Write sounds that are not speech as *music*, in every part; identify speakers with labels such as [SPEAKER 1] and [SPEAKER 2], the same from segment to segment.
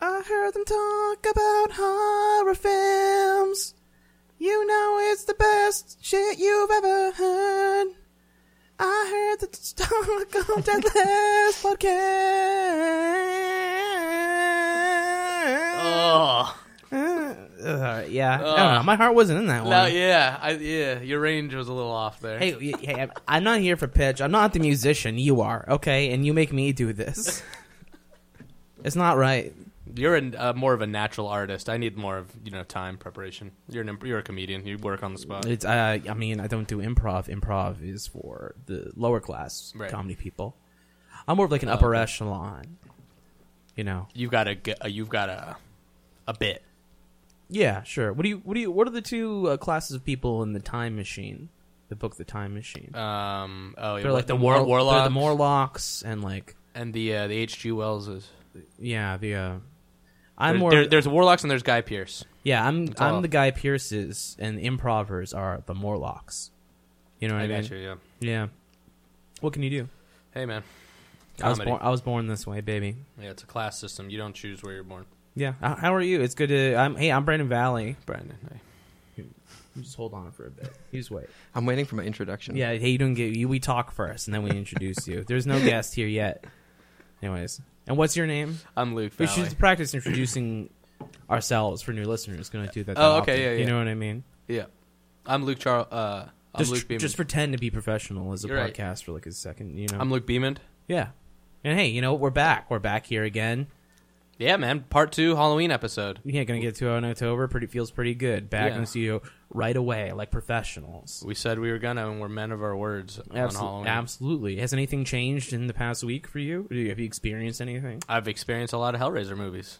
[SPEAKER 1] I heard them talk about horror films. You know it's the best shit you've ever heard. I heard the talk on that *laughs* last podcast.
[SPEAKER 2] Oh,
[SPEAKER 1] Uh, uh, yeah, I don't know. My heart wasn't in that one.
[SPEAKER 2] no, yeah, I, yeah. Your range was a little off there.
[SPEAKER 1] Hey, y- hey, I'm- I'm not here for pitch. I'm not the musician. You are, okay? And you make me do *laughs* this. it's not right.
[SPEAKER 2] You're an, uh, more of a natural artist. I need more of you know time preparation. You're an imp- you're a comedian. You work on the spot.
[SPEAKER 1] It's, uh, I mean, I don't do improv. Improv is for the lower class
[SPEAKER 2] Right. Oh,
[SPEAKER 1] comedy people. I'm more of like an upper echelon, you know.
[SPEAKER 2] You've got a g- uh, you've got a a bit.
[SPEAKER 1] Yeah, sure. What do you? What do you? What are the two uh, classes of people in the Time Machine? The book, The Time Machine.
[SPEAKER 2] Um, oh, yeah,
[SPEAKER 1] they're like the,
[SPEAKER 2] war
[SPEAKER 1] Mor-
[SPEAKER 2] warlocks
[SPEAKER 1] they're the Morlocks, and like
[SPEAKER 2] and the uh, the H.G. Wellses.
[SPEAKER 1] yeah, the. Uh, I'm
[SPEAKER 2] There-
[SPEAKER 1] more.
[SPEAKER 2] there- there's warlocks and there's Guy Pierce.
[SPEAKER 1] Yeah, I'm I'm
[SPEAKER 2] all.
[SPEAKER 1] the guy Pierce's and the improvers are the Morlocks. You know what I,
[SPEAKER 2] I
[SPEAKER 1] mean?
[SPEAKER 2] got you. Yeah.
[SPEAKER 1] Yeah. What can you do?
[SPEAKER 2] Hey man,
[SPEAKER 1] I was
[SPEAKER 2] Comedy.
[SPEAKER 1] born I was born this way, baby.
[SPEAKER 2] yeah, it's a class system. You don't choose where you're born,
[SPEAKER 1] Yeah. How- How are you? It's good to I'm hey, I'm Brandon Valley.
[SPEAKER 2] Brandon. Hey.
[SPEAKER 1] Just hold on for a bit. You just
[SPEAKER 2] *laughs*
[SPEAKER 1] wait.
[SPEAKER 3] I'm waiting for my introduction.
[SPEAKER 1] Yeah, hey, you don't get you we talk first and then we introduce you. There's no guest here yet. Anyways. And what's your name?
[SPEAKER 2] I'm Luke.
[SPEAKER 1] We
[SPEAKER 2] Valley.
[SPEAKER 1] should practice introducing ourselves for new listeners. Gonna do that.
[SPEAKER 2] Oh,
[SPEAKER 1] that
[SPEAKER 2] okay,
[SPEAKER 1] often.
[SPEAKER 2] yeah, yeah.
[SPEAKER 1] You know what I mean?
[SPEAKER 2] Yeah, I'm Luke Charles. Uh, I'm
[SPEAKER 1] just
[SPEAKER 2] Luke Beamond.
[SPEAKER 1] just pretend to be professional as a
[SPEAKER 2] You're right.
[SPEAKER 1] podcast for like a second, you know.
[SPEAKER 2] I'm Luke Beamond.
[SPEAKER 1] Yeah. And hey, you know, we're back. We're back here again.
[SPEAKER 2] Yeah, man. Part two Halloween episode.
[SPEAKER 1] Yeah, gonna get to it in October. Pretty feels pretty good. Back
[SPEAKER 2] Yeah.
[SPEAKER 1] in the studio right away, like professionals.
[SPEAKER 2] We said we were gonna, and we're men of our words
[SPEAKER 1] Absol-
[SPEAKER 2] on Halloween.
[SPEAKER 1] absolutely. Has anything changed in the past week for you? Do you- Have you experienced anything?
[SPEAKER 2] I've experienced a lot of Hellraiser movies,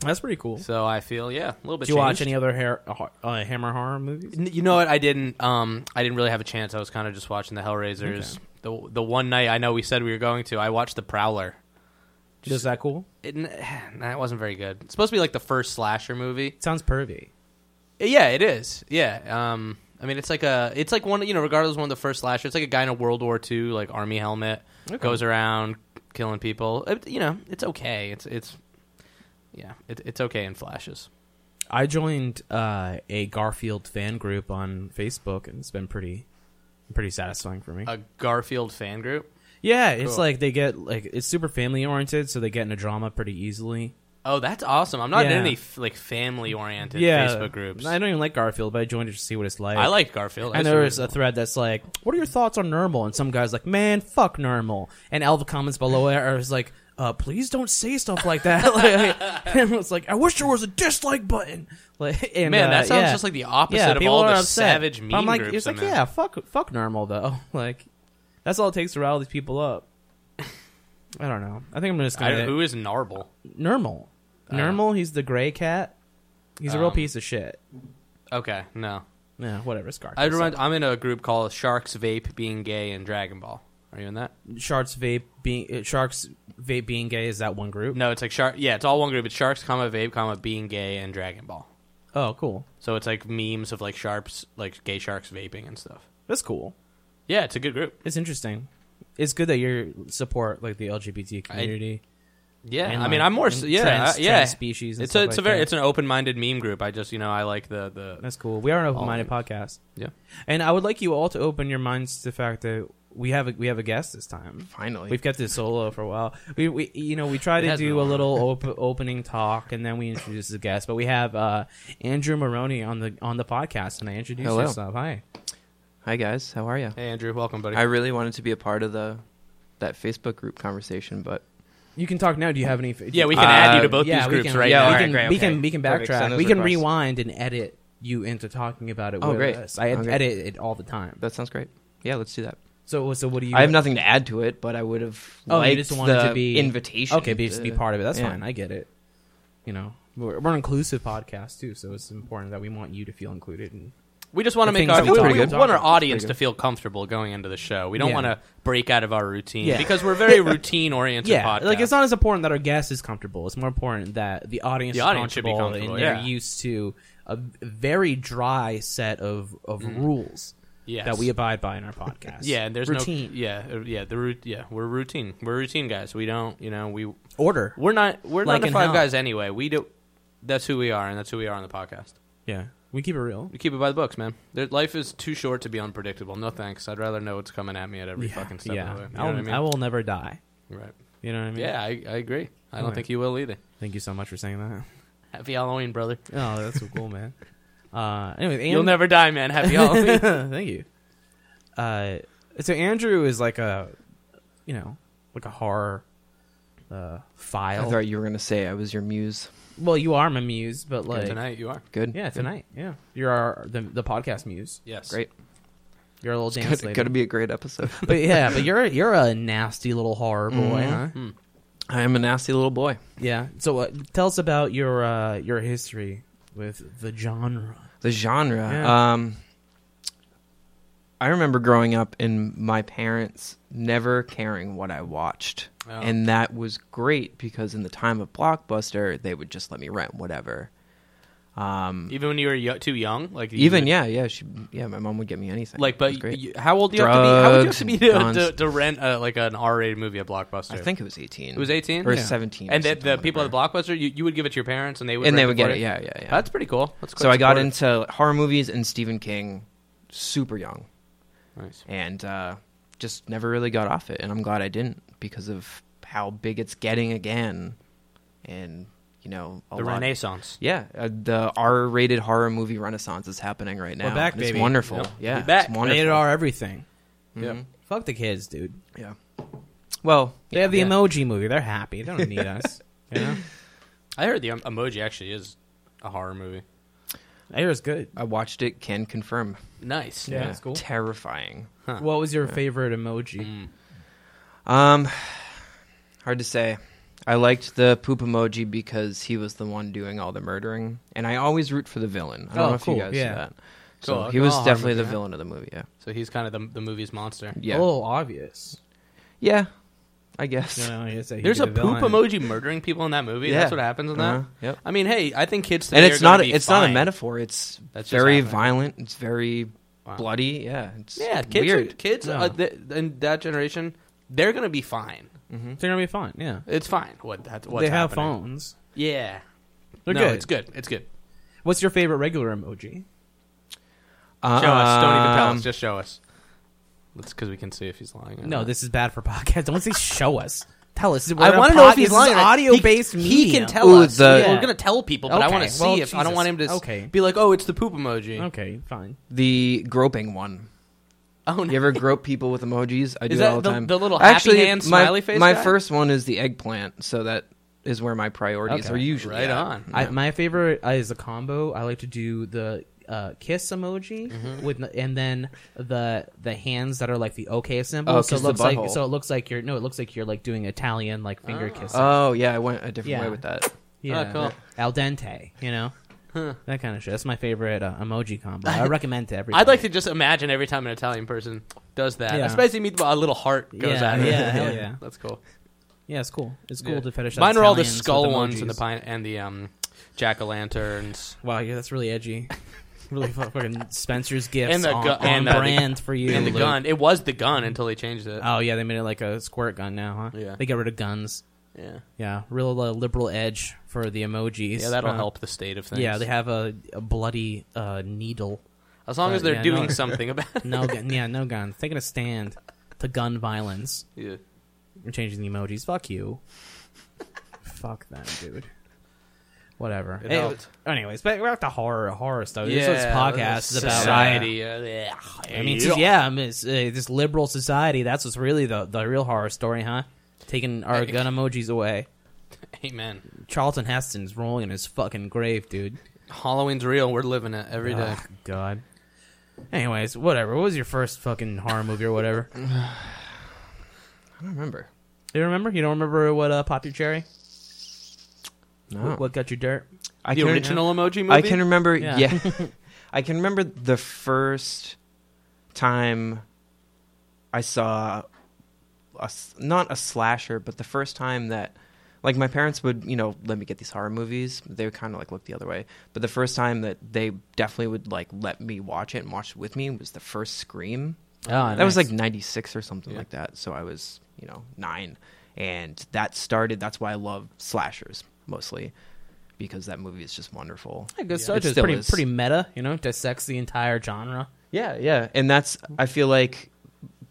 [SPEAKER 1] That's pretty cool.
[SPEAKER 2] so I feel yeah a little bit.
[SPEAKER 1] Did you watch
[SPEAKER 2] changed.
[SPEAKER 1] any other hair, uh, Hammer horror movies?
[SPEAKER 2] N- You know what? I didn't. Um, I didn't really have a chance. I was kind of just watching the Hellraisers. The the one night I know we said we were going to, I watched the Prowler.
[SPEAKER 1] Just that cool?
[SPEAKER 2] It, n- *sighs* nah, it wasn't very good. It's supposed to be like the first slasher movie.
[SPEAKER 1] It sounds pervy.
[SPEAKER 2] Yeah, it is. Yeah. Um, I mean, it's like a, it's like one, you know, regardless, of one of the first slasher. It's like a guy in a World War II like army helmet
[SPEAKER 1] Okay.
[SPEAKER 2] goes around killing people. It, you know, it's okay. It's it's, yeah, it, it's okay in flashes.
[SPEAKER 1] I joined uh, a Garfield fan group on Facebook, and it's been pretty, pretty satisfying for me.
[SPEAKER 2] A Garfield fan group.
[SPEAKER 1] Yeah, it's
[SPEAKER 2] Cool.
[SPEAKER 1] like they get like it's super family oriented, so they get into drama pretty easily.
[SPEAKER 2] Oh, that's awesome. I'm not
[SPEAKER 1] Yeah.
[SPEAKER 2] in any f- like family oriented Facebook groups.
[SPEAKER 1] I
[SPEAKER 2] I,
[SPEAKER 1] don't even like Garfield, but I joined it to see what it's like.
[SPEAKER 2] like Garfield. I
[SPEAKER 1] And there
[SPEAKER 2] used
[SPEAKER 1] was
[SPEAKER 2] to-
[SPEAKER 1] a thread that's like, "What are your thoughts on normal?" And some guys like, "Man, fuck normal." And Alva comments below it are like, "Uh, please don't say stuff like that." *laughs* like, and it's like, "I wish there was a dislike button." Like, and,
[SPEAKER 2] man.
[SPEAKER 1] uh,
[SPEAKER 2] that sounds
[SPEAKER 1] yeah.
[SPEAKER 2] just like the opposite
[SPEAKER 1] yeah,
[SPEAKER 2] of
[SPEAKER 1] people
[SPEAKER 2] all
[SPEAKER 1] are
[SPEAKER 2] the
[SPEAKER 1] upset.
[SPEAKER 2] savage
[SPEAKER 1] But
[SPEAKER 2] mean
[SPEAKER 1] I'm like,
[SPEAKER 2] groups.
[SPEAKER 1] it's like,
[SPEAKER 2] I'm in.
[SPEAKER 1] yeah, fuck, fuck normal though. *laughs* Like, that's all it takes to rile these people up. I don't know. I think I'm just
[SPEAKER 2] I
[SPEAKER 1] gonna
[SPEAKER 2] don't- who is Narble?
[SPEAKER 1] normal. Normal. He's the gray cat. He's a real
[SPEAKER 2] Um,
[SPEAKER 1] piece of shit.
[SPEAKER 2] Okay, no.
[SPEAKER 1] Yeah, whatever. Scar.
[SPEAKER 2] I remind, I'm in a group called Sharks Vape Being Gay and Dragon Ball. Are you in that?
[SPEAKER 1] sharks vape being uh, sharks vape being gay is that one group?
[SPEAKER 2] No, it's like shark. Yeah, it's all one group. It's Sharks, comma Vape, comma Being Gay and Dragon Ball.
[SPEAKER 1] Oh, cool.
[SPEAKER 2] So it's like memes of like sharps, like gay sharks vaping and stuff.
[SPEAKER 1] That's cool.
[SPEAKER 2] Yeah, it's a good group.
[SPEAKER 1] It's interesting. It's good that you support like the LGBT community.
[SPEAKER 2] Yeah,
[SPEAKER 1] And,
[SPEAKER 2] I mean,
[SPEAKER 1] like,
[SPEAKER 2] I'm more s-
[SPEAKER 1] and
[SPEAKER 2] yeah,
[SPEAKER 1] trans-
[SPEAKER 2] I- yeah.
[SPEAKER 1] trans species and
[SPEAKER 2] It's
[SPEAKER 1] stuff
[SPEAKER 2] a it's
[SPEAKER 1] like
[SPEAKER 2] a very
[SPEAKER 1] that.
[SPEAKER 2] it's an open minded meme group. I just you know I like the the
[SPEAKER 1] That's cool. We are an open-minded podcast,
[SPEAKER 2] yeah.
[SPEAKER 1] and I would like you all to open your minds to the fact that we have a, we have a guest this time.
[SPEAKER 3] Finally.
[SPEAKER 1] We've kept this solo for a while. We, we you know we try to
[SPEAKER 2] has been
[SPEAKER 1] do
[SPEAKER 2] a
[SPEAKER 1] a
[SPEAKER 2] *laughs*
[SPEAKER 1] little op- opening talk and then we introduce the guest, but we have uh, Andrew Maroney on the on the podcast, and I introduce
[SPEAKER 3] Hello.
[SPEAKER 1] yourself. Hi.
[SPEAKER 3] Hi guys, how are you?
[SPEAKER 2] Hey Andrew, welcome buddy.
[SPEAKER 3] I really wanted to be a part of the that Facebook group conversation, but
[SPEAKER 1] You can talk now. Do you have any?
[SPEAKER 2] yeah, we can add you to
[SPEAKER 3] Uh,
[SPEAKER 2] both
[SPEAKER 1] yeah,
[SPEAKER 2] these
[SPEAKER 1] we
[SPEAKER 2] groups
[SPEAKER 1] can,
[SPEAKER 2] right
[SPEAKER 1] yeah,
[SPEAKER 2] now.
[SPEAKER 1] We,
[SPEAKER 3] All right,
[SPEAKER 1] can,
[SPEAKER 3] great,
[SPEAKER 1] we
[SPEAKER 3] okay.
[SPEAKER 1] can we can
[SPEAKER 3] Perfect. Send
[SPEAKER 1] backtrack.
[SPEAKER 3] those
[SPEAKER 1] We can
[SPEAKER 3] requests.
[SPEAKER 1] rewind and edit you into talking about it.
[SPEAKER 3] Oh,
[SPEAKER 1] with
[SPEAKER 3] great.
[SPEAKER 1] us. I ed-
[SPEAKER 3] Okay.
[SPEAKER 1] edit it all the time.
[SPEAKER 3] that sounds great. Yeah, let's do that.
[SPEAKER 1] So so what do you?
[SPEAKER 3] I have nothing to add to it, but I would have
[SPEAKER 1] Oh,
[SPEAKER 3] liked
[SPEAKER 1] you just wanted
[SPEAKER 3] the
[SPEAKER 1] to be
[SPEAKER 3] invitation.
[SPEAKER 1] Okay, be, just be
[SPEAKER 3] to-
[SPEAKER 1] part of it. That's
[SPEAKER 3] yeah.
[SPEAKER 1] fine. I get it. You know, we're, we're an inclusive podcast too, so it's important that we want you to feel included. And
[SPEAKER 2] We just want to
[SPEAKER 1] The
[SPEAKER 2] make
[SPEAKER 1] things
[SPEAKER 2] our
[SPEAKER 1] that
[SPEAKER 2] we,
[SPEAKER 1] we talk
[SPEAKER 2] we
[SPEAKER 1] about.
[SPEAKER 2] want our audience to
[SPEAKER 3] Pretty good.
[SPEAKER 2] feel comfortable going into the show. We don't
[SPEAKER 1] Yeah.
[SPEAKER 2] want to break out of our routine
[SPEAKER 1] Yeah. *laughs*
[SPEAKER 2] because we're very routine oriented.
[SPEAKER 1] yeah,
[SPEAKER 2] podcast.
[SPEAKER 1] like it's not as important that our guest is comfortable. It's more important that the audience
[SPEAKER 2] The
[SPEAKER 1] is
[SPEAKER 2] audience should be
[SPEAKER 1] comfortable,
[SPEAKER 2] comfortable,
[SPEAKER 1] and they're
[SPEAKER 2] yeah.
[SPEAKER 1] used to a very dry set of of rules.
[SPEAKER 2] Mm-hmm. Yes.
[SPEAKER 1] that we abide by in our podcast.
[SPEAKER 2] Yeah, and there's
[SPEAKER 1] routine
[SPEAKER 2] no yeah, uh, yeah, the root yeah, we're routine. We're routine guys. We don't, you know, we
[SPEAKER 1] order.
[SPEAKER 2] we're not we're
[SPEAKER 1] Like
[SPEAKER 2] not the
[SPEAKER 1] in
[SPEAKER 2] five
[SPEAKER 1] hell.
[SPEAKER 2] guys anyway. We do that's who we are and that's who we are on the podcast.
[SPEAKER 1] Yeah, we keep it real.
[SPEAKER 2] We keep it by the books, man. There, life is too short to be unpredictable. No thanks. I'd rather know what's coming at me at every
[SPEAKER 1] yeah,
[SPEAKER 2] fucking step
[SPEAKER 1] yeah.
[SPEAKER 2] of the way. You know
[SPEAKER 1] I'll,
[SPEAKER 2] what I mean?
[SPEAKER 1] I will never die.
[SPEAKER 2] Right.
[SPEAKER 1] You know what I mean?
[SPEAKER 2] Yeah, I, I agree. I don't
[SPEAKER 1] Alright.
[SPEAKER 2] think you will either.
[SPEAKER 1] Thank you so much for saying that.
[SPEAKER 2] Happy Halloween, brother.
[SPEAKER 1] Oh, that's so cool, man. *laughs* Uh, anyways, and,
[SPEAKER 2] You'll never die, man. Happy
[SPEAKER 1] *laughs*
[SPEAKER 2] Halloween.
[SPEAKER 1] Thank you. Uh, so Andrew is like a, you know, like a horror uh,
[SPEAKER 3] I
[SPEAKER 1] file.
[SPEAKER 3] thought you were gonna say I was your muse.
[SPEAKER 1] Well, you are my muse, but
[SPEAKER 2] And
[SPEAKER 1] like
[SPEAKER 2] tonight you are.
[SPEAKER 3] Good.
[SPEAKER 1] yeah, tonight, yeah, you're our the, the podcast muse.
[SPEAKER 2] Yes.
[SPEAKER 3] Great.
[SPEAKER 1] You're a little dance
[SPEAKER 3] Good.
[SPEAKER 1] lady,
[SPEAKER 3] Gonna be a great episode.
[SPEAKER 1] *laughs* but yeah, but you're you're a nasty little horror
[SPEAKER 2] Mm-hmm.
[SPEAKER 1] boy, huh?
[SPEAKER 3] I am a nasty little boy.
[SPEAKER 1] Yeah. So uh, tell us about your uh, your history with the genre.
[SPEAKER 3] The genre.
[SPEAKER 1] Yeah.
[SPEAKER 3] Um, I remember growing up and my parents never caring what I watched.
[SPEAKER 2] Oh.
[SPEAKER 3] And that was great because in the time of Blockbuster, they would just let me rent whatever. Um,
[SPEAKER 2] Even when you were yo- too young, like you
[SPEAKER 3] even
[SPEAKER 2] would-
[SPEAKER 3] yeah, yeah, she, yeah, my mom would get me anything.
[SPEAKER 2] like,
[SPEAKER 3] It
[SPEAKER 2] but
[SPEAKER 3] was great.
[SPEAKER 2] you, how old do you have
[SPEAKER 3] Drugs
[SPEAKER 2] to be?
[SPEAKER 3] and
[SPEAKER 2] How old do you have to be to,
[SPEAKER 3] guns.
[SPEAKER 2] to, to rent uh like an R-rated movie at Blockbuster?
[SPEAKER 3] I think it was eighteen.
[SPEAKER 2] it was 18
[SPEAKER 3] or
[SPEAKER 1] Yeah.
[SPEAKER 3] seventeen, or
[SPEAKER 2] and the, the
[SPEAKER 3] something,
[SPEAKER 2] people at
[SPEAKER 3] whatever.
[SPEAKER 2] Blockbuster, you, you would give it to your parents, and they would
[SPEAKER 3] and they
[SPEAKER 2] rent
[SPEAKER 3] would get
[SPEAKER 2] for
[SPEAKER 3] it.
[SPEAKER 2] you?
[SPEAKER 3] Yeah, yeah, yeah.
[SPEAKER 2] That's pretty cool. That's
[SPEAKER 3] so
[SPEAKER 2] quite
[SPEAKER 3] I got
[SPEAKER 2] supportive.
[SPEAKER 3] into horror movies and Stephen King, super young,
[SPEAKER 2] Nice.
[SPEAKER 3] and uh, just never really got off it. And I'm glad I didn't because of how big it's getting again, and you know, a
[SPEAKER 2] the
[SPEAKER 3] lot.
[SPEAKER 2] Renaissance.
[SPEAKER 3] yeah, uh, the R-rated horror movie renaissance is happening right now.
[SPEAKER 1] We're back,
[SPEAKER 3] and it's
[SPEAKER 1] baby.
[SPEAKER 3] wonderful.
[SPEAKER 2] Yep.
[SPEAKER 3] Yeah,
[SPEAKER 2] We back.
[SPEAKER 3] it's
[SPEAKER 1] Rated
[SPEAKER 3] wonderful.
[SPEAKER 1] R everything.
[SPEAKER 3] Mm-hmm.
[SPEAKER 2] Yeah.
[SPEAKER 1] Fuck the kids, dude.
[SPEAKER 3] Yeah. Well,
[SPEAKER 1] They have the
[SPEAKER 3] yeah.
[SPEAKER 1] emoji movie. They're happy. They
[SPEAKER 2] *laughs*
[SPEAKER 1] don't need us. You know?
[SPEAKER 2] I heard the em- emoji actually is a horror movie.
[SPEAKER 1] I hear it's good.
[SPEAKER 3] I watched it. Can confirm.
[SPEAKER 2] Nice.
[SPEAKER 1] Yeah. that's cool.
[SPEAKER 3] Terrifying.
[SPEAKER 2] Huh. Mm,
[SPEAKER 1] What was your favorite emoji?
[SPEAKER 3] Um, hard to say. I liked the poop emoji because he was the one doing all the murdering, and I always root for the villain. I don't
[SPEAKER 1] Oh,
[SPEAKER 3] know if
[SPEAKER 1] cool,
[SPEAKER 3] you guys
[SPEAKER 1] yeah.
[SPEAKER 3] do that. So
[SPEAKER 2] Cool,
[SPEAKER 3] he was
[SPEAKER 2] I'll
[SPEAKER 3] definitely
[SPEAKER 2] harm
[SPEAKER 3] the
[SPEAKER 2] it, yeah.
[SPEAKER 3] villain of the movie. Yeah,
[SPEAKER 2] So he's kind of the, the movie's monster.
[SPEAKER 1] A
[SPEAKER 3] yeah,
[SPEAKER 1] little obvious.
[SPEAKER 3] yeah. I guess.
[SPEAKER 1] You know, it's
[SPEAKER 2] There's a
[SPEAKER 1] he's
[SPEAKER 2] poop
[SPEAKER 1] villain.
[SPEAKER 2] emoji murdering people in that movie.
[SPEAKER 3] Yeah.
[SPEAKER 2] That's what happens in that.
[SPEAKER 3] Uh-huh. Yep.
[SPEAKER 2] I mean, hey, I think kids today
[SPEAKER 3] And it's
[SPEAKER 2] are gonna
[SPEAKER 3] not.
[SPEAKER 2] be
[SPEAKER 3] It's not a
[SPEAKER 2] fine.
[SPEAKER 3] metaphor. It's
[SPEAKER 2] That's just
[SPEAKER 3] very
[SPEAKER 2] happening.
[SPEAKER 3] violent. It's very
[SPEAKER 2] Wow.
[SPEAKER 3] bloody. Yeah. It's
[SPEAKER 2] Yeah, kids. Are,
[SPEAKER 3] weird.
[SPEAKER 2] kids
[SPEAKER 1] No.
[SPEAKER 2] uh, th- in that generation, they're gonna be fine.
[SPEAKER 3] Mm-hmm.
[SPEAKER 1] They're gonna be fun. Yeah,
[SPEAKER 2] It's fine. What that? What's
[SPEAKER 1] they have
[SPEAKER 2] happening.
[SPEAKER 1] phones.
[SPEAKER 2] Yeah.
[SPEAKER 1] They're
[SPEAKER 2] no,
[SPEAKER 1] good.
[SPEAKER 2] It's good. It's good.
[SPEAKER 1] What's your favorite regular emoji?
[SPEAKER 2] Uh-huh.
[SPEAKER 3] Uh,
[SPEAKER 2] Show us. Don't even tell
[SPEAKER 3] um,
[SPEAKER 2] us. Just show us. That's because we can see if he's lying. or
[SPEAKER 1] No,
[SPEAKER 2] not.
[SPEAKER 1] this is bad for podcast. Don't say show us. Tell us.
[SPEAKER 2] I
[SPEAKER 1] want to
[SPEAKER 2] know if he's
[SPEAKER 1] this
[SPEAKER 2] lying.
[SPEAKER 1] Is audio based
[SPEAKER 2] He,
[SPEAKER 1] media.
[SPEAKER 2] he can tell
[SPEAKER 3] Ooh,
[SPEAKER 2] us.
[SPEAKER 3] the-
[SPEAKER 2] We're gonna tell people, but I
[SPEAKER 1] Okay,
[SPEAKER 2] want to see
[SPEAKER 1] well,
[SPEAKER 2] if I don't
[SPEAKER 1] Jesus.
[SPEAKER 2] want him to s-
[SPEAKER 1] Okay.
[SPEAKER 2] be like, "Oh, it's the poop emoji."
[SPEAKER 1] Okay, fine.
[SPEAKER 3] the groping one.
[SPEAKER 2] Oh,
[SPEAKER 3] You ever grope people with emojis? I do
[SPEAKER 2] Is
[SPEAKER 3] it
[SPEAKER 2] that
[SPEAKER 3] all
[SPEAKER 2] the-
[SPEAKER 3] the time.
[SPEAKER 2] the little happy
[SPEAKER 3] Actually,
[SPEAKER 2] hand
[SPEAKER 3] my,
[SPEAKER 2] smiley face
[SPEAKER 3] My
[SPEAKER 2] guy?
[SPEAKER 3] first one is the eggplant, so that is where my priorities
[SPEAKER 1] Okay.
[SPEAKER 3] are usually.
[SPEAKER 2] right
[SPEAKER 3] at.
[SPEAKER 2] on.
[SPEAKER 1] I, my favorite uh, is a combo. I like to do the uh, kiss emoji
[SPEAKER 2] Mm-hmm.
[SPEAKER 1] with, n- and then the the hands that are like the okay symbol.
[SPEAKER 3] Oh,
[SPEAKER 1] so it
[SPEAKER 3] 'cause the
[SPEAKER 1] looks like
[SPEAKER 3] butthole.
[SPEAKER 1] so it looks like you're no, it looks like you're like doing Italian like finger kissing.
[SPEAKER 3] Oh yeah, I went a different
[SPEAKER 1] Yeah.
[SPEAKER 3] way with that.
[SPEAKER 1] yeah,
[SPEAKER 2] Ah. cool.
[SPEAKER 1] al dente. You know that kind of shit. That's my favorite uh, emoji combo.
[SPEAKER 2] *laughs*
[SPEAKER 1] I recommend to everybody.
[SPEAKER 2] I'd like to just imagine every time an Italian person does that,
[SPEAKER 1] Yeah.
[SPEAKER 2] especially meatball, a little heart goes
[SPEAKER 1] Yeah,
[SPEAKER 2] out of it.
[SPEAKER 1] yeah, hell yeah.
[SPEAKER 2] That's cool.
[SPEAKER 1] Yeah, it's cool. It's cool
[SPEAKER 2] Yeah.
[SPEAKER 1] to fetish.
[SPEAKER 2] Mine are all the
[SPEAKER 1] Italians with
[SPEAKER 2] skull ones and the
[SPEAKER 1] emojis.
[SPEAKER 2] pine and the um, jack o' lanterns
[SPEAKER 1] Wow, yeah, that's really
[SPEAKER 2] *laughs*
[SPEAKER 1] edgy. really fu- fucking Spencer's gifts
[SPEAKER 2] And the
[SPEAKER 1] on,
[SPEAKER 2] gu-
[SPEAKER 1] on
[SPEAKER 2] and, uh, the-
[SPEAKER 1] brand for you.
[SPEAKER 2] and the
[SPEAKER 1] Luke.
[SPEAKER 2] gun. It was the gun until they changed it.
[SPEAKER 1] Oh yeah, they made it like a squirt gun now, huh?
[SPEAKER 2] Yeah.
[SPEAKER 1] they got rid of guns.
[SPEAKER 2] yeah,
[SPEAKER 1] Yeah, real uh, liberal edge for the emojis.
[SPEAKER 2] yeah, that'll
[SPEAKER 1] Uh,
[SPEAKER 2] help the state of things.
[SPEAKER 1] Yeah, they have a, a bloody uh,
[SPEAKER 2] *laughs*
[SPEAKER 1] needle.
[SPEAKER 2] as long
[SPEAKER 1] uh,
[SPEAKER 2] as they're
[SPEAKER 1] yeah,
[SPEAKER 2] doing
[SPEAKER 1] no.
[SPEAKER 2] something about it.
[SPEAKER 1] No gun. Yeah, no guns. Taking a stand to gun violence.
[SPEAKER 2] Yeah.
[SPEAKER 1] We're changing the emojis. Fuck you. Fuck them, dude. Whatever.
[SPEAKER 2] It
[SPEAKER 1] Hey,
[SPEAKER 2] helped.
[SPEAKER 1] anyways, but we're at the horror horror stuff. This is
[SPEAKER 2] Yeah,
[SPEAKER 1] podcast is about
[SPEAKER 2] society. yeah.
[SPEAKER 1] I mean, it's just- yeah, I mean, it's, uh, this liberal society. That's what's really the the real horror story, huh? Taking our gun emojis away.
[SPEAKER 2] Amen.
[SPEAKER 1] Charlton Heston's rolling in his fucking grave, dude.
[SPEAKER 2] Halloween's real. We're living it every day.
[SPEAKER 1] Ugh, Ah, God. Anyways, whatever. What was your first fucking horror movie or *laughs* whatever? Do
[SPEAKER 3] I don't remember.
[SPEAKER 1] you remember? You don't remember what uh, popped your cherry?
[SPEAKER 3] No,
[SPEAKER 1] What, what got your dirt?
[SPEAKER 3] I
[SPEAKER 2] The
[SPEAKER 3] can,
[SPEAKER 2] original emoji movie.
[SPEAKER 3] I can remember.
[SPEAKER 1] Yeah.
[SPEAKER 3] Yeah,
[SPEAKER 1] *laughs*
[SPEAKER 3] I can remember the first time I saw a s not a slasher, but the first time that Like my parents would, you know, let me get these horror movies. They would kind of like look the other way. But the first time that they definitely would like let me watch it and watch it with me was the first Scream.
[SPEAKER 1] Oh,
[SPEAKER 3] That was
[SPEAKER 1] nice.
[SPEAKER 3] like 96 or something like that. So I was, you know, nine. And that started, that's why I love slashers mostly because that movie is just wonderful.
[SPEAKER 1] I guess
[SPEAKER 3] It
[SPEAKER 1] it's
[SPEAKER 3] still
[SPEAKER 1] pretty
[SPEAKER 3] is.
[SPEAKER 1] pretty meta, you know, dissects the entire genre.
[SPEAKER 3] Yeah, yeah. And that's, I feel like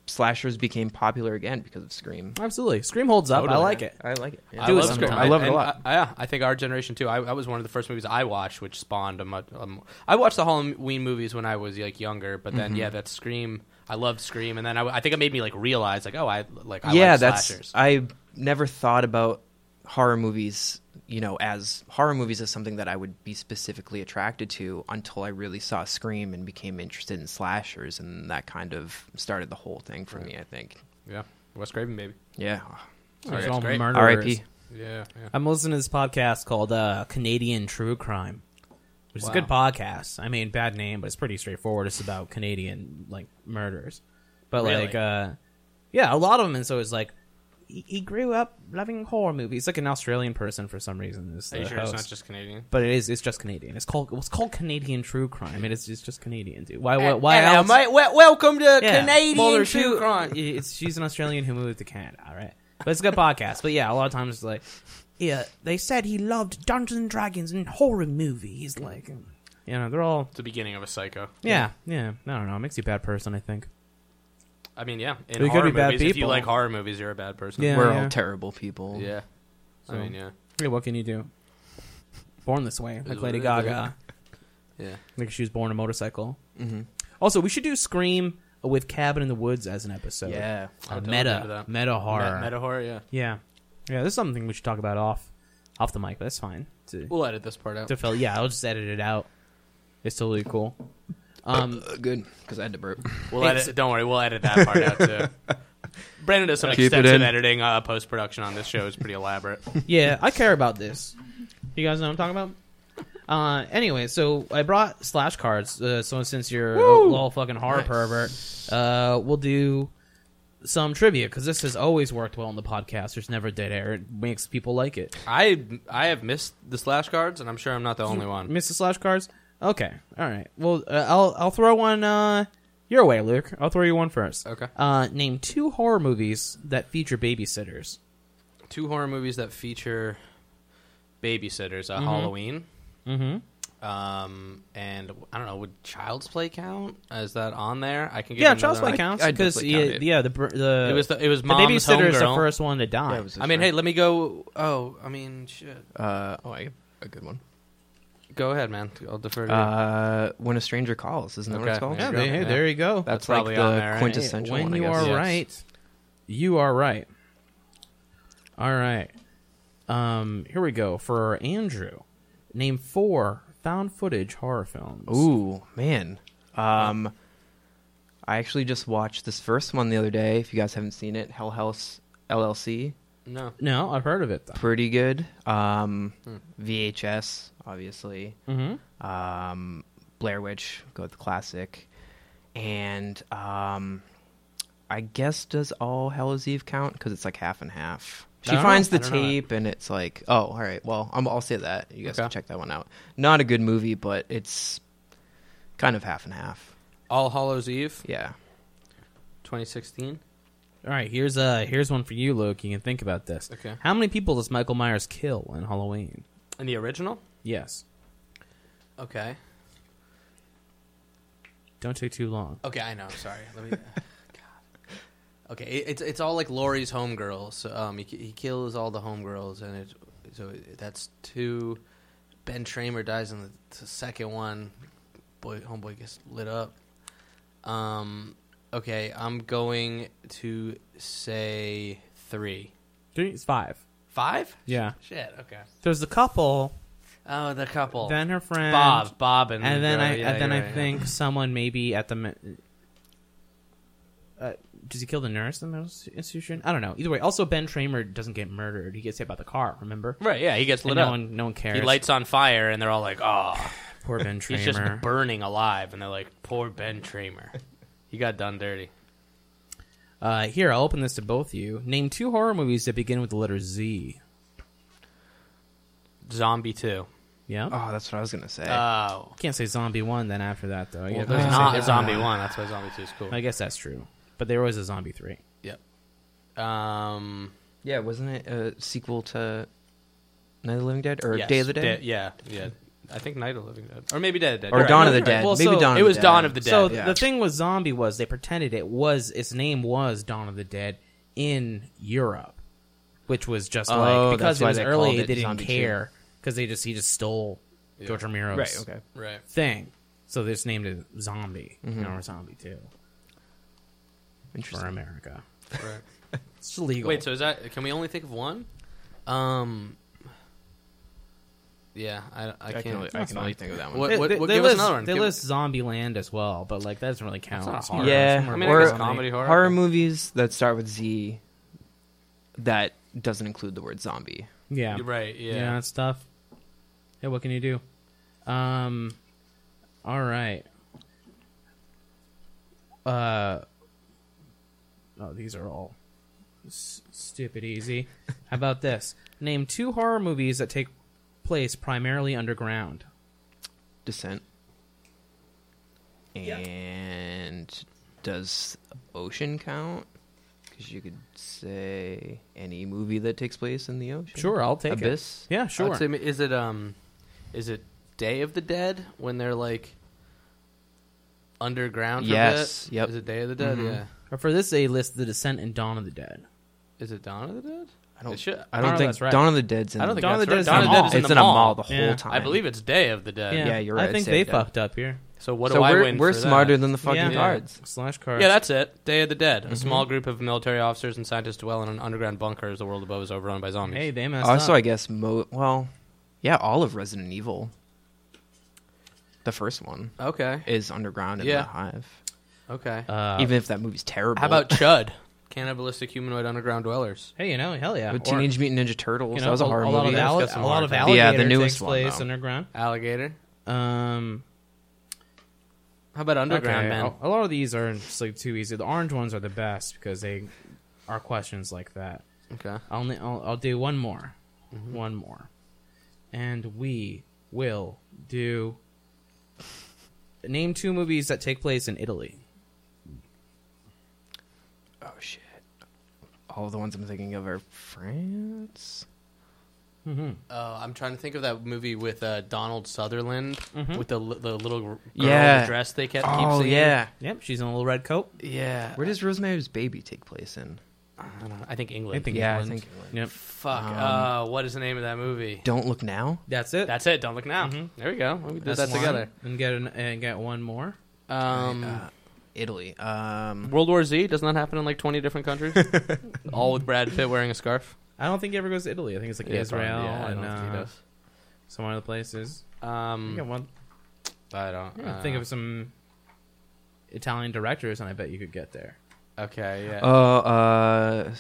[SPEAKER 3] slashers became popular again because of Scream.
[SPEAKER 1] Absolutely, Scream holds up. I
[SPEAKER 2] Totally.
[SPEAKER 1] like it.
[SPEAKER 3] I like it.
[SPEAKER 2] I
[SPEAKER 1] Do it
[SPEAKER 2] love
[SPEAKER 1] sometime.
[SPEAKER 2] Scream.
[SPEAKER 3] I love it a
[SPEAKER 2] And
[SPEAKER 3] lot.
[SPEAKER 2] I, yeah, I think our generation too. I, I was one of the first movies I watched, which spawned a much. Um, I watched the Halloween movies when I was like younger, but then yeah, that Scream. I loved Scream, and then I, I think it made me like realize like oh I like I
[SPEAKER 3] yeah,
[SPEAKER 2] like
[SPEAKER 3] that's.
[SPEAKER 2] slashers.
[SPEAKER 3] I never thought about horror movies, you know, as horror movies as something that I would be specifically attracted to until I really saw Scream and became interested in slashers, and that kind of started the whole thing for me. I think.
[SPEAKER 2] yeah, Wes Craven baby.
[SPEAKER 3] Yeah.
[SPEAKER 2] Sorry,
[SPEAKER 1] It's
[SPEAKER 2] it's
[SPEAKER 1] all
[SPEAKER 2] great.
[SPEAKER 1] murderers.
[SPEAKER 3] R.I.P.
[SPEAKER 2] Yeah, yeah.
[SPEAKER 1] I'm listening to this podcast called uh, Canadian True Crime, which is a good podcast. I mean, bad name, but it's pretty straightforward. It's about Canadian like murders, but
[SPEAKER 2] Really?
[SPEAKER 1] like, uh, yeah, a lot of them. And so it's like he, he grew up loving horror movies. Like an Australian person for some reason is
[SPEAKER 2] Are you
[SPEAKER 1] the
[SPEAKER 2] sure it's not
[SPEAKER 1] host.
[SPEAKER 2] just Canadian?
[SPEAKER 1] but it is. It's just Canadian. It's called. It's called Canadian True Crime. It is. It's just Canadian, dude. Why?
[SPEAKER 2] Eh,
[SPEAKER 1] Why? why else?
[SPEAKER 2] welcome to
[SPEAKER 1] Yeah. Well,
[SPEAKER 2] Canadian
[SPEAKER 1] there's two- It's she's an Australian who moved to Canada, all right. But it's a good podcast. But yeah, a lot of times it's like, yeah, they said he loved Dungeons and Dragons and horror movies. Like, you know, they're all
[SPEAKER 2] It's the beginning of a psycho.
[SPEAKER 1] yeah, yeah. I don't know. It makes you a bad person, I think.
[SPEAKER 2] I mean, yeah. In
[SPEAKER 1] We could
[SPEAKER 2] horror
[SPEAKER 1] be bad
[SPEAKER 2] movies, if you
[SPEAKER 1] people.
[SPEAKER 2] like horror movies, you're a bad person.
[SPEAKER 1] Yeah,
[SPEAKER 3] We're
[SPEAKER 1] yeah.
[SPEAKER 3] all terrible people.
[SPEAKER 2] Yeah. I
[SPEAKER 1] So-
[SPEAKER 2] mean, yeah.
[SPEAKER 1] Hey, what can you do? Born this way, like
[SPEAKER 2] what
[SPEAKER 1] Lady
[SPEAKER 2] it is,
[SPEAKER 1] Gaga.
[SPEAKER 2] Yeah.
[SPEAKER 1] Like she was born a motorcycle.
[SPEAKER 3] Mm-hmm.
[SPEAKER 1] Also, we should do Scream with Cabin in the Woods as an episode.
[SPEAKER 3] Yeah.
[SPEAKER 1] A
[SPEAKER 2] I'll delve into
[SPEAKER 1] meta,
[SPEAKER 2] that.
[SPEAKER 1] meta horror.
[SPEAKER 2] Meta horror, yeah.
[SPEAKER 1] Yeah, yeah. This is something we should talk about off, off the mic. But that's fine. To-
[SPEAKER 2] We'll edit this part out.
[SPEAKER 1] to fill. Yeah, I'll just edit it out. It's totally cool. Um,
[SPEAKER 3] Uh, good, because I had to burp.
[SPEAKER 2] *laughs* We'll edit. Don't worry, we'll edit that part out *laughs* too. Brandon does some
[SPEAKER 3] Keep it
[SPEAKER 2] extensive
[SPEAKER 3] in.
[SPEAKER 2] editing. Uh, Post production on this show is pretty elaborate.
[SPEAKER 1] yeah, I care about this. You guys know what I'm talking about. Uh, anyway, so I brought slash cards. Uh, so since you're a little fucking horror
[SPEAKER 2] Nice.
[SPEAKER 1] pervert, uh, we'll do some trivia because this has always worked well on the podcast. There's never dead air. It makes people like it.
[SPEAKER 2] *laughs* I I have missed the slash cards, and I'm sure I'm not the only one.
[SPEAKER 1] Mr. Slash cards. Okay, all right. Well, uh, I'll I'll throw one uh, your way, Luke. I'll throw you one first.
[SPEAKER 2] Okay.
[SPEAKER 1] Uh, name two horror movies that feature babysitters.
[SPEAKER 2] Two horror movies that feature babysitters: uh, Halloween,
[SPEAKER 1] Mm-hmm.
[SPEAKER 2] um, and I don't know. Would Child's Play count? Is that on there? I can. Give
[SPEAKER 1] Yeah,
[SPEAKER 2] another
[SPEAKER 1] Child's Play
[SPEAKER 2] one.
[SPEAKER 1] counts
[SPEAKER 3] I
[SPEAKER 1] because
[SPEAKER 3] definitely count
[SPEAKER 1] yeah,
[SPEAKER 3] it.
[SPEAKER 1] yeah, the br- the
[SPEAKER 2] It was the it was
[SPEAKER 1] the
[SPEAKER 2] mom's
[SPEAKER 1] babysitter is the
[SPEAKER 2] homegirl.
[SPEAKER 1] first one to die.
[SPEAKER 3] Yeah, it was-
[SPEAKER 2] I mean, hey, let me go. Oh, I mean, shit.
[SPEAKER 3] Uh, oh, I a good one.
[SPEAKER 2] Go ahead, man. I'll defer to you.
[SPEAKER 3] Uh, when a stranger calls, isn't that what
[SPEAKER 2] Okay.
[SPEAKER 3] it's called?
[SPEAKER 2] Yeah,
[SPEAKER 1] yeah, they- hey,
[SPEAKER 2] yeah.
[SPEAKER 1] there you go.
[SPEAKER 3] That's,
[SPEAKER 2] That's
[SPEAKER 3] like
[SPEAKER 2] probably
[SPEAKER 3] the
[SPEAKER 2] on there, right?
[SPEAKER 3] quintessential
[SPEAKER 1] when
[SPEAKER 3] one. I
[SPEAKER 1] you
[SPEAKER 3] guess.
[SPEAKER 1] are
[SPEAKER 2] Yes.
[SPEAKER 1] right, you are right. All right. Um, here we go for Andrew. Name four found footage horror films.
[SPEAKER 3] Ooh, man. Um, I actually just watched this first one the other day. If you guys haven't seen it, Hell House LLC,
[SPEAKER 2] no.
[SPEAKER 1] no, I've heard of it though.
[SPEAKER 3] pretty good. Um,
[SPEAKER 2] Hmm.
[SPEAKER 3] VHS, obviously.
[SPEAKER 1] Mm-hmm.
[SPEAKER 3] Um, Blair Witch, go with the classic, and um, I guess does All Hallows Eve count because it's like half and half.
[SPEAKER 1] I
[SPEAKER 3] She
[SPEAKER 1] don't
[SPEAKER 3] finds
[SPEAKER 1] know.
[SPEAKER 3] the
[SPEAKER 1] I don't know that.
[SPEAKER 3] tape and it's like, oh, all right. Well, I'm, I'll say that. You guys
[SPEAKER 2] Okay.
[SPEAKER 3] can check that one out. Not a good movie, but it's kind of half and half.
[SPEAKER 2] All Hallows Eve,
[SPEAKER 3] Yeah.
[SPEAKER 2] 2016.
[SPEAKER 1] All right, here's uh here's one for you, Luke. You can think about this.
[SPEAKER 2] Okay.
[SPEAKER 1] How many people does Michael Myers kill in Halloween?
[SPEAKER 2] In the original.
[SPEAKER 1] Yes.
[SPEAKER 2] Okay.
[SPEAKER 1] Don't take too long.
[SPEAKER 2] Okay, I know. Sorry. Let me. *laughs* God. Okay, it, it's it's all like Laurie's homegirls. So, um, he, he kills all the homegirls, and it so that's two. Ben Tramer dies in the, the second one. Boy, homeboy gets lit up. Um, okay, I'm going to say three,
[SPEAKER 1] Three, it's five.
[SPEAKER 2] five.
[SPEAKER 1] Yeah.
[SPEAKER 2] Shit. Okay.
[SPEAKER 1] There's the couple,
[SPEAKER 2] Oh, the couple.
[SPEAKER 1] then her friend,
[SPEAKER 2] Bob, Bob, and,
[SPEAKER 1] and
[SPEAKER 2] the
[SPEAKER 1] then
[SPEAKER 2] girl.
[SPEAKER 1] I
[SPEAKER 2] Yeah,
[SPEAKER 1] and then
[SPEAKER 2] you're
[SPEAKER 1] I
[SPEAKER 2] right, yeah.
[SPEAKER 1] think someone maybe at the. me- Uh, does he kill the nurse in the mental institution? I don't know. Either way, also Ben Tramer doesn't get murdered. He gets hit by the car. Remember?
[SPEAKER 2] Right. Yeah, he gets
[SPEAKER 1] And
[SPEAKER 2] lit
[SPEAKER 1] no
[SPEAKER 2] up.
[SPEAKER 1] one, no one cares.
[SPEAKER 2] he lights on fire, and they're all like, "Oh,
[SPEAKER 1] poor Ben Tramer.
[SPEAKER 2] *laughs* he's just burning alive." And they're like, "Poor Ben Tramer, he got done dirty."
[SPEAKER 1] Uh, here, I'll open this to both of you. Name two horror movies that begin with the letter Z.
[SPEAKER 2] Zombie Two.
[SPEAKER 1] Yeah.
[SPEAKER 3] Oh, that's what I was gonna say.
[SPEAKER 2] Oh,
[SPEAKER 1] Can't say Zombie One. Then after that, though, I
[SPEAKER 2] well,
[SPEAKER 1] guess-
[SPEAKER 2] there's
[SPEAKER 1] I
[SPEAKER 2] not a
[SPEAKER 1] guess-
[SPEAKER 2] Zombie One. That's why Zombie Two is cool.
[SPEAKER 1] I guess that's true. But there was a Zombie Three.
[SPEAKER 2] Yep. Um.
[SPEAKER 3] yeah, wasn't it a sequel to Night of the Living Dead or
[SPEAKER 2] yes,
[SPEAKER 3] Day of the Dead?
[SPEAKER 2] Da- yeah, yeah. I think Night of the Living Dead, or maybe Dead of the Dead.
[SPEAKER 3] Or
[SPEAKER 2] You're right.
[SPEAKER 3] Dawn
[SPEAKER 1] no,
[SPEAKER 3] of the
[SPEAKER 1] you're right.
[SPEAKER 3] Dead.
[SPEAKER 1] Well,
[SPEAKER 3] Maybe
[SPEAKER 1] so
[SPEAKER 3] Dawn.
[SPEAKER 2] it
[SPEAKER 3] of
[SPEAKER 2] was
[SPEAKER 3] the Dead.
[SPEAKER 2] Dawn of the Dead.
[SPEAKER 1] So
[SPEAKER 3] yeah.
[SPEAKER 1] the thing with Zombie was they pretended it was its name was Dawn of the Dead in Europe, which was just
[SPEAKER 3] Oh,
[SPEAKER 1] like
[SPEAKER 3] that's
[SPEAKER 1] because it
[SPEAKER 3] why
[SPEAKER 1] was
[SPEAKER 3] they
[SPEAKER 1] early
[SPEAKER 3] called
[SPEAKER 1] they
[SPEAKER 3] it
[SPEAKER 1] didn't
[SPEAKER 3] Zombie
[SPEAKER 1] care because they just he just stole
[SPEAKER 2] Yeah.
[SPEAKER 1] George Romero's
[SPEAKER 3] Right. Okay.
[SPEAKER 2] right.
[SPEAKER 1] thing, so they just named it Zombie
[SPEAKER 2] Mm-hmm.
[SPEAKER 1] you know, or Zombie Two for
[SPEAKER 3] Interesting.
[SPEAKER 1] America.
[SPEAKER 2] Right.
[SPEAKER 3] *laughs*
[SPEAKER 1] It's illegal.
[SPEAKER 2] Wait, so is that? Can we only think of one? Um. Yeah, I, I
[SPEAKER 3] I
[SPEAKER 2] can't.
[SPEAKER 3] can only, I
[SPEAKER 1] That's
[SPEAKER 3] can only
[SPEAKER 1] fine.
[SPEAKER 3] think of that one.
[SPEAKER 2] What-
[SPEAKER 1] They-
[SPEAKER 2] what-
[SPEAKER 1] they-
[SPEAKER 2] what-
[SPEAKER 1] they
[SPEAKER 2] give us
[SPEAKER 1] list,
[SPEAKER 2] another one.
[SPEAKER 1] They
[SPEAKER 2] Give-
[SPEAKER 1] list Zombie Land as well, but like that doesn't really count.
[SPEAKER 2] not
[SPEAKER 1] It's
[SPEAKER 2] horror.
[SPEAKER 1] more-
[SPEAKER 3] Yeah.
[SPEAKER 1] it's more
[SPEAKER 2] I mean, I
[SPEAKER 1] about
[SPEAKER 3] Or-
[SPEAKER 2] guess comedy horror.
[SPEAKER 3] Horror movies that start with Z that doesn't include the word zombie.
[SPEAKER 1] Yeah,
[SPEAKER 2] You're right. Yeah.
[SPEAKER 1] yeah, that's tough. Yeah, what can you do? Um, all right. Uh, oh, these are all s- stupid easy. How about this? Name two horror movies that take place primarily underground.
[SPEAKER 3] Descent. And does ocean count? Because you could say any movie that takes place in the ocean.
[SPEAKER 1] Sure, I'll take it.
[SPEAKER 3] Abyss.
[SPEAKER 1] Yeah, sure.
[SPEAKER 2] I'd say, is it um, is it Day of the Dead when they're like underground? For a
[SPEAKER 3] Yes,
[SPEAKER 2] bit?
[SPEAKER 3] yep.
[SPEAKER 2] Is it Day of the Dead?
[SPEAKER 3] Mhm.
[SPEAKER 2] Yeah.
[SPEAKER 1] Or for this, they list The Descent and Dawn of the Dead.
[SPEAKER 2] Is it Dawn of the Dead?
[SPEAKER 3] I don't.
[SPEAKER 2] It should-
[SPEAKER 3] I
[SPEAKER 1] Dawn
[SPEAKER 3] don't
[SPEAKER 1] of
[SPEAKER 3] think
[SPEAKER 1] that's right.
[SPEAKER 3] Dawn of the Dead's in.
[SPEAKER 2] I don't think
[SPEAKER 1] Dawn of the
[SPEAKER 2] that's
[SPEAKER 1] Dead
[SPEAKER 2] right.
[SPEAKER 1] is
[SPEAKER 2] Dawn
[SPEAKER 1] in
[SPEAKER 2] of
[SPEAKER 1] the
[SPEAKER 2] the
[SPEAKER 1] mall.
[SPEAKER 2] Dead is in
[SPEAKER 3] it's
[SPEAKER 2] the
[SPEAKER 3] in a mall
[SPEAKER 2] mall.
[SPEAKER 3] the whole
[SPEAKER 1] Yeah. I
[SPEAKER 3] time.
[SPEAKER 2] I believe it's Day of the Dead.
[SPEAKER 1] Yeah,
[SPEAKER 3] Uh, Yeah, you're
[SPEAKER 1] I
[SPEAKER 3] right,
[SPEAKER 1] think
[SPEAKER 3] say
[SPEAKER 1] they
[SPEAKER 3] it, Dad.
[SPEAKER 1] fucked up here.
[SPEAKER 2] So what
[SPEAKER 3] so
[SPEAKER 2] do I
[SPEAKER 3] we're,
[SPEAKER 2] win?
[SPEAKER 3] we're
[SPEAKER 2] for that?
[SPEAKER 3] smarter than the Mm-hmm. fucking
[SPEAKER 1] Yeah.
[SPEAKER 3] cards.
[SPEAKER 1] Slash cards.
[SPEAKER 2] Yeah, that's it. Day of the Dead. A small group of military officers and scientists dwell in an underground bunker as the world above is overrun by zombies.
[SPEAKER 1] Hey, they messed up.
[SPEAKER 3] Also, Oh, I guess mo. Well, yeah, all of Resident Evil. The first one
[SPEAKER 2] Okay.
[SPEAKER 3] is underground in
[SPEAKER 2] Yeah.
[SPEAKER 3] the hive.
[SPEAKER 2] Okay.
[SPEAKER 1] Uh,
[SPEAKER 3] Even if that movie's terrible.
[SPEAKER 2] How about Chud? Cannibalistic humanoid underground dwellers.
[SPEAKER 1] hey, you know, hell yeah.
[SPEAKER 3] With
[SPEAKER 1] Or-
[SPEAKER 3] Teenage Mutant Ninja Turtles?
[SPEAKER 1] you know,
[SPEAKER 3] that was a horror
[SPEAKER 1] a
[SPEAKER 3] movie.
[SPEAKER 1] Lot of
[SPEAKER 2] That's
[SPEAKER 1] alli-
[SPEAKER 2] got some
[SPEAKER 1] a lot
[SPEAKER 2] horror
[SPEAKER 1] of
[SPEAKER 2] times.
[SPEAKER 1] alligator
[SPEAKER 3] Yeah, the newest
[SPEAKER 1] takes
[SPEAKER 3] one,
[SPEAKER 1] place
[SPEAKER 3] though.
[SPEAKER 1] underground.
[SPEAKER 2] Alligator.
[SPEAKER 1] Um,
[SPEAKER 2] How about underground
[SPEAKER 1] okay,
[SPEAKER 2] men?
[SPEAKER 1] A, a lot of these are just like too easy. The orange ones are the best because they are questions like that.
[SPEAKER 2] Okay.
[SPEAKER 1] I'll ni- I'll, I'll do one more, one more, and we will do. Name two movies that take place in Italy.
[SPEAKER 3] Oh shit! All the ones I'm thinking of are France.
[SPEAKER 2] Uh, I'm trying to think of that movie with uh, Donald Sutherland with the li- the little girl
[SPEAKER 3] Yeah.
[SPEAKER 2] in the dress they kept.
[SPEAKER 3] oh
[SPEAKER 2] keep seeing.
[SPEAKER 3] yeah,
[SPEAKER 1] Yep, she's in a little red coat.
[SPEAKER 2] yeah.
[SPEAKER 3] where does Rosemary's Baby take place in?
[SPEAKER 2] I, don't know. I think
[SPEAKER 1] I
[SPEAKER 2] England.
[SPEAKER 1] think
[SPEAKER 3] yeah,
[SPEAKER 1] England.
[SPEAKER 3] I think.
[SPEAKER 1] Yep,
[SPEAKER 2] Fuck.
[SPEAKER 3] Um,
[SPEAKER 2] uh, what is the name of that movie?
[SPEAKER 3] Don't look now.
[SPEAKER 1] that's it.
[SPEAKER 2] That's it. Don't look now.
[SPEAKER 1] Mhm.
[SPEAKER 2] There we go. We did
[SPEAKER 3] That's
[SPEAKER 2] that
[SPEAKER 3] one.
[SPEAKER 2] together.
[SPEAKER 1] and get an, and get one more.
[SPEAKER 2] Um,
[SPEAKER 3] Uh, Italy. Um,
[SPEAKER 2] World War Z does not happen in like 20 different countries. All with Brad Pitt wearing a scarf.
[SPEAKER 1] I don't think he ever goes to Italy. I think it's like
[SPEAKER 2] Yeah,
[SPEAKER 1] Israel
[SPEAKER 2] probably. Yeah, I
[SPEAKER 1] and
[SPEAKER 2] don't think he
[SPEAKER 1] uh,
[SPEAKER 2] does.
[SPEAKER 1] some other places.
[SPEAKER 2] Um,
[SPEAKER 1] Yeah, one.
[SPEAKER 2] I don't
[SPEAKER 1] yeah, think of some Italian directors, and I bet you could get there.
[SPEAKER 2] Okay, yeah. *laughs*
[SPEAKER 3] oh, uh,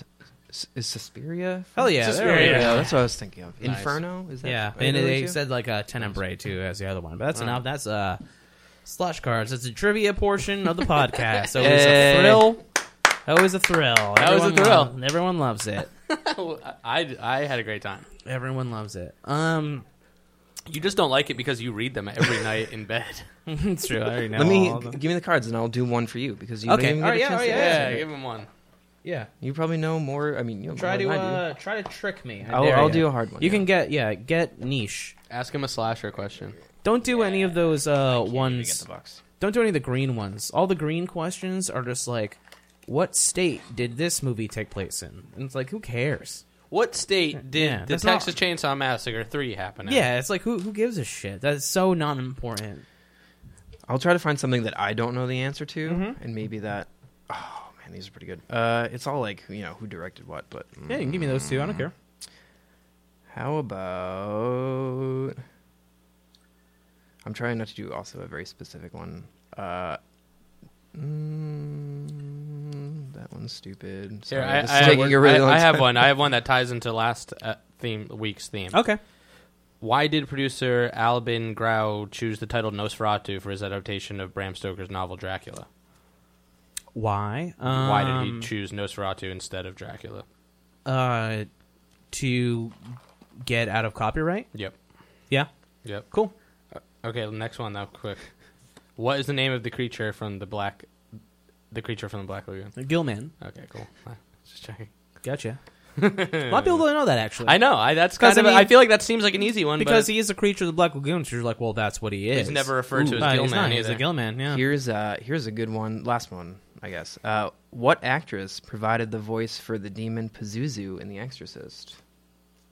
[SPEAKER 3] S- is Suspiria?
[SPEAKER 1] Hell yeah,
[SPEAKER 2] Suspiria.
[SPEAKER 1] there we
[SPEAKER 3] Yeah,
[SPEAKER 1] go.
[SPEAKER 3] that's what I was thinking of.
[SPEAKER 2] Nice.
[SPEAKER 3] Inferno is that?
[SPEAKER 1] Yeah,
[SPEAKER 3] right,
[SPEAKER 1] and
[SPEAKER 3] Italy
[SPEAKER 1] they
[SPEAKER 3] too?
[SPEAKER 1] said like uh, Tenebrae too as the other one, but that's
[SPEAKER 2] Alright.
[SPEAKER 1] enough. That's uh, slush cards. That's the trivia portion *laughs* of the podcast. Always
[SPEAKER 3] Yay.
[SPEAKER 1] a thrill. Always a thrill. That
[SPEAKER 2] was a thrill.
[SPEAKER 1] everyone loves it.
[SPEAKER 2] I, I had a great time.
[SPEAKER 1] everyone loves it. Um, *laughs*
[SPEAKER 2] You just don't like it because you read them every *laughs* night in bed.
[SPEAKER 1] it's true. I already know.
[SPEAKER 3] Let me
[SPEAKER 1] all of them.
[SPEAKER 3] give me the cards and I'll do one for you because you
[SPEAKER 1] Okay.
[SPEAKER 3] don't even
[SPEAKER 1] All
[SPEAKER 3] get
[SPEAKER 1] right,
[SPEAKER 3] a
[SPEAKER 1] yeah,
[SPEAKER 3] chance
[SPEAKER 1] all
[SPEAKER 3] to
[SPEAKER 1] right,
[SPEAKER 2] *laughs*
[SPEAKER 3] answer
[SPEAKER 2] Yeah,
[SPEAKER 3] it.
[SPEAKER 2] give him one.
[SPEAKER 1] Yeah,
[SPEAKER 3] You probably know more. I mean, you know
[SPEAKER 1] try to
[SPEAKER 3] more than I do.
[SPEAKER 1] uh, try to trick me. I
[SPEAKER 3] I'll,
[SPEAKER 1] dare
[SPEAKER 3] I'll
[SPEAKER 1] ya.
[SPEAKER 3] do a hard one.
[SPEAKER 1] You
[SPEAKER 3] yeah.
[SPEAKER 1] can get yeah, get niche.
[SPEAKER 2] Ask him a slasher question.
[SPEAKER 1] Don't do any of those uh
[SPEAKER 3] get
[SPEAKER 1] ones.
[SPEAKER 3] the box.
[SPEAKER 1] Don't do any of the green ones. All the green questions are just like, what state did this movie take place in? And it's like, who cares?
[SPEAKER 2] What state did
[SPEAKER 1] Yeah,
[SPEAKER 2] the
[SPEAKER 1] that's not-
[SPEAKER 2] Texas Chainsaw Massacre 3 happen in?
[SPEAKER 1] Yeah, it's like who who gives a shit? That's so not important.
[SPEAKER 3] I'll try to find something that I don't know the answer to,
[SPEAKER 1] Mm-hmm.
[SPEAKER 3] and maybe that. Oh man, these are pretty good. Uh, it's all like you know who directed what, but mm,
[SPEAKER 1] Yeah, you can give me those two. I don't care.
[SPEAKER 3] how about? I'm trying not to do also a very specific one. Uh, mm, that one's stupid.
[SPEAKER 2] Here,
[SPEAKER 3] Sorry,
[SPEAKER 2] I,
[SPEAKER 3] this
[SPEAKER 2] I
[SPEAKER 3] is
[SPEAKER 2] have
[SPEAKER 3] taking
[SPEAKER 2] one,
[SPEAKER 3] a really
[SPEAKER 2] I-
[SPEAKER 3] long
[SPEAKER 2] I have
[SPEAKER 3] time.
[SPEAKER 2] one. I have one that ties into last uh, theme week's theme.
[SPEAKER 1] Okay.
[SPEAKER 2] Why did producer Albin Grau choose the title Nosferatu for his adaptation of Bram Stoker's novel Dracula?
[SPEAKER 1] Why? Um,
[SPEAKER 2] Why did he choose Nosferatu instead of Dracula?
[SPEAKER 1] uh, to get out of copyright?
[SPEAKER 2] Yep.
[SPEAKER 1] Yeah.
[SPEAKER 2] Yep.
[SPEAKER 1] Cool.
[SPEAKER 2] Okay, next one though, quick. What is the name of the creature from the black, the creature from the Black Lagoon?
[SPEAKER 1] Gilman.
[SPEAKER 2] Okay, cool. *laughs* Just checking.
[SPEAKER 1] Gotcha. a lot of people don't know that actually.
[SPEAKER 2] I know. I that's
[SPEAKER 1] 'Cause
[SPEAKER 2] kind of.
[SPEAKER 1] I
[SPEAKER 2] I,
[SPEAKER 1] mean-
[SPEAKER 2] feel like that seems like an easy one
[SPEAKER 1] because
[SPEAKER 2] but
[SPEAKER 1] he is a creature of the Black Lagoon, so you're like, well, that's what he is.
[SPEAKER 4] He's never referred to
[SPEAKER 1] Ooh,
[SPEAKER 4] as
[SPEAKER 1] no, he's
[SPEAKER 4] Gilman
[SPEAKER 1] not. He's
[SPEAKER 4] either.
[SPEAKER 1] a Gilman, yeah.
[SPEAKER 3] Here's a here's a good one. Last one, I guess. Uh, what actress provided the voice for the demon Pazuzu in The Exorcist?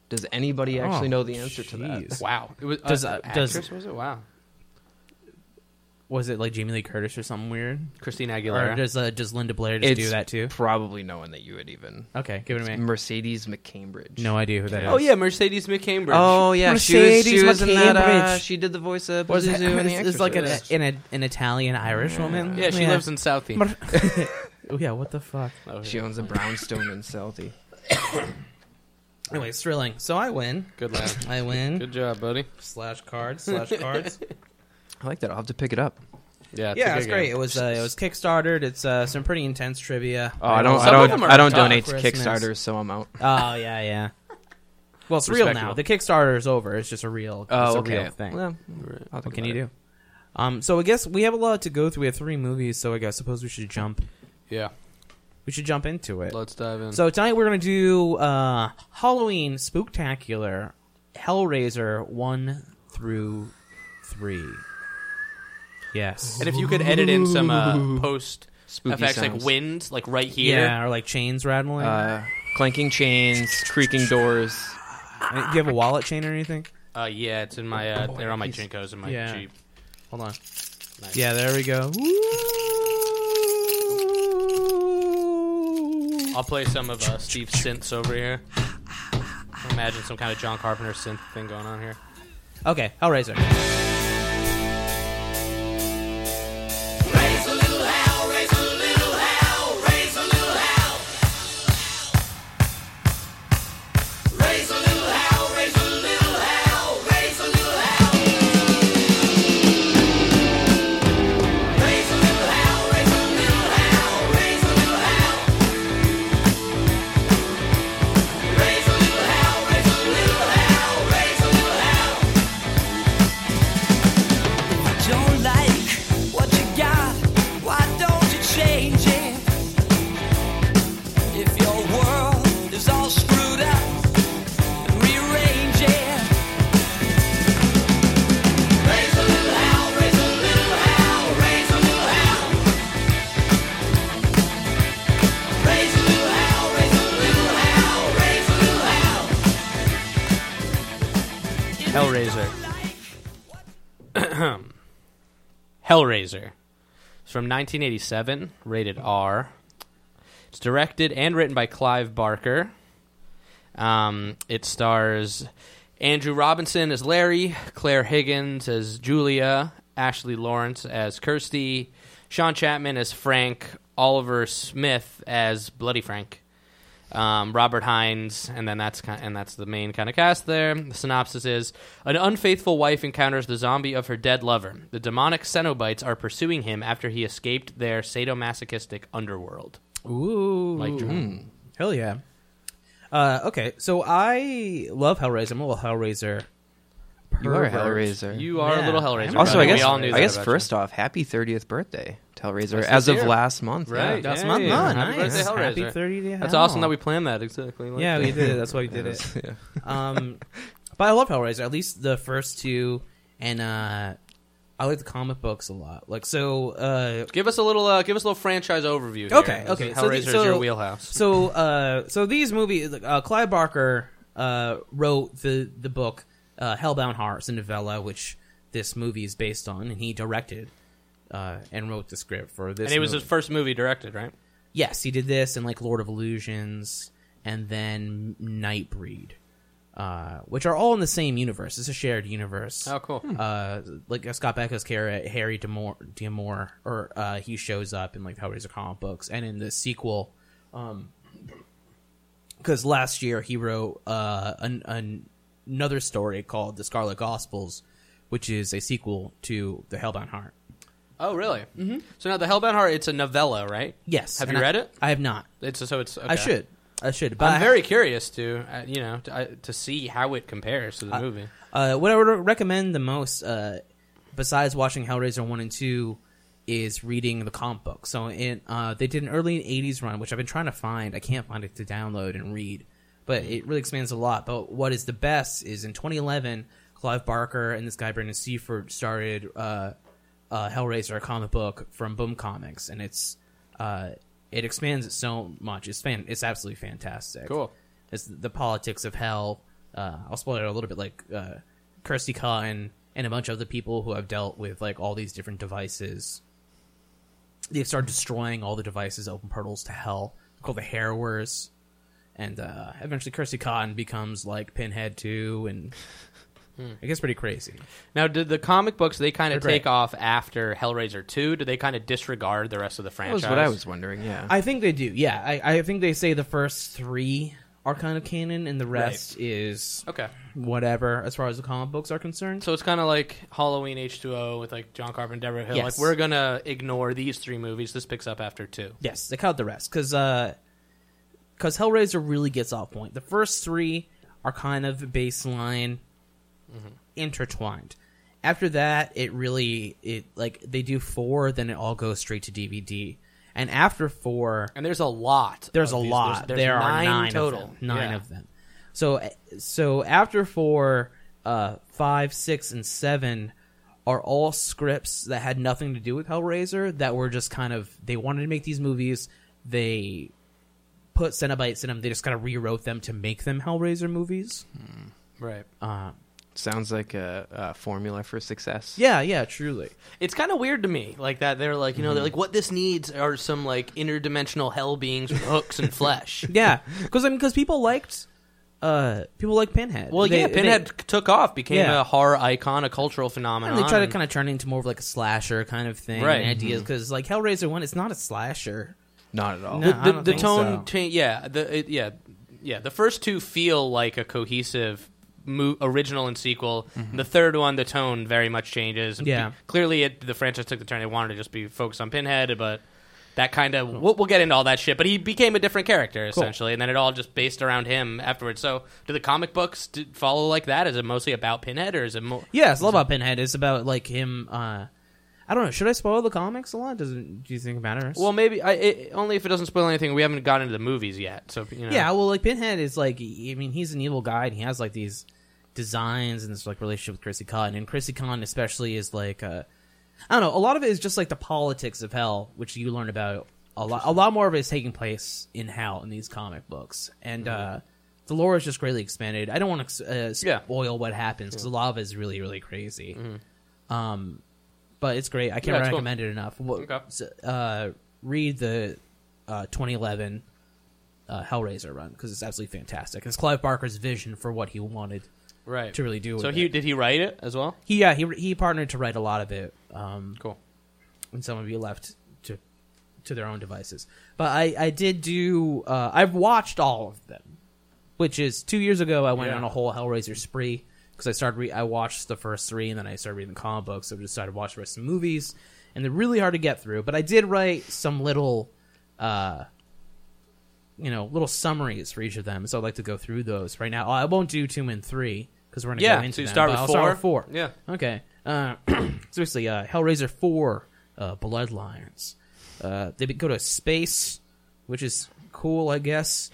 [SPEAKER 3] Does anybody actually
[SPEAKER 1] Oh,
[SPEAKER 3] know the answer to that?
[SPEAKER 1] jeez.
[SPEAKER 2] wow, it was
[SPEAKER 1] Does,
[SPEAKER 2] uh,
[SPEAKER 1] uh,
[SPEAKER 2] actress
[SPEAKER 1] does-
[SPEAKER 2] was it? Wow,
[SPEAKER 1] Was it like Jamie Lee Curtis or something weird?
[SPEAKER 2] Christine
[SPEAKER 1] Or
[SPEAKER 2] Aguilera.
[SPEAKER 1] does uh, does Linda Blair just
[SPEAKER 3] It's
[SPEAKER 1] do that too?
[SPEAKER 3] Probably no one that you would even.
[SPEAKER 1] Okay, give it to me.
[SPEAKER 3] Mercedes McCambridge.
[SPEAKER 1] No idea who that is.
[SPEAKER 4] Oh yeah, Mercedes McCambridge.
[SPEAKER 3] Oh yeah, she was,
[SPEAKER 1] Mercedes
[SPEAKER 3] she was in that. Uh,
[SPEAKER 1] McCambridge.
[SPEAKER 3] she did the voice of
[SPEAKER 1] What is
[SPEAKER 3] Pazuzu
[SPEAKER 1] that?
[SPEAKER 3] in The
[SPEAKER 1] It's, it's like
[SPEAKER 3] Exorcist.
[SPEAKER 1] an, an an Italian Irish woman.
[SPEAKER 4] yeah, she
[SPEAKER 1] *laughs*
[SPEAKER 4] lives in Southie.
[SPEAKER 1] Mer- Oh, yeah, what the fuck?
[SPEAKER 2] Oh,
[SPEAKER 3] She owns a brownstone in Selty.
[SPEAKER 1] Anyway, it's thrilling. So I win.
[SPEAKER 2] good laugh.
[SPEAKER 1] I win.
[SPEAKER 2] Good job, buddy.
[SPEAKER 1] Slash cards. Slash *laughs* cards.
[SPEAKER 3] I like that. I'll have to pick it up.
[SPEAKER 2] Yeah, it's a
[SPEAKER 1] yeah,
[SPEAKER 2] good
[SPEAKER 1] it's great.
[SPEAKER 2] game.
[SPEAKER 1] It was uh, it was Kickstartered. It's uh, some pretty intense trivia.
[SPEAKER 3] Oh, I don't.
[SPEAKER 4] Some
[SPEAKER 3] I
[SPEAKER 4] of them
[SPEAKER 3] don't.
[SPEAKER 4] are
[SPEAKER 3] I don't
[SPEAKER 4] tough.
[SPEAKER 3] donate to
[SPEAKER 1] Christmas.
[SPEAKER 3] Kickstarters, so I'm out.
[SPEAKER 1] Oh yeah, yeah. Well, it's real now.
[SPEAKER 2] Respectable.
[SPEAKER 1] The Kickstarter is over. It's just a real. it's
[SPEAKER 3] Oh,
[SPEAKER 1] a
[SPEAKER 3] okay.
[SPEAKER 1] real thing.
[SPEAKER 3] Well,
[SPEAKER 2] Right.
[SPEAKER 3] I'll
[SPEAKER 1] what
[SPEAKER 3] think
[SPEAKER 1] can
[SPEAKER 3] about
[SPEAKER 1] you
[SPEAKER 3] it.
[SPEAKER 1] do? Um, so I guess we have a lot to go through. We have three movies, so I guess suppose we should jump.
[SPEAKER 2] Yeah,
[SPEAKER 1] We should jump into it.
[SPEAKER 4] Let's dive in.
[SPEAKER 1] So tonight we're gonna do uh, Halloween Spooktacular, Hellraiser one through three. Yes.
[SPEAKER 4] and if you could edit in some uh, post
[SPEAKER 3] Spooky
[SPEAKER 4] effects like
[SPEAKER 3] sounds.
[SPEAKER 4] wind, like right here.
[SPEAKER 1] Yeah, or like chains rattling.
[SPEAKER 3] Uh, clanking chains, creaking doors.
[SPEAKER 1] Uh, Do you have a wallet chain or anything?
[SPEAKER 2] uh, yeah, it's in my. Uh, they're on my
[SPEAKER 1] he's-
[SPEAKER 2] Jinkos in my
[SPEAKER 1] Yeah.
[SPEAKER 2] Jeep.
[SPEAKER 1] Hold on.
[SPEAKER 2] Nice.
[SPEAKER 1] Yeah, there we go.
[SPEAKER 2] I'll play some of uh, Steve's synths over here. Imagine some kind of John Carpenter synth thing going on here.
[SPEAKER 1] Okay, Hellraiser.
[SPEAKER 5] Don't like what you got, why don't you change it? If your world is all screwed up, rearrange it. Raise a little hell, raise a little hell, raise a little hell. Raise a little hell, raise a little hell, raise a little
[SPEAKER 2] Hellraiser.
[SPEAKER 5] hell.
[SPEAKER 2] *clears throat* Hellraiser. It's from 1987, rated R. It's directed and written by Clive Barker. Um, it stars Andrew Robinson as Larry, Claire Higgins as Julia, Ashley Lawrence as Kirsty, Sean Chapman as Frank, Oliver Smith as Bloody Frank um, Robert Hines, and then that's kind and that's the main kind of cast there. The synopsis is: An unfaithful wife encounters the zombie of her dead lover. The demonic Cenobites are pursuing him after he escaped their sadomasochistic underworld.
[SPEAKER 1] Ooh.
[SPEAKER 2] Like,
[SPEAKER 1] Hell yeah. Uh, okay, so I love Hellraiser. I'm a little Hellraiser.
[SPEAKER 3] You are a
[SPEAKER 1] pervert.
[SPEAKER 3] Hellraiser.
[SPEAKER 2] you are a
[SPEAKER 1] Yeah.
[SPEAKER 2] little Hellraiser.
[SPEAKER 3] also,
[SPEAKER 2] brother.
[SPEAKER 3] I guess.
[SPEAKER 2] we all knew
[SPEAKER 3] I
[SPEAKER 2] that
[SPEAKER 3] guess
[SPEAKER 2] about
[SPEAKER 3] first off, happy 30th birthday, to Hellraiser,
[SPEAKER 2] That's
[SPEAKER 3] as
[SPEAKER 2] this
[SPEAKER 3] of
[SPEAKER 2] year.
[SPEAKER 3] last month.
[SPEAKER 2] you. right?
[SPEAKER 3] yeah.
[SPEAKER 1] That's
[SPEAKER 2] yeah,
[SPEAKER 1] my
[SPEAKER 2] yeah,
[SPEAKER 1] mom.
[SPEAKER 2] Happy
[SPEAKER 1] Nice.
[SPEAKER 2] birthday, Hellraiser.
[SPEAKER 1] Happy 30 to
[SPEAKER 2] That's
[SPEAKER 1] Hell.
[SPEAKER 2] awesome that we planned that exactly. Like
[SPEAKER 1] Hmm. Oh. Yeah,
[SPEAKER 2] that. *laughs*
[SPEAKER 1] we did it. That's why we did
[SPEAKER 3] *laughs*
[SPEAKER 1] it. Um, but I love Hellraiser. At least the first two, and uh, I like the comic books a lot. Like so. Uh,
[SPEAKER 4] Give us a little, uh, give us a little franchise overview. Here.
[SPEAKER 1] Okay,
[SPEAKER 4] This
[SPEAKER 1] okay,
[SPEAKER 4] is
[SPEAKER 1] so the-
[SPEAKER 4] Hellraiser
[SPEAKER 1] so-
[SPEAKER 4] is your wheelhouse.
[SPEAKER 1] so uh, so these movies. Uh, Clive Barker uh, wrote the the book uh, Hellbound Hearts, a novella which this movie is based on, and he directed uh, and wrote the script for this.
[SPEAKER 2] and it was his
[SPEAKER 1] movie.
[SPEAKER 2] first movie directed, right?
[SPEAKER 1] yes, he did this and like Lord of Illusions and then Nightbreed, uh, which are all in the same universe. It's a shared universe.
[SPEAKER 2] Oh, cool.
[SPEAKER 1] Uh, like uh, Scott Bakula's character Harry Damore, Damore or uh, he shows up in like Hellraiser comic books and in the sequel, because last year he wrote uh, an, an, another story called The Scarlet Gospels, which is a sequel to The Hellbound Heart.
[SPEAKER 4] oh, really? Mm-hmm. So now the Hellbound Heart, it's a novella, right?
[SPEAKER 1] Yes,
[SPEAKER 4] Have
[SPEAKER 1] and
[SPEAKER 4] you
[SPEAKER 1] I-
[SPEAKER 4] read it?
[SPEAKER 1] I have not.
[SPEAKER 4] It's so it's. Okay.
[SPEAKER 1] I should. I should. But
[SPEAKER 2] I'm
[SPEAKER 1] I-
[SPEAKER 2] very curious to uh, you know to, I to see how it compares to the movie.
[SPEAKER 1] Uh, what I would recommend the most, uh, besides watching Hellraiser one and two, is reading the comic book. So in uh, they did an early '80s run, which I've been trying to find. I can't find it to download and read, but it really expands a lot. But what is the best is in 2011, Clive Barker and this guy Brandon Seaford started uh, uh, Hellraiser, a comic book from Boom Comics, and it's uh, it expands it so much. It's fan, it's absolutely fantastic.
[SPEAKER 2] Cool.
[SPEAKER 1] It's the politics of hell. Uh, I'll spoil it a little bit, like uh, Kirsty Cotton and a bunch of the people who have dealt with like all these different devices. They've started destroying all the devices, that open portals to hell, called the Harrowers, and uh, eventually Kirsty Cotton becomes like Pinhead too, and it gets pretty crazy.
[SPEAKER 2] Now, did the comic books they kind of
[SPEAKER 1] They're great.
[SPEAKER 2] take off after Hellraiser two? Do they kind of disregard the rest of the
[SPEAKER 3] That
[SPEAKER 2] franchise?
[SPEAKER 3] was what I was wondering. Yeah.
[SPEAKER 1] I think they do. Yeah, I, I think they say the first three are kind of canon, and the rest is
[SPEAKER 2] Okay,
[SPEAKER 1] whatever as far as the comic books are concerned.
[SPEAKER 2] so it's kind of like Halloween H two O with like John Carpenter, and Deborah Hill.
[SPEAKER 1] Yes.
[SPEAKER 2] Like we're gonna ignore these three movies. This picks up after two.
[SPEAKER 1] Yes, they cut the rest because because Hellraiser really gets off point. The first three are kind of baseline Mm-hmm. intertwined. After that, it really it like they do four, then it all goes straight to DVD. And after four,
[SPEAKER 2] And there's a lot.
[SPEAKER 1] there's
[SPEAKER 2] of
[SPEAKER 1] a
[SPEAKER 2] these.
[SPEAKER 1] lot.
[SPEAKER 2] There's, there's
[SPEAKER 1] there
[SPEAKER 2] nine
[SPEAKER 1] are nine
[SPEAKER 2] total.
[SPEAKER 1] Of them. Nine
[SPEAKER 2] Yeah.
[SPEAKER 1] of them. So so after four, uh, five, six, and seven are all scripts that had nothing to do with Hellraiser that were just kind of they wanted to make these movies. They put Cenobites in them. They just kind of rewrote them to make them Hellraiser movies.
[SPEAKER 2] Hmm. Right.
[SPEAKER 1] uh,
[SPEAKER 3] Sounds like a, a formula for success.
[SPEAKER 1] Yeah, yeah, truly.
[SPEAKER 2] It's kind of weird to me, like that. They're like, you know,
[SPEAKER 1] Mm-hmm.
[SPEAKER 2] they're like, what this needs are some like interdimensional hell beings with hooks and flesh.
[SPEAKER 1] Yeah, because I mean, because people liked uh people like Pinhead.
[SPEAKER 2] Well,
[SPEAKER 1] They-
[SPEAKER 2] yeah,
[SPEAKER 1] they-
[SPEAKER 2] Pinhead took off, became
[SPEAKER 1] Yeah.
[SPEAKER 2] a horror icon, a cultural phenomenon.
[SPEAKER 1] And they try to
[SPEAKER 2] and-
[SPEAKER 1] kind of turn it into more of like a slasher kind of thing,
[SPEAKER 2] Right.
[SPEAKER 1] And ideas because like Hellraiser one, it's not a slasher.
[SPEAKER 3] Not at all.
[SPEAKER 1] No. I
[SPEAKER 2] the,
[SPEAKER 1] don't
[SPEAKER 2] the
[SPEAKER 1] think
[SPEAKER 2] tone
[SPEAKER 1] so.
[SPEAKER 2] change- yeah the it, yeah yeah the first two feel like a cohesive mo- original and sequel the third one the tone very much changes And
[SPEAKER 1] Mm-hmm. Yeah.
[SPEAKER 2] be- clearly it, the franchise took the turn they wanted to just be focused on pinhead but that kind of we'll, we'll get into all that shit but he became a different character essentially and then it all just based around him afterwards so do the comic books d follow like that is it mostly about pinhead or is it more
[SPEAKER 1] Yeah, it's all about Pinhead. It's about like him. uh I don't know. Should I spoil the comics a lot? Doesn't do you think it matters?
[SPEAKER 2] well maybe I, it, only if it doesn't spoil anything we haven't gotten into the movies yet so you know
[SPEAKER 1] yeah. Well, like Pinhead is like I mean he's an evil guy and he has like these designs and this like relationship with Chrissy Cotton and Chrissy Cotton especially is like uh I don't know. A lot of it is just like the politics of hell, which you learn about a lot. A lot more of it is taking place in hell in these comic books, and uh, the lore is just greatly expanded. I don't want to uh,
[SPEAKER 2] Mm-hmm. Yeah. Mm-hmm.
[SPEAKER 1] spoil what happens because a lot of it is really, really crazy. Um, but it's great. I can't
[SPEAKER 2] Yeah, it's cool.
[SPEAKER 1] recommend it enough. What,
[SPEAKER 2] Okay.
[SPEAKER 1] s- uh, read the uh, 2011 uh, Hellraiser run because it's absolutely fantastic. It's Clive Barker's vision for what he wanted
[SPEAKER 2] right
[SPEAKER 1] to really do. With
[SPEAKER 2] so
[SPEAKER 1] it.
[SPEAKER 2] he did he write it as well
[SPEAKER 1] he yeah he he partnered to write a lot of it. Um,
[SPEAKER 2] cool
[SPEAKER 1] and some of you left to to their own devices. But I I did do uh, I've watched all of them, which is two years ago I went
[SPEAKER 2] Yeah.
[SPEAKER 1] on a whole Hellraiser spree because I started re- I watched the first three and then I started reading the comic books. So I decided to watch the rest of the movies, and they're really hard to get through. But I did write some little. Uh, you know, little summaries for each of them. So I'd like to go through those right now. Oh, I won't do two and three because we're gonna
[SPEAKER 2] Yeah,
[SPEAKER 1] go into
[SPEAKER 2] so you
[SPEAKER 1] them,
[SPEAKER 2] start
[SPEAKER 1] but
[SPEAKER 2] with
[SPEAKER 1] I'll start
[SPEAKER 2] four?
[SPEAKER 1] with four.
[SPEAKER 2] Yeah.
[SPEAKER 1] Okay. Uh, *clears throat* seriously, uh, Hellraiser 4, uh, Bloodlines. Uh, they go to space, which is cool, I guess.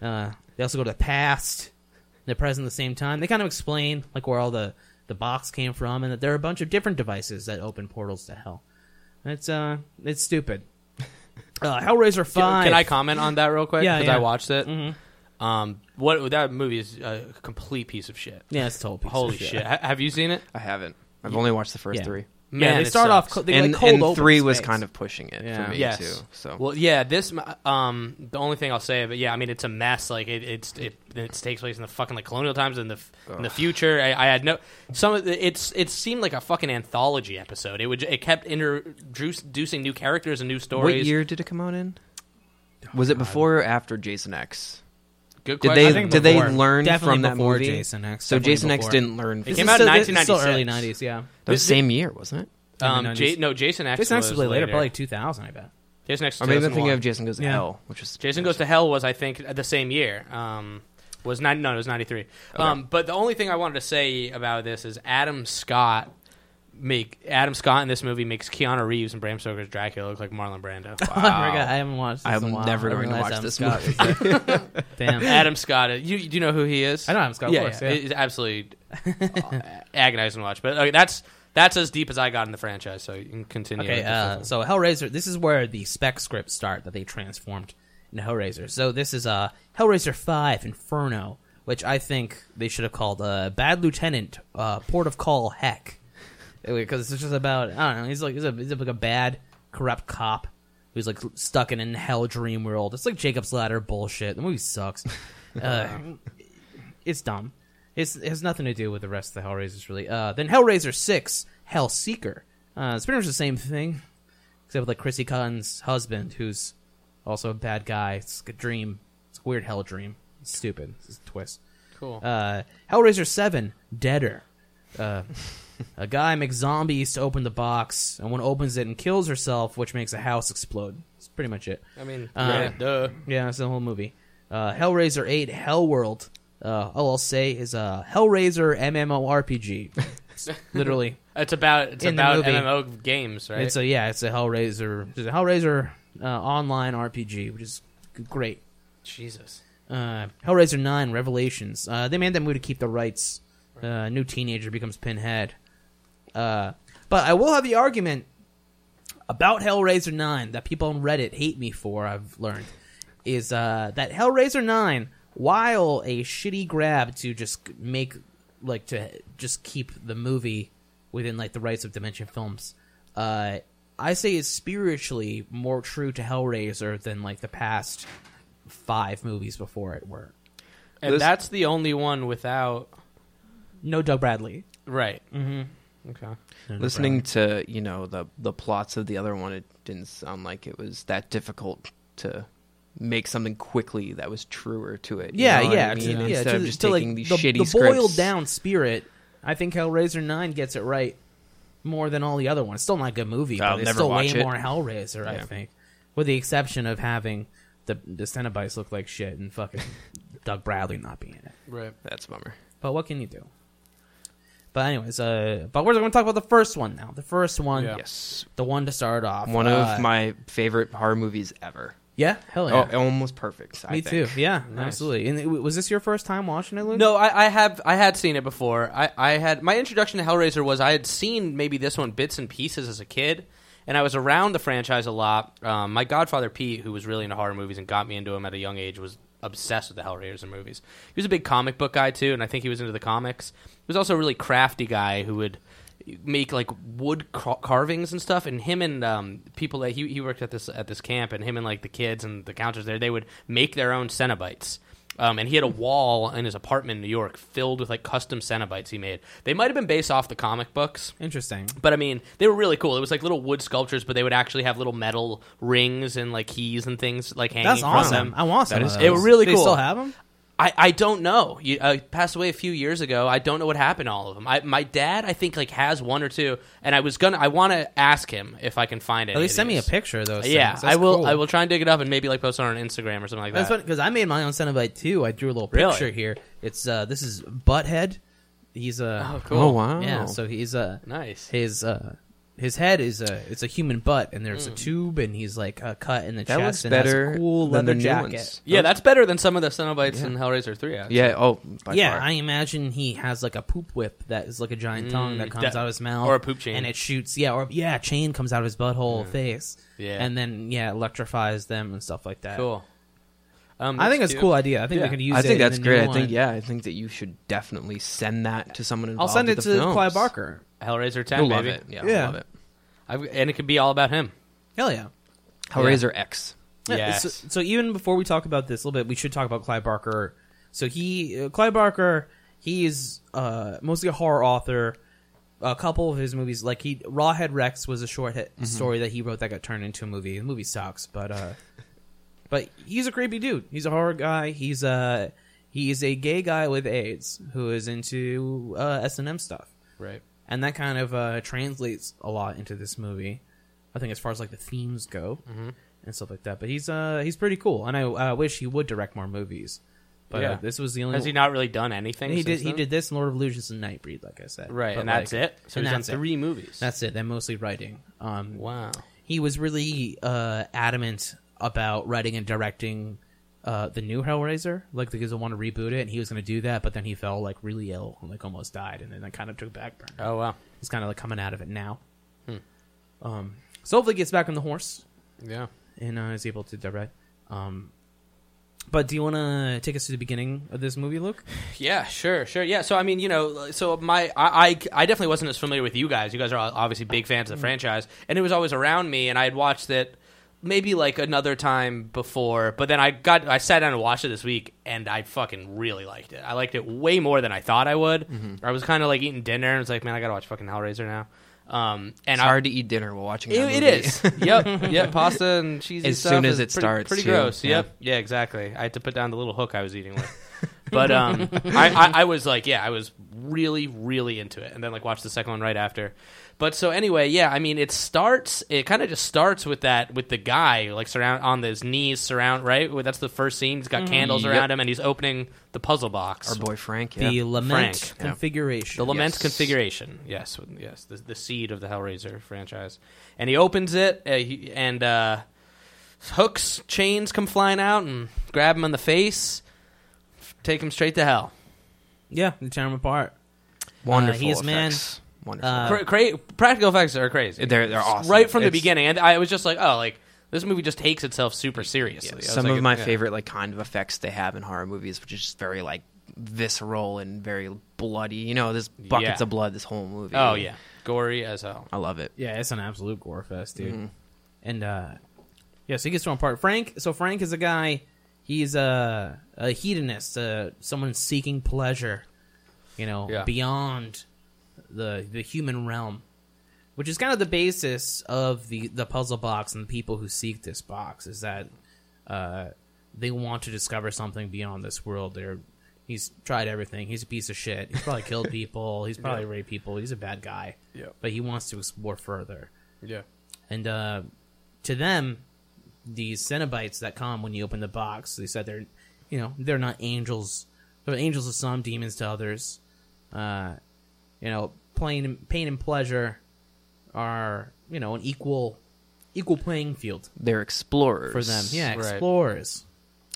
[SPEAKER 1] Uh, they also go to the past and the present at the same time. They kind of explain like where all the, the box came from and that there are a bunch of different devices that open portals to hell. It's uh, it's stupid. Uh, Hellraiser 5.
[SPEAKER 2] Can I comment on that real quick?
[SPEAKER 1] Yeah,
[SPEAKER 2] because
[SPEAKER 1] yeah. Mm-hmm.
[SPEAKER 2] I watched it. Um, what that movie is a complete piece of shit.
[SPEAKER 1] Yeah, it's a total piece of
[SPEAKER 2] Holy shit! Ha- have you seen it?
[SPEAKER 3] I haven't. I've only watched the first
[SPEAKER 1] Yeah.
[SPEAKER 3] three.
[SPEAKER 1] yeah, they
[SPEAKER 2] it
[SPEAKER 1] start off
[SPEAKER 2] sucks.
[SPEAKER 1] co- they,
[SPEAKER 3] and
[SPEAKER 1] like, cold
[SPEAKER 3] and
[SPEAKER 1] open
[SPEAKER 3] three was
[SPEAKER 1] space.
[SPEAKER 3] kind of pushing it
[SPEAKER 1] Yeah.
[SPEAKER 3] for me
[SPEAKER 2] Yes.
[SPEAKER 3] too. So
[SPEAKER 2] Well, yeah. This um, the only thing I'll say, but yeah, I mean, it's a mess. Like it, it's it, it takes place in the fucking like colonial times in the f- in the future. I, I had no some. Of the, it's it seemed like a fucking anthology episode. It would it kept introducing new characters and new
[SPEAKER 3] what
[SPEAKER 2] stories.
[SPEAKER 3] year did it come out in? Was it before or after Jason X?
[SPEAKER 2] Good
[SPEAKER 3] Did
[SPEAKER 2] question.
[SPEAKER 3] they
[SPEAKER 2] I
[SPEAKER 3] did
[SPEAKER 2] think
[SPEAKER 3] they
[SPEAKER 1] before.
[SPEAKER 3] learn
[SPEAKER 1] Definitely
[SPEAKER 3] from that
[SPEAKER 1] before
[SPEAKER 3] movie?
[SPEAKER 1] Jason X,
[SPEAKER 3] So
[SPEAKER 1] definitely
[SPEAKER 3] Jason X
[SPEAKER 1] before.
[SPEAKER 3] didn't learn.
[SPEAKER 2] It
[SPEAKER 3] From
[SPEAKER 2] came
[SPEAKER 1] This
[SPEAKER 2] out
[SPEAKER 1] is
[SPEAKER 2] in
[SPEAKER 1] still- this is still
[SPEAKER 2] 1996.
[SPEAKER 1] early 90s, yeah.
[SPEAKER 3] the same year, wasn't it?
[SPEAKER 2] Um,
[SPEAKER 1] Early
[SPEAKER 2] J-
[SPEAKER 1] 90s.
[SPEAKER 2] no, Jason X.
[SPEAKER 1] Jason X
[SPEAKER 2] was
[SPEAKER 1] was way later,
[SPEAKER 2] later.
[SPEAKER 1] probably 2000, I bet.
[SPEAKER 2] Jason X.
[SPEAKER 3] Or maybe I'm thinking
[SPEAKER 2] 2001.
[SPEAKER 3] of Jason Goes to
[SPEAKER 1] Yeah.
[SPEAKER 3] Hell, which is
[SPEAKER 2] Jason Goes to Hell was I think the same year. Um, was nine? No, it was ninety three. Um, but the only thing I wanted to say about this is Adam Scott make Adam Scott in this movie makes Keanu Reeves and Bram Stoker's Dracula look like
[SPEAKER 1] *laughs*
[SPEAKER 2] Marlon Brando.
[SPEAKER 1] Oh, I forgot. I haven't watched. This
[SPEAKER 3] I'm
[SPEAKER 1] in a while.
[SPEAKER 3] never
[SPEAKER 1] I
[SPEAKER 3] going to
[SPEAKER 1] realized
[SPEAKER 3] watch
[SPEAKER 1] I'm
[SPEAKER 3] this
[SPEAKER 1] Scott.
[SPEAKER 3] movie.
[SPEAKER 1] Damn.
[SPEAKER 2] *laughs* Adam Scott, uh, you do you know who he is?
[SPEAKER 1] I know Adam Scott, of
[SPEAKER 2] Yeah,
[SPEAKER 1] course,
[SPEAKER 2] yeah.
[SPEAKER 1] yeah.
[SPEAKER 2] It's absolutely uh, agonizing to watch. But okay, that's that's as deep as I got in the franchise. So you can continue.
[SPEAKER 1] Okay,
[SPEAKER 2] with the
[SPEAKER 1] uh,
[SPEAKER 2] full-
[SPEAKER 1] so Hellraiser. This is where the spec scripts start that they transformed into Hellraiser. So this is uh, Hellraiser Five Inferno, which I think they should have called uh, Bad Lieutenant uh, Port of Call Heck, because it's just about I don't know. He's like he's, a, he's like a bad corrupt cop who's like stuck in a hell dream world. It's like Jacob's Ladder bullshit. The movie sucks. uh, it's dumb. It's, it has nothing to do with the rest of the Hellraisers, really. Uh, then Hellraiser 6, Hellseeker. Uh, it's pretty much the same thing, except with like Chrissy Cotton's husband, who's also a bad guy. It's a dream. It's a weird hell dream. It's stupid. It's a twist.
[SPEAKER 2] Cool.
[SPEAKER 1] Uh, Hellraiser 7, Deader. Uh, a guy makes zombies to open the box, and one opens it and kills herself, which makes a house explode. That's pretty much it.
[SPEAKER 2] I mean,
[SPEAKER 1] uh,
[SPEAKER 2] yeah, Um, duh.
[SPEAKER 1] Yeah, it's the whole movie. Uh, Hellraiser 8 Hellworld. Uh, all I'll say is uh, Hellraiser MMORPG. It's Literally.
[SPEAKER 2] It's about it's
[SPEAKER 1] In the
[SPEAKER 2] about
[SPEAKER 1] movie.
[SPEAKER 2] MMO games, right?
[SPEAKER 1] It's a yeah, it's a Hellraiser it's a Hellraiser uh, online RPG, which is g- great.
[SPEAKER 2] Jesus.
[SPEAKER 1] Uh, Hellraiser 9 Revelations. Uh, they made that move to keep the rights. Uh, new teenager becomes Pinhead. Uh, but I will have the argument about Hellraiser 9 that people on Reddit hate me for, I've learned, is uh, that Hellraiser 9, while a shitty grab to just make, like, to just keep the movie within, like, the rights of Dimension Films, uh, I say is spiritually more true to Hellraiser than, like, the past five movies before it were.
[SPEAKER 2] And
[SPEAKER 3] This-
[SPEAKER 2] that's the only one without
[SPEAKER 1] No Doug Bradley.
[SPEAKER 2] right. Mm-hmm. Okay.
[SPEAKER 3] Listening to you know the the plots of the other one, it didn't sound like it was that difficult to make something quickly that was truer to it. you
[SPEAKER 1] Yeah,
[SPEAKER 3] know what
[SPEAKER 1] yeah,
[SPEAKER 3] I
[SPEAKER 1] to-
[SPEAKER 3] mean?
[SPEAKER 1] yeah.
[SPEAKER 3] Instead
[SPEAKER 1] to-
[SPEAKER 3] of just
[SPEAKER 1] to, like,
[SPEAKER 3] taking these
[SPEAKER 1] the,
[SPEAKER 3] shitty
[SPEAKER 1] the
[SPEAKER 3] scripts.
[SPEAKER 1] boiled down spirit. I think Hellraiser Nine gets it right more than all the other ones. Still not a good movie,
[SPEAKER 3] I'll
[SPEAKER 1] but it's
[SPEAKER 3] never
[SPEAKER 1] still
[SPEAKER 3] watch
[SPEAKER 1] way
[SPEAKER 3] it.
[SPEAKER 1] more Hellraiser. I
[SPEAKER 3] Yeah.
[SPEAKER 1] think, with the exception of having the the Cenobites look like shit and fucking *laughs* Doug Bradley not being in it.
[SPEAKER 2] Right.
[SPEAKER 3] That's a bummer.
[SPEAKER 1] But what can you do? But anyways, uh, but we're going to talk about the first one now. The first one,
[SPEAKER 2] Yeah.
[SPEAKER 3] Yes,
[SPEAKER 1] the one to start off.
[SPEAKER 3] one
[SPEAKER 1] Uh,
[SPEAKER 3] of my favorite horror movies ever.
[SPEAKER 1] yeah, hell yeah.
[SPEAKER 3] Oh, almost perfect. I
[SPEAKER 1] Me
[SPEAKER 3] think.
[SPEAKER 1] too. Yeah, absolutely. And it- was this your first time watching it, Luke?
[SPEAKER 4] No, I, I have I had seen it before. I, I had my introduction to Hellraiser was I had seen maybe this one bits and pieces as a kid, and I was around the franchise a lot. Um, my godfather Pete, who was really into horror movies and got me into them at a young age, was obsessed with the Hellraiser movies. He was a big comic book guy too, and I think he was into the comics. He was also a really crafty guy who would make like wood ca- carvings and stuff and him and um, people that he, he worked at this at this camp and him and like the kids and the counselors there they would make their own cenobites um, and he had a wall in his apartment in new york filled with like custom cenobites he made they might have been based off the comic books
[SPEAKER 1] Interesting.
[SPEAKER 4] but I mean, they were really cool. It was like little wood sculptures, but they would actually have little metal rings and like keys and things like hanging
[SPEAKER 1] That's
[SPEAKER 4] from
[SPEAKER 1] awesome.
[SPEAKER 4] them.
[SPEAKER 1] I want some.
[SPEAKER 3] That
[SPEAKER 1] of
[SPEAKER 3] is
[SPEAKER 1] those.
[SPEAKER 4] cool. They were really
[SPEAKER 1] Do They
[SPEAKER 4] cool.
[SPEAKER 1] still have them.
[SPEAKER 4] I, I don't know. You, uh, passed away a few years ago. I don't know what happened to all of them. I, my dad, I think, like has one or two, and I was gonna. I want to ask him if I can find it.
[SPEAKER 1] At least send me a picture of those.
[SPEAKER 4] Yeah,
[SPEAKER 1] things. That's
[SPEAKER 4] I will.
[SPEAKER 1] cool.
[SPEAKER 4] I will try and dig it up and maybe like post it on Instagram or something like
[SPEAKER 1] That's
[SPEAKER 4] that.
[SPEAKER 1] because I made my own Cenobite too. I drew a little
[SPEAKER 4] Really?
[SPEAKER 1] picture here. It's uh, this is Butthead. He's a
[SPEAKER 4] oh, cool.
[SPEAKER 3] Oh wow.
[SPEAKER 1] yeah. So he's a
[SPEAKER 4] Nice.
[SPEAKER 1] his uh his head is a it's a human butt and there's a tube and he's like uh, cut in the
[SPEAKER 3] That
[SPEAKER 1] chest
[SPEAKER 3] looks
[SPEAKER 1] and has
[SPEAKER 3] better
[SPEAKER 1] a cool
[SPEAKER 3] than
[SPEAKER 1] leather
[SPEAKER 3] the new
[SPEAKER 1] jacket.
[SPEAKER 3] ones.
[SPEAKER 4] Yeah, that's better than some of the Cenobites in Hellraiser Three. Actually.
[SPEAKER 3] Yeah. Oh, by
[SPEAKER 1] yeah,
[SPEAKER 3] far.
[SPEAKER 1] I imagine he has like a poop whip that is like a giant tongue that comes
[SPEAKER 4] that-
[SPEAKER 1] out of his mouth,
[SPEAKER 4] Mm, or a poop chain. Mm.
[SPEAKER 1] and it shoots. Yeah, or yeah, a chain comes out of his butthole face.
[SPEAKER 4] Yeah.
[SPEAKER 1] and then yeah, electrifies them and stuff like that.
[SPEAKER 4] Cool. Um,
[SPEAKER 1] I think
[SPEAKER 4] that's
[SPEAKER 1] it's a
[SPEAKER 4] cute.
[SPEAKER 1] cool idea. I think we
[SPEAKER 4] Yeah.
[SPEAKER 1] could use.
[SPEAKER 3] I
[SPEAKER 1] it in
[SPEAKER 3] think that's
[SPEAKER 1] the
[SPEAKER 3] great.
[SPEAKER 1] new
[SPEAKER 3] I think
[SPEAKER 1] one.
[SPEAKER 3] yeah, I think that you should definitely send that to someone
[SPEAKER 1] I'll
[SPEAKER 3] involved.
[SPEAKER 1] send it
[SPEAKER 3] with
[SPEAKER 1] to
[SPEAKER 3] the films.
[SPEAKER 1] Clyde Barker.
[SPEAKER 4] Hellraiser Ten,
[SPEAKER 3] You'll love
[SPEAKER 4] baby.
[SPEAKER 3] it. Yeah,
[SPEAKER 1] Yeah.
[SPEAKER 3] yeah. love it.
[SPEAKER 4] I've, and it could be all about him.
[SPEAKER 1] Hell yeah.
[SPEAKER 3] Hellraiser X.
[SPEAKER 1] Yeah,
[SPEAKER 4] Yes.
[SPEAKER 1] So, so even before we talk about this a little bit, we should talk about Clive Barker. So he, uh, Clive Barker, he is uh, mostly a horror author. A couple of his movies, like he, Rawhead Rex was a short hit story that he wrote that got turned into a movie. The movie sucks, but uh, *laughs* but he's a creepy dude. He's a horror guy. He's a he's a gay guy with AIDS who is into uh, S and M stuff,
[SPEAKER 4] right.
[SPEAKER 1] and that
[SPEAKER 2] Mm-hmm.
[SPEAKER 1] kind of uh, translates a lot into this movie. I think as far as like the themes go, and stuff like that. But he's uh he's pretty cool, and I uh, wish he would direct more movies. But uh,
[SPEAKER 2] Yeah.
[SPEAKER 1] this was the only
[SPEAKER 2] Has he not really done anything?
[SPEAKER 1] he did
[SPEAKER 2] since
[SPEAKER 1] he
[SPEAKER 2] then?
[SPEAKER 1] did this and Lord of Illusions and Nightbreed, like I said.
[SPEAKER 2] right,
[SPEAKER 1] But,
[SPEAKER 2] and that's
[SPEAKER 1] like,
[SPEAKER 2] it. So
[SPEAKER 1] and
[SPEAKER 2] he's done
[SPEAKER 1] that's it.
[SPEAKER 2] three movies.
[SPEAKER 1] That's it. They're mostly writing. Um,
[SPEAKER 2] wow.
[SPEAKER 1] he was really uh, adamant about writing and directing uh, the new Hellraiser, like because they want to reboot it, and he was going to do that, but then he fell like really ill and like almost died, and then that kind of took back burner.
[SPEAKER 2] Oh wow.
[SPEAKER 1] He's kind of like coming out of it now. Um, so hopefully, he gets back on the horse
[SPEAKER 2] Yeah.
[SPEAKER 1] and uh, is able to direct. Um, but do you want to take us to the beginning of this movie, Luke?
[SPEAKER 2] Yeah, sure, sure. Yeah, so I mean, you know, so my I, I I definitely wasn't as familiar with you guys. You guys are obviously big fans of the franchise, and it was always around me, and I had watched it maybe like another time before, but then I got I sat down and watched it this week, and I fucking really liked it. I liked it way more than I thought I would. I was kind of like eating dinner, and it's like, man, I gotta watch fucking Hellraiser now. Um, and
[SPEAKER 3] It's
[SPEAKER 2] I,
[SPEAKER 3] hard to eat dinner while watching. that
[SPEAKER 2] it,
[SPEAKER 3] movie.
[SPEAKER 2] it is. yep. Yep. Pasta and cheesy
[SPEAKER 3] As
[SPEAKER 2] stuff
[SPEAKER 3] soon as
[SPEAKER 2] is
[SPEAKER 3] it
[SPEAKER 2] pretty-
[SPEAKER 3] starts,
[SPEAKER 2] Pretty
[SPEAKER 3] too.
[SPEAKER 2] gross.
[SPEAKER 3] Yeah.
[SPEAKER 2] Yep. Yeah. Exactly. I had to put down the little hook I was eating
[SPEAKER 3] *laughs*
[SPEAKER 2] with. But um, I, I, I was like, yeah, I was really, really into it, and then like watched the second one right after. But so anyway, yeah, I mean, it starts. It kind of just starts with that with the guy like surround on his knees, surround right. Well, That's the first scene. He's got candles
[SPEAKER 3] Mm-hmm. Yep.
[SPEAKER 2] around him, and he's opening the puzzle box.
[SPEAKER 3] *laughs* Our boy Frank. Yeah.
[SPEAKER 1] The lament
[SPEAKER 2] Frank,
[SPEAKER 3] yeah.
[SPEAKER 1] configuration.
[SPEAKER 2] The Lament
[SPEAKER 3] Yes.
[SPEAKER 2] Configuration, yes, with- yes, the, the seed of the Hellraiser franchise, and he opens it, uh, he, and uh, hooks, chains come flying out and grab him in the face, f- take him straight to hell.
[SPEAKER 1] yeah, they tear him apart.
[SPEAKER 3] Wonderful.
[SPEAKER 1] he is man.
[SPEAKER 3] effects. Wonderful.
[SPEAKER 1] Uh,
[SPEAKER 2] Cra- cra- practical effects are crazy.
[SPEAKER 3] They're- they're awesome.
[SPEAKER 2] Right from the
[SPEAKER 3] It's-
[SPEAKER 2] beginning, and I was just like, oh, like this movie just takes itself super seriously. I was
[SPEAKER 3] some
[SPEAKER 2] like,
[SPEAKER 3] of my
[SPEAKER 2] yeah.
[SPEAKER 3] favorite like kind of effects they have in horror movies, which is just very like visceral and very bloody. You know, there's buckets
[SPEAKER 2] Yeah.
[SPEAKER 3] of blood this whole movie.
[SPEAKER 2] Oh yeah, gory as hell.
[SPEAKER 3] I love it.
[SPEAKER 1] Yeah, it's an absolute gore fest, dude. And uh yeah, so he gets thrown apart. Frank, so Frank is a guy. He's a, a hedonist, uh, someone seeking pleasure, you know,
[SPEAKER 2] Yeah.
[SPEAKER 1] beyond the the human realm, which is kind of the basis of the the puzzle box and the people who seek this box is that uh, they want to discover something beyond this world. They're he's tried everything. He's a piece of shit. He's probably
[SPEAKER 2] *laughs*
[SPEAKER 1] killed people. He's probably raped people. He's a bad guy.
[SPEAKER 2] Yeah.
[SPEAKER 1] But he wants to explore further.
[SPEAKER 2] Yeah.
[SPEAKER 1] And uh, to them, these Cenobites that come when you open the box, they said they're, you know, they're not angels. They're angels to some, demons to others. Uh, you know, pain, pain and pleasure are, you know, an equal, equal playing field
[SPEAKER 3] They're explorers
[SPEAKER 1] for them. Yeah,
[SPEAKER 2] Right.
[SPEAKER 1] explorers.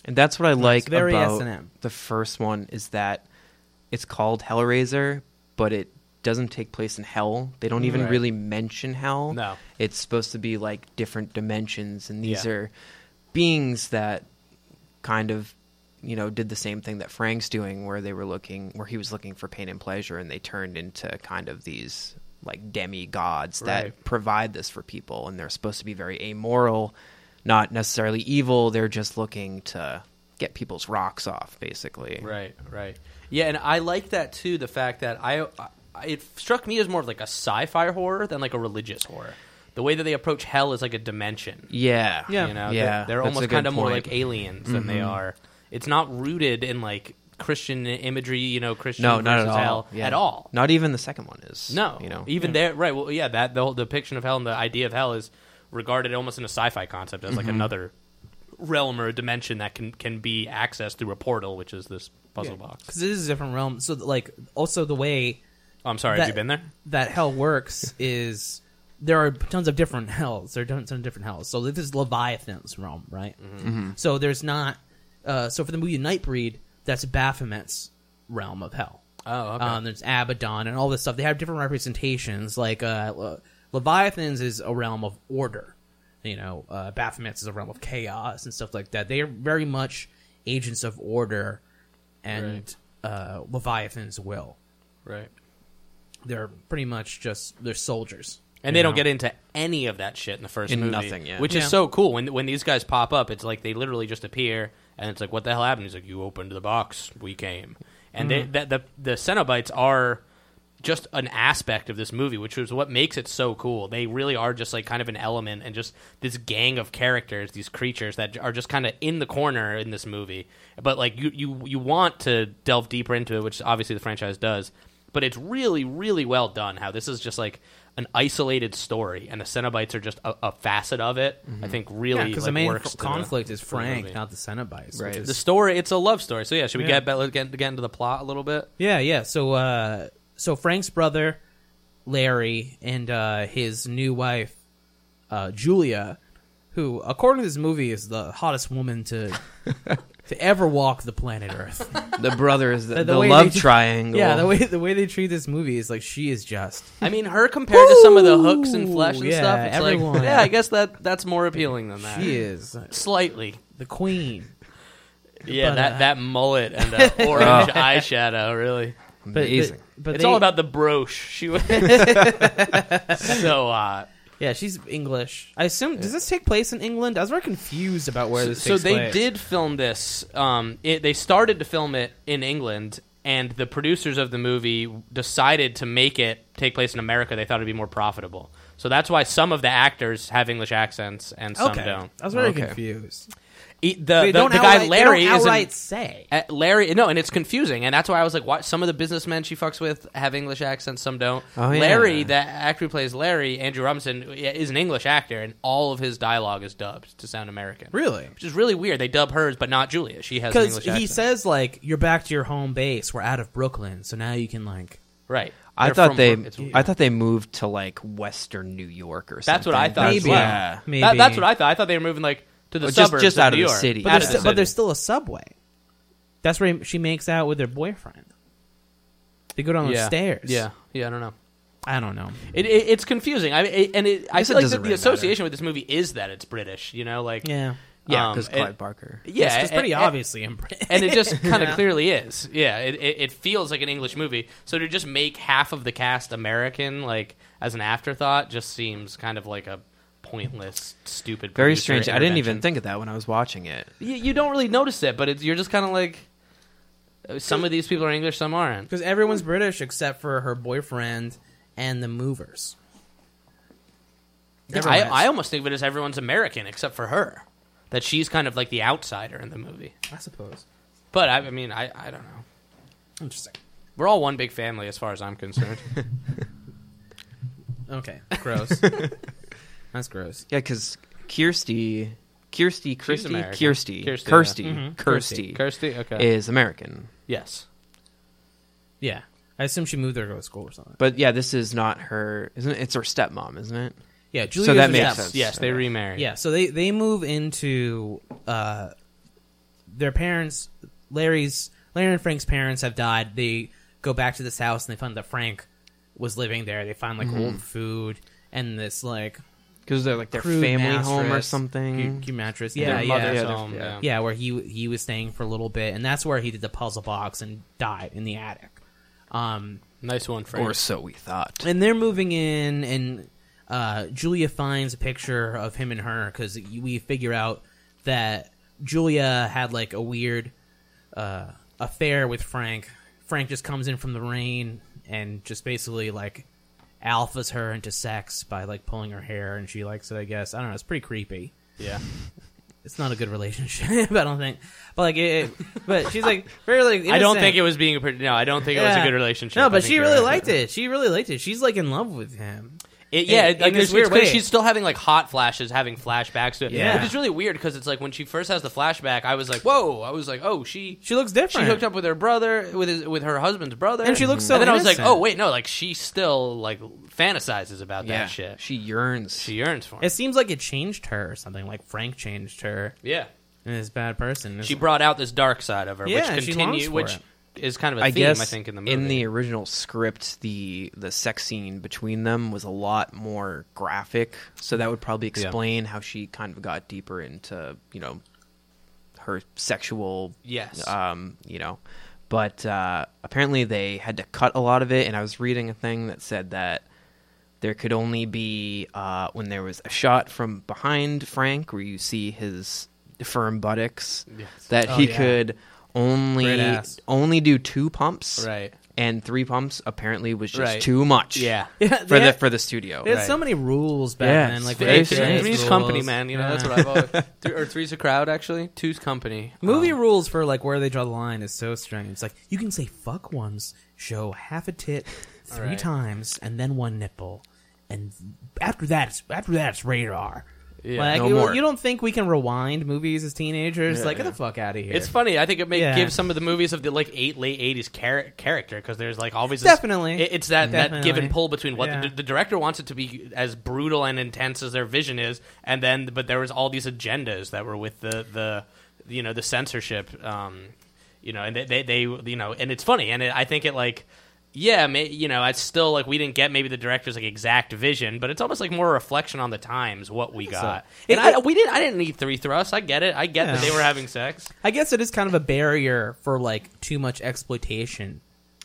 [SPEAKER 3] and that's what I like
[SPEAKER 1] very
[SPEAKER 3] about
[SPEAKER 1] S&M.
[SPEAKER 3] the first one is that it's called Hellraiser, but it doesn't take place in hell. They don't even
[SPEAKER 2] Right.
[SPEAKER 3] really mention hell.
[SPEAKER 2] No.
[SPEAKER 3] it's supposed to be like different dimensions, and these
[SPEAKER 2] Yeah.
[SPEAKER 3] are beings that kind of you know did the same thing that Frank's doing where they were looking where he was looking for pain and pleasure and they turned into kind of these like demi gods that
[SPEAKER 2] Right.
[SPEAKER 3] provide this for people and they're supposed to be very amoral not necessarily evil they're just looking to get people's rocks off basically
[SPEAKER 2] Right, right. Yeah, and I like that too. The fact that I, I it struck me as more of like a sci-fi horror than like a religious horror. The way that they approach hell is like a dimension.
[SPEAKER 3] yeah
[SPEAKER 2] you know,
[SPEAKER 3] yeah
[SPEAKER 2] they're, they're
[SPEAKER 3] that's a
[SPEAKER 2] almost
[SPEAKER 3] good
[SPEAKER 2] kind of more
[SPEAKER 3] point. Mm-hmm.
[SPEAKER 2] like aliens than they are. It's not rooted in like Christian imagery, you know, Christian
[SPEAKER 3] no not at
[SPEAKER 2] versus
[SPEAKER 3] all
[SPEAKER 2] hell
[SPEAKER 3] Yeah.
[SPEAKER 2] at all.
[SPEAKER 3] not even the second one is
[SPEAKER 2] No,
[SPEAKER 3] you know
[SPEAKER 2] even there, right? Well, yeah, that the whole depiction of hell and the idea of hell is regarded almost in a sci-fi concept as
[SPEAKER 3] Mm-hmm.
[SPEAKER 2] like another realm or dimension that can can be accessed through a portal, which is this puzzle box.
[SPEAKER 1] Because it is a different realm. So, like, also the way
[SPEAKER 2] Oh, I'm sorry,
[SPEAKER 1] that-
[SPEAKER 2] have you been there?
[SPEAKER 1] that hell works *laughs* is there are tons of different hells. There are tons of different hells. So this is Leviathan's realm, right?
[SPEAKER 2] Mm-hmm.
[SPEAKER 1] So there's not. Uh, so for the movie Nightbreed, that's Baphomet's realm of hell.
[SPEAKER 2] Oh, okay.
[SPEAKER 1] Um, there's Abaddon and all this stuff. They have different representations. Like uh, Le- Leviathan's is a realm of order. You know, uh, Baphomet's is a realm of chaos and stuff like that. They are very much agents of order and uh, Leviathan's will
[SPEAKER 2] right.
[SPEAKER 1] they're pretty much just they're soldiers.
[SPEAKER 2] And they don't get into any of that shit in the first
[SPEAKER 3] In
[SPEAKER 2] movie.
[SPEAKER 3] nothing, yeah.
[SPEAKER 2] Which
[SPEAKER 1] Yeah.
[SPEAKER 2] is so cool. When when these guys pop up, it's like they literally just appear, and it's like, what the hell happened? He's like, you opened the box, we came, and
[SPEAKER 3] Mm.
[SPEAKER 2] they, that the the Cenobites are just an aspect of this movie, which is what makes it so cool. They really are just like kind of an element and just this gang of characters, these creatures that are just kind of in the corner in this movie. But like you, you, you want to delve deeper into it, which obviously the franchise does. But it's really, really well done. How this is just like an isolated story, and the Cenobites are just a, a facet of it. I think really
[SPEAKER 1] because
[SPEAKER 2] like,
[SPEAKER 1] the main
[SPEAKER 2] works
[SPEAKER 1] f-
[SPEAKER 2] to
[SPEAKER 1] conflict is Frank,
[SPEAKER 2] movie.
[SPEAKER 1] not the Cenobites.
[SPEAKER 3] Right.
[SPEAKER 1] which is-
[SPEAKER 2] the story. It's a love story. So yeah, should we
[SPEAKER 1] Yeah.
[SPEAKER 2] get, back, get get into the plot a little bit?
[SPEAKER 1] Yeah, yeah. So, uh, so Frank's brother, Larry, and uh, his new wife, uh, Julia, who, according to this movie, is the hottest woman
[SPEAKER 2] *laughs*
[SPEAKER 1] to to ever walk the planet Earth.
[SPEAKER 3] The
[SPEAKER 2] *laughs*
[SPEAKER 3] brothers, the,
[SPEAKER 1] The- the
[SPEAKER 3] the
[SPEAKER 1] way
[SPEAKER 3] love
[SPEAKER 1] they do-
[SPEAKER 3] triangle.
[SPEAKER 1] yeah, the way the way they treat this movie is like she is just
[SPEAKER 2] I mean, her compared to some of the hooks and flesh and
[SPEAKER 1] Ooh, yeah,
[SPEAKER 2] stuff. It's
[SPEAKER 1] everyone.
[SPEAKER 2] like, yeah, I guess that that's more appealing than that.
[SPEAKER 1] she is
[SPEAKER 2] Slightly.
[SPEAKER 1] the queen.
[SPEAKER 2] Yeah,
[SPEAKER 1] But,
[SPEAKER 2] that,
[SPEAKER 1] uh,
[SPEAKER 2] that mullet and uh,
[SPEAKER 1] *laughs*
[SPEAKER 2] orange eyeshadow, really.
[SPEAKER 1] But,
[SPEAKER 3] Amazing.
[SPEAKER 1] But, but
[SPEAKER 2] it's
[SPEAKER 1] they-
[SPEAKER 2] all about the brooch. She
[SPEAKER 1] *laughs*
[SPEAKER 2] was *laughs* so uh, hot.
[SPEAKER 1] yeah. She's English. I assume does this take place in England? I was very confused about where this.
[SPEAKER 2] So
[SPEAKER 1] takes
[SPEAKER 2] they
[SPEAKER 1] place.
[SPEAKER 2] did film this. Um, it, they started to film it in England, and the producers of the movie decided to make it take place in America. They thought it'd be more profitable. So that's why some of the actors have English accents and some
[SPEAKER 1] Okay,
[SPEAKER 2] don't.
[SPEAKER 1] I was very
[SPEAKER 3] Okay.
[SPEAKER 1] confused.
[SPEAKER 2] E- The,
[SPEAKER 1] They
[SPEAKER 2] the,
[SPEAKER 1] don't
[SPEAKER 2] the guy
[SPEAKER 1] outright- they
[SPEAKER 2] Larry
[SPEAKER 1] don't
[SPEAKER 2] is an-
[SPEAKER 1] outright say.
[SPEAKER 2] Uh, Larry, no, and it's confusing, and that's why I was like, why, some of the businessmen she fucks with have English accents, some don't.
[SPEAKER 3] Oh, yeah.
[SPEAKER 2] Larry, the actor who plays Larry, Andrew Robinson, is an English actor, and all of his dialogue is dubbed to sound American,
[SPEAKER 1] Really?
[SPEAKER 2] which is really weird. They dub hers, but not Julia. She has an
[SPEAKER 1] because
[SPEAKER 2] English
[SPEAKER 1] he
[SPEAKER 2] accent,
[SPEAKER 1] says like you're back to your home base we're out of brooklyn so now you can like
[SPEAKER 2] right?
[SPEAKER 3] I
[SPEAKER 2] They're
[SPEAKER 3] thought
[SPEAKER 2] from-
[SPEAKER 3] they,
[SPEAKER 2] it's-
[SPEAKER 3] I thought they moved to like Western New York or something.
[SPEAKER 2] That's what I thought as
[SPEAKER 3] That's
[SPEAKER 1] Maybe.
[SPEAKER 2] well.
[SPEAKER 3] yeah.
[SPEAKER 1] Maybe.
[SPEAKER 2] That- that's what I thought. I thought they were moving like to the
[SPEAKER 3] Well, just-
[SPEAKER 2] suburbs,
[SPEAKER 3] just
[SPEAKER 2] of
[SPEAKER 3] out of
[SPEAKER 2] New
[SPEAKER 3] the
[SPEAKER 2] York.
[SPEAKER 3] city.
[SPEAKER 1] but
[SPEAKER 2] Out
[SPEAKER 1] there's,
[SPEAKER 2] of
[SPEAKER 1] still, but
[SPEAKER 2] the
[SPEAKER 1] there's
[SPEAKER 2] city.
[SPEAKER 1] still a subway that's where she makes out with her boyfriend they go down
[SPEAKER 2] yeah.
[SPEAKER 1] the stairs
[SPEAKER 2] Yeah, yeah. I don't know.
[SPEAKER 1] i don't know
[SPEAKER 2] It, it, it's confusing. I it, and it, I
[SPEAKER 3] guess it
[SPEAKER 2] feel like the,
[SPEAKER 3] doesn't
[SPEAKER 2] the
[SPEAKER 3] really matter.
[SPEAKER 2] association with this movie is that it's British. You know, like
[SPEAKER 1] yeah
[SPEAKER 3] Yeah,
[SPEAKER 2] um,
[SPEAKER 3] because
[SPEAKER 2] it-
[SPEAKER 3] Clive Barker.
[SPEAKER 2] Yeah,
[SPEAKER 1] it's, it's
[SPEAKER 2] and-
[SPEAKER 1] pretty
[SPEAKER 2] and-
[SPEAKER 1] obviously in Britain. *laughs*
[SPEAKER 2] and it just kind of clearly is. Yeah, it, it, it feels like an English movie. So to just make half of the cast American, like as an afterthought, just seems kind of like a pointless, stupid.
[SPEAKER 3] Very
[SPEAKER 2] producer
[SPEAKER 3] strange. I didn't even
[SPEAKER 2] intervention.
[SPEAKER 3] think of that when I was watching it.
[SPEAKER 2] you, you don't really notice it, but it's, you're just kind of like uh, some of these people are English, some aren't.
[SPEAKER 1] because everyone's british except for her boyfriend and the movers
[SPEAKER 2] I,
[SPEAKER 1] Everyone
[SPEAKER 2] I
[SPEAKER 1] is.
[SPEAKER 2] almost think of it as everyone's American except for her, that she's kind of like the outsider in the movie.
[SPEAKER 1] I suppose
[SPEAKER 2] But I, I mean, I, I don't know.
[SPEAKER 1] interesting
[SPEAKER 2] We're all one big family as far as I'm concerned.
[SPEAKER 1] okay gross that's gross
[SPEAKER 3] Yeah, because Kirsty, Kirsty, Kirsty,
[SPEAKER 2] American.
[SPEAKER 3] Kirsty,
[SPEAKER 2] Kirsty,
[SPEAKER 3] Kirsty,
[SPEAKER 2] yeah. Mm-hmm.
[SPEAKER 3] Kirsty, Kirsty,
[SPEAKER 2] Kirsty, okay,
[SPEAKER 3] is American.
[SPEAKER 2] yes.
[SPEAKER 1] yeah i assume she moved there to go to school or something
[SPEAKER 3] But yeah, this is not her. Isn't it? It's her stepmom, isn't it?
[SPEAKER 1] yeah Julia
[SPEAKER 3] so that
[SPEAKER 1] Roberts-
[SPEAKER 3] makes
[SPEAKER 1] Yes,
[SPEAKER 3] sense.
[SPEAKER 2] Yes, they remarry.
[SPEAKER 1] Yeah, so they they move into uh their parents Larry's Larry and Frank's parents have died. They go back to this house and they find that Frank was living there. They find
[SPEAKER 3] Mm-hmm.
[SPEAKER 1] like old food and this like
[SPEAKER 3] Because they're like their
[SPEAKER 1] crude
[SPEAKER 3] family
[SPEAKER 1] mattress,
[SPEAKER 3] home or
[SPEAKER 1] Cute,
[SPEAKER 3] something.
[SPEAKER 1] cute mattress.
[SPEAKER 2] Their
[SPEAKER 1] Yeah, yeah.
[SPEAKER 2] mother's
[SPEAKER 3] yeah,
[SPEAKER 2] home,
[SPEAKER 3] yeah.
[SPEAKER 2] yeah.
[SPEAKER 1] Yeah, where he he was staying for a little bit and that's where he did the puzzle box and died in the attic. Um
[SPEAKER 2] Nice one, Frank.
[SPEAKER 3] Or so we thought.
[SPEAKER 1] and they're moving in and uh, julia finds a picture of him and her because we figure out that julia had like a weird uh, affair with frank frank just comes in from the rain and just basically like alphas her into sex by like pulling her hair and she likes it i guess i don't know it's pretty creepy
[SPEAKER 2] yeah.
[SPEAKER 1] it's not a good relationship *laughs* i don't think but like it, but she's like very like
[SPEAKER 2] I don't
[SPEAKER 1] innocent.
[SPEAKER 2] think it was being a pretty. No, I don't think it was a
[SPEAKER 1] Yeah.
[SPEAKER 2] good relationship.
[SPEAKER 1] no
[SPEAKER 2] I
[SPEAKER 1] but
[SPEAKER 2] think
[SPEAKER 1] she
[SPEAKER 2] you're
[SPEAKER 1] really
[SPEAKER 2] right.
[SPEAKER 1] liked it she really liked it she's like in love with him
[SPEAKER 2] It- yeah,
[SPEAKER 1] in-
[SPEAKER 2] it, like
[SPEAKER 1] in
[SPEAKER 2] this
[SPEAKER 1] this
[SPEAKER 2] weird
[SPEAKER 1] weird
[SPEAKER 2] because
[SPEAKER 1] way.
[SPEAKER 2] she's still having like hot flashes, having flashbacks to it,
[SPEAKER 1] Yeah.
[SPEAKER 2] which is really weird because it's like when she first has the flashback, I was like, whoa, I was like, oh, she
[SPEAKER 1] she looks
[SPEAKER 2] she
[SPEAKER 1] different
[SPEAKER 2] hooked up with her brother, with his with her husband's brother,
[SPEAKER 1] And she looks so
[SPEAKER 2] And then I was like,
[SPEAKER 1] innocent.
[SPEAKER 2] oh wait, no, like she still like fantasizes about that shit. She,
[SPEAKER 3] She yearns.
[SPEAKER 2] yearns for
[SPEAKER 1] It
[SPEAKER 2] it.
[SPEAKER 1] seems like it changed her or something. Like Frank changed her
[SPEAKER 2] Yeah,
[SPEAKER 1] and this bad person.
[SPEAKER 2] she brought out this dark side of her,
[SPEAKER 1] Yeah,
[SPEAKER 2] which
[SPEAKER 1] she
[SPEAKER 2] continue,
[SPEAKER 1] longs for
[SPEAKER 2] which
[SPEAKER 1] it.
[SPEAKER 2] is kind of a
[SPEAKER 3] I
[SPEAKER 2] theme,
[SPEAKER 3] guess
[SPEAKER 2] I think, in the movie.
[SPEAKER 3] original script, the the sex scene between them was a lot more graphic, so that would probably explain how she kind of got deeper into you know her sexual
[SPEAKER 2] Yes.
[SPEAKER 3] um, you know. But uh, apparently they had to cut a lot of it, and I was reading a thing that said that there could only be uh, when there was a shot from behind Frank where you see his firm buttocks that
[SPEAKER 2] Oh,
[SPEAKER 3] he
[SPEAKER 1] yeah.
[SPEAKER 3] could
[SPEAKER 1] Great
[SPEAKER 3] only
[SPEAKER 1] ass.
[SPEAKER 3] only do two pumps
[SPEAKER 2] Right.
[SPEAKER 3] and three pumps apparently was just
[SPEAKER 2] Right.
[SPEAKER 3] too much
[SPEAKER 2] yeah.
[SPEAKER 1] yeah,
[SPEAKER 3] *laughs* for
[SPEAKER 1] they
[SPEAKER 3] the
[SPEAKER 1] had,
[SPEAKER 3] for the studio
[SPEAKER 1] they had
[SPEAKER 2] Right.
[SPEAKER 1] so many rules back
[SPEAKER 3] Yeah,
[SPEAKER 1] then. Like
[SPEAKER 3] it's
[SPEAKER 1] the
[SPEAKER 3] very
[SPEAKER 2] Three's,
[SPEAKER 3] Three's- strange.
[SPEAKER 1] rules.
[SPEAKER 2] Company, man. You know
[SPEAKER 1] Yeah.
[SPEAKER 2] that's what I've always.
[SPEAKER 1] *laughs*
[SPEAKER 2] Three, or Three's a Crowd, actually. Two's Company.
[SPEAKER 1] Movie rules for like where they draw the line is so strange. It's like you can say fuck once show half a
[SPEAKER 2] *laughs*
[SPEAKER 1] tit three
[SPEAKER 2] right.
[SPEAKER 1] times and then one nipple, and after that, it's, after that, it's rated R.
[SPEAKER 2] Yeah,
[SPEAKER 1] like,
[SPEAKER 3] no
[SPEAKER 1] you,
[SPEAKER 3] more.
[SPEAKER 1] you don't think we can rewind movies as teenagers?
[SPEAKER 2] Yeah,
[SPEAKER 1] like, get
[SPEAKER 2] yeah.
[SPEAKER 1] the fuck out of here.
[SPEAKER 2] It's funny. I think it may
[SPEAKER 1] Yeah.
[SPEAKER 2] give some of the movies of the like eight late eighties char- character because there's like always this-
[SPEAKER 1] Definitely.
[SPEAKER 2] it- it's that that give
[SPEAKER 1] Definitely.
[SPEAKER 2] and pull between what
[SPEAKER 1] Yeah.
[SPEAKER 2] the, the director wants it to be as brutal and intense as their vision is, and then but there was all these agendas that were with the the you know the censorship, um, you know, and they, they they you know, and it's funny, and it, I think it like. Yeah, may, you know, it's still like we didn't get maybe the director's like exact vision, but it's almost like more a reflection on the times what we got. And I, we didn't. I didn't need three thrusts. I get it. I get that
[SPEAKER 1] Yeah.
[SPEAKER 2] they were having sex.
[SPEAKER 1] I guess it is kind of a barrier for like too much exploitation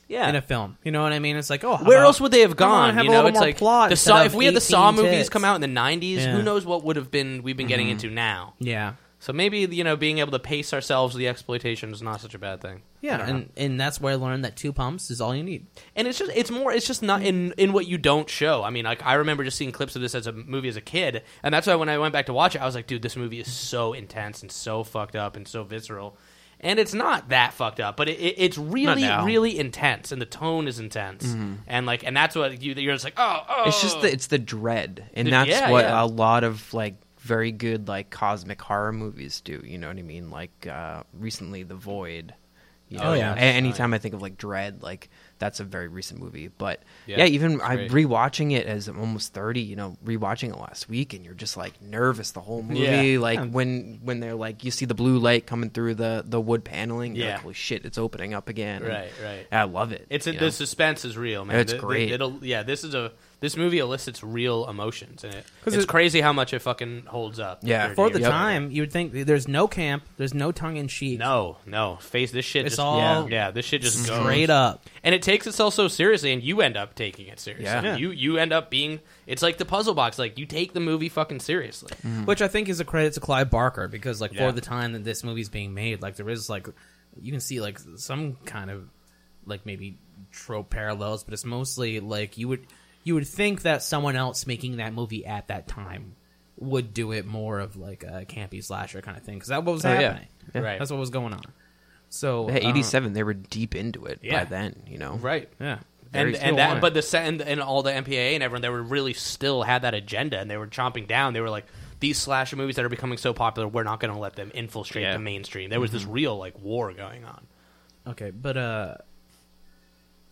[SPEAKER 2] Yeah,
[SPEAKER 1] in a film. You know what I mean? It's like, oh, how
[SPEAKER 2] Where
[SPEAKER 1] about-
[SPEAKER 2] else would they have
[SPEAKER 1] come on,
[SPEAKER 2] gone?
[SPEAKER 1] have
[SPEAKER 2] you
[SPEAKER 1] a
[SPEAKER 2] know,
[SPEAKER 1] little
[SPEAKER 2] it's
[SPEAKER 1] more
[SPEAKER 2] like
[SPEAKER 1] plot
[SPEAKER 2] the
[SPEAKER 1] instead
[SPEAKER 2] Saw.
[SPEAKER 1] of
[SPEAKER 2] If we had the Saw
[SPEAKER 1] 18
[SPEAKER 2] movies
[SPEAKER 1] tits.
[SPEAKER 2] come out in the '90s,
[SPEAKER 1] Yeah. Mm-hmm.
[SPEAKER 2] who knows what would have been we've been getting into now?
[SPEAKER 1] Yeah,
[SPEAKER 2] So maybe you know, being able to pace ourselves the exploitation is not such a bad thing. I
[SPEAKER 1] yeah,
[SPEAKER 2] don't know.
[SPEAKER 1] and and that's where I learned that two pumps is all you need.
[SPEAKER 2] and it's just it's more it's just not in in what you don't show. I mean, like I remember just seeing clips of this as a movie as a kid, and that's why when I went back to watch it, I was like, dude, this movie is so intense and so fucked up and so visceral. And it's not that fucked up, but it, it, it's really,
[SPEAKER 3] now. Mm-hmm.
[SPEAKER 2] really intense, and the tone is intense, and like, and that's what you you're just like, oh, oh,
[SPEAKER 3] It's just the, it's the dread, and
[SPEAKER 2] The-
[SPEAKER 3] that's
[SPEAKER 2] yeah,
[SPEAKER 3] what
[SPEAKER 2] yeah.
[SPEAKER 3] a lot of like very good like cosmic horror movies do. You know what I mean? Like uh, recently, The Void. You know,
[SPEAKER 2] Oh, yeah.
[SPEAKER 3] A- anytime I think of like Dread, like that's a very recent movie. But
[SPEAKER 2] Yeah,
[SPEAKER 3] yeah, even
[SPEAKER 2] it's
[SPEAKER 3] I
[SPEAKER 2] great.
[SPEAKER 3] rewatching it as I'm almost thirty. You know, rewatching it last week, and you're just like nervous the whole movie.
[SPEAKER 2] Yeah.
[SPEAKER 3] Like when when they're like you see the blue light coming through the the wood paneling. You're
[SPEAKER 2] Yeah.
[SPEAKER 3] like, holy shit, it's opening up again. And
[SPEAKER 2] Right, right.
[SPEAKER 3] I love it.
[SPEAKER 2] It's
[SPEAKER 3] you
[SPEAKER 2] a,
[SPEAKER 3] know?
[SPEAKER 2] the suspense is real, man.
[SPEAKER 3] It's
[SPEAKER 2] The- the-
[SPEAKER 3] great.
[SPEAKER 2] it'll yeah. This is a this movie elicits real emotions in it.
[SPEAKER 1] 'Cause
[SPEAKER 2] It's
[SPEAKER 1] it-
[SPEAKER 2] crazy how much it fucking holds up.
[SPEAKER 3] Yeah.
[SPEAKER 2] after
[SPEAKER 1] For the
[SPEAKER 2] years.
[SPEAKER 1] time, you would think there's no camp, there's no tongue in cheek,
[SPEAKER 2] No, no. Face this shit.
[SPEAKER 1] It's
[SPEAKER 2] just,
[SPEAKER 1] all
[SPEAKER 2] yeah. This shit just goes.
[SPEAKER 1] straight up.
[SPEAKER 2] and it takes itself so seriously, and you end up taking it seriously.
[SPEAKER 3] Yeah. Yeah.
[SPEAKER 2] You you end up being. It's like the puzzle box. Like you take the movie fucking seriously.
[SPEAKER 3] Mm.
[SPEAKER 1] which I think is a credit to Clive Barker because like
[SPEAKER 2] Mm. Yeah.
[SPEAKER 1] for the time that this movie's being made, like there is like you can see like some kind of like maybe trope parallels, but it's mostly like you would you would think that someone else making that movie at that time would do it more of like a campy slasher kind of thing because that was
[SPEAKER 3] Oh, yeah.
[SPEAKER 1] happening.
[SPEAKER 3] Yeah.
[SPEAKER 2] Right.
[SPEAKER 1] That's what was going on. So
[SPEAKER 3] Hey,
[SPEAKER 1] uh,
[SPEAKER 3] 87 they were deep into it
[SPEAKER 2] Yeah.
[SPEAKER 3] by then you know
[SPEAKER 2] Right.
[SPEAKER 1] yeah,
[SPEAKER 2] and
[SPEAKER 3] Very
[SPEAKER 2] and
[SPEAKER 3] still
[SPEAKER 2] that,
[SPEAKER 3] on it.
[SPEAKER 2] but the set and, and all the MPAA and everyone, they were really still had that agenda, and they were chomping down. They were like, these slasher movies that are becoming so popular, we're not going to let them infiltrate
[SPEAKER 3] Yeah. Mm-hmm.
[SPEAKER 2] the mainstream. There was this real like war going on.
[SPEAKER 1] Okay, but uh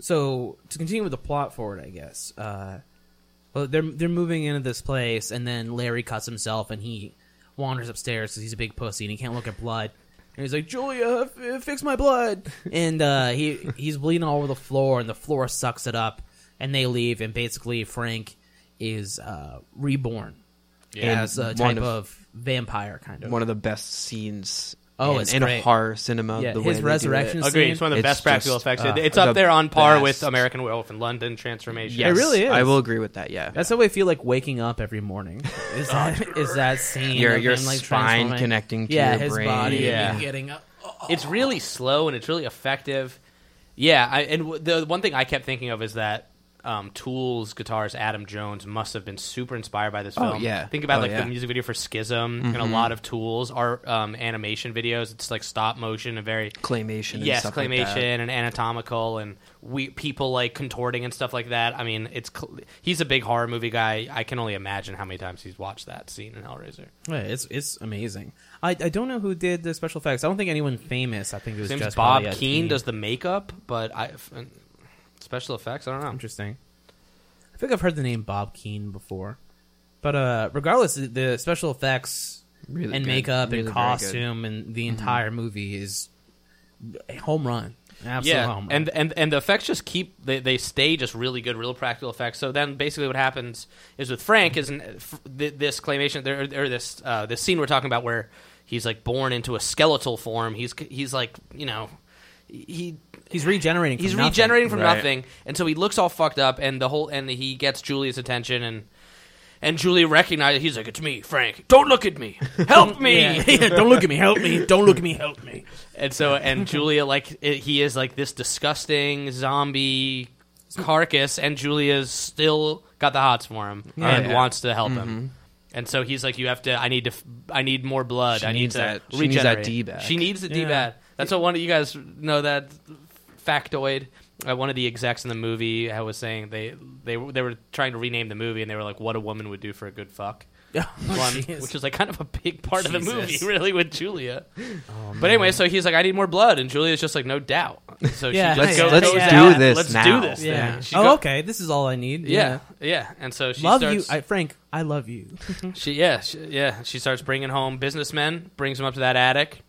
[SPEAKER 1] so to continue with the plot forward, I guess. Uh well they're they're moving into this place and then Larry cuts himself and he wanders upstairs cuz he's a big pussy and he can't look at blood. And he's like, "Julia, f- fix my blood." And uh he he's bleeding all over the floor and the floor sucks it up and they leave and basically Frank is uh reborn
[SPEAKER 3] Yeah.
[SPEAKER 1] as a
[SPEAKER 3] And
[SPEAKER 1] type
[SPEAKER 3] one
[SPEAKER 1] of,
[SPEAKER 3] of-
[SPEAKER 1] vampire kind of.
[SPEAKER 3] one of the best scenes
[SPEAKER 1] Oh,
[SPEAKER 3] in,
[SPEAKER 1] it's
[SPEAKER 3] in
[SPEAKER 1] great.
[SPEAKER 3] horror cinema
[SPEAKER 1] Yeah,
[SPEAKER 3] the way
[SPEAKER 1] his
[SPEAKER 3] they do
[SPEAKER 1] resurrection
[SPEAKER 3] it.
[SPEAKER 1] scene.
[SPEAKER 2] Agreed. It's one of the
[SPEAKER 3] It's
[SPEAKER 2] best practical
[SPEAKER 3] just,
[SPEAKER 2] effects.
[SPEAKER 3] uh,
[SPEAKER 2] it's up
[SPEAKER 3] the
[SPEAKER 2] there on par with
[SPEAKER 3] best.
[SPEAKER 2] American Werewolf in London, Transformation.
[SPEAKER 3] Yes,
[SPEAKER 1] really is.
[SPEAKER 3] i will agree with that yeah
[SPEAKER 1] That's how I feel like waking up every morning. Is that is that scene?
[SPEAKER 3] your
[SPEAKER 1] of
[SPEAKER 3] your
[SPEAKER 1] him, like,
[SPEAKER 3] spine
[SPEAKER 1] transforming-
[SPEAKER 3] connecting to
[SPEAKER 1] yeah,
[SPEAKER 3] your
[SPEAKER 1] his
[SPEAKER 3] brain
[SPEAKER 1] body and
[SPEAKER 2] Yeah.
[SPEAKER 1] him getting up.
[SPEAKER 2] it's really slow and it's really effective. Yeah, I, and w- the one thing I kept thinking of is that um, Tool's guitarist Adam Jones must have been super inspired by this
[SPEAKER 3] Oh,
[SPEAKER 2] film.
[SPEAKER 3] yeah.
[SPEAKER 2] think about
[SPEAKER 3] Oh,
[SPEAKER 2] like
[SPEAKER 3] yeah. Mm-hmm.
[SPEAKER 2] the music video for Schism and a lot of Tools are um, animation videos. It's like stop motion and very
[SPEAKER 3] claymation and
[SPEAKER 2] yes,
[SPEAKER 3] stuff like
[SPEAKER 2] claymation
[SPEAKER 3] that.
[SPEAKER 2] and anatomical and we people like contorting and stuff like that. I mean, it's cl- he's a big horror movie guy. I can only imagine how many times he's watched that scene in Hellraiser.
[SPEAKER 1] Yeah, it's it's amazing. I, I don't know who did the special effects. I don't think anyone famous. I think it was
[SPEAKER 2] His name's
[SPEAKER 1] just
[SPEAKER 2] Bob
[SPEAKER 1] probably a
[SPEAKER 2] Keane
[SPEAKER 1] team.
[SPEAKER 2] does the makeup, but I f- special effects. I don't know.
[SPEAKER 1] interesting. I think I've heard the name Bob Keane before, but uh, regardless, the- the special effects
[SPEAKER 3] Really
[SPEAKER 1] and
[SPEAKER 3] good.
[SPEAKER 1] makeup and
[SPEAKER 3] Really very good. Mm-hmm.
[SPEAKER 1] costume and the entire movie is a home run. Absolute home run.
[SPEAKER 2] and and and the effects just keep they, they stay just really good, real practical effects. So then basically what happens is with Frank is an- f- th- this claymation there or this uh, this scene we're talking about where he's like born into a skeletal form. He's he's like you know he
[SPEAKER 1] he's regenerating. From
[SPEAKER 2] he's
[SPEAKER 1] nothing.
[SPEAKER 2] regenerating from
[SPEAKER 3] Right.
[SPEAKER 2] nothing, and so he looks all fucked up, and the whole and he gets Julia's attention and. And Julia recognizes he's like, It's me, Frank. Don't look at me.
[SPEAKER 1] *laughs*
[SPEAKER 2] Help me.
[SPEAKER 1] Yeah.
[SPEAKER 2] *laughs*
[SPEAKER 1] don't look at me. Help me. Don't look at me. Help *laughs* me.
[SPEAKER 2] And so, and Julia, like, i he is like this disgusting zombie carcass, and Julia's still got the hots for him and
[SPEAKER 3] Yeah. Mm-hmm.
[SPEAKER 2] wants to help him. And so he's like, "You have to. I need to. f- I need more blood.
[SPEAKER 3] She
[SPEAKER 2] I need
[SPEAKER 3] needs
[SPEAKER 2] to
[SPEAKER 3] that- she needs
[SPEAKER 2] regenerate.
[SPEAKER 3] that D back.
[SPEAKER 2] She needs the D
[SPEAKER 1] Yeah.
[SPEAKER 2] back. That's what one of you guys know that factoid. uh, one of the execs in the movie I was saying they they were- they were trying to rename the movie and they were like, "What a woman would do for a good fuck,"
[SPEAKER 1] *laughs*
[SPEAKER 2] one, which is like kind of a big part of the
[SPEAKER 1] Oh, Jesus. Oh,
[SPEAKER 2] movie, really, with Julia. but anyway, so he's like, "I need more blood," and Julia's just like, "No doubt." So
[SPEAKER 1] Yeah.
[SPEAKER 2] she
[SPEAKER 1] Let's-
[SPEAKER 2] just goes,
[SPEAKER 1] let's
[SPEAKER 2] goes
[SPEAKER 1] do
[SPEAKER 2] down,
[SPEAKER 3] this
[SPEAKER 2] Let's
[SPEAKER 3] now."
[SPEAKER 2] do this. thing.
[SPEAKER 1] Yeah.
[SPEAKER 2] She
[SPEAKER 1] Oh,
[SPEAKER 2] go-
[SPEAKER 1] okay. This is all I need.
[SPEAKER 2] Yeah, yeah, and so she
[SPEAKER 1] Love
[SPEAKER 2] starts.
[SPEAKER 1] you, I, Frank. I love you.
[SPEAKER 2] She yeah she, yeah she starts bringing home businessmen, brings him up to that attic,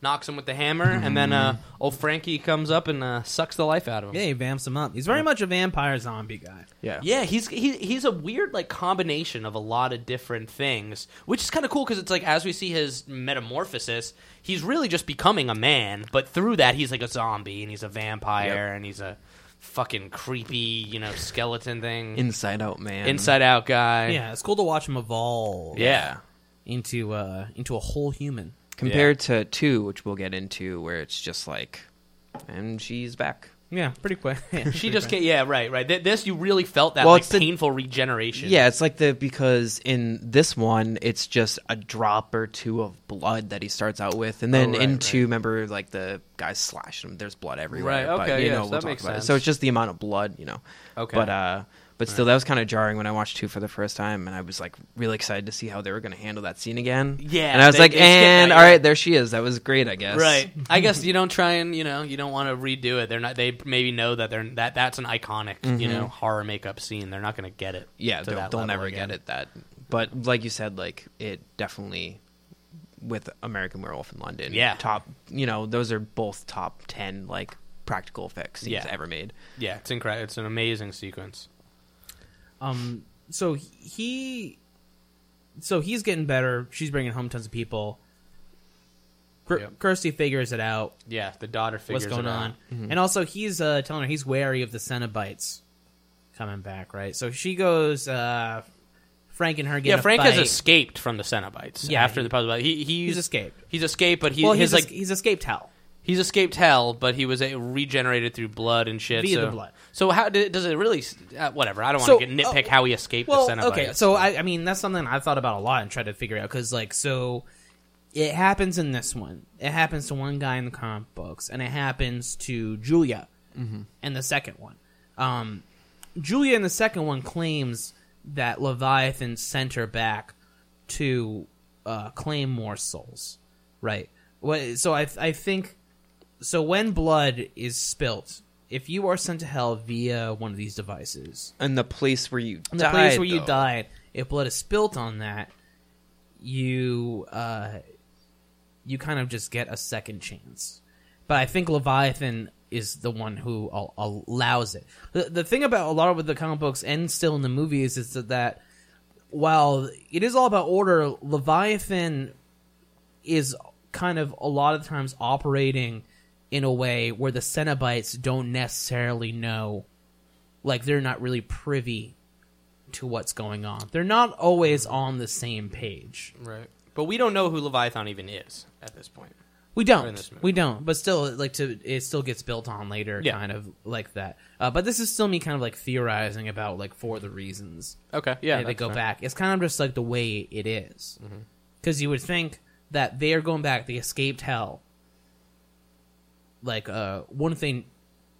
[SPEAKER 2] knocks him with the hammer, and then
[SPEAKER 1] Mm-hmm.
[SPEAKER 2] uh, old Frankie comes up and uh, sucks the life out of him.
[SPEAKER 1] yeah, he vamps him up. He's very much a vampire zombie guy.
[SPEAKER 3] Yeah.
[SPEAKER 2] Yeah, he's he, he's a weird like combination of a lot of different things, which is kind of cool because it's like as we see his metamorphosis, he's really just becoming a man, but through that he's like a zombie and he's a vampire and he's a fucking creepy you know skeleton thing,
[SPEAKER 3] Inside Out Man.
[SPEAKER 2] inside out guy.
[SPEAKER 1] Yeah, it's cool to watch him evolve.
[SPEAKER 2] yeah,
[SPEAKER 1] into uh into a whole human.
[SPEAKER 3] Compared to two, which we'll get into, where it's just like, and she's back.
[SPEAKER 1] Yeah, pretty quick. *laughs*
[SPEAKER 2] She just can't. Yeah, right, right. Th- this you really felt that
[SPEAKER 3] Well,
[SPEAKER 2] like
[SPEAKER 3] it's the-
[SPEAKER 2] painful regeneration.
[SPEAKER 3] Yeah, it's like the because in this one it's just a drop or two of blood that he starts out with, and then
[SPEAKER 2] Oh, right,
[SPEAKER 3] in
[SPEAKER 2] right.
[SPEAKER 3] two, remember like the guy slashed him. There's blood everywhere.
[SPEAKER 2] Right,
[SPEAKER 3] But,
[SPEAKER 2] okay,
[SPEAKER 3] you
[SPEAKER 2] yeah,
[SPEAKER 3] know,
[SPEAKER 2] so
[SPEAKER 3] we'll
[SPEAKER 2] that
[SPEAKER 3] talk
[SPEAKER 2] makes
[SPEAKER 3] about it.
[SPEAKER 2] sense.
[SPEAKER 3] So it's just the amount of blood, you know.
[SPEAKER 2] Okay.
[SPEAKER 3] But uh, but still, that was kind of jarring when I watched two for the first time, and I was like really excited to see how they were going to handle that scene again.
[SPEAKER 2] Yeah,
[SPEAKER 3] And I was
[SPEAKER 2] they-
[SPEAKER 3] like,
[SPEAKER 2] they skipped that,
[SPEAKER 3] and all
[SPEAKER 2] yeah.
[SPEAKER 3] right, there she is. That was great, I guess.
[SPEAKER 2] Right.
[SPEAKER 1] *laughs*
[SPEAKER 2] I guess you don't try and you know you don't want to redo it. They're not. They maybe know that they're that that's an iconic
[SPEAKER 1] Mm-hmm.
[SPEAKER 2] you know horror makeup scene. They're not going to get it.
[SPEAKER 3] yeah
[SPEAKER 2] to
[SPEAKER 3] they'll,
[SPEAKER 2] that
[SPEAKER 3] they'll
[SPEAKER 2] level
[SPEAKER 3] never
[SPEAKER 2] again.
[SPEAKER 3] get it that but like you said like it definitely with american werewolf in london
[SPEAKER 2] Yeah.
[SPEAKER 3] top you know those are both top 10 like practical effects scenes
[SPEAKER 2] Yeah.
[SPEAKER 3] ever made
[SPEAKER 2] Yeah, it's incredible. It's an amazing sequence.
[SPEAKER 1] um so he so he's getting better. She's bringing home tons of people. Kir-
[SPEAKER 2] Yep.
[SPEAKER 1] Kirsty figures it out
[SPEAKER 2] Yeah, the daughter figures
[SPEAKER 1] what's going
[SPEAKER 2] it out. Mm-hmm.
[SPEAKER 1] on. And also he's uh telling her he's wary of the Cenobites coming back, right? So she goes uh Frank and her get
[SPEAKER 2] Yeah,
[SPEAKER 1] in a
[SPEAKER 2] Frank
[SPEAKER 1] fight.
[SPEAKER 2] has escaped from the Cenobites.
[SPEAKER 1] Yeah,
[SPEAKER 2] after the puzzle, he, he's,
[SPEAKER 1] he's escaped.
[SPEAKER 2] He's escaped, but he
[SPEAKER 1] well,
[SPEAKER 2] his
[SPEAKER 1] he's
[SPEAKER 2] like
[SPEAKER 1] es- he's escaped hell.
[SPEAKER 2] He's escaped hell, but he was uh, regenerated through blood and shit.
[SPEAKER 1] Via
[SPEAKER 2] so,
[SPEAKER 1] the blood.
[SPEAKER 2] So how did, does it really? s- Uh, whatever. I don't
[SPEAKER 1] So,
[SPEAKER 2] want to nitpick
[SPEAKER 1] uh,
[SPEAKER 2] how he escaped
[SPEAKER 1] well,
[SPEAKER 2] the Cenobites.
[SPEAKER 1] okay. So I, I mean, that's something I thought about a lot and tried to figure out because, like, so it happens in this one. It happens to one guy in the comic books, and it happens to Julia in the second one. Um, Julia in the second one claims that Leviathan sent her back to uh, claim more souls, right? What, so I, I think so. When blood is spilt, if you are sent to hell via one of these devices,
[SPEAKER 3] and the place where you
[SPEAKER 1] in the
[SPEAKER 3] died,
[SPEAKER 1] place where you
[SPEAKER 3] though,
[SPEAKER 1] died, if blood is spilt on that, you uh, you kind of just get a second chance. But I think Leviathan is the one who al- allows it. The, the thing about a lot of the comic books and still in the movies is that, that while it is all about order, Leviathan is kind of a lot of times operating in a way where the Cenobites don't necessarily know, like they're not really privy to what's going on. They're not always on the same page.
[SPEAKER 2] right. But we don't know who Leviathan even is at this point.
[SPEAKER 1] We
[SPEAKER 2] in this
[SPEAKER 1] don't.
[SPEAKER 2] movie.
[SPEAKER 1] We don't. But still, like to it still gets built on later,
[SPEAKER 2] Yeah.
[SPEAKER 1] kind of like that. Uh, but this is still me kind of like theorizing about like for the reasons
[SPEAKER 2] Okay. Yeah.
[SPEAKER 1] they
[SPEAKER 2] that's
[SPEAKER 1] go
[SPEAKER 2] fair. Mm-hmm.
[SPEAKER 1] back. It's kind of just like the way it is. Because you would think that they are going back. They escaped hell. Like, uh, wouldn't they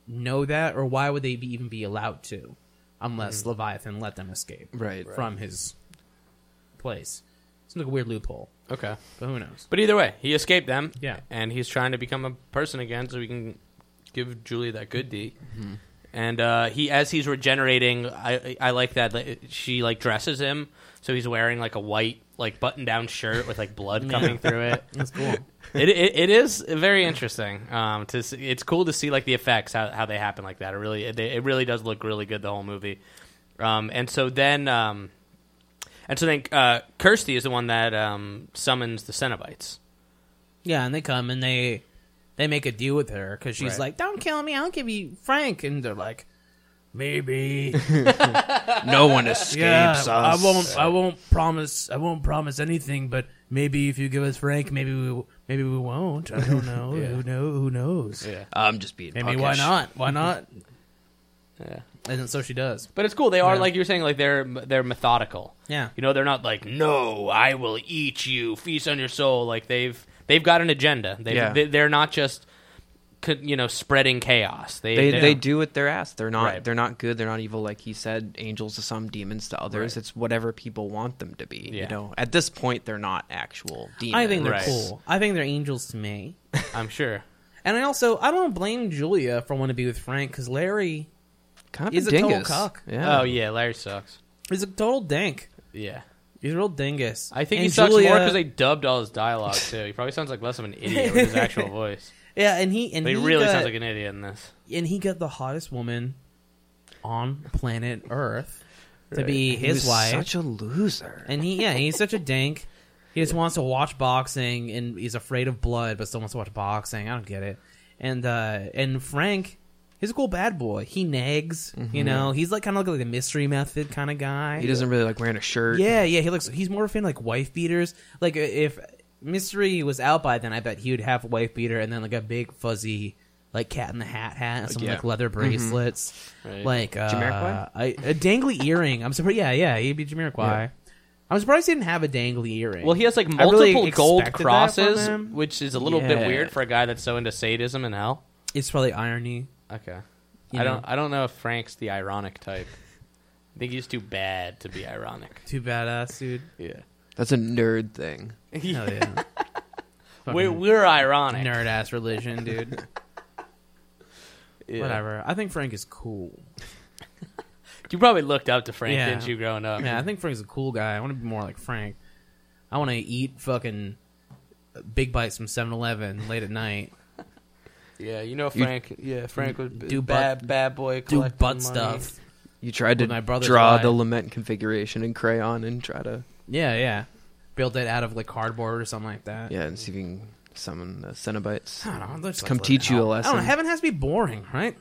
[SPEAKER 1] know that, or why would they be, even be allowed to, unless
[SPEAKER 2] Mm-hmm.
[SPEAKER 1] Leviathan let them escape
[SPEAKER 3] Right.
[SPEAKER 1] from his place? It's like a weird loophole,
[SPEAKER 2] Okay.
[SPEAKER 1] but who knows?
[SPEAKER 2] But either way, he escaped them.
[SPEAKER 1] Yeah.
[SPEAKER 2] And he's trying to become a person again, so he can give Julie that good deed. And uh, he, as he's regenerating, I I like that like, she like dresses him, so he's wearing like a white like button down shirt with like blood coming through it.
[SPEAKER 1] That's
[SPEAKER 2] *laughs*
[SPEAKER 1] cool.
[SPEAKER 2] it, it, it is very interesting. Um, to see, it's cool to see like the effects how, how they happen like that. It really it, it really does look really good the whole movie. Um, and so then um, and so then uh, Kirsty is the one that um, summons the Cenobites.
[SPEAKER 1] yeah, and they come and they they make a deal with her because she's
[SPEAKER 2] Right.
[SPEAKER 1] like, "Don't kill me. I'll give you Frank," and they're like. Maybe
[SPEAKER 3] no one escapes us
[SPEAKER 1] I won't. I won't promise. I won't promise anything. But maybe if you give us Frank, maybe we. Maybe we won't. I don't
[SPEAKER 2] *laughs*
[SPEAKER 1] know. Who know? Who knows?
[SPEAKER 2] Yeah.
[SPEAKER 3] i'm just being
[SPEAKER 1] Maybe why
[SPEAKER 3] puckish.
[SPEAKER 1] not?
[SPEAKER 2] *laughs*
[SPEAKER 1] Why not?
[SPEAKER 2] Yeah.
[SPEAKER 1] And so she does.
[SPEAKER 2] But it's cool. They are
[SPEAKER 1] Yeah.
[SPEAKER 2] like you're saying like they're they're methodical.
[SPEAKER 1] Yeah.
[SPEAKER 2] You know they're not like no, I will eat you, feast on your soul. Like they've they've got an agenda. They,
[SPEAKER 3] Yeah.
[SPEAKER 2] they they're not just co- you know spreading chaos. They
[SPEAKER 3] They,
[SPEAKER 2] they,
[SPEAKER 3] they do what they're asked. They're not
[SPEAKER 2] Right.
[SPEAKER 3] they're not good. They're not evil. Like he said, angels to some, demons to others.
[SPEAKER 2] Right.
[SPEAKER 3] It's whatever people want them to be.
[SPEAKER 2] Yeah.
[SPEAKER 3] You know, at this point, they're not actual demons.
[SPEAKER 1] I think they're
[SPEAKER 2] Right.
[SPEAKER 1] cool. I think they're angels to me.
[SPEAKER 2] I'm sure.
[SPEAKER 1] And I also I don't blame Julia for wanting to be with Frank because Larry
[SPEAKER 3] kind of
[SPEAKER 1] He's a total
[SPEAKER 3] dingus.
[SPEAKER 1] cuck.
[SPEAKER 3] Yeah.
[SPEAKER 2] Oh yeah, Larry sucks.
[SPEAKER 1] is a total dank.
[SPEAKER 2] Yeah,
[SPEAKER 1] He's a real dingus.
[SPEAKER 2] I think he
[SPEAKER 1] And
[SPEAKER 2] sucks more 'cause more
[SPEAKER 1] Julia-
[SPEAKER 2] because they dubbed all his dialogue too. He probably sounds like less of an idiot with his *laughs* actual voice.
[SPEAKER 1] yeah, and he and
[SPEAKER 2] But he
[SPEAKER 1] he,
[SPEAKER 2] really
[SPEAKER 1] got,
[SPEAKER 2] sounds like an idiot in this.
[SPEAKER 1] and he got the hottest woman on planet Earth to
[SPEAKER 2] Right.
[SPEAKER 1] be
[SPEAKER 3] He
[SPEAKER 1] his
[SPEAKER 3] was
[SPEAKER 1] wife.
[SPEAKER 3] such a *laughs* loser.
[SPEAKER 1] And he, yeah, he's such a dank. He just wants to watch boxing, and he's afraid of blood, but still wants to watch boxing. I don't get it. And uh and Frank, he's a cool bad boy. He nags, you know. He's like kind of like a mystery method kind of guy.
[SPEAKER 3] Mm-hmm. He doesn't really like wearing a shirt.
[SPEAKER 1] Yeah, yeah. He looks. He's more of a fan of, like wife beaters. Like uh, if mystery was out by then, I bet he would have a wife beater and then like a big fuzzy like cat in the hat hat and some
[SPEAKER 3] Yeah.
[SPEAKER 1] like leather bracelets,
[SPEAKER 2] Mm-hmm. Right.
[SPEAKER 1] like uh,
[SPEAKER 3] Jamiroquai?
[SPEAKER 1] I- a dangly earring. I'm surprised. Yeah, yeah. He'd be Jamiroquai. I'm surprised he didn't have a dangly earring.
[SPEAKER 2] Well, he has like
[SPEAKER 1] I really
[SPEAKER 2] multiple gold
[SPEAKER 1] expected that from
[SPEAKER 2] crosses,
[SPEAKER 1] him.
[SPEAKER 2] which is a little
[SPEAKER 3] Yeah.
[SPEAKER 2] bit weird for a guy that's so into sadism and hell.
[SPEAKER 1] It's probably irony.
[SPEAKER 2] Okay.
[SPEAKER 1] You know?
[SPEAKER 2] I don't I don't know if Frank's the ironic type. I think he's too bad to be ironic.
[SPEAKER 1] Too badass,
[SPEAKER 2] *laughs*
[SPEAKER 1] dude.
[SPEAKER 2] Yeah.
[SPEAKER 3] That's a nerd thing.
[SPEAKER 1] Hell yeah.
[SPEAKER 2] We're, we're ironic.
[SPEAKER 1] Nerd ass religion, dude.
[SPEAKER 2] *laughs* Yeah.
[SPEAKER 1] Whatever. I think Frank is cool.
[SPEAKER 2] You probably looked up to Frank,
[SPEAKER 1] Yeah.
[SPEAKER 2] didn't you, growing up?
[SPEAKER 1] Yeah, I think Frank's a cool guy. I want to be more like Frank. I want to eat fucking big bites from 7-Eleven late at night.
[SPEAKER 2] Yeah, you know Frank. yeah, Frank would
[SPEAKER 1] Do
[SPEAKER 2] do
[SPEAKER 1] butt-
[SPEAKER 2] bad bad boy
[SPEAKER 1] Do
[SPEAKER 2] collecting
[SPEAKER 1] butt
[SPEAKER 2] money.
[SPEAKER 1] stuff.
[SPEAKER 3] You tried to
[SPEAKER 1] With my brother's
[SPEAKER 3] draw
[SPEAKER 1] eye.
[SPEAKER 3] the lament configuration in crayon and try to
[SPEAKER 1] Yeah, yeah. Build it out of like cardboard or something like that.
[SPEAKER 3] yeah, and see if you can summon uh, Cenobites.
[SPEAKER 1] I don't know. Let's
[SPEAKER 3] Come
[SPEAKER 1] let's let
[SPEAKER 3] teach you
[SPEAKER 1] it
[SPEAKER 3] a
[SPEAKER 1] out. I
[SPEAKER 3] lesson.
[SPEAKER 1] don't know. Heaven has to be boring, right?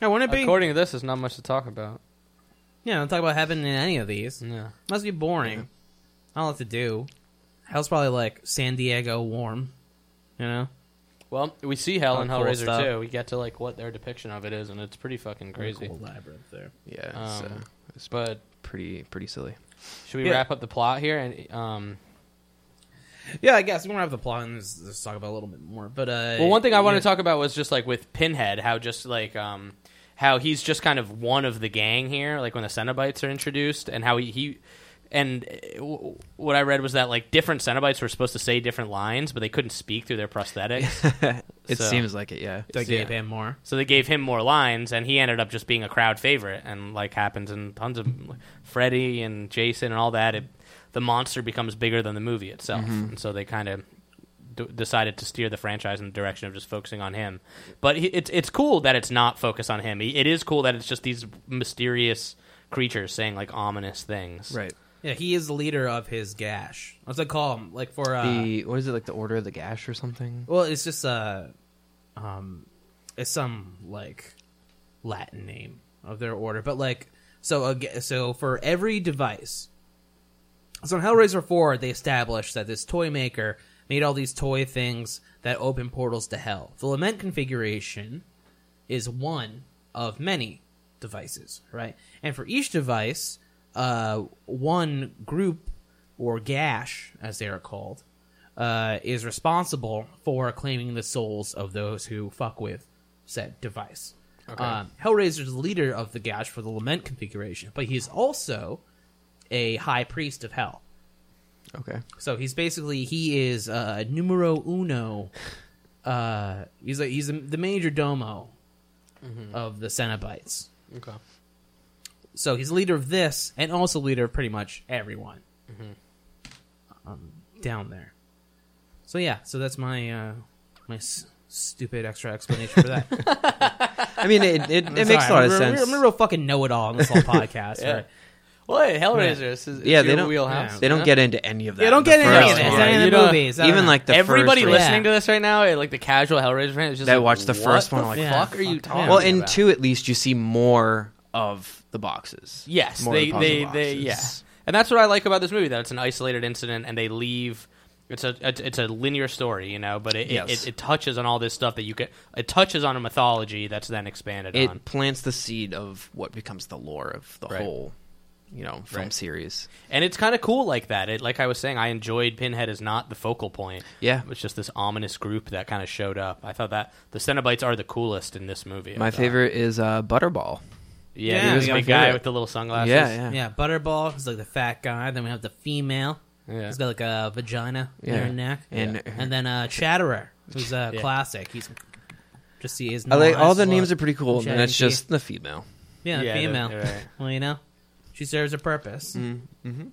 [SPEAKER 1] Yeah, wouldn't it be?
[SPEAKER 2] According to this, there's not much to talk about.
[SPEAKER 1] yeah, don't talk about heaven in any of these.
[SPEAKER 2] Mm. Yeah.
[SPEAKER 1] Must be boring. I don't know what to do. Hell's probably like San Diego warm, you know?
[SPEAKER 2] Well, we see Hell in
[SPEAKER 1] Oh, cool
[SPEAKER 2] Hellraiser
[SPEAKER 1] stuff.
[SPEAKER 2] too. We get to like what their depiction of it is, and it's pretty fucking crazy.
[SPEAKER 1] Cool labyrinth there.
[SPEAKER 3] Yeah, it's, uh,
[SPEAKER 2] Um, but
[SPEAKER 3] pretty pretty silly. *laughs*
[SPEAKER 2] should we
[SPEAKER 1] Yeah.
[SPEAKER 2] wrap up the plot here? And um,
[SPEAKER 1] Yeah, I guess we're gonna have the plot and let's, let's talk about it a little bit more. But uh,
[SPEAKER 2] Well, one thing I want
[SPEAKER 1] yeah.
[SPEAKER 2] to talk about was just like with Pinhead, how just like um, how he's just kind of one of the gang here, like when the Cenobites are introduced, and how he. he and uh, w- what I read was that like different Cenobites were supposed to say different lines, but they couldn't speak through their prosthetics,
[SPEAKER 3] It
[SPEAKER 2] So-
[SPEAKER 3] seems like it, yeah.
[SPEAKER 1] Doug
[SPEAKER 2] Yeah.
[SPEAKER 1] Gabe and more.
[SPEAKER 2] so they gave him more lines, and he ended up just being a crowd favorite, and like happens in tons of Freddy and Jason and all that. It, the monster becomes bigger than the movie itself,
[SPEAKER 3] Mm-hmm.
[SPEAKER 2] and so they kind of d- decided to steer the franchise in the direction of just focusing on him. But he, it's it's cool that it's not focused on him. It is cool that it's just these mysterious creatures saying like ominous things.
[SPEAKER 3] Right.
[SPEAKER 1] Yeah, he is the leader of his gash. What's it call him? Like for uh,
[SPEAKER 3] The what is it like the order of the gash or something?
[SPEAKER 1] well, it's just uh, um, it's some like Latin name of their order, but like so uh, so for every device. So in Hellraiser Four, they established that this toy maker made all these toy things that open portals to hell. The lament configuration is one of many devices, right? And for each device, uh, one group or gash, as they are called, uh, is responsible for claiming the souls of those who fuck with said device. Um, Hellraiser is the leader of the gash for the lament configuration, but he's also a high priest of hell.
[SPEAKER 3] Okay.
[SPEAKER 1] So he's basically he is uh, numero uno. Uh, he's a, he's a, the major domo
[SPEAKER 3] Mm-hmm.
[SPEAKER 1] of the Cenobites.
[SPEAKER 2] Okay.
[SPEAKER 1] So he's leader of this, and also leader of pretty much everyone
[SPEAKER 3] Mm-hmm.
[SPEAKER 1] um, down there. So yeah, so that's my uh, my s- stupid extra explanation for
[SPEAKER 3] *laughs*
[SPEAKER 1] that. it
[SPEAKER 3] I mean, it
[SPEAKER 1] *laughs*
[SPEAKER 3] it, it makes a lot of sense.
[SPEAKER 1] I'm a real fucking know it all on this
[SPEAKER 3] *laughs*
[SPEAKER 1] whole podcast.
[SPEAKER 2] Yeah.
[SPEAKER 1] right?
[SPEAKER 2] Well, hey, Hellraiser. This is, it's
[SPEAKER 3] Yeah, they
[SPEAKER 2] your
[SPEAKER 3] don't-
[SPEAKER 2] wheelhouse.
[SPEAKER 3] They don't
[SPEAKER 2] Yeah.
[SPEAKER 3] get into any of that.
[SPEAKER 1] Yeah,
[SPEAKER 3] in
[SPEAKER 1] don't
[SPEAKER 3] the
[SPEAKER 1] get into any of
[SPEAKER 3] first
[SPEAKER 1] this.
[SPEAKER 3] one.
[SPEAKER 1] Any of
[SPEAKER 2] You
[SPEAKER 1] the
[SPEAKER 2] don't-
[SPEAKER 1] movies. I don't
[SPEAKER 3] Even
[SPEAKER 1] know.
[SPEAKER 3] like the
[SPEAKER 2] Everybody
[SPEAKER 3] first one.
[SPEAKER 2] listening
[SPEAKER 1] Yeah.
[SPEAKER 2] to this right now, eh, like the casual Hellraiser fan, is just
[SPEAKER 3] That
[SPEAKER 2] like,
[SPEAKER 3] watched the
[SPEAKER 2] "What
[SPEAKER 3] first one,
[SPEAKER 2] The
[SPEAKER 3] like,
[SPEAKER 2] fuck are you
[SPEAKER 1] fuck
[SPEAKER 2] talking?
[SPEAKER 1] that.
[SPEAKER 3] Well,
[SPEAKER 2] about?
[SPEAKER 3] in two at least, you see more of the boxes.
[SPEAKER 2] Yes,
[SPEAKER 3] more
[SPEAKER 2] they,
[SPEAKER 3] of the
[SPEAKER 2] they,
[SPEAKER 3] puzzle
[SPEAKER 2] they, yeah.
[SPEAKER 3] boxes.
[SPEAKER 2] And that's what I like about this movie that it's an isolated incident and they leave. It's a it's it's a linear story, you know, but it
[SPEAKER 3] Yes.
[SPEAKER 2] it, it, it touches on all this stuff that you could. It touches on a mythology that's then expanded on.
[SPEAKER 3] It plants the seed of what becomes the lore of the
[SPEAKER 2] Right.
[SPEAKER 3] whole you know film
[SPEAKER 2] Right.
[SPEAKER 3] series.
[SPEAKER 2] and it's kind of cool like that. It, like I was saying, I enjoyed Pinhead is not the focal point.
[SPEAKER 3] Yeah.
[SPEAKER 2] it was just this ominous group that kind of showed up. I thought that the Cenobites are the coolest in this movie. I
[SPEAKER 3] My
[SPEAKER 2] thought.
[SPEAKER 3] favorite is uh, Butterball.
[SPEAKER 2] yeah,
[SPEAKER 1] Yeah,
[SPEAKER 2] he was
[SPEAKER 1] he
[SPEAKER 2] the
[SPEAKER 1] was
[SPEAKER 2] big
[SPEAKER 3] my
[SPEAKER 2] guy
[SPEAKER 3] favorite.
[SPEAKER 2] with the little sunglasses.
[SPEAKER 3] Yeah, yeah,
[SPEAKER 1] Yeah, Butterball is like the fat guy. Then we have the female.
[SPEAKER 2] Yeah.
[SPEAKER 1] He's got like a vagina in
[SPEAKER 3] Yeah.
[SPEAKER 1] her neck.
[SPEAKER 3] And-
[SPEAKER 1] and then uh, Chatterer, who's a
[SPEAKER 2] Yeah.
[SPEAKER 1] classic. He's just he is.
[SPEAKER 3] I like all the
[SPEAKER 1] nice,
[SPEAKER 3] names
[SPEAKER 1] slut.
[SPEAKER 3] are pretty cool,
[SPEAKER 1] Jack
[SPEAKER 3] and it's
[SPEAKER 1] and
[SPEAKER 3] just the female.
[SPEAKER 1] yeah,
[SPEAKER 2] Yeah,
[SPEAKER 1] female.
[SPEAKER 2] they're- they're right.
[SPEAKER 1] *laughs* Well, you know, she serves a purpose.
[SPEAKER 3] Mm-hmm.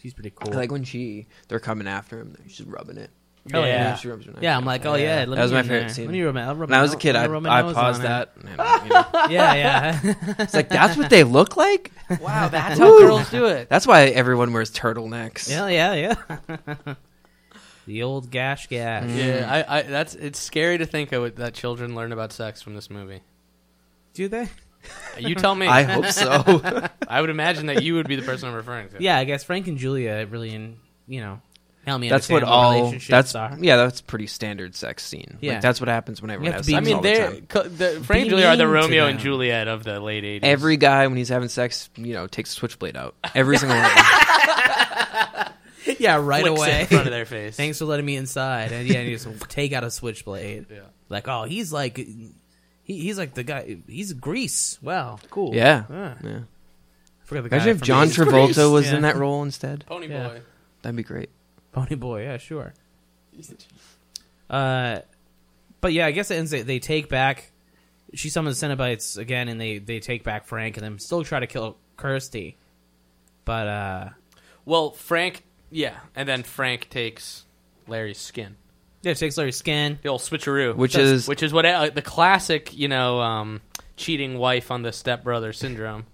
[SPEAKER 2] She's pretty cool.
[SPEAKER 3] I like when she they're coming after him, she's rubbing it.
[SPEAKER 2] Oh, yeah.
[SPEAKER 3] she rubs her
[SPEAKER 1] Yeah, I'm like, oh yeah,
[SPEAKER 2] Yeah.
[SPEAKER 1] let me
[SPEAKER 3] That was my
[SPEAKER 1] in
[SPEAKER 3] favorite
[SPEAKER 1] there.
[SPEAKER 3] scene.
[SPEAKER 1] Let me rub my- I'll rub
[SPEAKER 3] When
[SPEAKER 1] my
[SPEAKER 3] I was a
[SPEAKER 1] nose-
[SPEAKER 3] kid, I,
[SPEAKER 1] I'll rub my
[SPEAKER 3] I
[SPEAKER 1] nose on
[SPEAKER 3] paused
[SPEAKER 1] it.
[SPEAKER 3] that. And, you know,
[SPEAKER 1] *laughs* Yeah,
[SPEAKER 3] *laughs*
[SPEAKER 1] yeah.
[SPEAKER 3] it's like that's what they look like.
[SPEAKER 4] Wow, that's
[SPEAKER 1] *laughs*
[SPEAKER 4] how girls do it.
[SPEAKER 3] That's why everyone wears turtlenecks.
[SPEAKER 1] Yeah, yeah, yeah. *laughs* the old gash gash.
[SPEAKER 3] Mm-hmm.
[SPEAKER 2] Yeah, I, I, that's it's scary to think of it, that children learn about sex from this movie.
[SPEAKER 1] Do they?
[SPEAKER 2] You tell me.
[SPEAKER 3] I hope so. *laughs*
[SPEAKER 2] I would imagine that you would be the person I'm referring to.
[SPEAKER 1] Yeah, I guess Frank and Julia really, in, you know, help me.
[SPEAKER 3] that's
[SPEAKER 1] understand
[SPEAKER 3] what all.
[SPEAKER 1] relationships
[SPEAKER 3] That's
[SPEAKER 1] are.
[SPEAKER 3] yeah. That's pretty standard sex scene.
[SPEAKER 1] Yeah.
[SPEAKER 3] like, that's what happens when
[SPEAKER 1] have
[SPEAKER 3] everyone has
[SPEAKER 1] to be
[SPEAKER 3] sex
[SPEAKER 2] I mean,
[SPEAKER 3] all the
[SPEAKER 2] they're
[SPEAKER 3] time.
[SPEAKER 2] co- the, Frank
[SPEAKER 1] Be
[SPEAKER 2] and Julia are the
[SPEAKER 1] mean to
[SPEAKER 2] Romeo and
[SPEAKER 1] them.
[SPEAKER 2] Juliet of the late '80s.
[SPEAKER 3] Every guy when he's having sex, you know, takes a switchblade out.
[SPEAKER 1] *laughs*
[SPEAKER 3] Every single one.
[SPEAKER 1] yeah, right
[SPEAKER 2] Flicks it
[SPEAKER 1] away.
[SPEAKER 2] in front of their face.
[SPEAKER 1] Thanks for letting me inside. And yeah, and you just *laughs* take out a switchblade.
[SPEAKER 2] Yeah.
[SPEAKER 1] Like, oh, he's like, he, he's like the guy. He's Greece. Wow, cool.
[SPEAKER 3] Yeah.
[SPEAKER 1] Ah,
[SPEAKER 3] yeah.
[SPEAKER 1] I forgot the guy.
[SPEAKER 3] Imagine if
[SPEAKER 1] from
[SPEAKER 3] John
[SPEAKER 1] Greece.
[SPEAKER 3] Travolta was
[SPEAKER 1] Yeah.
[SPEAKER 3] in
[SPEAKER 1] *laughs*
[SPEAKER 3] that role instead.
[SPEAKER 2] Pony
[SPEAKER 1] Yeah.
[SPEAKER 2] boy.
[SPEAKER 3] That'd be great.
[SPEAKER 1] Pony Boy. Yeah,
[SPEAKER 2] *laughs*
[SPEAKER 1] sure. Uh, but yeah, I guess it ends. They, they take back. She summons the Cenobites again, and they they take back Frank, and then still try to kill Kirsty. But uh,
[SPEAKER 2] Well, Frank. Yeah, and then Frank takes Larry's skin.
[SPEAKER 1] yeah, it takes Larry's skin.
[SPEAKER 2] The old switcheroo,
[SPEAKER 3] Which is-
[SPEAKER 2] which is what uh, the classic, you know, um, cheating wife on the stepbrother syndrome.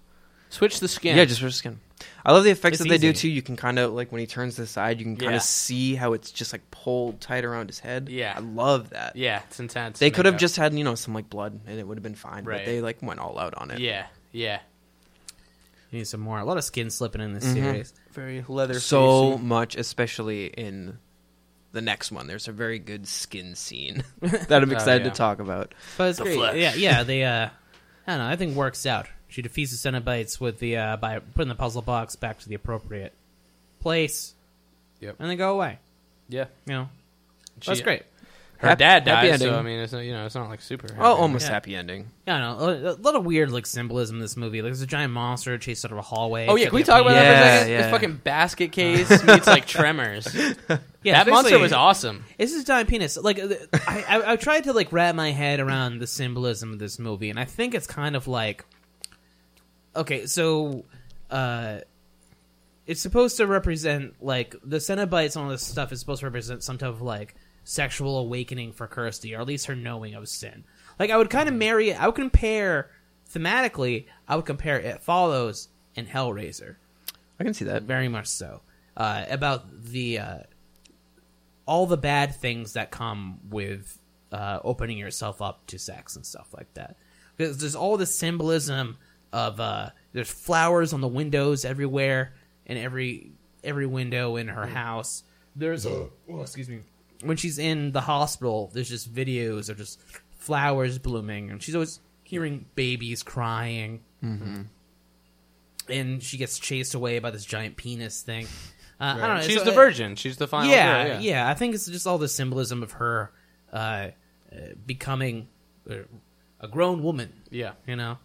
[SPEAKER 2] Switch the skin.
[SPEAKER 3] Yeah, just for skin. I love the effects
[SPEAKER 1] It's
[SPEAKER 3] that they do
[SPEAKER 1] easy.
[SPEAKER 3] too. You can kind of like when he turns to the side, you can kind
[SPEAKER 2] Yeah.
[SPEAKER 3] of see how it's just like pulled tight around his head.
[SPEAKER 2] Yeah.
[SPEAKER 3] I love that.
[SPEAKER 2] yeah, it's intense.
[SPEAKER 3] They could have
[SPEAKER 2] Makeup.
[SPEAKER 3] just had you know some like blood and it would have been fine,
[SPEAKER 2] Right.
[SPEAKER 3] but they like went all out on it.
[SPEAKER 2] yeah, yeah.
[SPEAKER 1] You need some more. A lot of skin slipping in this
[SPEAKER 2] Mm-hmm.
[SPEAKER 1] series.
[SPEAKER 4] Very leather.
[SPEAKER 3] so much, especially in the next one. There's a very good skin scene *laughs* that I'm excited
[SPEAKER 2] yeah.
[SPEAKER 3] to talk about.
[SPEAKER 1] But it's
[SPEAKER 2] The
[SPEAKER 1] great.
[SPEAKER 2] flesh.
[SPEAKER 1] Yeah, yeah. They, uh, I don't know. I think works out. She defeats the Cenobites with the uh, by putting the puzzle box back to the appropriate place.
[SPEAKER 2] Yep.
[SPEAKER 1] And they go away.
[SPEAKER 2] Yeah,
[SPEAKER 1] You know,
[SPEAKER 2] She-
[SPEAKER 1] that's great.
[SPEAKER 2] Her
[SPEAKER 3] Hap-
[SPEAKER 2] dad
[SPEAKER 3] happy
[SPEAKER 2] dies, so
[SPEAKER 3] ending.
[SPEAKER 2] I mean, it's not, you know, it's not like super.
[SPEAKER 3] Oh, almost
[SPEAKER 1] Yeah.
[SPEAKER 3] happy ending.
[SPEAKER 1] I don't know. A, a lot of weird like symbolism in this movie. Like there's a giant monster chased out of a hallway.
[SPEAKER 2] Oh yeah,
[SPEAKER 1] It's
[SPEAKER 2] can we
[SPEAKER 1] like a
[SPEAKER 2] talk about that for a
[SPEAKER 3] Yeah,
[SPEAKER 2] second? This
[SPEAKER 3] yeah.
[SPEAKER 2] fucking basket case meets like Tremors.
[SPEAKER 1] *laughs* Yeah,
[SPEAKER 2] that
[SPEAKER 1] it's
[SPEAKER 2] monster
[SPEAKER 1] basically-
[SPEAKER 2] was awesome.
[SPEAKER 1] It's just a giant penis. Like uh, I, I, I tried to like wrap my head around the symbolism of this movie, and I think it's kind of like, okay, so, uh, it's supposed to represent like the Cenobites and all this stuff is supposed to represent some type of like sexual awakening for Kirsty, or at least her knowing of sin. Like I would kind of marry it. I would compare thematically. I would compare It Follows and Hellraiser
[SPEAKER 3] I can see that.
[SPEAKER 1] very much so uh, about the uh, all the bad things that come with uh, opening yourself up to sex and stuff like that because there's all this symbolism of uh, there's flowers on the windows everywhere and every every window in her house there's oh, excuse me when she's in the hospital there's just videos of just flowers blooming and she's always hearing babies crying
[SPEAKER 2] Mm-hmm.
[SPEAKER 1] and she gets chased away by this giant penis thing uh, I don't know.
[SPEAKER 2] She's
[SPEAKER 1] so-
[SPEAKER 2] the virgin. She's the final.
[SPEAKER 1] yeah,
[SPEAKER 2] girl,
[SPEAKER 1] yeah, I think it's just all the symbolism of her uh, uh, becoming uh, a grown woman.
[SPEAKER 2] yeah.
[SPEAKER 1] You know,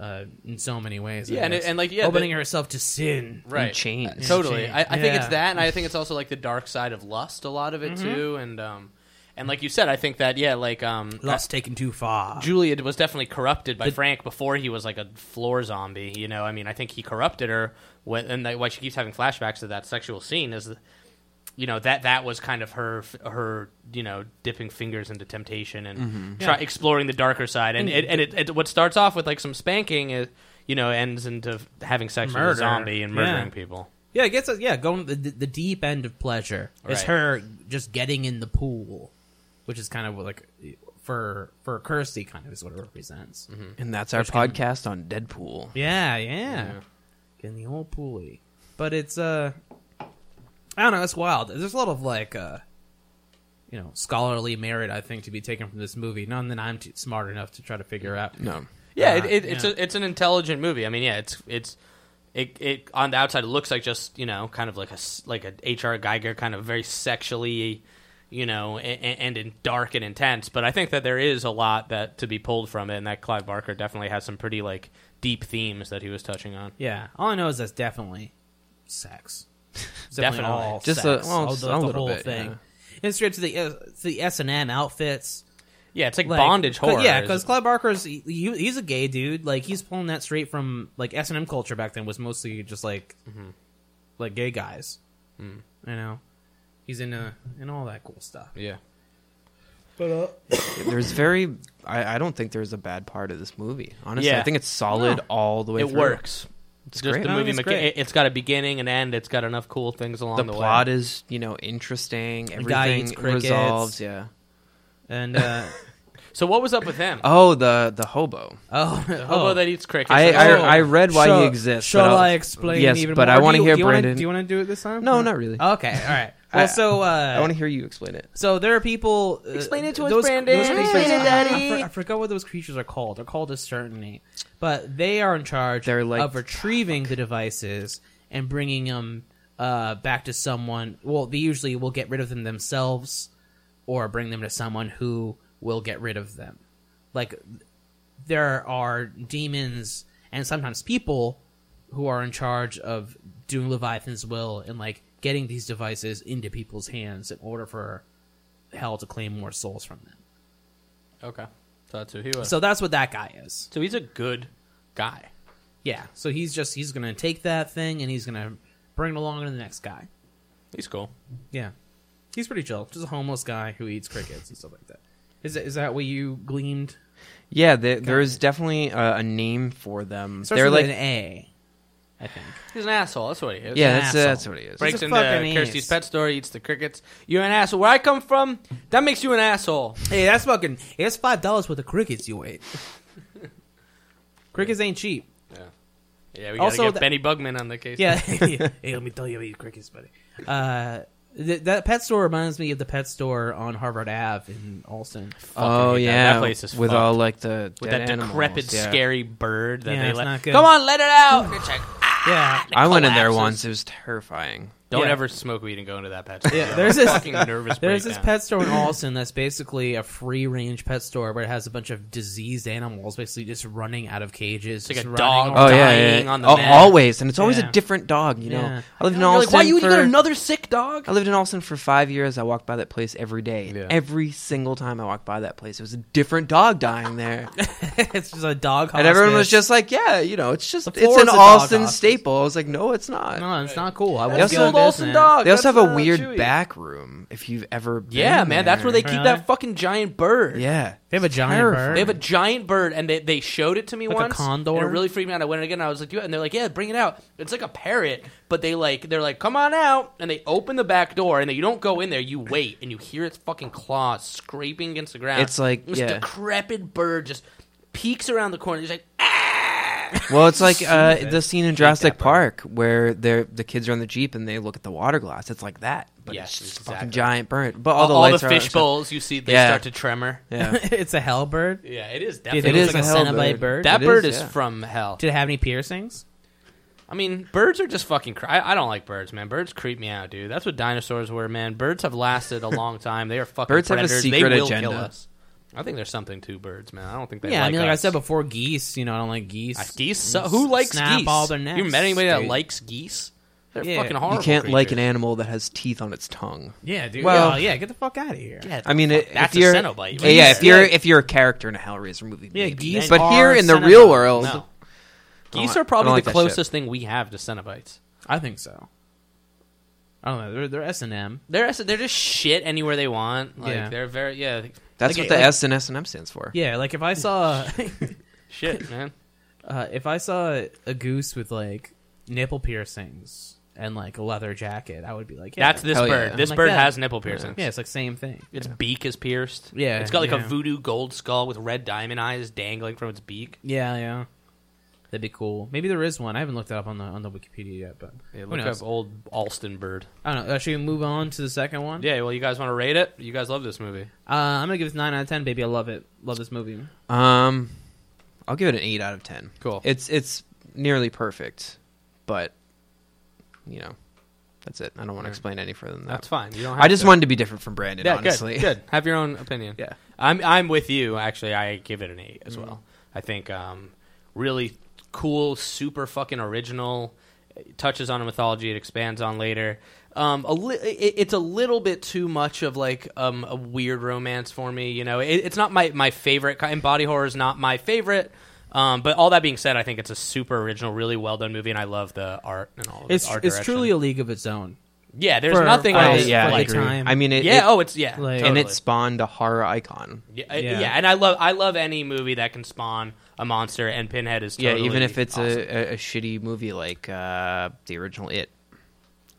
[SPEAKER 1] uh, in so many ways. I
[SPEAKER 2] Yeah, and
[SPEAKER 1] guess.
[SPEAKER 2] it- and, like, yeah,
[SPEAKER 1] opening
[SPEAKER 2] the-
[SPEAKER 1] herself to sin.
[SPEAKER 2] Right.
[SPEAKER 3] chains.
[SPEAKER 2] Totally.
[SPEAKER 1] Change.
[SPEAKER 2] I, I think it's
[SPEAKER 1] Yeah. Mm-hmm.
[SPEAKER 2] that, and I think it's also like the dark side of lust. A lot of it too, and um, and like you said, I think that yeah, like um,
[SPEAKER 1] Lust taken too far.
[SPEAKER 2] Julia was definitely corrupted by Frank before he was like a floor zombie. You know, I mean, I think he corrupted her, when, and that, why she keeps having flashbacks to that sexual scene is, you know, that that was kind of her her you know dipping fingers into temptation and try, exploring the darker side. And it, and it, it what starts off with like some spanking is you know ends into having sex with
[SPEAKER 1] Murder.
[SPEAKER 2] a zombie and
[SPEAKER 1] Yeah.
[SPEAKER 2] murdering people.
[SPEAKER 1] Yeah, I guess. uh, Yeah, going the, the deep end of pleasure is
[SPEAKER 2] Right.
[SPEAKER 1] her just getting in the pool, which is kind of like for for Kirsty, kind of is what it represents.
[SPEAKER 3] Mm-hmm. And that's our podcast on Deadpool.
[SPEAKER 1] Yeah, yeah. In the old pulley. But it's uh I don't know, it's wild. There's a lot of like uh you know, scholarly merit I think to be taken from this movie. None that I'm too smart enough to try to figure out.
[SPEAKER 3] No.
[SPEAKER 2] Yeah,
[SPEAKER 1] Uh,
[SPEAKER 2] it, it, it's
[SPEAKER 1] yeah.
[SPEAKER 2] A, it's an intelligent movie. I mean, yeah, it's it's It, it on the outside it looks like just you know kind of like a s- like a HR Geiger kind of very sexually you know and, and in dark and intense but I think that there is a lot that to be pulled from it and that Clive Barker definitely has some pretty like deep themes that he was touching on
[SPEAKER 1] Yeah, all I know is that's definitely
[SPEAKER 3] *laughs*
[SPEAKER 1] sex. It's definitely,
[SPEAKER 2] Definitely.
[SPEAKER 1] all
[SPEAKER 3] Just
[SPEAKER 1] sex.
[SPEAKER 3] a- well,
[SPEAKER 1] all
[SPEAKER 3] just a little bit, yeah.
[SPEAKER 1] And straight to the uh, to the S and M outfits,
[SPEAKER 2] yeah it's like,
[SPEAKER 1] like,
[SPEAKER 2] bondage
[SPEAKER 1] 'cause-
[SPEAKER 2] horror
[SPEAKER 1] Yeah,
[SPEAKER 2] is-
[SPEAKER 1] because Clive Barker's he, he- he's a gay dude. Like he's pulling that straight from like S and M culture back then was mostly just like
[SPEAKER 3] Mm-hmm.
[SPEAKER 1] like gay guys.
[SPEAKER 3] Mm.
[SPEAKER 1] You know, he's into and all that cool stuff.
[SPEAKER 2] yeah
[SPEAKER 3] There's very. I, I don't think there's a bad part of this movie. Honestly,
[SPEAKER 2] Yeah.
[SPEAKER 3] I think it's solid all the way.
[SPEAKER 2] it
[SPEAKER 3] through.
[SPEAKER 2] works
[SPEAKER 3] It's
[SPEAKER 2] just
[SPEAKER 3] great.
[SPEAKER 2] the movie
[SPEAKER 1] it's
[SPEAKER 2] mecha-
[SPEAKER 1] great.
[SPEAKER 2] it- it's got a beginning and end it's got enough cool things along
[SPEAKER 3] the
[SPEAKER 2] the,
[SPEAKER 3] plot
[SPEAKER 2] way
[SPEAKER 3] is you know interesting.
[SPEAKER 1] guy eats
[SPEAKER 3] Everything
[SPEAKER 1] crickets.
[SPEAKER 3] resolves. Yeah.
[SPEAKER 1] And
[SPEAKER 3] *laughs*
[SPEAKER 1] uh,
[SPEAKER 2] so what was up with him
[SPEAKER 3] Oh, the the hobo.
[SPEAKER 1] oh,
[SPEAKER 2] The
[SPEAKER 1] oh,
[SPEAKER 2] hobo that eats crickets
[SPEAKER 3] I, I
[SPEAKER 1] Oh.
[SPEAKER 3] I read why
[SPEAKER 1] Shall-
[SPEAKER 3] he exists. but
[SPEAKER 1] Shall
[SPEAKER 3] I'll-
[SPEAKER 1] I explain?
[SPEAKER 3] Yes,
[SPEAKER 1] even
[SPEAKER 3] but
[SPEAKER 1] more?
[SPEAKER 3] I
[SPEAKER 1] Do
[SPEAKER 3] want to
[SPEAKER 1] you-
[SPEAKER 3] hear
[SPEAKER 1] do you wanna-
[SPEAKER 3] Brandon.
[SPEAKER 1] do you want to do it this time?
[SPEAKER 3] No, not really.
[SPEAKER 1] Okay, all right. Well,
[SPEAKER 3] I-
[SPEAKER 1] so uh,
[SPEAKER 3] I want to hear you explain it.
[SPEAKER 1] so there are people. Uh,
[SPEAKER 2] Explain it to us,
[SPEAKER 1] those,
[SPEAKER 2] Brandon.
[SPEAKER 1] Those creatures,
[SPEAKER 2] Explain it,
[SPEAKER 1] I- I
[SPEAKER 2] Daddy.
[SPEAKER 1] for- I forgot what those creatures are called. They're called a certainty, but they are in charge
[SPEAKER 3] They're like-
[SPEAKER 1] of retrieving the devices and bringing them uh, back to someone. Well, they usually will get rid of them themselves, or bring them to someone who will get rid of them. Like there are demons and sometimes people who are in charge of doing Leviathan's will and like getting these devices into people's hands in order for hell to claim more souls from them.
[SPEAKER 2] okay so that's who he was
[SPEAKER 1] So that's what that guy is.
[SPEAKER 2] so he's a good guy
[SPEAKER 1] Yeah. So he's just he's gonna take that thing and he's gonna bring it along to the next guy.
[SPEAKER 2] he's cool
[SPEAKER 1] Yeah. He's pretty chill. Just a homeless guy who eats crickets and stuff like that. Is that, is that what you gleaned?
[SPEAKER 3] Yeah, there, there is definitely a, a name for them.
[SPEAKER 1] Starts
[SPEAKER 3] They're
[SPEAKER 1] with
[SPEAKER 3] like,
[SPEAKER 1] an A, I think.
[SPEAKER 2] He's an asshole. That's what he is.
[SPEAKER 3] yeah, that's uh,
[SPEAKER 1] asshole.
[SPEAKER 3] that's what it is.
[SPEAKER 2] Breaks
[SPEAKER 1] a
[SPEAKER 2] into
[SPEAKER 1] fucking
[SPEAKER 2] Kirsty's
[SPEAKER 1] ass.
[SPEAKER 2] pet store, eats the crickets. You're an asshole. Where I come from, that makes you an asshole.
[SPEAKER 1] Hey, that's fucking. It's five dollars worth of crickets you
[SPEAKER 2] *laughs*
[SPEAKER 1] ate. crickets ain't cheap.
[SPEAKER 2] Yeah, we gotta
[SPEAKER 1] Also
[SPEAKER 2] get
[SPEAKER 1] the-
[SPEAKER 2] Benny Bugman on the case. *laughs*
[SPEAKER 1] Yeah. *laughs* hey, let me tell you about your crickets, buddy. Uh, th- that pet store reminds me of the pet store on Harvard Ave in Alston.
[SPEAKER 3] oh
[SPEAKER 2] Fucking hate that.
[SPEAKER 3] yeah,
[SPEAKER 2] That place is
[SPEAKER 3] with
[SPEAKER 2] fucked.
[SPEAKER 3] all like the
[SPEAKER 2] With
[SPEAKER 3] dead
[SPEAKER 2] that
[SPEAKER 3] animals,
[SPEAKER 2] decrepit,
[SPEAKER 3] yeah.
[SPEAKER 2] scary bird that
[SPEAKER 1] Yeah,
[SPEAKER 2] they
[SPEAKER 1] it's
[SPEAKER 2] let.
[SPEAKER 1] not good.
[SPEAKER 2] Come on, let it out. It's like,
[SPEAKER 1] Yeah.
[SPEAKER 3] I went in there
[SPEAKER 2] collapses.
[SPEAKER 3] once. It was terrifying.
[SPEAKER 2] Don't
[SPEAKER 1] Yeah.
[SPEAKER 2] ever smoke weed and go into that pet store.
[SPEAKER 1] Yeah,
[SPEAKER 2] You'll
[SPEAKER 1] there's
[SPEAKER 2] have a
[SPEAKER 1] this-
[SPEAKER 2] fucking *laughs* nervous
[SPEAKER 1] There's this
[SPEAKER 2] breakdown.
[SPEAKER 1] pet
[SPEAKER 2] *clears throat*
[SPEAKER 1] store in Alston that's basically a free range pet store where it has a bunch of diseased animals basically just running out of cages.
[SPEAKER 2] like
[SPEAKER 1] just
[SPEAKER 2] a
[SPEAKER 1] running
[SPEAKER 2] dog.
[SPEAKER 1] around.
[SPEAKER 3] Oh yeah, yeah,
[SPEAKER 2] Dying
[SPEAKER 3] yeah.
[SPEAKER 2] on the
[SPEAKER 3] Al-
[SPEAKER 2] mat.
[SPEAKER 3] always, and it's always
[SPEAKER 1] Yeah.
[SPEAKER 3] a different dog. You know,
[SPEAKER 1] Yeah.
[SPEAKER 3] I lived in
[SPEAKER 2] You're
[SPEAKER 3] Austin
[SPEAKER 2] like, why you
[SPEAKER 3] for
[SPEAKER 2] got another sick dog?
[SPEAKER 3] I lived in Austin for five years. I walked by that place every day.
[SPEAKER 2] Yeah.
[SPEAKER 3] Every single time I walked by that place, it was a different dog
[SPEAKER 2] *laughs*
[SPEAKER 3] dying there,
[SPEAKER 1] *laughs* it's just a dog.
[SPEAKER 3] Uh, and everyone was
[SPEAKER 1] hospice.
[SPEAKER 3] just like, "Yeah, you know, it's just
[SPEAKER 1] The
[SPEAKER 3] it's
[SPEAKER 1] floor
[SPEAKER 3] an
[SPEAKER 1] is a dog
[SPEAKER 3] Austin
[SPEAKER 1] hospice.
[SPEAKER 3] staple." I was like, "No, it's not."
[SPEAKER 1] No, it's not cool. I
[SPEAKER 3] They
[SPEAKER 1] won't
[SPEAKER 3] also-
[SPEAKER 1] go in
[SPEAKER 3] Old Alston
[SPEAKER 1] business.
[SPEAKER 2] dog.
[SPEAKER 3] They also have
[SPEAKER 2] That's,
[SPEAKER 3] a
[SPEAKER 2] uh,
[SPEAKER 3] weird
[SPEAKER 2] Chewy.
[SPEAKER 3] back room. If you've ever, been
[SPEAKER 2] Yeah, man, that's where they keep
[SPEAKER 1] Really?
[SPEAKER 2] that fucking giant bird.
[SPEAKER 3] Yeah,
[SPEAKER 1] They have a giant
[SPEAKER 3] Terrifying.
[SPEAKER 1] bird.
[SPEAKER 2] They
[SPEAKER 1] *laughs*
[SPEAKER 2] have a giant bird, and they, they showed it to me
[SPEAKER 1] Like a
[SPEAKER 2] once.
[SPEAKER 1] condor?
[SPEAKER 2] And it really freaked me out. I went in again. And I was like, "You?" And they're like, "Yeah, bring it out." It's like a parrot, but they like they're like, "Come on out!" And they open the back door, and you don't go in there. You wait, and you hear its fucking claws scraping against the ground.
[SPEAKER 3] It's like-
[SPEAKER 2] this
[SPEAKER 3] yeah.
[SPEAKER 2] decrepit bird just peeks around the corner. He's like, "Ah."
[SPEAKER 3] Well, it's like uh, the scene in Jurassic Park where they're the kids are on the jeep and they look at the water glass. It's like that, but
[SPEAKER 2] Yes,
[SPEAKER 3] it's just a
[SPEAKER 2] exactly.
[SPEAKER 3] fucking giant bird. But all
[SPEAKER 2] all
[SPEAKER 3] the
[SPEAKER 2] the, all the
[SPEAKER 3] lights are
[SPEAKER 2] fish
[SPEAKER 3] out.
[SPEAKER 2] bowls you see, they
[SPEAKER 3] Yeah.
[SPEAKER 2] start to tremor.
[SPEAKER 1] *laughs*
[SPEAKER 3] Yeah,
[SPEAKER 1] it's a hell bird.
[SPEAKER 2] Yeah, it is
[SPEAKER 1] you
[SPEAKER 2] definitely.
[SPEAKER 1] think
[SPEAKER 3] It
[SPEAKER 1] it's
[SPEAKER 3] is
[SPEAKER 1] like
[SPEAKER 3] a
[SPEAKER 1] a
[SPEAKER 3] hell
[SPEAKER 1] Cenobite
[SPEAKER 3] bird.
[SPEAKER 1] bird?
[SPEAKER 2] that
[SPEAKER 3] It
[SPEAKER 2] bird
[SPEAKER 3] is,
[SPEAKER 2] is
[SPEAKER 3] yeah.
[SPEAKER 2] from hell.
[SPEAKER 1] Did it have any piercings?
[SPEAKER 2] I mean, birds are just fucking. Cr- I, I don't like birds, man. Birds creep me out, dude. That's what dinosaurs were, man. Birds have lasted a long time. They are fucking
[SPEAKER 3] Birds have a
[SPEAKER 2] predators.
[SPEAKER 3] secret
[SPEAKER 2] they will
[SPEAKER 3] agenda.
[SPEAKER 2] kill us. I think there's something to birds, man. I don't think they.
[SPEAKER 1] yeah,
[SPEAKER 2] like
[SPEAKER 1] I mean, like I
[SPEAKER 2] us.
[SPEAKER 1] said before, geese. You know, I don't like geese.
[SPEAKER 2] Uh, geese. su- who likes
[SPEAKER 1] snap
[SPEAKER 2] geese?
[SPEAKER 1] all their necks,
[SPEAKER 2] You met anybody that
[SPEAKER 1] dude.
[SPEAKER 2] likes geese? They're
[SPEAKER 1] Yeah.
[SPEAKER 2] fucking
[SPEAKER 1] You
[SPEAKER 2] horrible.
[SPEAKER 3] you can't like an
[SPEAKER 2] creatures.
[SPEAKER 3] animal that has teeth on its tongue.
[SPEAKER 1] Yeah, dude.
[SPEAKER 3] Well-
[SPEAKER 1] yeah, yeah, get the fuck out of here.
[SPEAKER 2] Yeah,
[SPEAKER 3] I mean,
[SPEAKER 2] fuck,
[SPEAKER 3] if
[SPEAKER 2] that's
[SPEAKER 3] you're
[SPEAKER 2] a Cenobite.
[SPEAKER 3] yeah,
[SPEAKER 2] right?
[SPEAKER 3] yeah, if you're if you're a character in a Hellraiser movie,
[SPEAKER 1] Yeah,
[SPEAKER 3] maybe.
[SPEAKER 1] geese
[SPEAKER 3] But
[SPEAKER 1] are
[SPEAKER 3] here in the
[SPEAKER 1] Cenobites.
[SPEAKER 3] real world,
[SPEAKER 2] no.
[SPEAKER 3] don't
[SPEAKER 2] Geese
[SPEAKER 3] like-
[SPEAKER 2] are probably
[SPEAKER 3] I don't
[SPEAKER 2] the
[SPEAKER 3] like that shit.
[SPEAKER 2] closest thing we have to Cenobites.
[SPEAKER 1] I think so. I don't know. They're they're S and M.
[SPEAKER 2] They're they're just shit anywhere they want. Like
[SPEAKER 1] Yeah.
[SPEAKER 2] they're very yeah
[SPEAKER 3] that's
[SPEAKER 1] Like,
[SPEAKER 3] what the
[SPEAKER 1] like-
[SPEAKER 3] S and S and M stands for.
[SPEAKER 1] Yeah, like if I
[SPEAKER 2] *laughs*
[SPEAKER 1] saw *laughs*
[SPEAKER 2] shit man.
[SPEAKER 1] uh, if I saw a goose with like nipple piercings and like a leather jacket, I would be like, yeah,
[SPEAKER 2] That's this
[SPEAKER 3] Hell
[SPEAKER 2] bird.
[SPEAKER 3] yeah.
[SPEAKER 2] This
[SPEAKER 1] Like
[SPEAKER 2] bird
[SPEAKER 1] that.
[SPEAKER 2] has nipple piercings.
[SPEAKER 1] yeah, it's like same thing.
[SPEAKER 2] Its beak is pierced.
[SPEAKER 1] Yeah,
[SPEAKER 2] It's got like
[SPEAKER 1] yeah.
[SPEAKER 2] a voodoo gold skull with red diamond eyes dangling from its beak.
[SPEAKER 1] Yeah, yeah. That'd be cool. Maybe there is one. I haven't looked it up on the on the Wikipedia yet, but who
[SPEAKER 2] look
[SPEAKER 1] knows?
[SPEAKER 2] up old Alston bird.
[SPEAKER 1] I don't know. Uh, should we move on to the second one?
[SPEAKER 2] Yeah, well, you guys want to rate it? You guys love this movie.
[SPEAKER 1] Uh, I'm gonna give this nine out of ten, baby. I love it. Love this movie.
[SPEAKER 3] Um, I'll give it an eight out of ten.
[SPEAKER 2] Cool.
[SPEAKER 3] It's it's nearly perfect. But you know, that's it. I don't want to explain any further than that.
[SPEAKER 2] That's fine. You don't. Have
[SPEAKER 3] I just
[SPEAKER 2] to.
[SPEAKER 3] wanted to be different from Brandon,
[SPEAKER 2] Yeah,
[SPEAKER 3] honestly.
[SPEAKER 2] good. Good. *laughs* Have your own opinion.
[SPEAKER 3] Yeah.
[SPEAKER 2] I'm I'm with you. Actually, I give it an eight as well. I think um, really cool, super fucking original. It touches on a mythology it expands on later. Um, a li- it, it's a little bit too much of like um, a weird romance for me. You know, it, it's not my my favorite kind. Body horror is not my favorite. Um, but all that being said, I think it's a super original, really well done movie, and I love the art and all. Of
[SPEAKER 1] It's
[SPEAKER 2] art
[SPEAKER 1] it's
[SPEAKER 2] direction.
[SPEAKER 1] truly a league of its own.
[SPEAKER 2] yeah. There's
[SPEAKER 1] for-
[SPEAKER 2] nothing
[SPEAKER 1] I-
[SPEAKER 3] *laughs* I,
[SPEAKER 2] else.
[SPEAKER 3] yeah, I
[SPEAKER 2] like,
[SPEAKER 3] agree.
[SPEAKER 1] time.
[SPEAKER 3] I mean, it,
[SPEAKER 2] yeah.
[SPEAKER 3] it-
[SPEAKER 2] oh, it's yeah.
[SPEAKER 1] Like-
[SPEAKER 3] and
[SPEAKER 2] totally.
[SPEAKER 3] it spawned a horror icon.
[SPEAKER 2] Yeah, I-
[SPEAKER 1] Yeah.
[SPEAKER 2] yeah, and I love I love any movie that can spawn a monster, and Pinhead is totally
[SPEAKER 3] yeah, even if it's
[SPEAKER 2] awesome.
[SPEAKER 3] a, a, a shitty movie like uh, the original It.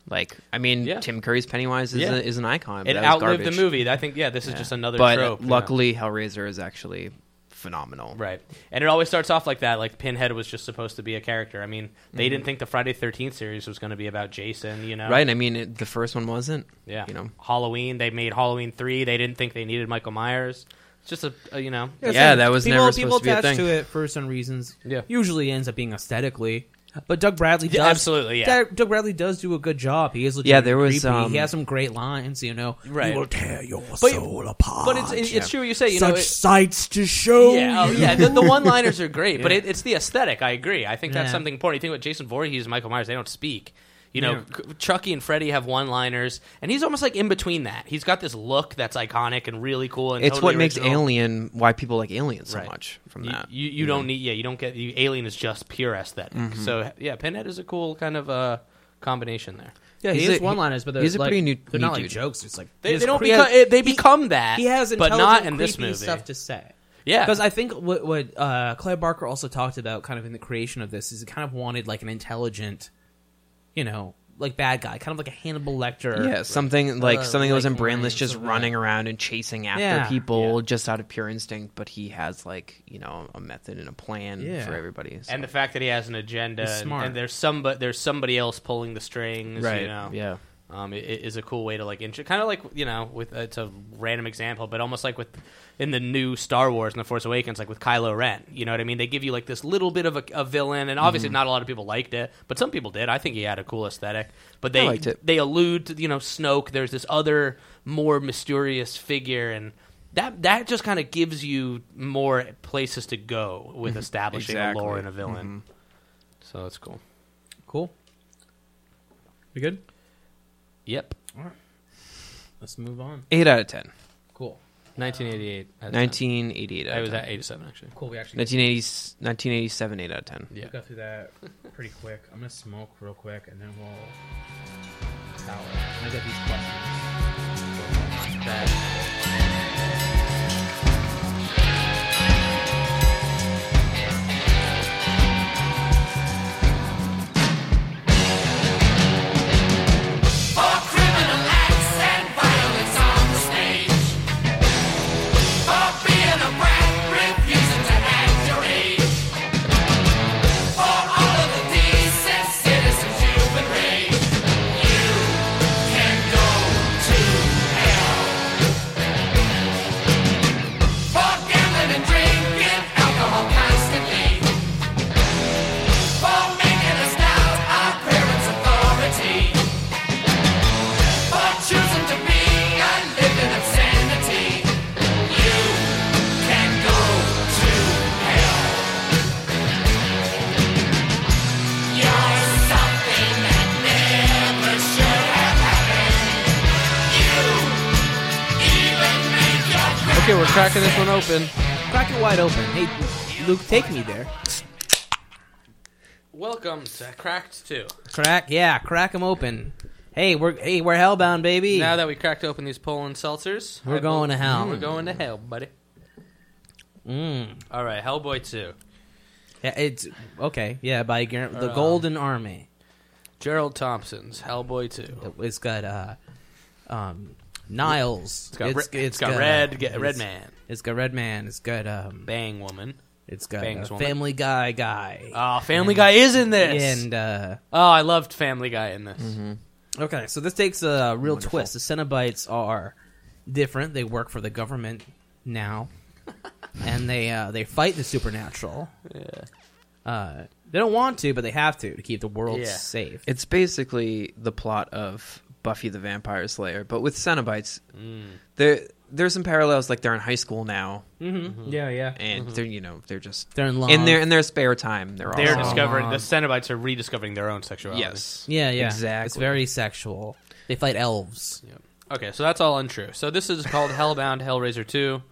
[SPEAKER 3] Like, I mean,
[SPEAKER 2] Yeah.
[SPEAKER 3] Tim Curry's Pennywise is,
[SPEAKER 2] Yeah.
[SPEAKER 3] a, is an icon. But
[SPEAKER 2] it
[SPEAKER 3] that was
[SPEAKER 2] outlived
[SPEAKER 3] garbage.
[SPEAKER 2] the movie. I think yeah, this is just another
[SPEAKER 3] But
[SPEAKER 2] trope. you know.
[SPEAKER 3] luckily, Hellraiser is actually phenomenal.
[SPEAKER 2] right? And it always starts off like that. Like Pinhead was just supposed to be a character. I mean, they didn't think the Friday Thirteenth series was going to be about Jason. You know,
[SPEAKER 3] Mm-hmm. Right. I mean, it, the first one wasn't.
[SPEAKER 2] Yeah,
[SPEAKER 3] You know.
[SPEAKER 2] Halloween. They made Halloween three. They didn't think they needed Michael Myers. It's just a, a you know,
[SPEAKER 3] Yeah,
[SPEAKER 1] some
[SPEAKER 3] that was
[SPEAKER 1] people,
[SPEAKER 3] never
[SPEAKER 1] people
[SPEAKER 3] supposed to be a
[SPEAKER 1] attached
[SPEAKER 3] thing.
[SPEAKER 1] to it for some reasons.
[SPEAKER 2] Yeah.
[SPEAKER 1] usually ends up being aesthetically, but Doug Bradley does
[SPEAKER 2] Yeah, absolutely, yeah.
[SPEAKER 1] Doug- Doug Bradley does do a good job. He is legit
[SPEAKER 3] Yeah, there was,
[SPEAKER 1] creepy.
[SPEAKER 3] um,
[SPEAKER 1] he has some great lines. You know,
[SPEAKER 2] Right.
[SPEAKER 1] You will tear your
[SPEAKER 2] But-
[SPEAKER 1] soul apart.
[SPEAKER 2] but it's it's true. What you say you
[SPEAKER 1] such
[SPEAKER 2] know. it-
[SPEAKER 1] sights to show.
[SPEAKER 2] Yeah, oh,
[SPEAKER 1] you.
[SPEAKER 2] yeah. The,
[SPEAKER 3] *laughs*
[SPEAKER 2] the one-liners are great, but it, it's the aesthetic. I agree. I think that's
[SPEAKER 1] Yeah.
[SPEAKER 2] something important. You think about Jason Voorhees and Michael Myers; they don't speak. You know, C- Chucky and Freddy have one-liners, and he's almost like in between that. He's got this look that's iconic and really cool. And
[SPEAKER 3] It's
[SPEAKER 2] totally
[SPEAKER 3] what makes
[SPEAKER 2] original.
[SPEAKER 3] Alien why people like Alien so
[SPEAKER 2] Right.
[SPEAKER 3] much from
[SPEAKER 2] You,
[SPEAKER 3] that.
[SPEAKER 2] you, you don't need yeah. You don't get you, Alien is just pure esthetic
[SPEAKER 3] Mm-hmm.
[SPEAKER 2] So yeah, Pinhead is a cool kind of uh, combination there.
[SPEAKER 1] Yeah, he
[SPEAKER 3] He's
[SPEAKER 1] is
[SPEAKER 3] a-
[SPEAKER 1] one liners, but they're
[SPEAKER 3] he's a
[SPEAKER 1] like,
[SPEAKER 3] pretty new-
[SPEAKER 1] They're
[SPEAKER 3] new
[SPEAKER 1] not like
[SPEAKER 3] dude.
[SPEAKER 1] jokes. It's like
[SPEAKER 2] They,
[SPEAKER 1] he's
[SPEAKER 2] they don't
[SPEAKER 1] crea-
[SPEAKER 2] become uh, they
[SPEAKER 1] he-
[SPEAKER 2] become that.
[SPEAKER 1] He has,
[SPEAKER 2] but not in
[SPEAKER 1] intelligent,
[SPEAKER 2] this
[SPEAKER 1] creepy
[SPEAKER 2] movie.
[SPEAKER 1] stuff to say.
[SPEAKER 2] Yeah.
[SPEAKER 1] because I think what what uh, Claire Barker also talked about, kind of in the creation of this, is it kind of wanted like an intelligent, you know, like bad guy, kind of like a Hannibal Lecter.
[SPEAKER 3] Yeah, something like
[SPEAKER 1] Uh,
[SPEAKER 3] something that was
[SPEAKER 1] like
[SPEAKER 3] in Brandless,
[SPEAKER 1] Lion,
[SPEAKER 3] just
[SPEAKER 1] something
[SPEAKER 3] running around and chasing after
[SPEAKER 1] Yeah.
[SPEAKER 3] people just out of pure instinct. But he has like you know a method and a plan
[SPEAKER 1] Yeah.
[SPEAKER 3] for everybody. so-
[SPEAKER 2] and the fact that he has an agenda,
[SPEAKER 1] He's
[SPEAKER 2] and,
[SPEAKER 1] smart.
[SPEAKER 2] and there's somebody there's somebody else pulling the strings,
[SPEAKER 3] right,
[SPEAKER 2] You know?
[SPEAKER 3] yeah,
[SPEAKER 2] um, i- i- is a cool way to like intro, kind of like you know, with uh, it's a random example, but almost like with in the new Star Wars and the Force Awakens, like with Kylo Ren. You know what I mean? They give you like this little bit of a, a villain, and obviously
[SPEAKER 3] Mm-hmm.
[SPEAKER 2] not a lot of people liked it, but some people did. I think he had a cool aesthetic, but they
[SPEAKER 3] liked it.
[SPEAKER 2] they allude to you know Snoke. There's this other more mysterious figure and. That, that just kind of gives you more places to go
[SPEAKER 3] Mm-hmm.
[SPEAKER 2] with establishing
[SPEAKER 3] Exactly.
[SPEAKER 2] a lore and a villain. Mm-hmm. So that's cool.
[SPEAKER 1] cool. We good?
[SPEAKER 2] Yep.
[SPEAKER 1] Let's move on.
[SPEAKER 3] eight out of ten.
[SPEAKER 1] Cool.
[SPEAKER 2] 1988. as a-
[SPEAKER 3] Nineteen eighty-eight.
[SPEAKER 2] I was at 87 actually.
[SPEAKER 1] Cool. We actually
[SPEAKER 3] 1980, 1987, 8 out of 10.
[SPEAKER 2] Yeah.
[SPEAKER 1] we got through that pretty quick. I'm gonna smoke real quick, and then we'll power. I got these questions.
[SPEAKER 5] For criminal acts and violence on the stage. For being a brat, refusing to act your age. For all of the decent citizens you've been raised. You can go to hell. For gambling and drinking alcohol constantly. For making us doubt our parents' authority. For choosing to be a living obscenity, you can go to hell. You're something that never should have
[SPEAKER 4] Okay,
[SPEAKER 5] happened. You even make your
[SPEAKER 4] we're cracking this one open.
[SPEAKER 1] Crack it wide open. Hey, Luke, take me there.
[SPEAKER 2] Welcome to Cracked 2.
[SPEAKER 1] Crack, yeah, crack them open. Hey, we're hey, we're hellbound, baby.
[SPEAKER 2] Now that we cracked open these Poland seltzers,
[SPEAKER 1] We're
[SPEAKER 2] I
[SPEAKER 1] going
[SPEAKER 2] bel-
[SPEAKER 1] to hell.
[SPEAKER 2] We're going to hell, buddy.
[SPEAKER 1] Mm.
[SPEAKER 2] All right, Hellboy 2.
[SPEAKER 1] Yeah, it's okay. Yeah, by Gar- the Golden Army.
[SPEAKER 2] Gerald Thompson's Hellboy 2. It's
[SPEAKER 1] It's got uh, um, Niles. It's
[SPEAKER 2] got, re- it's got
[SPEAKER 1] got, uh,
[SPEAKER 2] Red
[SPEAKER 1] it's-
[SPEAKER 2] get, Red Man,
[SPEAKER 1] It's got Red Man. It's got um,
[SPEAKER 2] Bang Woman.
[SPEAKER 1] it's got
[SPEAKER 2] Bangs
[SPEAKER 1] uh,
[SPEAKER 2] woman.
[SPEAKER 1] Family Guy guy.
[SPEAKER 2] Oh, Family Guy is in this.
[SPEAKER 1] and Mm-hmm. uh,
[SPEAKER 2] oh, I loved Family Guy in this.
[SPEAKER 1] okay, so this takes a real twist. The Cenobites are different. They work for the
[SPEAKER 3] *laughs*
[SPEAKER 1] government now, and they uh, they fight the supernatural.
[SPEAKER 2] Yeah.
[SPEAKER 1] Uh, they don't want to, but they have to to keep the world
[SPEAKER 4] Yeah.
[SPEAKER 1] safe.
[SPEAKER 3] It's basically the plot of Buffy the Vampire Slayer, but with Cenobites. There, there's some parallels. Like they're in high school now,
[SPEAKER 1] Yeah, yeah.
[SPEAKER 3] and they're you know they're just
[SPEAKER 1] Mm-hmm. They're in love.
[SPEAKER 3] Mm-hmm. in their in their spare time. They're,
[SPEAKER 2] They're
[SPEAKER 3] all
[SPEAKER 2] discovering the Cenobites are rediscovering their own sexuality.
[SPEAKER 3] yes,
[SPEAKER 1] yeah, yeah.
[SPEAKER 3] exactly.
[SPEAKER 1] It's very sexual. They fight elves.
[SPEAKER 2] Yep. Okay, so that's all untrue. So this is called *laughs* Hellbound Hellraiser 2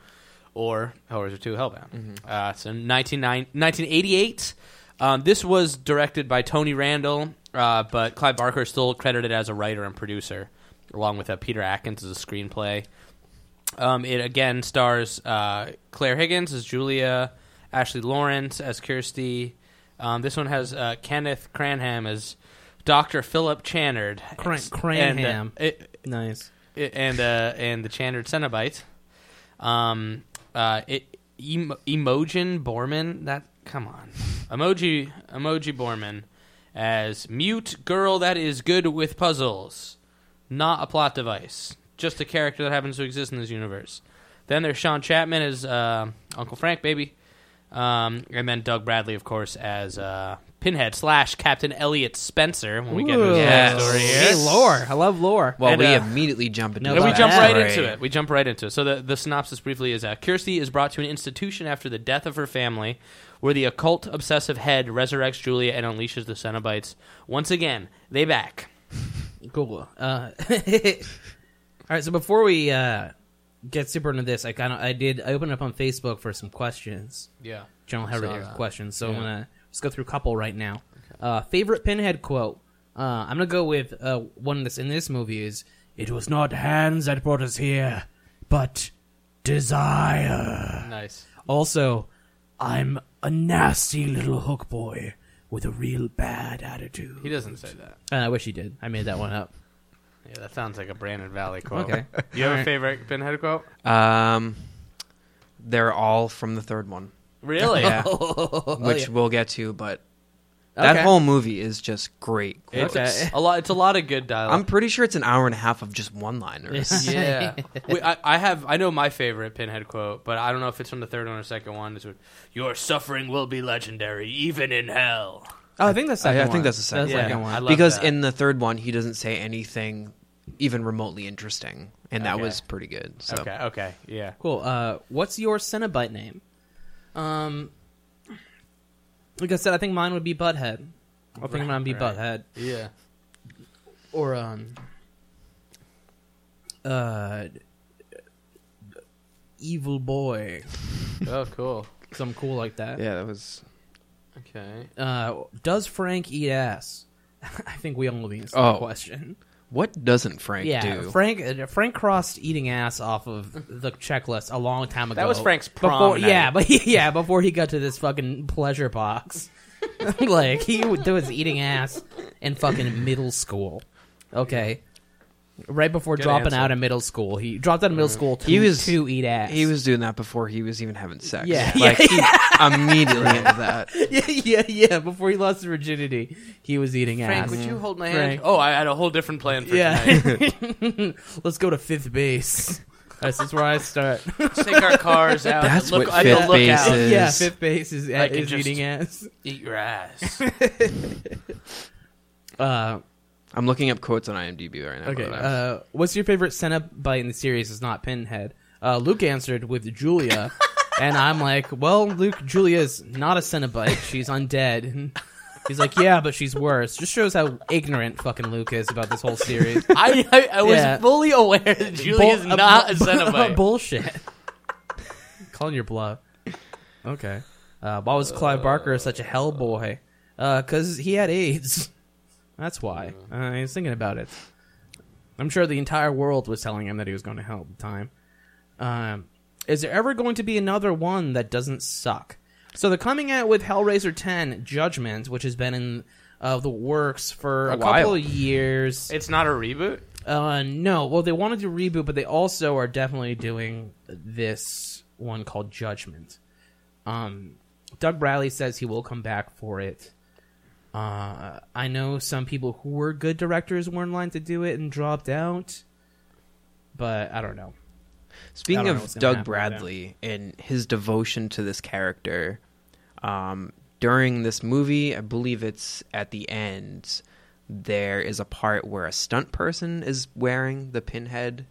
[SPEAKER 2] or Hellraiser 2 Hellbound.
[SPEAKER 1] Mm-hmm.
[SPEAKER 2] Uh, so 1989 1988. Um, this was directed by Tony Randall, uh, but Clive Barker is still credited as a writer and producer, along with uh, Peter Atkins as a screenplay. Um, it again stars uh, Claire Higgins as Julia, Ashley Lawrence as Kirsty. Um, this one has uh, Kenneth Cranham as Dr. Philip Channard.
[SPEAKER 1] Cran-
[SPEAKER 2] And, uh,
[SPEAKER 1] Cranham.
[SPEAKER 2] it-
[SPEAKER 1] Nice.
[SPEAKER 2] it- and uh, and the Chandred Cenobite. Um, uh, it em- Emojin Borman. That come on, emoji emoji Borman as mute girl that is good with puzzles, not a plot device, just a character that happens to exist in this universe. Then there's Sean Chapman as uh, Uncle Frank, baby, um, and then Doug Bradley, of course, as uh, Pinhead slash Captain Elliot Spencer. When we get into his
[SPEAKER 3] Yes.
[SPEAKER 2] backstory here.
[SPEAKER 1] Hey, lore. I love lore.
[SPEAKER 3] Well,
[SPEAKER 2] And,
[SPEAKER 3] we
[SPEAKER 2] uh,
[SPEAKER 3] immediately jump into
[SPEAKER 1] no,
[SPEAKER 3] the
[SPEAKER 2] Yeah, we
[SPEAKER 1] Wow.
[SPEAKER 2] jump
[SPEAKER 1] Yeah.
[SPEAKER 2] right
[SPEAKER 3] backstory.
[SPEAKER 2] into it. We jump right into it. So the, the synopsis briefly is uh, Kirsty is brought to an institution after the death of her family, where the occult obsessive head resurrects Julia and unleashes the Cenobites. Once again, they back.
[SPEAKER 1] Cool. Uh, *laughs* all right. So before we uh, get super into this, I kind of I did I opened up on Facebook for some questions,
[SPEAKER 2] Yeah. uh,
[SPEAKER 1] general
[SPEAKER 2] Saw
[SPEAKER 1] Hellraiser
[SPEAKER 2] that.
[SPEAKER 1] questions. So I'm gonna just go through a couple right now. Uh, favorite Pinhead quote. Uh, I'm gonna go with uh, one that's in this movie is "It was not hands that brought us here, but desire."
[SPEAKER 2] Nice.
[SPEAKER 1] Also, I'm a nasty little hook boy with a real bad attitude.
[SPEAKER 2] He doesn't say that.
[SPEAKER 1] Uh, I wish he did. I made that one up.
[SPEAKER 2] Yeah, that sounds like a Brandon Valley quote. *laughs*
[SPEAKER 1] Okay.
[SPEAKER 2] You have a favorite Pinhead quote?
[SPEAKER 3] Um, they're all from the
[SPEAKER 2] *laughs*
[SPEAKER 3] third one,
[SPEAKER 2] Really?
[SPEAKER 3] yeah, which we'll get to. But that
[SPEAKER 1] Okay.
[SPEAKER 3] whole movie is just great.
[SPEAKER 2] It's,
[SPEAKER 1] Okay.
[SPEAKER 2] it's uh, a lot. It's a lot of good dialogue.
[SPEAKER 3] I'm pretty sure it's an hour and a half of just one
[SPEAKER 2] *laughs*
[SPEAKER 3] liners.
[SPEAKER 2] yeah, *laughs* we, I, I have. I know my favorite Pinhead quote, but I don't know if it's from the third one or second one. It's, Your suffering will be legendary, even in hell.
[SPEAKER 1] Oh, I think that's
[SPEAKER 3] I, I think that's the second
[SPEAKER 2] Yeah.
[SPEAKER 3] one.
[SPEAKER 2] I love
[SPEAKER 3] because
[SPEAKER 2] that.
[SPEAKER 3] in the third one, he doesn't say anything even remotely interesting, and that
[SPEAKER 2] Okay.
[SPEAKER 3] was pretty good. So.
[SPEAKER 2] Okay. Okay. Yeah.
[SPEAKER 1] Cool. Uh, what's your Cenobite name? Um, like I said, I think mine would be Butthead. I think mine would be
[SPEAKER 2] Right,
[SPEAKER 1] Butthead
[SPEAKER 2] Yeah.
[SPEAKER 1] or um, uh, Evil Boy,
[SPEAKER 2] Oh, cool.
[SPEAKER 1] something cool like that.
[SPEAKER 3] Yeah, that was.
[SPEAKER 2] Okay.
[SPEAKER 1] Uh, does Frank eat ass? *laughs* I think we all answered
[SPEAKER 3] Oh.
[SPEAKER 1] that question.
[SPEAKER 3] What doesn't Frank
[SPEAKER 1] yeah,
[SPEAKER 3] do?
[SPEAKER 1] Frank uh, Frank crossed eating ass off of the checklist a long time ago.
[SPEAKER 2] That was Frank's
[SPEAKER 1] before,
[SPEAKER 2] prom night.
[SPEAKER 1] yeah, but yeah, before he got to this fucking pleasure box, *laughs* like he would- was eating ass in fucking middle school. Okay, right before dropping
[SPEAKER 2] answer. Mm.
[SPEAKER 1] out of middle school, he dropped out of middle school to,
[SPEAKER 3] He was-
[SPEAKER 1] to eat ass.
[SPEAKER 3] he was doing that before he was even having sex.
[SPEAKER 1] Yeah.
[SPEAKER 3] like he immediately into that.
[SPEAKER 1] *laughs* yeah, yeah, yeah. Before he lost his virginity, he was eating ass.
[SPEAKER 2] hold my
[SPEAKER 1] hand?
[SPEAKER 2] Oh, I had a whole different plan for tonight. *laughs*
[SPEAKER 1] yeah, *laughs* let's go to fifth base. This is where I start.
[SPEAKER 2] Let's take our cars out.
[SPEAKER 3] That's
[SPEAKER 2] look,
[SPEAKER 3] what
[SPEAKER 2] at the
[SPEAKER 3] fifth
[SPEAKER 2] lookout.
[SPEAKER 3] base is.
[SPEAKER 1] Oh, yeah, fifth base is,
[SPEAKER 2] Like, it
[SPEAKER 1] is
[SPEAKER 2] just-
[SPEAKER 1] eating ass.
[SPEAKER 2] Eat your ass. *laughs*
[SPEAKER 1] Uh,
[SPEAKER 3] I'm looking up quotes on IMDb right now.
[SPEAKER 1] Okay.
[SPEAKER 3] but,
[SPEAKER 1] Uh, what's your favorite Cenobite in the series? Is not Pinhead. Uh, Luke answered with Julia, *laughs* and I'm like, well, Luke, Julia's not a Cenobite. She's undead. *laughs* And he's like, yeah, but she's worse. Just shows how ignorant fucking Luke is about this whole *laughs* series.
[SPEAKER 2] I, I, I was
[SPEAKER 1] Yeah.
[SPEAKER 2] fully aware that Julie is
[SPEAKER 1] Bull-
[SPEAKER 2] not *laughs* a
[SPEAKER 1] bu- *laughs*
[SPEAKER 2] Cenobite.
[SPEAKER 1] bullshit. Calling your bluff. Okay. Uh, why was Clive Barker such a hellboy? Because he had AIDS. That's why. Uh, he was thinking about it. I'm sure the entire world was telling him that he was going to hell at the time. Um, is there ever going to be another one that doesn't suck? So they're coming out with Hellraiser 10 Judgment, which has been in uh, the works for a,
[SPEAKER 3] while.
[SPEAKER 1] couple of years.
[SPEAKER 2] It's not a reboot.
[SPEAKER 1] Uh, no. Well, they wanted to reboot, but they also are definitely doing this one called Judgment. Um, Doug Bradley says he will come back for it. Uh, I know some people who were good directors were in line to do it and dropped out, but I don't know. I
[SPEAKER 3] Speaking
[SPEAKER 1] don't know what's
[SPEAKER 3] of
[SPEAKER 1] gonna
[SPEAKER 3] Doug
[SPEAKER 1] happen with that.
[SPEAKER 3] Bradley and his devotion to this character, um, during this movie, I believe it's at the end, there is a part where a stunt person is wearing the pinhead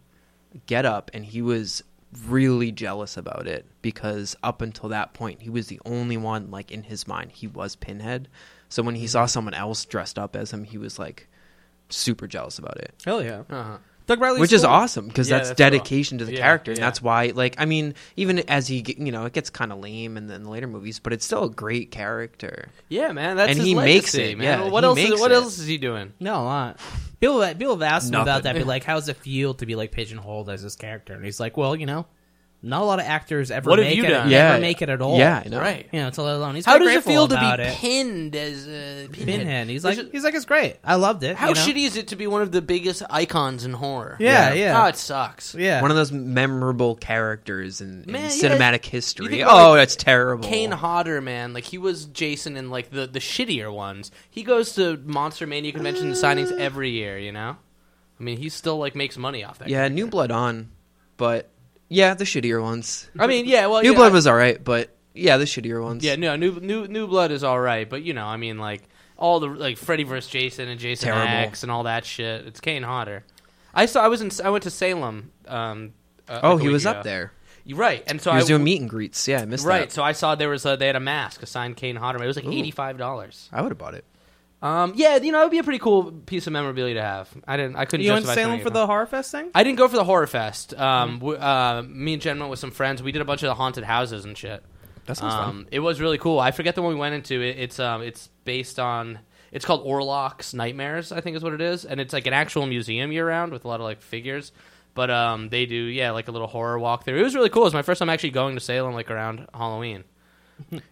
[SPEAKER 3] get up, and he was really jealous about it because up until that point, he was the only one, like in his mind, he was pinhead. So
[SPEAKER 1] Mm-hmm.
[SPEAKER 3] when he saw someone else dressed up as him, he was like super jealous about it
[SPEAKER 1] Hell yeah.
[SPEAKER 2] Uh-huh.
[SPEAKER 1] Doug Riley,
[SPEAKER 3] which is awesome because
[SPEAKER 2] Yeah,
[SPEAKER 3] that's,
[SPEAKER 2] that's cool.
[SPEAKER 3] dedication to the
[SPEAKER 2] Yeah,
[SPEAKER 3] character and
[SPEAKER 2] yeah.
[SPEAKER 3] that's why like i mean even as he get- you know it gets kind of lame in the, in the later movies but it's still a great character
[SPEAKER 2] Yeah, man. That's
[SPEAKER 3] And
[SPEAKER 2] his
[SPEAKER 3] he makes
[SPEAKER 2] legacy,
[SPEAKER 3] it,
[SPEAKER 2] man.
[SPEAKER 3] yeah,
[SPEAKER 2] what
[SPEAKER 3] he
[SPEAKER 2] else?
[SPEAKER 3] makes
[SPEAKER 2] Is, what
[SPEAKER 3] it.
[SPEAKER 2] else is he doing?
[SPEAKER 1] No, a lot. People have, people have asked him about
[SPEAKER 3] Nothing.
[SPEAKER 1] that, be like, "How's it feel to be like pigeonholed as this character?" And he's like, "Well, you know, not a lot of actors ever
[SPEAKER 2] What have
[SPEAKER 1] make
[SPEAKER 2] you
[SPEAKER 1] it.
[SPEAKER 2] done?"
[SPEAKER 1] never
[SPEAKER 3] Yeah.
[SPEAKER 1] make it at all.
[SPEAKER 3] Yeah, I know.
[SPEAKER 2] Right.
[SPEAKER 1] You know, it's all alone. He's
[SPEAKER 2] How
[SPEAKER 1] very
[SPEAKER 2] does it
[SPEAKER 1] grateful
[SPEAKER 2] feel to
[SPEAKER 1] about
[SPEAKER 2] be
[SPEAKER 1] it.
[SPEAKER 2] pinned as a pinhead?
[SPEAKER 1] Pinhead. He's like, he's like, it's great. I loved it.
[SPEAKER 2] how
[SPEAKER 1] you know?
[SPEAKER 2] shitty is it to be one of the biggest icons in horror?
[SPEAKER 1] Yeah, yeah.
[SPEAKER 2] Oh, it sucks.
[SPEAKER 1] Yeah.
[SPEAKER 3] one of those memorable characters in, in
[SPEAKER 2] Man, yeah,
[SPEAKER 3] cinematic
[SPEAKER 2] you
[SPEAKER 3] history
[SPEAKER 2] think
[SPEAKER 3] oh
[SPEAKER 2] about, like,
[SPEAKER 3] that's terrible
[SPEAKER 2] Kane Hodder, man, like he was Jason in like the the shittier ones. He goes to Monster Mania convention and
[SPEAKER 3] Uh.
[SPEAKER 2] signings every year. You know, I mean, he still like makes money off that.
[SPEAKER 3] yeah new blood on but yeah the shittier ones
[SPEAKER 2] I mean, Oh, yeah. Well,
[SPEAKER 3] new
[SPEAKER 2] yeah,
[SPEAKER 3] blood
[SPEAKER 2] I-
[SPEAKER 3] was all right but yeah the shittier ones
[SPEAKER 2] Yeah, no, new new new blood is all right, but you know, I mean, like all the like Freddy vs Jason and Jason
[SPEAKER 3] Terrible.
[SPEAKER 2] X and all that shit. It's Kane Hodder. I saw. I was in. I went to Salem. Um, uh,
[SPEAKER 3] oh
[SPEAKER 2] like a
[SPEAKER 3] he
[SPEAKER 2] week
[SPEAKER 3] was
[SPEAKER 2] ago.
[SPEAKER 3] up there
[SPEAKER 2] You're right, and so
[SPEAKER 3] he was
[SPEAKER 2] I
[SPEAKER 3] doing meet and greets yeah i missed
[SPEAKER 2] Right,
[SPEAKER 3] that
[SPEAKER 2] so I saw there was a, they had a mask, a signed Kane Hodder. It was like eighty five dollars.
[SPEAKER 3] i would have bought it
[SPEAKER 2] Um, yeah, you know, it would be a pretty cool piece of memorabilia to have. I didn't. I couldn't.
[SPEAKER 1] you went to
[SPEAKER 2] justify
[SPEAKER 1] Salem
[SPEAKER 2] spending
[SPEAKER 1] for
[SPEAKER 2] it.
[SPEAKER 1] the Mm-hmm. horror fest thing?
[SPEAKER 2] I didn't go for the horror fest. Um, w- uh, me and Jen went with some friends. We did a bunch of the haunted houses and shit.
[SPEAKER 3] that sounds fun
[SPEAKER 2] Um, it was really cool. I forget the one we went into. It, it's um, it's based on. It's called Orlok's Nightmares, I think is what it is, and it's like an actual museum year round with a lot of like figures. But um, they do yeah, like a little horror walk there. It was really cool. It was my first time actually going to Salem like around
[SPEAKER 1] *laughs*
[SPEAKER 2] Halloween.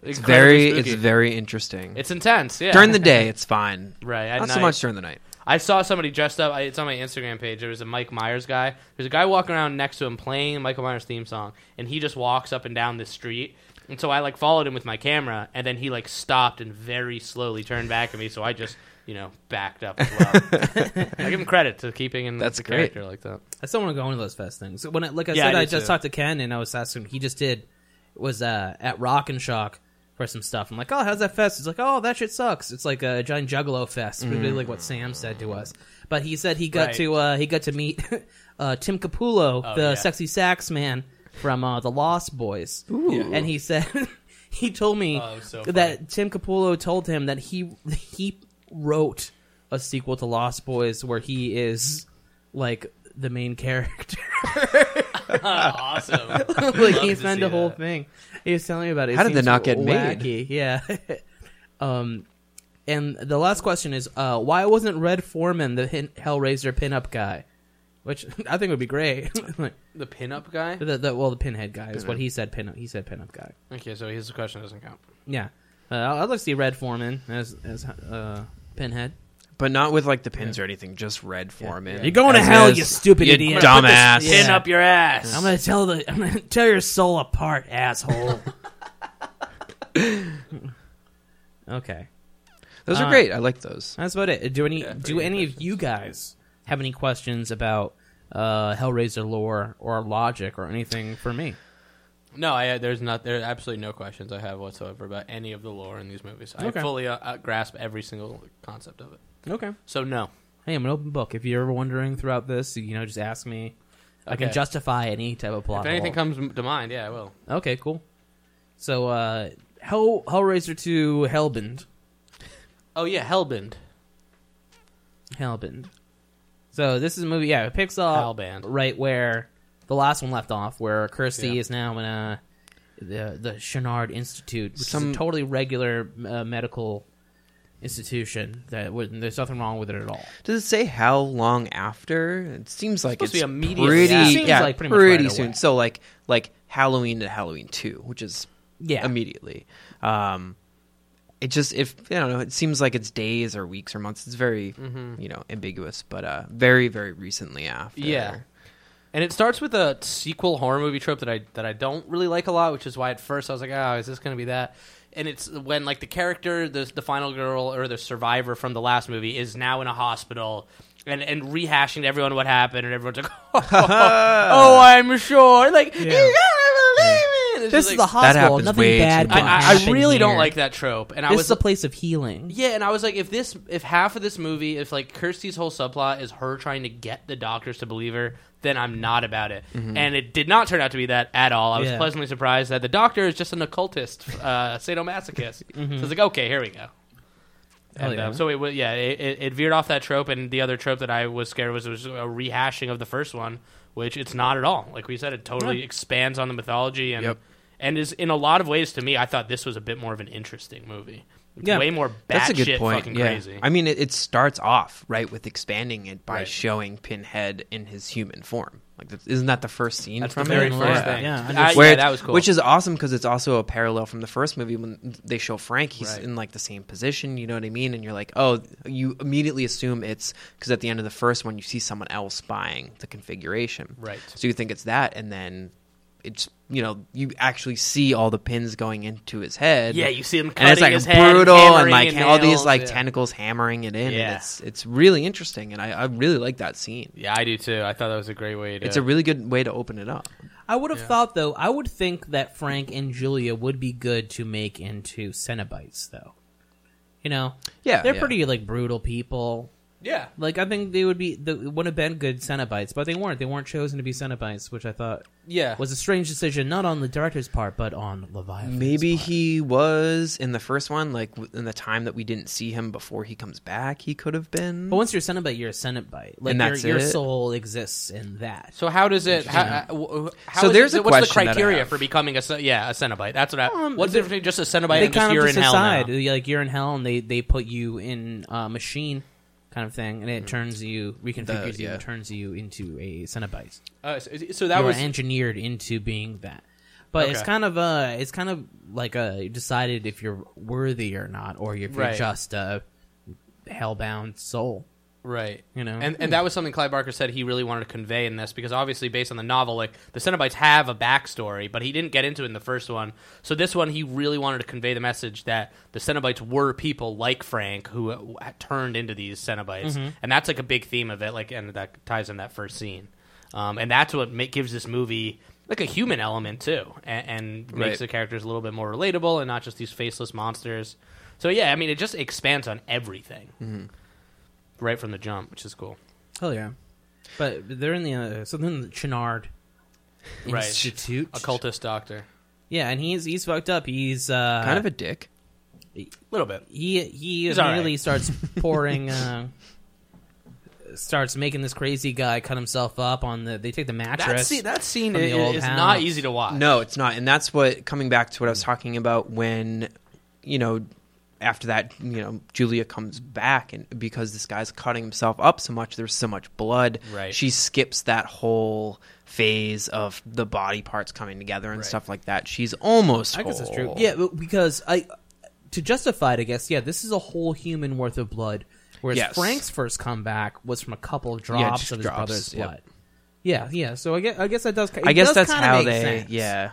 [SPEAKER 3] it's very it's very interesting
[SPEAKER 2] it's intense. Yeah,
[SPEAKER 3] during the day it's fine
[SPEAKER 2] *laughs* right. at
[SPEAKER 3] not so
[SPEAKER 2] night.
[SPEAKER 3] much during the night
[SPEAKER 2] I saw somebody dressed up. I, it's on my Instagram page. There was a Mike Myers guy. There's a guy walking around next to him playing Michael Myers theme song, and he just walks up and down the street. And so I like followed him with my camera, and then he like stopped and very slowly turned back at me. So I just you know backed up as well. I give him credit to keeping in
[SPEAKER 3] That's
[SPEAKER 2] the
[SPEAKER 3] great.
[SPEAKER 2] character like that.
[SPEAKER 1] I still want to go into those fest things. When I, like I
[SPEAKER 2] Yeah,
[SPEAKER 1] said,
[SPEAKER 2] I
[SPEAKER 1] I,
[SPEAKER 2] do
[SPEAKER 1] just
[SPEAKER 2] too.
[SPEAKER 1] talked to Ken and I was asking. He just did was uh, at Rock and Shock for some stuff. I'm like, oh, how's that fest? He's like, oh, that shit sucks. It's like a giant Juggalo fest, really like what Sam said to us. But he said he got
[SPEAKER 2] Mm. Right.
[SPEAKER 1] to
[SPEAKER 2] Oh,
[SPEAKER 1] uh, he got to meet *laughs* uh, Tim Capullo, the
[SPEAKER 2] yeah.
[SPEAKER 1] sexy sax man from uh, the Lost Boys, and he said *laughs* he told me
[SPEAKER 2] Oh, it was so
[SPEAKER 1] that Tim Capullo told him that he he wrote a sequel to Lost Boys where he is like the main character. *laughs*
[SPEAKER 2] awesome.
[SPEAKER 1] like
[SPEAKER 2] Love
[SPEAKER 1] he
[SPEAKER 2] to
[SPEAKER 1] spent
[SPEAKER 2] see
[SPEAKER 1] a whole
[SPEAKER 2] that.
[SPEAKER 1] thing. He was telling me about it. It
[SPEAKER 3] How did they
[SPEAKER 1] seems
[SPEAKER 3] not get made?
[SPEAKER 1] wacky. *laughs* Yeah. um, and the last question is, uh, why wasn't Red Foreman the hin- Hellraiser pinup guy? Which *laughs* I think would be great. *laughs* Like,
[SPEAKER 2] *laughs* The pinup guy.
[SPEAKER 1] the, the, well, the pinhead guy is what he said. Pinup. He said pinup guy.
[SPEAKER 2] Okay, so his question doesn't count.
[SPEAKER 1] Yeah. Uh, I'd like to see Red Foreman as as uh, pinhead.
[SPEAKER 3] But not with like the pins or anything, just red foreman.
[SPEAKER 1] You're going to hell, you stupid
[SPEAKER 3] you
[SPEAKER 1] idiot.
[SPEAKER 3] Dumbass.
[SPEAKER 1] Yeah.
[SPEAKER 2] Pin up your ass.
[SPEAKER 1] I'm gonna tell the I'm gonna tear your soul apart, asshole. *laughs* okay,
[SPEAKER 3] Those
[SPEAKER 1] Uh,
[SPEAKER 3] are great. I like those.
[SPEAKER 1] that's about it. Do any do any of you guys have any questions about uh, Hellraiser lore or logic or anything for me?
[SPEAKER 2] No, I, uh, there's not. There are absolutely no questions I have whatsoever about any of the lore in these movies.
[SPEAKER 1] Okay.
[SPEAKER 2] I fully uh, uh, grasp every single concept of it.
[SPEAKER 1] Okay,
[SPEAKER 2] So no.
[SPEAKER 1] hey, I'm an open book. If you're ever wondering throughout this, you know, just ask me. I can
[SPEAKER 2] Okay.
[SPEAKER 1] justify any type of plot.
[SPEAKER 2] If anything
[SPEAKER 1] hole.
[SPEAKER 2] comes m- to mind, yeah, I will.
[SPEAKER 1] Okay, cool. So, uh, Hell Hellraiser to Hellbent.
[SPEAKER 2] Oh yeah, Hellbend.
[SPEAKER 1] Hellbent. So this is a movie. Yeah, it picks up
[SPEAKER 2] Hellband.
[SPEAKER 1] right where the last one left off, where Kirsty
[SPEAKER 2] Yeah.
[SPEAKER 1] is now in a the the Chenard Institute, which
[SPEAKER 3] Some-
[SPEAKER 1] is a totally regular uh, medical institution that would, there's nothing wrong with it at all.
[SPEAKER 3] Does it say how long after? It seems like
[SPEAKER 2] Supposed
[SPEAKER 3] it's
[SPEAKER 2] to be immediately
[SPEAKER 3] pretty,
[SPEAKER 2] after.
[SPEAKER 1] Seems
[SPEAKER 3] yeah,
[SPEAKER 1] like pretty
[SPEAKER 3] pretty,
[SPEAKER 1] much right
[SPEAKER 3] soon.
[SPEAKER 1] away.
[SPEAKER 3] So like like Halloween to Halloween two, which is
[SPEAKER 1] Yeah.
[SPEAKER 3] immediately. Um, it just if I don't know, it seems like it's days or weeks or months. It's very
[SPEAKER 2] Mm-hmm.
[SPEAKER 3] you know ambiguous, but uh, very very recently after.
[SPEAKER 2] Yeah. And it starts with a sequel horror movie trope that I that I don't really like a lot, which is why at first I was like, "Oh, is this going to be that?" And it's when like the character, the the final girl or the survivor from the last movie, is now in a hospital and and rehashing to everyone *laughs*
[SPEAKER 1] Oh,
[SPEAKER 2] "Oh, what happened, and everyone's like, "Oh, I'm sure," like, "You gotta believe This,
[SPEAKER 1] This is
[SPEAKER 2] like,
[SPEAKER 1] the hospital.
[SPEAKER 3] happens
[SPEAKER 1] Nothing
[SPEAKER 3] way
[SPEAKER 1] bad.
[SPEAKER 3] too
[SPEAKER 1] Can
[SPEAKER 3] much.
[SPEAKER 2] I, I
[SPEAKER 1] happen
[SPEAKER 2] really don't
[SPEAKER 1] here.
[SPEAKER 2] like that trope, and I
[SPEAKER 1] This
[SPEAKER 2] was
[SPEAKER 1] is a place of healing.
[SPEAKER 2] Um, yeah, and I was like, if this, if half of this movie, if like Kirsty's whole subplot is her trying to get the doctors to believe her, then I'm not about it. And it did not turn out to be that at all. I was
[SPEAKER 1] Mm-hmm. Yeah.
[SPEAKER 2] pleasantly surprised that the doctor is just an occultist,
[SPEAKER 1] *laughs*
[SPEAKER 2] uh, sadomasochist. So it's like, okay, here we go.
[SPEAKER 1] Mm-hmm. Hell
[SPEAKER 2] And,
[SPEAKER 1] yeah.
[SPEAKER 2] uh, so it wa- yeah, it, it, it veered off that trope, and the other trope that I was scared was was a rehashing of the first one, which it's not at all. Like we said, it totally expands on the mythology and
[SPEAKER 3] Yep.
[SPEAKER 2] and is in a lot of ways to me. I thought this was a bit more of an interesting movie.
[SPEAKER 1] Yeah.
[SPEAKER 2] way more
[SPEAKER 3] That's a good
[SPEAKER 2] batshit
[SPEAKER 3] point.
[SPEAKER 2] fucking
[SPEAKER 3] yeah.
[SPEAKER 2] crazy.
[SPEAKER 3] I mean, it, it starts off right with expanding it by
[SPEAKER 2] Right.
[SPEAKER 3] showing Pinhead in his human form. Like, that's- isn't that the first scene
[SPEAKER 2] That's the
[SPEAKER 3] from
[SPEAKER 2] very
[SPEAKER 3] it?
[SPEAKER 2] first
[SPEAKER 3] Yeah.
[SPEAKER 2] thing.
[SPEAKER 1] yeah, I
[SPEAKER 2] Uh,
[SPEAKER 1] just-
[SPEAKER 2] yeah,
[SPEAKER 3] Where it's-
[SPEAKER 2] that was cool.
[SPEAKER 3] Which is awesome because it's also a parallel from the first movie when they show Frank. He's
[SPEAKER 2] Right.
[SPEAKER 3] in like the same position. You know what I mean? And you're like, oh, you immediately assume it's because at the end of the first one, you see someone else buying the configuration.
[SPEAKER 2] Right.
[SPEAKER 3] So you think it's that, and then it's you know you actually see all the pins going into his head.
[SPEAKER 2] Yeah, you see him
[SPEAKER 3] and it's
[SPEAKER 2] cutting
[SPEAKER 3] like
[SPEAKER 2] his head,
[SPEAKER 3] brutal, and
[SPEAKER 2] hammering
[SPEAKER 3] like
[SPEAKER 2] in
[SPEAKER 3] all these
[SPEAKER 2] nails,
[SPEAKER 3] like
[SPEAKER 2] yeah.
[SPEAKER 3] tentacles hammering it in.
[SPEAKER 2] Yeah.
[SPEAKER 3] And it's it's really interesting, and I, I really like that scene.
[SPEAKER 6] Yeah, I do too. I thought that was a great way to.
[SPEAKER 3] It's a really good way to open it up.
[SPEAKER 1] I would have thought though. I would think that Frank and Julia would be good to make into Cenobites, though. You know,
[SPEAKER 3] Yeah,
[SPEAKER 1] they're
[SPEAKER 3] yeah.
[SPEAKER 1] pretty like brutal people.
[SPEAKER 2] yeah,
[SPEAKER 1] Like I think they would be, they would have been good Cenobites, but they weren't. They weren't chosen to be Cenobites, which I thought
[SPEAKER 2] yeah.
[SPEAKER 1] was a strange decision, not on the director's part, but on Leviathan's
[SPEAKER 3] Maybe
[SPEAKER 1] part.
[SPEAKER 3] he was in the first one, like w- in the time that we didn't see him before he comes back. He could have been.
[SPEAKER 1] But once you're a Cenobite, you're a Cenobite. Like
[SPEAKER 3] And
[SPEAKER 1] your,
[SPEAKER 3] that's
[SPEAKER 1] your
[SPEAKER 3] it?
[SPEAKER 1] soul exists in that.
[SPEAKER 2] so how does it? How, uh, how
[SPEAKER 3] So
[SPEAKER 2] is
[SPEAKER 3] there's
[SPEAKER 2] it,
[SPEAKER 3] a
[SPEAKER 2] what's the
[SPEAKER 3] question that I
[SPEAKER 2] criteria
[SPEAKER 3] have.
[SPEAKER 2] for becoming a ce- yeah a Cenobite? That's what I.
[SPEAKER 1] Um,
[SPEAKER 2] what's
[SPEAKER 1] they-
[SPEAKER 2] the difference between just a Cenobite
[SPEAKER 1] they
[SPEAKER 2] and just
[SPEAKER 1] kind of
[SPEAKER 2] you're
[SPEAKER 1] just
[SPEAKER 2] in hell now?
[SPEAKER 1] decide, like you're in hell, and they they put you in a machine kind of thing, and it turns you reconfigures you
[SPEAKER 3] yeah.
[SPEAKER 1] and turns you into a Cenobite.
[SPEAKER 2] Uh, so, so that
[SPEAKER 1] you
[SPEAKER 2] was
[SPEAKER 1] are engineered into being that. But it's
[SPEAKER 2] Okay.
[SPEAKER 1] kind of uh it's kind of like uh you decided if you're worthy or not, or if you're
[SPEAKER 2] Right.
[SPEAKER 1] just a hellbound soul.
[SPEAKER 2] Right.
[SPEAKER 1] You know?
[SPEAKER 2] And and that was something Clive Barker said he really wanted to convey in this because obviously based on the novel, like the Cenobites have a backstory, but he didn't get into it in the first one. So this one he really wanted to convey the message that the Cenobites were people like Frank who uh, w- turned into these Cenobites. And that's like a big theme of it like and that ties in that first scene. Um, and that's what ma- gives this movie like a human element too and, and makes
[SPEAKER 3] Right.
[SPEAKER 2] the characters a little bit more relatable and not just these faceless monsters. So yeah, I mean it just expands on everything right from the jump, which is cool.
[SPEAKER 1] Hell yeah. But they're in the uh, so they're in the Chenard
[SPEAKER 2] Right.
[SPEAKER 1] Institute.
[SPEAKER 2] Occultist doctor.
[SPEAKER 1] Yeah, and he's he's fucked up. He's uh
[SPEAKER 3] kind of a dick.
[SPEAKER 2] A little bit.
[SPEAKER 1] he he
[SPEAKER 2] He's
[SPEAKER 1] immediately
[SPEAKER 2] alright. *laughs*
[SPEAKER 1] starts pouring uh starts making this crazy guy cut himself up on the they take the mattress.
[SPEAKER 2] That, scene, that scene
[SPEAKER 1] from the
[SPEAKER 2] is,
[SPEAKER 1] old
[SPEAKER 2] is
[SPEAKER 1] house.
[SPEAKER 2] not easy to watch.
[SPEAKER 3] No, it's not. And that's what coming back to what I was talking about when, you know, after that, you know, Julia comes back and because this guy's cutting himself up so much, there's so much blood.
[SPEAKER 2] Right.
[SPEAKER 3] She skips that whole phase of the body parts coming together and stuff like that. She's almost
[SPEAKER 1] I guess that's true.
[SPEAKER 3] whole.
[SPEAKER 1] Yeah, but because I to justify it, I guess yeah, this is a whole human worth of blood. Whereas
[SPEAKER 3] Yes.
[SPEAKER 1] Frank's first comeback was from a couple of drops
[SPEAKER 3] just
[SPEAKER 1] of his
[SPEAKER 3] drops,
[SPEAKER 1] brother's
[SPEAKER 3] yep.
[SPEAKER 1] blood. Yeah, yeah. So I guess I guess that does. ki-
[SPEAKER 3] I
[SPEAKER 1] it
[SPEAKER 3] guess
[SPEAKER 1] does
[SPEAKER 3] that's
[SPEAKER 1] kinda
[SPEAKER 3] how
[SPEAKER 1] make
[SPEAKER 3] they
[SPEAKER 1] sense.
[SPEAKER 3] yeah.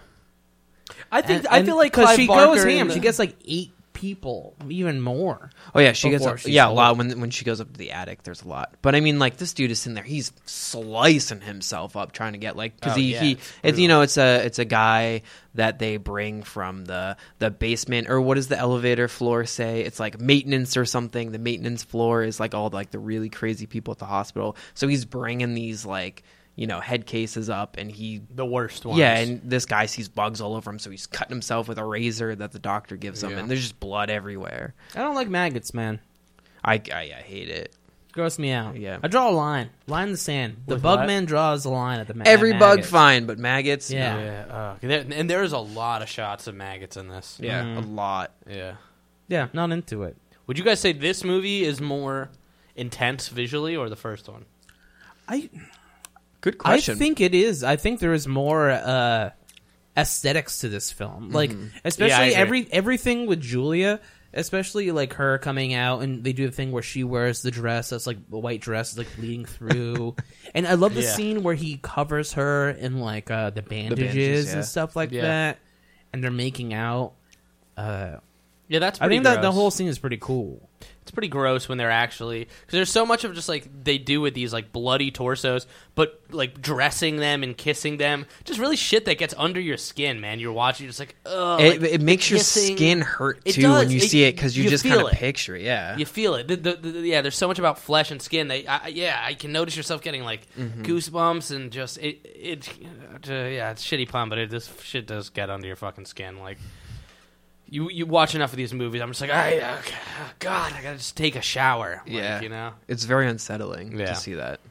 [SPEAKER 2] I
[SPEAKER 1] And-
[SPEAKER 2] think I
[SPEAKER 1] and-
[SPEAKER 2] feel like
[SPEAKER 1] 'cause
[SPEAKER 2] Clive
[SPEAKER 1] she
[SPEAKER 2] Barker
[SPEAKER 1] goes ham.
[SPEAKER 2] in
[SPEAKER 1] She
[SPEAKER 2] the-
[SPEAKER 1] gets like eight people, even more.
[SPEAKER 3] Oh yeah, she gets
[SPEAKER 1] before
[SPEAKER 3] up,
[SPEAKER 1] she's
[SPEAKER 3] yeah a
[SPEAKER 1] old.
[SPEAKER 3] lot when when she goes up to the attic. There's a lot, but I mean like this dude is in there. He's slicing himself up trying to get like because
[SPEAKER 2] Oh,
[SPEAKER 3] he,
[SPEAKER 2] yeah,
[SPEAKER 3] he
[SPEAKER 2] it's
[SPEAKER 3] it's, you know it's a it's a guy that they bring from the the basement or what does the elevator floor say? It's like maintenance or something. The maintenance floor is like all like the really crazy people at the hospital. So he's bringing these like you know head cases up and he
[SPEAKER 2] the worst one.
[SPEAKER 3] yeah, and this guy sees bugs all over him, so he's cutting himself with a razor that the doctor gives him,
[SPEAKER 2] Yeah.
[SPEAKER 3] and there's just blood everywhere.
[SPEAKER 1] I don't like maggots, man.
[SPEAKER 3] I, I, I hate it.
[SPEAKER 1] Gross me out.
[SPEAKER 3] Yeah.
[SPEAKER 1] I draw a line, line in the sand. The
[SPEAKER 2] With
[SPEAKER 1] bug
[SPEAKER 2] what?
[SPEAKER 1] man draws the line at the ma- at
[SPEAKER 3] Every bug
[SPEAKER 1] maggots.
[SPEAKER 3] fine, but maggots.
[SPEAKER 1] Yeah.
[SPEAKER 3] no.
[SPEAKER 2] yeah. uh, there- and there's a lot of shots of maggots in this.
[SPEAKER 3] yeah, a lot.
[SPEAKER 2] Yeah.
[SPEAKER 1] Yeah, not into it.
[SPEAKER 2] Would you guys say this movie is more intense visually or the first one?
[SPEAKER 1] I
[SPEAKER 3] Good
[SPEAKER 1] I think it is. I think there is more uh, aesthetics to this film, like especially
[SPEAKER 2] Mm-hmm. agree.
[SPEAKER 1] every everything with Julia, especially like her coming out and they do the thing where she wears the dress that's like the white dress is like bleeding through,
[SPEAKER 2] *laughs*
[SPEAKER 1] and I love the
[SPEAKER 2] Yeah.
[SPEAKER 1] scene where he covers her in like uh, the bandages,
[SPEAKER 3] yeah.
[SPEAKER 1] and stuff like
[SPEAKER 2] Yeah.
[SPEAKER 1] that, and they're making out. Uh,
[SPEAKER 2] Yeah, that's.
[SPEAKER 1] I
[SPEAKER 2] pretty
[SPEAKER 1] think that the
[SPEAKER 2] gross.
[SPEAKER 1] whole scene is pretty cool.
[SPEAKER 2] It's pretty gross when they're actually because there's so much of just like they do with these like bloody torsos, but like dressing them and kissing them, just really shit that gets under your skin, man. You're watching, just like ugh.
[SPEAKER 3] It,
[SPEAKER 2] like,
[SPEAKER 3] it makes your
[SPEAKER 2] kissing.
[SPEAKER 3] skin hurt
[SPEAKER 2] It
[SPEAKER 3] too when
[SPEAKER 2] does.
[SPEAKER 3] you
[SPEAKER 2] It-
[SPEAKER 3] see it because you,
[SPEAKER 2] you
[SPEAKER 3] just
[SPEAKER 2] feel
[SPEAKER 3] kind of
[SPEAKER 2] it.
[SPEAKER 3] picture it. Yeah.
[SPEAKER 2] *laughs* You feel it. The, the, the- yeah, there's so much about flesh and skin. They, I, I- yeah, I can notice yourself getting like
[SPEAKER 3] Mm-hmm.
[SPEAKER 2] goosebumps and just it. It, uh, yeah, it's shitty pun, but it, this shit does get under your fucking skin. Like you, you watch enough of these movies. I'm just like, I, uh, God, I gotta just take a shower. Like,
[SPEAKER 3] yeah.
[SPEAKER 2] you know.
[SPEAKER 3] It's very unsettling
[SPEAKER 2] Yeah.
[SPEAKER 3] to see that.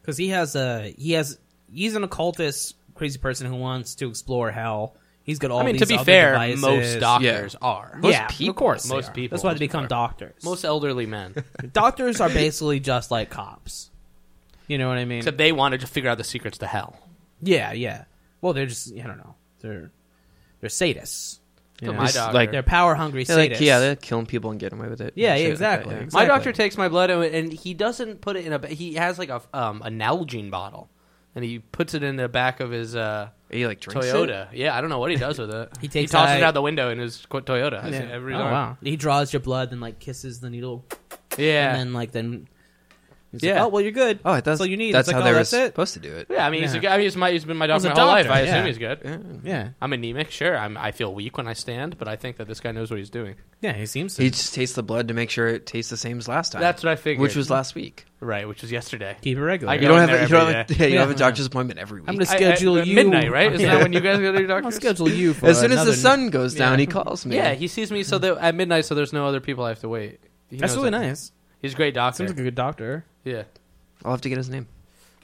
[SPEAKER 1] because he has a he has he's an occultist crazy person who wants to explore hell. He's got all.
[SPEAKER 2] I mean,
[SPEAKER 1] these
[SPEAKER 2] to be
[SPEAKER 1] other
[SPEAKER 2] fair,
[SPEAKER 1] devices.
[SPEAKER 2] most doctors are.
[SPEAKER 3] Most
[SPEAKER 1] yeah,
[SPEAKER 3] people-
[SPEAKER 1] of course, they
[SPEAKER 2] most
[SPEAKER 1] are.
[SPEAKER 2] people,
[SPEAKER 1] That's why they *laughs*
[SPEAKER 2] most
[SPEAKER 1] become doctors.
[SPEAKER 2] Most
[SPEAKER 1] *laughs*
[SPEAKER 2] elderly men,
[SPEAKER 1] doctors are basically just like cops. You know what I mean?
[SPEAKER 2] except they wanted to figure out the secrets to hell.
[SPEAKER 1] yeah, yeah. Well, they're just I don't know. They're they're sadists.
[SPEAKER 2] But
[SPEAKER 3] Yeah.
[SPEAKER 2] my
[SPEAKER 3] It's
[SPEAKER 2] doctor,
[SPEAKER 3] like-
[SPEAKER 1] They're power hungry
[SPEAKER 3] They're
[SPEAKER 1] sadists.
[SPEAKER 3] like, yeah, they're killing people and getting away with it.
[SPEAKER 1] Yeah,
[SPEAKER 3] and
[SPEAKER 1] yeah,
[SPEAKER 3] shit like that,
[SPEAKER 1] exactly.
[SPEAKER 3] yeah.
[SPEAKER 2] my
[SPEAKER 1] exactly.
[SPEAKER 2] doctor takes my blood and, and he doesn't put it in a. ba- He has like a f- um, a Nalgene bottle, and he puts it in the back of his uh,
[SPEAKER 3] He like drinks it?
[SPEAKER 2] Toyota. Yeah, I don't know what he does with it.
[SPEAKER 1] *laughs* He takes
[SPEAKER 2] tosses
[SPEAKER 1] I-
[SPEAKER 2] it out the window in his qu- Toyota. I see it every
[SPEAKER 1] oh,
[SPEAKER 2] time.
[SPEAKER 1] wow. He draws your blood and like kisses the needle,
[SPEAKER 2] Yeah.
[SPEAKER 1] and then like then. He's
[SPEAKER 2] Yeah.
[SPEAKER 1] Like, oh well, you're good.
[SPEAKER 3] Oh, it does.
[SPEAKER 1] That's all you need.
[SPEAKER 3] That's
[SPEAKER 1] It's like,
[SPEAKER 3] how
[SPEAKER 1] oh,
[SPEAKER 3] they were
[SPEAKER 1] that's it.
[SPEAKER 3] supposed to do it.
[SPEAKER 2] yeah, I mean, he's, a, guy- he's my he's been my
[SPEAKER 1] He's
[SPEAKER 2] doctor
[SPEAKER 1] a
[SPEAKER 2] my whole life.
[SPEAKER 1] doctor,
[SPEAKER 2] I assume
[SPEAKER 1] yeah.
[SPEAKER 2] he's good.
[SPEAKER 1] Yeah,
[SPEAKER 2] I'm anemic, sure. I'm, I feel weak when I stand, but I think that this guy knows what he's doing.
[SPEAKER 1] yeah. He seems to.
[SPEAKER 3] He just tastes the blood to make sure it tastes the same as last time.
[SPEAKER 2] That's what I figured.
[SPEAKER 3] Which was last week.
[SPEAKER 2] Right, which was yesterday.
[SPEAKER 1] keep it regular.
[SPEAKER 2] I
[SPEAKER 3] You
[SPEAKER 2] Go
[SPEAKER 3] don't
[SPEAKER 2] in
[SPEAKER 3] have a,
[SPEAKER 2] there
[SPEAKER 3] you don't
[SPEAKER 2] every
[SPEAKER 3] have
[SPEAKER 2] day.
[SPEAKER 3] a, *laughs* yeah, you
[SPEAKER 1] Yeah,
[SPEAKER 3] don't have
[SPEAKER 1] yeah.
[SPEAKER 3] a doctor's appointment every week.
[SPEAKER 1] I'm gonna
[SPEAKER 2] I- I-
[SPEAKER 1] schedule
[SPEAKER 2] at
[SPEAKER 1] you
[SPEAKER 2] midnight, right? Isn't that
[SPEAKER 1] Yeah.
[SPEAKER 2] when you guys go to your
[SPEAKER 1] *laughs* I'll
[SPEAKER 2] doctors?
[SPEAKER 1] schedule
[SPEAKER 3] *laughs*
[SPEAKER 1] you for
[SPEAKER 3] as soon as the
[SPEAKER 1] another night.
[SPEAKER 3] sun goes down, he calls me.
[SPEAKER 2] Yeah, he sees me so that at midnight, so there's no other people I have to wait. He
[SPEAKER 1] That's
[SPEAKER 2] knows
[SPEAKER 1] really
[SPEAKER 2] that.
[SPEAKER 1] nice.
[SPEAKER 2] He's a great doctor.
[SPEAKER 1] Seems like a good doctor.
[SPEAKER 2] yeah,
[SPEAKER 3] I'll have to get his name.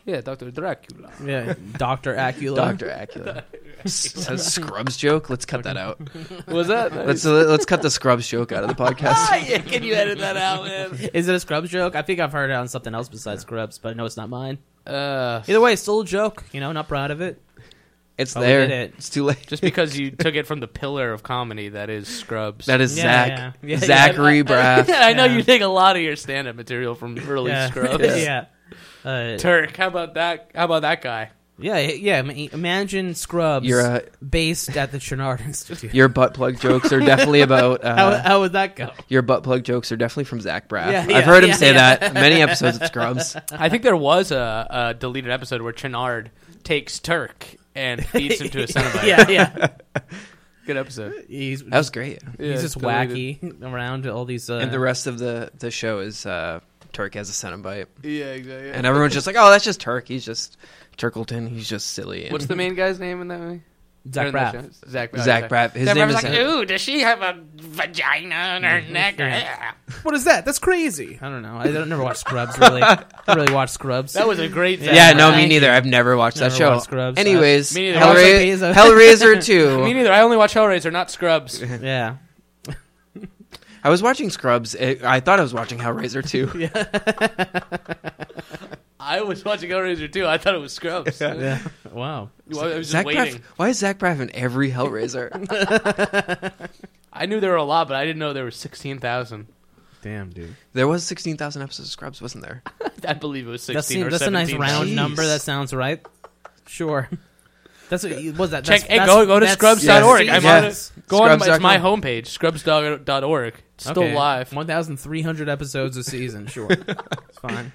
[SPEAKER 2] yeah, Doctor Dracula.
[SPEAKER 3] *laughs*
[SPEAKER 1] Yeah, Doctor Acula.
[SPEAKER 3] Doctor Acula. S- s- Scrubs joke. Let's cut that out.
[SPEAKER 2] Was that?
[SPEAKER 3] Let's uh, let's cut the Scrubs joke out of the
[SPEAKER 2] *laughs*
[SPEAKER 3] podcast.
[SPEAKER 2] yeah, can you edit that out, man?
[SPEAKER 1] Is it a Scrubs joke? I think I've heard it on something else besides Scrubs, but no, it's not mine.
[SPEAKER 2] *laughs* Uh,
[SPEAKER 1] Either way, it's still a joke. You know, not proud of it.
[SPEAKER 3] It's
[SPEAKER 1] Oh, we
[SPEAKER 3] there.
[SPEAKER 1] did it.
[SPEAKER 3] It's too late.
[SPEAKER 2] just because you took it from the pillar of comedy that is Scrubs.
[SPEAKER 3] That is
[SPEAKER 1] Yeah,
[SPEAKER 3] Zach.
[SPEAKER 1] yeah. Yeah,
[SPEAKER 3] Zachary Braff.
[SPEAKER 2] *laughs* I know
[SPEAKER 1] Yeah.
[SPEAKER 2] you take a lot of your stand-up material from early
[SPEAKER 1] *laughs*
[SPEAKER 2] Scrubs.
[SPEAKER 1] yeah. Uh,
[SPEAKER 2] Turk, how about that? How about that guy?
[SPEAKER 1] yeah, yeah. I mean, Imagine Scrubs
[SPEAKER 3] Your uh,
[SPEAKER 1] based at the Chenard Institute.
[SPEAKER 3] your butt plug jokes are definitely about
[SPEAKER 1] How,
[SPEAKER 3] uh,
[SPEAKER 1] how would that go?
[SPEAKER 3] your butt plug jokes are definitely from Zach Braff.
[SPEAKER 1] Yeah,
[SPEAKER 3] I've
[SPEAKER 1] yeah,
[SPEAKER 3] heard him
[SPEAKER 1] yeah,
[SPEAKER 3] say
[SPEAKER 1] yeah.
[SPEAKER 3] that many episodes of Scrubs.
[SPEAKER 2] I think there was a, a deleted episode where Chenard takes Turk and feeds him to
[SPEAKER 1] *laughs*
[SPEAKER 2] a centibite.
[SPEAKER 1] *laughs* yeah, yeah.
[SPEAKER 2] good episode.
[SPEAKER 1] He's,
[SPEAKER 3] That was great.
[SPEAKER 2] Yeah,
[SPEAKER 1] he's just
[SPEAKER 2] deleted.
[SPEAKER 1] wacky around all these. Uh,
[SPEAKER 3] And the rest of the the show is uh, Turk has a Cenobite,
[SPEAKER 2] Yeah, exactly.
[SPEAKER 3] and everyone's just like, "Oh, that's just Turk. He's just Turkleton. He's just silly." And
[SPEAKER 2] What's the main guy's name in that movie? Or
[SPEAKER 1] Zach
[SPEAKER 2] in the
[SPEAKER 1] Braff.
[SPEAKER 2] show? Zach Braff.
[SPEAKER 3] Zach Braff? His
[SPEAKER 2] Zach
[SPEAKER 3] name
[SPEAKER 2] Braff's
[SPEAKER 3] is Mm-hmm.
[SPEAKER 2] like, ooh, does she have a vagina on her neck?
[SPEAKER 1] What is that? That's crazy. I don't know. I don't never watched Scrubs really. I don't really watch Scrubs.
[SPEAKER 2] that was a great. Zach
[SPEAKER 3] Yeah,
[SPEAKER 2] Braff.
[SPEAKER 3] no, me
[SPEAKER 1] Thank
[SPEAKER 3] neither. I've never watched that
[SPEAKER 1] Never
[SPEAKER 3] show.
[SPEAKER 1] watched Scrubs.
[SPEAKER 3] Anyways,
[SPEAKER 2] Me neither.
[SPEAKER 3] Hellra-
[SPEAKER 1] Watch
[SPEAKER 3] Hellraiser
[SPEAKER 2] Me
[SPEAKER 3] 2.
[SPEAKER 2] neither. I only watch Hellraiser, not
[SPEAKER 3] *laughs*
[SPEAKER 2] Scrubs.
[SPEAKER 1] yeah.
[SPEAKER 3] I was watching Scrubs. It, I thought I was watching Hellraiser 2.
[SPEAKER 2] I was watching Hellraiser too. I thought it was
[SPEAKER 3] *laughs*
[SPEAKER 2] Scrubs.
[SPEAKER 1] Yeah. Wow.
[SPEAKER 2] Well, I was just
[SPEAKER 3] Zach
[SPEAKER 2] waiting.
[SPEAKER 3] Braff, why is Zach Braff in every Hellraiser?
[SPEAKER 2] I knew there were a lot, but I didn't know there were sixteen thousand.
[SPEAKER 1] Damn, dude.
[SPEAKER 3] there was 16,000 episodes of Scrubs, wasn't there?
[SPEAKER 2] I believe it was
[SPEAKER 1] That
[SPEAKER 2] sixteen
[SPEAKER 1] seems,
[SPEAKER 2] or
[SPEAKER 1] that's a
[SPEAKER 2] seventeen.
[SPEAKER 1] nice round
[SPEAKER 3] Jeez.
[SPEAKER 1] number. That sounds right. Sure. *laughs* That's what what was that.
[SPEAKER 2] Check.
[SPEAKER 1] That's,
[SPEAKER 2] Hey,
[SPEAKER 1] that's,
[SPEAKER 2] go go to
[SPEAKER 1] that's-
[SPEAKER 2] Scrubs.org.
[SPEAKER 1] that's-
[SPEAKER 2] I'm
[SPEAKER 3] Yeah.
[SPEAKER 2] on it. Go on. It's
[SPEAKER 3] Scrubs.com.
[SPEAKER 2] my homepage, Scrubs.org. It's still
[SPEAKER 1] Okay.
[SPEAKER 2] live.
[SPEAKER 1] 1,300 episodes a *laughs* season. Sure. it's fine.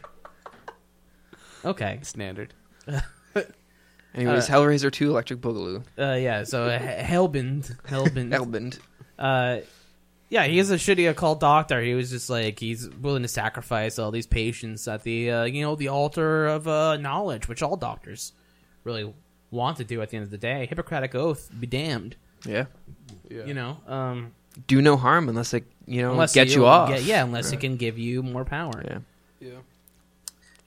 [SPEAKER 1] Okay.
[SPEAKER 2] Standard.
[SPEAKER 3] Anyways, Hellraiser 2, Electric Boogaloo.
[SPEAKER 1] Uh, yeah. So uh, H- Hellbend. Hellbend.
[SPEAKER 3] Elbend.
[SPEAKER 1] uh, yeah. He is a shitty occult doctor. He was just like he's willing to sacrifice all these patients at the uh, you know the altar of uh, knowledge, which all doctors really want to do at the end of the day. Hippocratic oath, be damned.
[SPEAKER 3] Yeah.
[SPEAKER 2] Yeah.
[SPEAKER 1] You know. Um,
[SPEAKER 3] Do no harm unless it, you know,
[SPEAKER 1] unless
[SPEAKER 3] gets you, off.
[SPEAKER 1] Yeah, yeah, unless it can give you more power.
[SPEAKER 3] Yeah.
[SPEAKER 2] Yeah.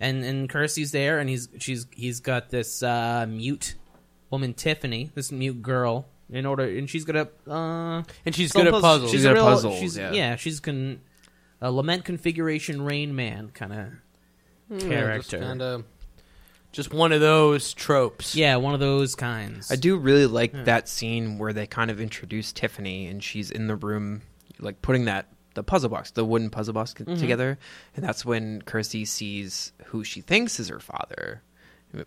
[SPEAKER 1] And and Kirsty's there, and he's she's he's got this uh, mute woman Tiffany, this mute girl. In order, and she's gonna uh,
[SPEAKER 2] And she's
[SPEAKER 1] solve
[SPEAKER 2] good at puzzles.
[SPEAKER 1] She's
[SPEAKER 3] She's
[SPEAKER 1] a
[SPEAKER 3] good at
[SPEAKER 1] real,
[SPEAKER 3] puzzles,
[SPEAKER 1] She's,
[SPEAKER 3] yeah.
[SPEAKER 1] she's can a lament configuration Rain Man kind of
[SPEAKER 2] Hmm, Just,
[SPEAKER 1] character.
[SPEAKER 2] kinda, just one of those tropes.
[SPEAKER 1] yeah, one of those kinds.
[SPEAKER 3] I do really like that scene where they kind of introduce Tiffany and she's in the room, like putting that the puzzle box, the wooden puzzle box c- together, and that's when Kirsty sees who she thinks is her father,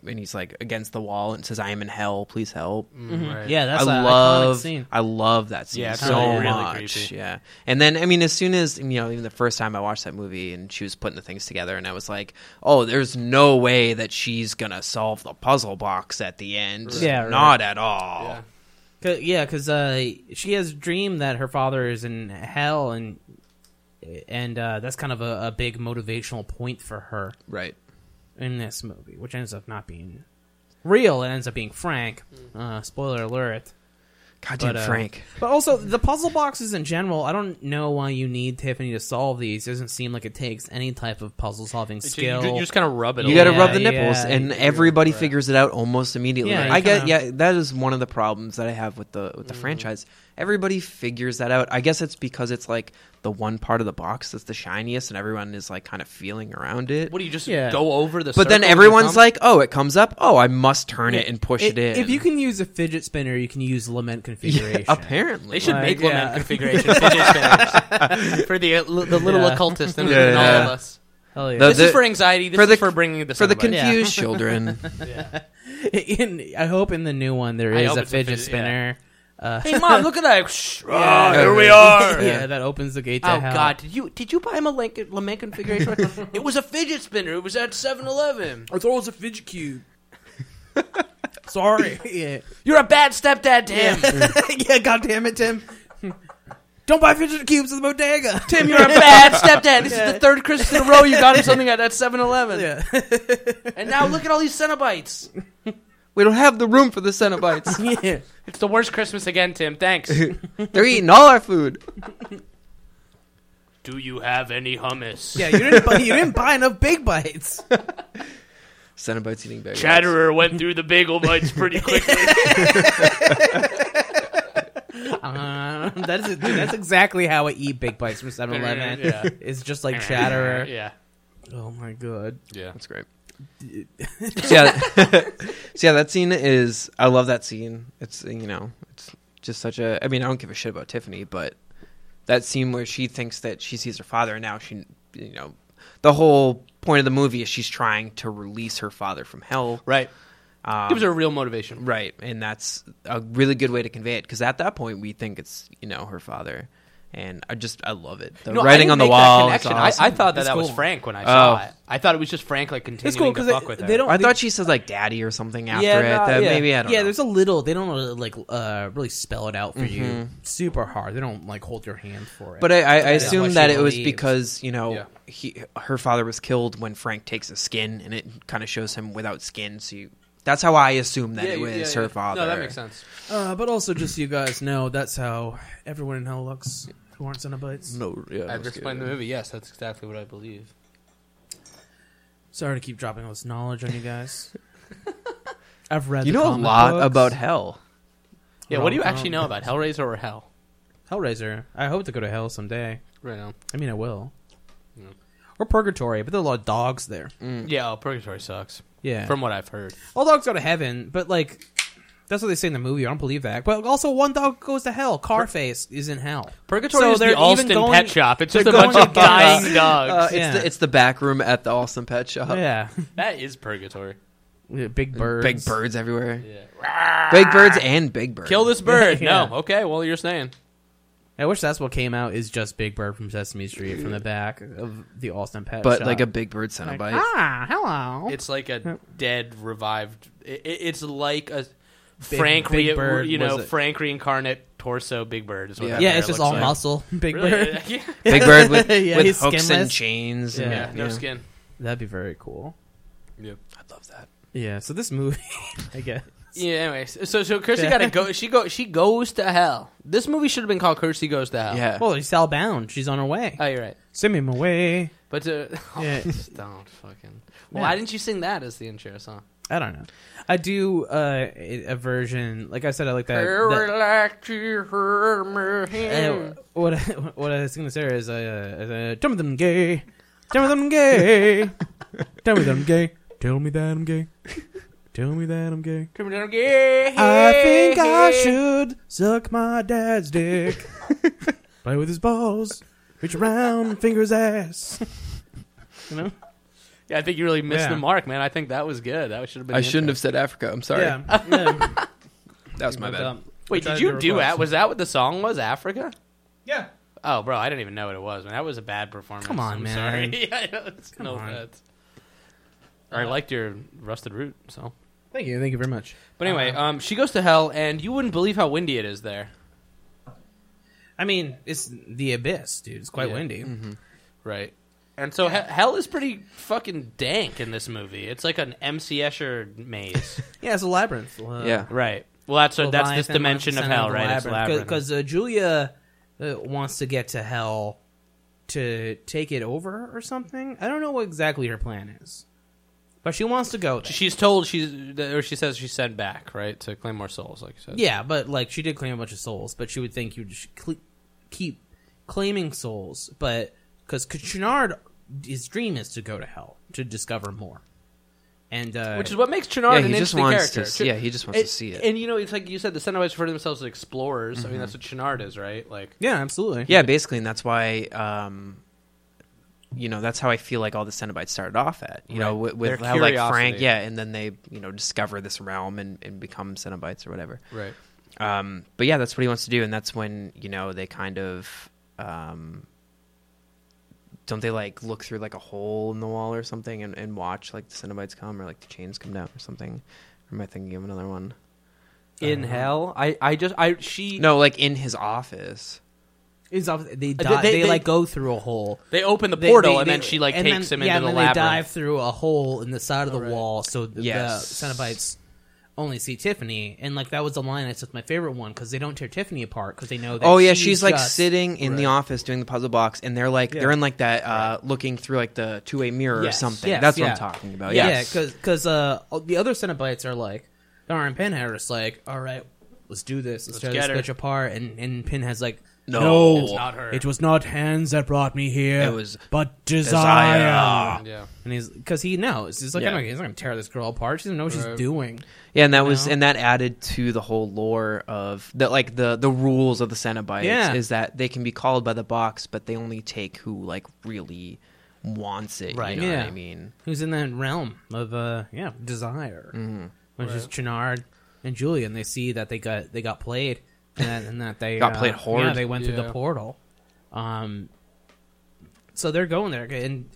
[SPEAKER 3] and he's like against the wall and says, "I am in hell, please help."
[SPEAKER 4] Right.
[SPEAKER 1] Yeah, that's
[SPEAKER 3] I
[SPEAKER 1] an
[SPEAKER 3] love
[SPEAKER 1] iconic scene.
[SPEAKER 3] I love that scene
[SPEAKER 2] Yeah, it's
[SPEAKER 3] so
[SPEAKER 2] really, really
[SPEAKER 3] much.
[SPEAKER 2] creepy.
[SPEAKER 3] Yeah, and then I mean, as soon as you know, even the first time I watched that movie and she was putting the things together, and I was like, "Oh, there's no way that she's gonna solve the puzzle box at the end.
[SPEAKER 1] Yeah, right.
[SPEAKER 3] not at all."
[SPEAKER 4] Yeah.
[SPEAKER 1] Cause, yeah, because uh, she has a dream that her father is in hell, and and uh, that's kind of a, a big motivational point for her
[SPEAKER 3] Right.
[SPEAKER 1] in this movie, which ends up not being real. It ends up being Frank.
[SPEAKER 3] Hmm.
[SPEAKER 1] Uh, spoiler alert.
[SPEAKER 3] Goddamn
[SPEAKER 1] But, uh,
[SPEAKER 3] Frank.
[SPEAKER 1] But also the puzzle boxes in general, I don't know why you need Tiffany to solve these. It doesn't seem like it takes any type of puzzle solving
[SPEAKER 2] You,
[SPEAKER 1] skill.
[SPEAKER 2] ju- you just kind of rub it.
[SPEAKER 3] You
[SPEAKER 2] a
[SPEAKER 3] got
[SPEAKER 2] little
[SPEAKER 3] to
[SPEAKER 1] Yeah,
[SPEAKER 3] rub the nipples,
[SPEAKER 1] yeah,
[SPEAKER 3] and everybody figures it out almost immediately.
[SPEAKER 1] Yeah, you
[SPEAKER 3] I get,
[SPEAKER 1] kinda- Mm.
[SPEAKER 3] yeah, that is one of the problems that I have with the with the franchise. Everybody figures that out. I guess it's because it's like the one part of the box that's the shiniest, and everyone is like kind of feeling around it.
[SPEAKER 2] What do you just
[SPEAKER 1] Yeah.
[SPEAKER 2] go over the?
[SPEAKER 3] but
[SPEAKER 2] circle
[SPEAKER 3] then
[SPEAKER 2] with your
[SPEAKER 3] everyone's
[SPEAKER 2] thumb?
[SPEAKER 3] like, "Oh, it comes up. Oh, I must turn it and push
[SPEAKER 1] I-
[SPEAKER 3] it, in."
[SPEAKER 1] If
[SPEAKER 3] *laughs*
[SPEAKER 1] you can use a fidget spinner, you can use lament configuration.
[SPEAKER 3] apparently,
[SPEAKER 2] They should
[SPEAKER 1] Like,
[SPEAKER 2] make
[SPEAKER 1] yeah.
[SPEAKER 2] lament configuration fidget spinners for the uh, the little
[SPEAKER 1] Yeah.
[SPEAKER 2] occultist and,
[SPEAKER 3] Yeah,
[SPEAKER 2] and all
[SPEAKER 3] yeah.
[SPEAKER 2] of us.
[SPEAKER 1] *laughs* Hell yeah.
[SPEAKER 3] The-
[SPEAKER 2] This is for anxiety. This
[SPEAKER 3] for the-
[SPEAKER 2] is for bringing this
[SPEAKER 3] for the
[SPEAKER 2] on, buddy.
[SPEAKER 1] Yeah. *laughs*
[SPEAKER 3] confused children.
[SPEAKER 1] In- I hope in the new one there
[SPEAKER 2] I
[SPEAKER 1] is
[SPEAKER 2] hope
[SPEAKER 1] a
[SPEAKER 2] it's a
[SPEAKER 1] fidget,
[SPEAKER 2] fidget-
[SPEAKER 1] spinner. Uh,
[SPEAKER 2] Hey mom, look at that! Shh.
[SPEAKER 3] Yeah.
[SPEAKER 2] Ah, here we are.
[SPEAKER 1] yeah, that opens the gate to
[SPEAKER 2] Oh
[SPEAKER 1] hell.
[SPEAKER 2] God! Did you did you buy him a Lincoln, lament configuration? it was a fidget spinner. It was at 7-Eleven.
[SPEAKER 1] I thought it was a fidget cube. Sorry. *laughs* yeah.
[SPEAKER 2] You're a bad stepdad, Tim.
[SPEAKER 1] *laughs* yeah, God damn it, Tim. Don't buy fidget cubes at the *laughs* bodega.
[SPEAKER 2] Tim, *laughs* you're a *laughs* bad stepdad. This is the third Christmas in a row you got him something at that 7-Eleven.
[SPEAKER 1] Yeah.
[SPEAKER 2] And now look at all these Cenobites.
[SPEAKER 3] we don't have the room for the Cenobites.
[SPEAKER 1] yeah.
[SPEAKER 2] It's the worst Christmas again, Tim. *laughs* Thanks.
[SPEAKER 3] They're eating all our food.
[SPEAKER 2] Do you have any hummus?
[SPEAKER 1] Yeah, you didn't buy, you didn't buy enough big bites.
[SPEAKER 3] Cenobites eating bagels.
[SPEAKER 2] went through the bagel bites *laughs* pretty quickly.
[SPEAKER 1] Um, that's dude, that's exactly how I eat big bites from 7-Eleven.
[SPEAKER 2] Yeah.
[SPEAKER 1] It's just like chatterer.
[SPEAKER 2] Yeah.
[SPEAKER 1] Oh my god.
[SPEAKER 2] Yeah.
[SPEAKER 3] That's great. so *laughs* yeah, so yeah, that scene is. I love that scene. It's you know, it's just such a. I mean, I don't give a shit about Tiffany, but that scene where she thinks that she sees her father, and now she, you know, the whole point of the movie is she's trying to release her father from hell.
[SPEAKER 2] Right.
[SPEAKER 3] Um,
[SPEAKER 2] Gives her real motivation.
[SPEAKER 3] Right, and that's a really good way to convey it because at that point we think it's you know her father, and I just I love it. The
[SPEAKER 2] No, I
[SPEAKER 3] writing
[SPEAKER 2] didn't
[SPEAKER 3] on the
[SPEAKER 2] make that
[SPEAKER 3] wall. is
[SPEAKER 2] connection.
[SPEAKER 3] awesome.
[SPEAKER 2] I, I thought that
[SPEAKER 1] It's
[SPEAKER 2] that was
[SPEAKER 1] cool.
[SPEAKER 2] Frank when I saw
[SPEAKER 3] Oh.
[SPEAKER 2] it. I thought it was just Frank like
[SPEAKER 1] It's
[SPEAKER 2] continuing
[SPEAKER 1] cool
[SPEAKER 2] to
[SPEAKER 1] because
[SPEAKER 2] fuck
[SPEAKER 1] they,
[SPEAKER 2] with her.
[SPEAKER 1] they don't.
[SPEAKER 3] I
[SPEAKER 1] they-
[SPEAKER 3] thought she says like daddy or something after
[SPEAKER 1] yeah,
[SPEAKER 3] it.
[SPEAKER 1] nah,
[SPEAKER 3] That
[SPEAKER 1] yeah.
[SPEAKER 3] maybe I don't.
[SPEAKER 1] Yeah,
[SPEAKER 3] know.
[SPEAKER 1] there's a little. They don't uh, like uh, really spell it out for you super hard. They don't like hold your hand for it.
[SPEAKER 3] But I, I, I
[SPEAKER 1] That's what
[SPEAKER 3] assume
[SPEAKER 1] she
[SPEAKER 3] that it was
[SPEAKER 1] believes.
[SPEAKER 3] because you know
[SPEAKER 2] Yeah.
[SPEAKER 3] he her father was killed when Frank takes his skin, and it kind of shows him without skin. So you, that's how I assume that it was her father.
[SPEAKER 2] No, that makes sense.
[SPEAKER 1] uh, but also, just so you guys know, that's how everyone in hell looks who aren't Cenobites.
[SPEAKER 3] No, yeah,
[SPEAKER 4] I've explained the movie. Yes, that's exactly what I believe.
[SPEAKER 1] Sorry to keep dropping all this knowledge on you
[SPEAKER 3] *laughs*
[SPEAKER 1] guys. I've read.
[SPEAKER 3] You
[SPEAKER 1] the
[SPEAKER 3] know a
[SPEAKER 1] comic
[SPEAKER 3] lot
[SPEAKER 1] books.
[SPEAKER 3] about hell.
[SPEAKER 2] Yeah,
[SPEAKER 1] Well,
[SPEAKER 2] what do you
[SPEAKER 1] um,
[SPEAKER 2] actually know about Hellraiser or Hell?
[SPEAKER 1] Hellraiser. I hope to go to hell someday.
[SPEAKER 2] Right now.
[SPEAKER 1] I mean, I will. Or purgatory, but there are a lot of dogs there.
[SPEAKER 3] Mm.
[SPEAKER 2] Yeah, oh, Purgatory sucks.
[SPEAKER 1] Yeah,
[SPEAKER 2] From what I've heard.
[SPEAKER 1] all dogs go to heaven, but like. That's what they say in the movie. I don't believe that. But also, one dog goes to hell. Carface is in hell.
[SPEAKER 2] Purgatory
[SPEAKER 1] So
[SPEAKER 2] is
[SPEAKER 1] they're
[SPEAKER 2] the
[SPEAKER 1] even
[SPEAKER 2] Alston
[SPEAKER 1] going-
[SPEAKER 2] pet shop. It's just
[SPEAKER 1] they're
[SPEAKER 2] a bunch *laughs*
[SPEAKER 1] going
[SPEAKER 2] of
[SPEAKER 1] against-
[SPEAKER 2] dying
[SPEAKER 3] Uh,
[SPEAKER 2] dogs.
[SPEAKER 3] it's
[SPEAKER 1] yeah.
[SPEAKER 3] the it's the back room at the Alston Pet Shop.
[SPEAKER 1] Yeah, *laughs*
[SPEAKER 2] that is Purgatory.
[SPEAKER 1] Yeah, big birds.
[SPEAKER 3] Big birds everywhere.
[SPEAKER 2] Yeah.
[SPEAKER 3] Big birds and big birds.
[SPEAKER 2] Kill *laughs* this bird.
[SPEAKER 1] Yeah.
[SPEAKER 2] No. Okay, well, you're saying.
[SPEAKER 1] I wish that's what came out is just Big Bird from Sesame Street from the back of the Austin Pet
[SPEAKER 3] but
[SPEAKER 1] Shop.
[SPEAKER 3] like a big bird centibite.
[SPEAKER 1] ah, hello.
[SPEAKER 2] It's like a dead, revived. It, it's like a
[SPEAKER 1] Big-
[SPEAKER 2] Frank,
[SPEAKER 1] Big
[SPEAKER 2] re-
[SPEAKER 1] Bird
[SPEAKER 2] you know,
[SPEAKER 1] was it?
[SPEAKER 2] Frank reincarnate torso Big Bird. Is what
[SPEAKER 3] Yeah.
[SPEAKER 2] that
[SPEAKER 1] yeah,
[SPEAKER 2] bear
[SPEAKER 1] it's just
[SPEAKER 2] looks
[SPEAKER 1] all
[SPEAKER 2] like.
[SPEAKER 1] muscle. *laughs* Big
[SPEAKER 2] Really?
[SPEAKER 1] Bird.
[SPEAKER 2] *laughs* Yeah.
[SPEAKER 3] *laughs* Big bird with,
[SPEAKER 1] *laughs* Yeah,
[SPEAKER 3] with
[SPEAKER 1] he's
[SPEAKER 3] hooks and
[SPEAKER 1] skinless.
[SPEAKER 3] chains. and-
[SPEAKER 2] Yeah, no skin.
[SPEAKER 1] That'd be very cool.
[SPEAKER 3] I love that.
[SPEAKER 1] Yeah. So this movie, *laughs* I guess.
[SPEAKER 2] Yeah. Anyways, so so Kirsty
[SPEAKER 1] Yeah.
[SPEAKER 2] got to go. She go. She goes to hell. This movie should have been called Kirsty Goes to Hell.
[SPEAKER 3] Yeah.
[SPEAKER 1] Well, she's hell bound. She's on her way.
[SPEAKER 2] Oh, you're right.
[SPEAKER 1] Send me my way.
[SPEAKER 2] But uh, *laughs*
[SPEAKER 1] Yeah.
[SPEAKER 2] just don't fucking.
[SPEAKER 1] Yeah.
[SPEAKER 2] Why didn't you sing that as the intro song?
[SPEAKER 1] I don't know. I do uh, a a version. Like I said, I like that. that- Uh, what I, *laughs* what I was gonna say is, uh, uh, tell me that I'm gay, tell me that I'm gay, tell me that I'm gay, tell me that I'm gay, tell me that I'm gay. I think I should suck my dad's dick, play with his balls, reach around, fingers ass. You know,
[SPEAKER 2] Yeah, I think you really missed
[SPEAKER 1] Yeah.
[SPEAKER 2] the mark, man. I think that was good. That should have been.
[SPEAKER 3] I
[SPEAKER 2] the
[SPEAKER 3] shouldn't have
[SPEAKER 2] intro.
[SPEAKER 3] said Africa. I'm
[SPEAKER 2] *laughs*
[SPEAKER 3] sorry.
[SPEAKER 1] Yeah. yeah.
[SPEAKER 3] That was my
[SPEAKER 1] But,
[SPEAKER 3] bad.
[SPEAKER 1] um,
[SPEAKER 2] Wait,
[SPEAKER 1] but
[SPEAKER 2] did you
[SPEAKER 1] that-
[SPEAKER 2] do
[SPEAKER 1] request-
[SPEAKER 2] that? Was that what the song was? Africa.
[SPEAKER 1] Yeah.
[SPEAKER 2] Oh, bro, I didn't even know what it was. Man, that was a bad performance.
[SPEAKER 1] Come on,
[SPEAKER 2] I'm
[SPEAKER 1] man.
[SPEAKER 2] Sorry. *laughs* yeah, I know. It's no
[SPEAKER 1] on.
[SPEAKER 2] offense. I liked your rusted root. So,
[SPEAKER 1] Thank you. Thank you very much.
[SPEAKER 2] but anyway,
[SPEAKER 3] Uh-huh.
[SPEAKER 2] um, she goes to hell, and you wouldn't believe how windy it is there.
[SPEAKER 1] I mean, it's the abyss, dude. It's quite
[SPEAKER 2] Yeah.
[SPEAKER 1] windy.
[SPEAKER 2] Right. And so he- hell is pretty fucking dank in this movie. It's like an MC Escher
[SPEAKER 3] *laughs*
[SPEAKER 2] maze.
[SPEAKER 1] Yeah, it's a labyrinth. Uh,
[SPEAKER 3] yeah.
[SPEAKER 2] right. Well, that's
[SPEAKER 1] Leviathan
[SPEAKER 2] that's this
[SPEAKER 1] wants
[SPEAKER 2] dimension
[SPEAKER 1] to
[SPEAKER 2] of
[SPEAKER 1] send
[SPEAKER 2] hell,
[SPEAKER 1] him to
[SPEAKER 2] right? It's labyrinth.
[SPEAKER 1] Because uh, Julia uh, wants to get to hell to take it over or something. I don't know what exactly her plan is, but she wants to go. There.
[SPEAKER 2] she's told she's or she says she's sent back, right, to claim more souls, like you said.
[SPEAKER 1] yeah, but like she did claim a bunch of souls, but she would think you just cle keep claiming souls, but because Chenard, his dream is to go to hell to discover more, and uh,
[SPEAKER 2] Which is what makes Chenard
[SPEAKER 3] Yeah,
[SPEAKER 2] an
[SPEAKER 3] he just
[SPEAKER 2] interesting
[SPEAKER 3] wants to
[SPEAKER 2] character.
[SPEAKER 3] see-
[SPEAKER 2] Ch-
[SPEAKER 3] yeah, he just wants to see it. Mm-hmm.
[SPEAKER 2] And you know, it's like you said, the Cenobites refer to themselves as explorers. I mean, that's what Chenard is, right? Like,
[SPEAKER 1] yeah, absolutely,
[SPEAKER 3] Yeah, basically, and that's why, um, you know, that's how I feel like all the Cenobites started off at. You know, with, with
[SPEAKER 2] Their
[SPEAKER 3] how like
[SPEAKER 2] curiosity.
[SPEAKER 3] Frank, yeah, and then they, you know, discover this realm and, and become Cenobites or whatever.
[SPEAKER 2] right.
[SPEAKER 3] Um, but yeah, that's what he wants to do, and that's when you know they kind of, um, don't they like look through like a hole in the wall or something and, and watch like the Cenobites come or like the chains come down or something? Or am I thinking of another one?
[SPEAKER 2] In hell, I, I just, I, she,
[SPEAKER 3] No, like in his office.
[SPEAKER 1] It's obvi- they,
[SPEAKER 2] Uh, they-
[SPEAKER 1] di- they,
[SPEAKER 2] they-
[SPEAKER 1] like go through a hole.
[SPEAKER 2] they open the
[SPEAKER 1] They-
[SPEAKER 2] portal
[SPEAKER 1] they-
[SPEAKER 2] and
[SPEAKER 1] they-
[SPEAKER 2] then she like
[SPEAKER 1] and
[SPEAKER 2] takes
[SPEAKER 1] then-
[SPEAKER 2] him
[SPEAKER 1] yeah,
[SPEAKER 2] into the
[SPEAKER 1] and then
[SPEAKER 2] labyrinth.
[SPEAKER 1] They dive through a hole in the side of the wall, so the,
[SPEAKER 3] Yes.
[SPEAKER 1] the Cenobites only see Tiffany, and like that was the line that's my favorite one because they don't tear Tiffany apart because they know. that
[SPEAKER 3] Oh yeah,
[SPEAKER 1] she's,
[SPEAKER 3] she's, like
[SPEAKER 1] just-
[SPEAKER 3] sitting in the office doing the puzzle box, and they're like they're in like that uh, looking through like the two way mirror
[SPEAKER 2] Yes,
[SPEAKER 3] or something.
[SPEAKER 1] yes,
[SPEAKER 3] That's what
[SPEAKER 1] yeah.
[SPEAKER 3] I'm talking about.
[SPEAKER 1] Yeah,
[SPEAKER 3] oh, yes.
[SPEAKER 1] because uh, all- the other Cenobites are like, Darn, Pinhead's like, all right, let's do this, let's, tear
[SPEAKER 2] get her."
[SPEAKER 1] this bitch apart, and and Pinhead's like,
[SPEAKER 3] No. It's
[SPEAKER 2] not her.
[SPEAKER 1] it was not hands that brought me here,
[SPEAKER 3] It was
[SPEAKER 1] but
[SPEAKER 3] desire."
[SPEAKER 1] desire.
[SPEAKER 2] yeah.
[SPEAKER 1] And he's because he knows he's like,
[SPEAKER 3] Yeah.
[SPEAKER 1] I'm not, he's not gonna tear this girl apart. She doesn't know what she's doing.
[SPEAKER 3] yeah, and that was
[SPEAKER 1] know?
[SPEAKER 3] and that added to the whole lore of that like the the rules of the Cenobites
[SPEAKER 1] Yeah.
[SPEAKER 3] is that they can be called by the box, but they only take who like really wants it.
[SPEAKER 1] Right.
[SPEAKER 3] You know
[SPEAKER 1] Yeah.
[SPEAKER 3] what I mean?
[SPEAKER 1] Who's in that realm of uh yeah desire,
[SPEAKER 3] Mm-hmm.
[SPEAKER 1] which is Chenard and Julian. They see that they got they got played and that, and that they
[SPEAKER 3] *laughs* Got
[SPEAKER 1] uh,
[SPEAKER 3] played hard.
[SPEAKER 1] Yeah, they went through the
[SPEAKER 2] Yeah.
[SPEAKER 1] portal. Um, so they're going there and.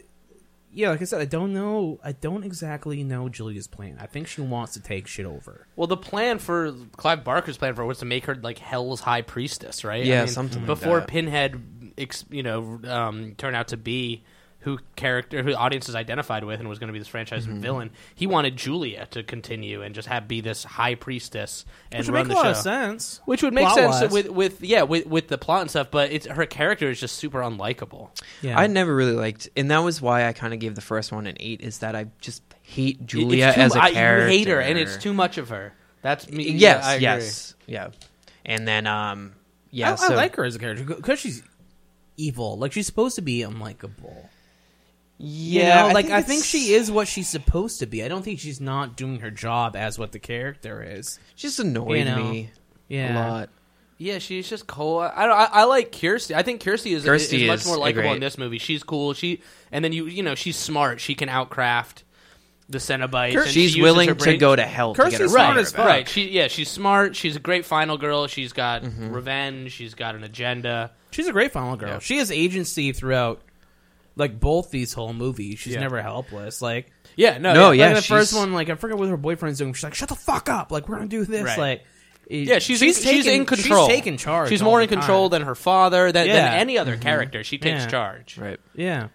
[SPEAKER 1] Yeah, like I said, I don't know. I don't exactly know Julia's plan. I think she wants to take shit over.
[SPEAKER 2] Well, the plan for Clive Barker's plan for it was to make her like Hell's High Priestess, right?
[SPEAKER 3] Yeah, something like
[SPEAKER 2] before
[SPEAKER 3] that.
[SPEAKER 2] Pinhead, ex- you know, um, turned out to be who character who audiences identified with and was going to be this franchise
[SPEAKER 1] Mm-hmm.
[SPEAKER 2] villain. He wanted Julia to continue and just have be this High Priestess and
[SPEAKER 1] Which would
[SPEAKER 2] run
[SPEAKER 1] make a
[SPEAKER 2] the
[SPEAKER 1] lot
[SPEAKER 2] show.
[SPEAKER 1] of sense.
[SPEAKER 2] Which would make
[SPEAKER 1] Plot-wise.
[SPEAKER 2] sense with with yeah with with the plot and stuff, but it's her character is just super unlikable.
[SPEAKER 1] Yeah.
[SPEAKER 3] I never really liked, and that was why I kind of gave the first one an eight. Is that I just hate Julia
[SPEAKER 2] it's too,
[SPEAKER 3] as a
[SPEAKER 2] I-
[SPEAKER 3] character.
[SPEAKER 2] you hate her, and it's too much of her. That's me.
[SPEAKER 3] yes,
[SPEAKER 2] yeah, I agree.
[SPEAKER 3] yes, yeah. And then, um,
[SPEAKER 1] I,
[SPEAKER 3] yeah.
[SPEAKER 1] I
[SPEAKER 3] so,
[SPEAKER 1] like her as a character because she's evil. Like she's supposed to be unlikable. You
[SPEAKER 3] Yeah,
[SPEAKER 1] know, like I think,
[SPEAKER 3] it's-
[SPEAKER 1] she is what she's supposed to be. I don't think she's not doing her job as what the character is.
[SPEAKER 3] She's annoyed
[SPEAKER 1] you know,
[SPEAKER 3] me
[SPEAKER 1] Yeah,
[SPEAKER 3] a lot.
[SPEAKER 2] Yeah, she's just cool. I don't, I, I like Kirsty. I think Kirsty is,
[SPEAKER 3] Kirsty
[SPEAKER 2] is much
[SPEAKER 3] is
[SPEAKER 2] more likable
[SPEAKER 3] great.
[SPEAKER 2] in this movie. She's cool. She and then you you know she's smart. She can outcraft the Cenobites. and she uses
[SPEAKER 3] She's
[SPEAKER 2] her
[SPEAKER 3] willing to
[SPEAKER 2] brain-
[SPEAKER 3] go to hell. to get her
[SPEAKER 1] Kirsty's smart
[SPEAKER 3] brother
[SPEAKER 1] as
[SPEAKER 3] back.
[SPEAKER 1] fuck.
[SPEAKER 2] Right. She yeah. She's smart. She's a great final girl. She's got
[SPEAKER 3] Mm-hmm.
[SPEAKER 2] revenge. She's got an agenda.
[SPEAKER 1] she's a great final girl. She has agency throughout, like both these whole movies. She's
[SPEAKER 2] Yeah.
[SPEAKER 1] never helpless. Like
[SPEAKER 2] Yeah. No.
[SPEAKER 3] No,
[SPEAKER 2] Yeah.
[SPEAKER 3] yeah,
[SPEAKER 1] like the first
[SPEAKER 3] she's-
[SPEAKER 1] one, like I forget what her boyfriend's doing. She's like, "Shut the fuck up! Like we're gonna do this."
[SPEAKER 2] Right.
[SPEAKER 1] Like
[SPEAKER 2] Yeah, she's in, she's in control.
[SPEAKER 1] She's taking charge.
[SPEAKER 2] She's
[SPEAKER 1] all
[SPEAKER 2] more
[SPEAKER 1] the
[SPEAKER 2] in control
[SPEAKER 1] time.
[SPEAKER 2] than her father than,
[SPEAKER 1] Yeah.
[SPEAKER 2] than any other
[SPEAKER 3] Mm-hmm.
[SPEAKER 2] character. She takes
[SPEAKER 1] Yeah.
[SPEAKER 2] charge.
[SPEAKER 3] Right.
[SPEAKER 1] yeah.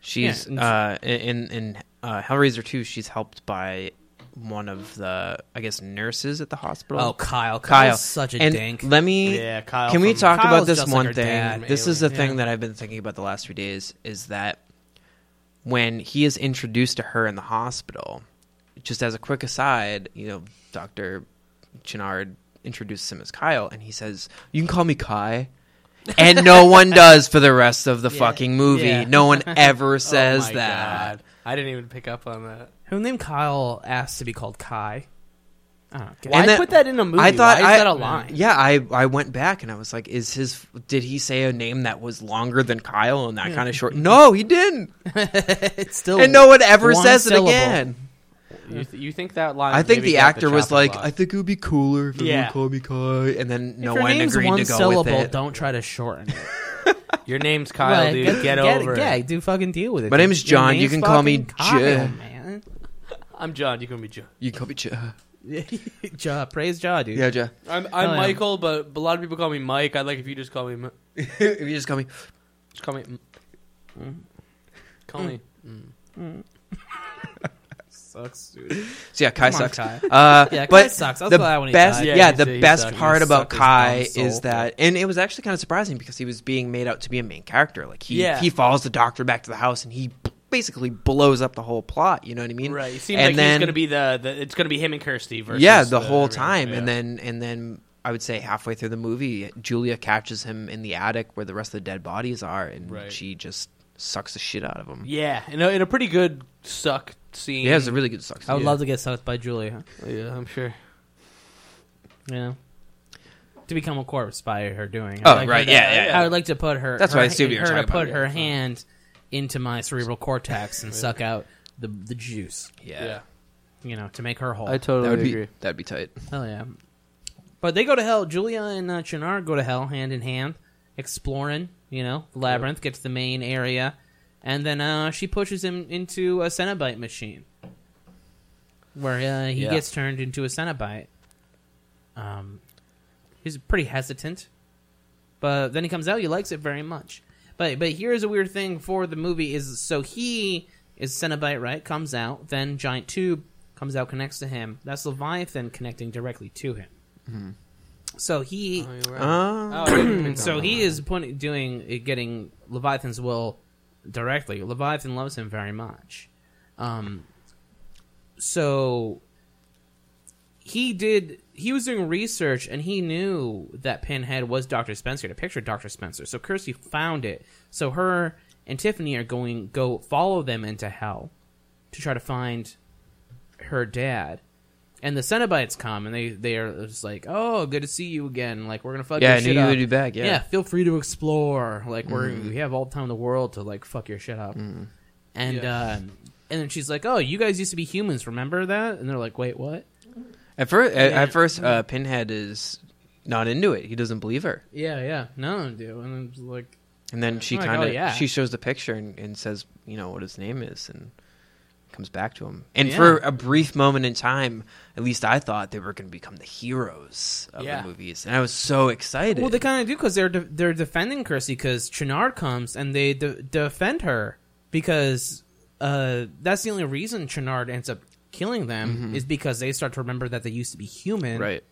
[SPEAKER 3] She's
[SPEAKER 1] and-
[SPEAKER 3] uh, in in uh, Hellraiser two. She's helped by one of the I guess nurses at the hospital.
[SPEAKER 1] Oh, Kyle. Kyle's
[SPEAKER 3] Kyle,
[SPEAKER 1] such a
[SPEAKER 3] and
[SPEAKER 1] dank.
[SPEAKER 3] Let me.
[SPEAKER 2] Yeah, Kyle
[SPEAKER 3] Can we
[SPEAKER 2] from-
[SPEAKER 3] talk
[SPEAKER 1] Kyle's
[SPEAKER 3] about this
[SPEAKER 1] just like
[SPEAKER 3] one
[SPEAKER 1] her
[SPEAKER 3] thing?
[SPEAKER 1] dad.
[SPEAKER 3] This is the
[SPEAKER 1] Alien,
[SPEAKER 3] thing
[SPEAKER 1] yeah.
[SPEAKER 3] that I've been thinking about the last few days. Is that when he is introduced to her in the hospital, just as a quick aside, you know, Doctor Chenard introduces him as Kyle, and he says, "You can call me Kai." and
[SPEAKER 1] *laughs*
[SPEAKER 3] no one does for the rest of the fucking movie.
[SPEAKER 1] Yeah.
[SPEAKER 3] No one
[SPEAKER 1] *laughs*
[SPEAKER 3] ever says
[SPEAKER 2] Oh my
[SPEAKER 3] that.
[SPEAKER 2] God. I didn't even pick up on that.
[SPEAKER 1] Who named Kyle asks to be called Kai?
[SPEAKER 2] Why
[SPEAKER 3] And then-
[SPEAKER 2] put that in a movie?
[SPEAKER 3] I thought
[SPEAKER 2] Why
[SPEAKER 3] I,
[SPEAKER 2] is that a line?
[SPEAKER 3] Yeah, I, I went back and I was like, is his did he say a name that was longer than Kyle and that kind of short? No, he didn't.
[SPEAKER 1] It's still
[SPEAKER 3] And no one ever
[SPEAKER 1] one
[SPEAKER 3] says it
[SPEAKER 1] syllable.
[SPEAKER 3] again.
[SPEAKER 2] You, th- you think that line?
[SPEAKER 3] I think
[SPEAKER 2] Uh, maybe
[SPEAKER 3] the
[SPEAKER 2] got
[SPEAKER 3] actor was
[SPEAKER 2] chopping
[SPEAKER 3] like,
[SPEAKER 2] block.
[SPEAKER 3] I think it would be cooler if
[SPEAKER 2] Yeah.
[SPEAKER 3] everyone called me Kai, and then no
[SPEAKER 1] If your
[SPEAKER 3] one
[SPEAKER 1] name's
[SPEAKER 3] agreed
[SPEAKER 1] one
[SPEAKER 3] to go
[SPEAKER 1] syllable,
[SPEAKER 3] with it.
[SPEAKER 1] Don't try to shorten it.
[SPEAKER 2] "Your
[SPEAKER 3] *laughs*
[SPEAKER 2] name's Kyle,
[SPEAKER 1] Like,
[SPEAKER 2] dude. Get, over
[SPEAKER 1] Yeah,
[SPEAKER 2] it."
[SPEAKER 1] do fucking deal with it.
[SPEAKER 3] My
[SPEAKER 1] dude.
[SPEAKER 3] name is
[SPEAKER 1] Your
[SPEAKER 3] John. You
[SPEAKER 1] name's
[SPEAKER 3] can call me
[SPEAKER 1] fucking Kyle,
[SPEAKER 3] J-
[SPEAKER 1] man. *laughs*
[SPEAKER 2] I'm John. You can be John.
[SPEAKER 3] You call me Ja.
[SPEAKER 1] Ja, praise Jaw, dude.
[SPEAKER 3] Yeah, Ja.
[SPEAKER 2] I'm,
[SPEAKER 1] Hell
[SPEAKER 2] I'm
[SPEAKER 1] yeah.
[SPEAKER 2] Michael, but a lot of people call me Mike. I'd like if you just call me. M-
[SPEAKER 3] if *laughs* you just call me
[SPEAKER 2] Just call me. M- Mm. Call me.
[SPEAKER 1] Sucks, dude.
[SPEAKER 3] So yeah, Kai
[SPEAKER 1] Come on,
[SPEAKER 3] sucks.
[SPEAKER 1] Kai.
[SPEAKER 3] Uh,
[SPEAKER 1] Yeah, Kai
[SPEAKER 3] but
[SPEAKER 1] sucks. I was
[SPEAKER 3] the
[SPEAKER 1] glad when he
[SPEAKER 3] best,
[SPEAKER 1] died.
[SPEAKER 2] Yeah,
[SPEAKER 3] yeah,
[SPEAKER 2] he-
[SPEAKER 3] the
[SPEAKER 2] he
[SPEAKER 3] best
[SPEAKER 2] sucked. He
[SPEAKER 3] part about
[SPEAKER 1] sucked his
[SPEAKER 3] Kai
[SPEAKER 1] dumb soul.
[SPEAKER 3] is that, and it was actually kind of surprising because he was being made out to be a main character. Like he
[SPEAKER 2] Yeah.
[SPEAKER 3] he follows the doctor back to the house and he b- basically blows up the whole plot. You know what I mean?
[SPEAKER 2] Right. It seems
[SPEAKER 3] Mm. and
[SPEAKER 2] like
[SPEAKER 3] then
[SPEAKER 2] he's gonna be the, the. It's gonna be him and Kirsty versus.
[SPEAKER 3] yeah, the whole
[SPEAKER 2] real-
[SPEAKER 3] time, and
[SPEAKER 2] yeah.
[SPEAKER 3] then and then I would say halfway through the movie, Julia catches him in the attic where the rest of the dead bodies are, and
[SPEAKER 2] Right.
[SPEAKER 3] she just sucks the shit out of him. Yeah,
[SPEAKER 2] Yeah, in a, in a pretty good suck scene.
[SPEAKER 3] it was a really good suck.
[SPEAKER 1] I would
[SPEAKER 3] scene.
[SPEAKER 1] love to get sucked by Julia.
[SPEAKER 2] yeah, I'm sure.
[SPEAKER 1] Yeah. To become a corpse by her doing.
[SPEAKER 3] Oh,
[SPEAKER 1] I'd her
[SPEAKER 3] right,
[SPEAKER 1] to-
[SPEAKER 3] yeah, yeah, yeah.
[SPEAKER 1] I would like to put her.
[SPEAKER 3] That's
[SPEAKER 1] her,
[SPEAKER 3] what I assumed you were
[SPEAKER 1] her to
[SPEAKER 3] talking
[SPEAKER 1] put
[SPEAKER 3] about,
[SPEAKER 1] her
[SPEAKER 3] yeah.
[SPEAKER 1] hand into my cerebral cortex and suck out the the juice.
[SPEAKER 3] Yeah,
[SPEAKER 1] You know, to make her whole.
[SPEAKER 2] I totally
[SPEAKER 3] that would
[SPEAKER 2] agree.
[SPEAKER 3] be that'd be tight.
[SPEAKER 1] Hell yeah. But they go to hell. Julia and uh, Chinar go to hell hand in hand, exploring, you know, the labyrinth, gets to the main area, and then uh, she pushes him into a Cenobite machine. Where uh, he
[SPEAKER 2] Yeah.
[SPEAKER 1] gets turned into a Cenobite. Um, he's pretty hesitant, but then he comes out. He likes it very much. But but here's a weird thing for the movie is so he is Cenobite right comes out. Then giant tube comes out connects to him. That's Leviathan connecting directly to him. So he
[SPEAKER 3] Uh,
[SPEAKER 1] so he is point- doing getting Leviathan's will directly. Leviathan loves him very much. Um, so he did. He was doing research, and he knew that Pinhead was Doctor Spencer. To picture Doctor Spencer, so Kirsty found it. So her and Tiffany are going go follow them into hell to try to find her dad. And the Cenobites come and they they are just like, oh, good to see you again. Like we're gonna fuck
[SPEAKER 3] yeah, Mm-hmm.
[SPEAKER 1] your
[SPEAKER 3] I knew
[SPEAKER 1] shit
[SPEAKER 3] you
[SPEAKER 1] up.
[SPEAKER 3] would be back.
[SPEAKER 1] yeah. feel free to explore. Like we're we have all the time in the world to like fuck your shit up.
[SPEAKER 3] Mm-hmm.
[SPEAKER 1] And um, and then she's like, oh, you guys used to be humans, remember that? And they're like, wait, what?
[SPEAKER 3] At first, at, at first,
[SPEAKER 1] Mm-hmm.
[SPEAKER 3] uh, Pinhead is not into it. He doesn't believe her,
[SPEAKER 1] Yeah, yeah, no, dude. And it's like,
[SPEAKER 3] and then she
[SPEAKER 1] Like,
[SPEAKER 3] kind of
[SPEAKER 1] oh, yeah.
[SPEAKER 3] she shows the picture and, and says, you know, what his name is, and comes back to him. And
[SPEAKER 1] Yeah.
[SPEAKER 3] for a brief moment in time, at least I thought they were going to become the heroes of
[SPEAKER 2] Yeah.
[SPEAKER 3] the movies, and I was so excited.
[SPEAKER 1] well, they kind of do because they're de- they're defending Kirsty because Chinar comes and they de- defend her because uh, that's the only reason Chinar ends up killing them is because they start to remember that they used to be human.
[SPEAKER 3] Mm-hmm. right,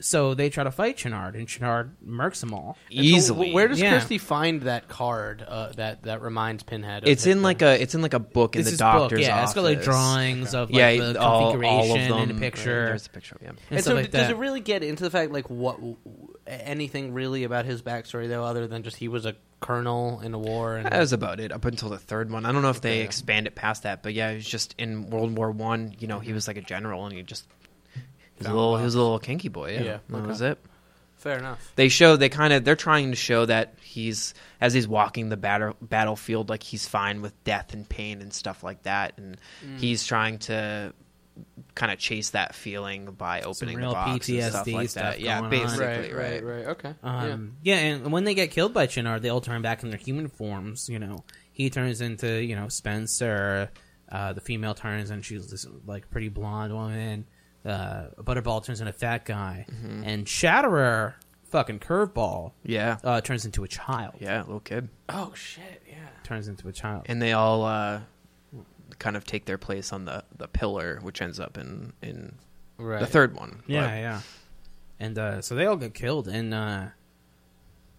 [SPEAKER 1] So they try to fight Chenard, and Chenard murks them all.
[SPEAKER 3] easily.
[SPEAKER 2] Where does
[SPEAKER 1] Yeah.
[SPEAKER 2] Kirsty find that card uh, that that reminds Pinhead? Of
[SPEAKER 3] it's in like a it's in like a book in
[SPEAKER 1] this
[SPEAKER 3] the
[SPEAKER 1] is
[SPEAKER 3] doctor's
[SPEAKER 1] book, yeah.
[SPEAKER 3] office.
[SPEAKER 1] It's got like drawings of like
[SPEAKER 3] yeah,
[SPEAKER 1] the
[SPEAKER 3] all,
[SPEAKER 1] configuration
[SPEAKER 3] all of them.
[SPEAKER 1] and a picture.
[SPEAKER 3] There's a picture. Yeah.
[SPEAKER 1] and,
[SPEAKER 2] And
[SPEAKER 1] stuff
[SPEAKER 2] so,
[SPEAKER 1] like
[SPEAKER 2] d- does
[SPEAKER 1] that.
[SPEAKER 2] it really get into the fact, like, what w- w- anything really about his backstory though, other than just he was a colonel in a war? And
[SPEAKER 3] That was about it up until the third one. I don't know if they expand it past that, but yeah, it was just in World War One. You know, he was like a general, and he just he was a little, he was a little kinky boy. Yeah, Uh-huh.
[SPEAKER 2] Yeah,
[SPEAKER 3] that
[SPEAKER 2] okay.
[SPEAKER 3] was it.
[SPEAKER 2] fair enough.
[SPEAKER 3] They show they kind of they're trying to show that he's as he's walking the battle battlefield, like he's fine with death and pain and stuff like that, and he's trying to kind of chase that feeling by opening the
[SPEAKER 1] real
[SPEAKER 3] box and stuff
[SPEAKER 1] PTSD
[SPEAKER 3] like
[SPEAKER 1] stuff
[SPEAKER 3] that. Yeah,
[SPEAKER 1] going on.
[SPEAKER 3] basically, right.
[SPEAKER 2] right. Okay.
[SPEAKER 1] Um, yeah. and when they get killed by Chenard, they all turn back in their human forms. You know, he turns into you know Spencer. Uh, the female turns and she's this like pretty blonde woman. Uh, Butterball turns into a fat guy, and Shatterer, fucking curveball,
[SPEAKER 3] Yeah,
[SPEAKER 1] uh, turns into a child.
[SPEAKER 3] yeah, little kid.
[SPEAKER 2] Oh shit. Yeah.
[SPEAKER 1] Turns into a child.
[SPEAKER 3] and they all uh, kind of take their place on the, the pillar, which ends up in in
[SPEAKER 2] Right.
[SPEAKER 3] the third one.
[SPEAKER 1] Yeah,
[SPEAKER 3] But-
[SPEAKER 1] yeah. And uh, so they all get killed, and uh,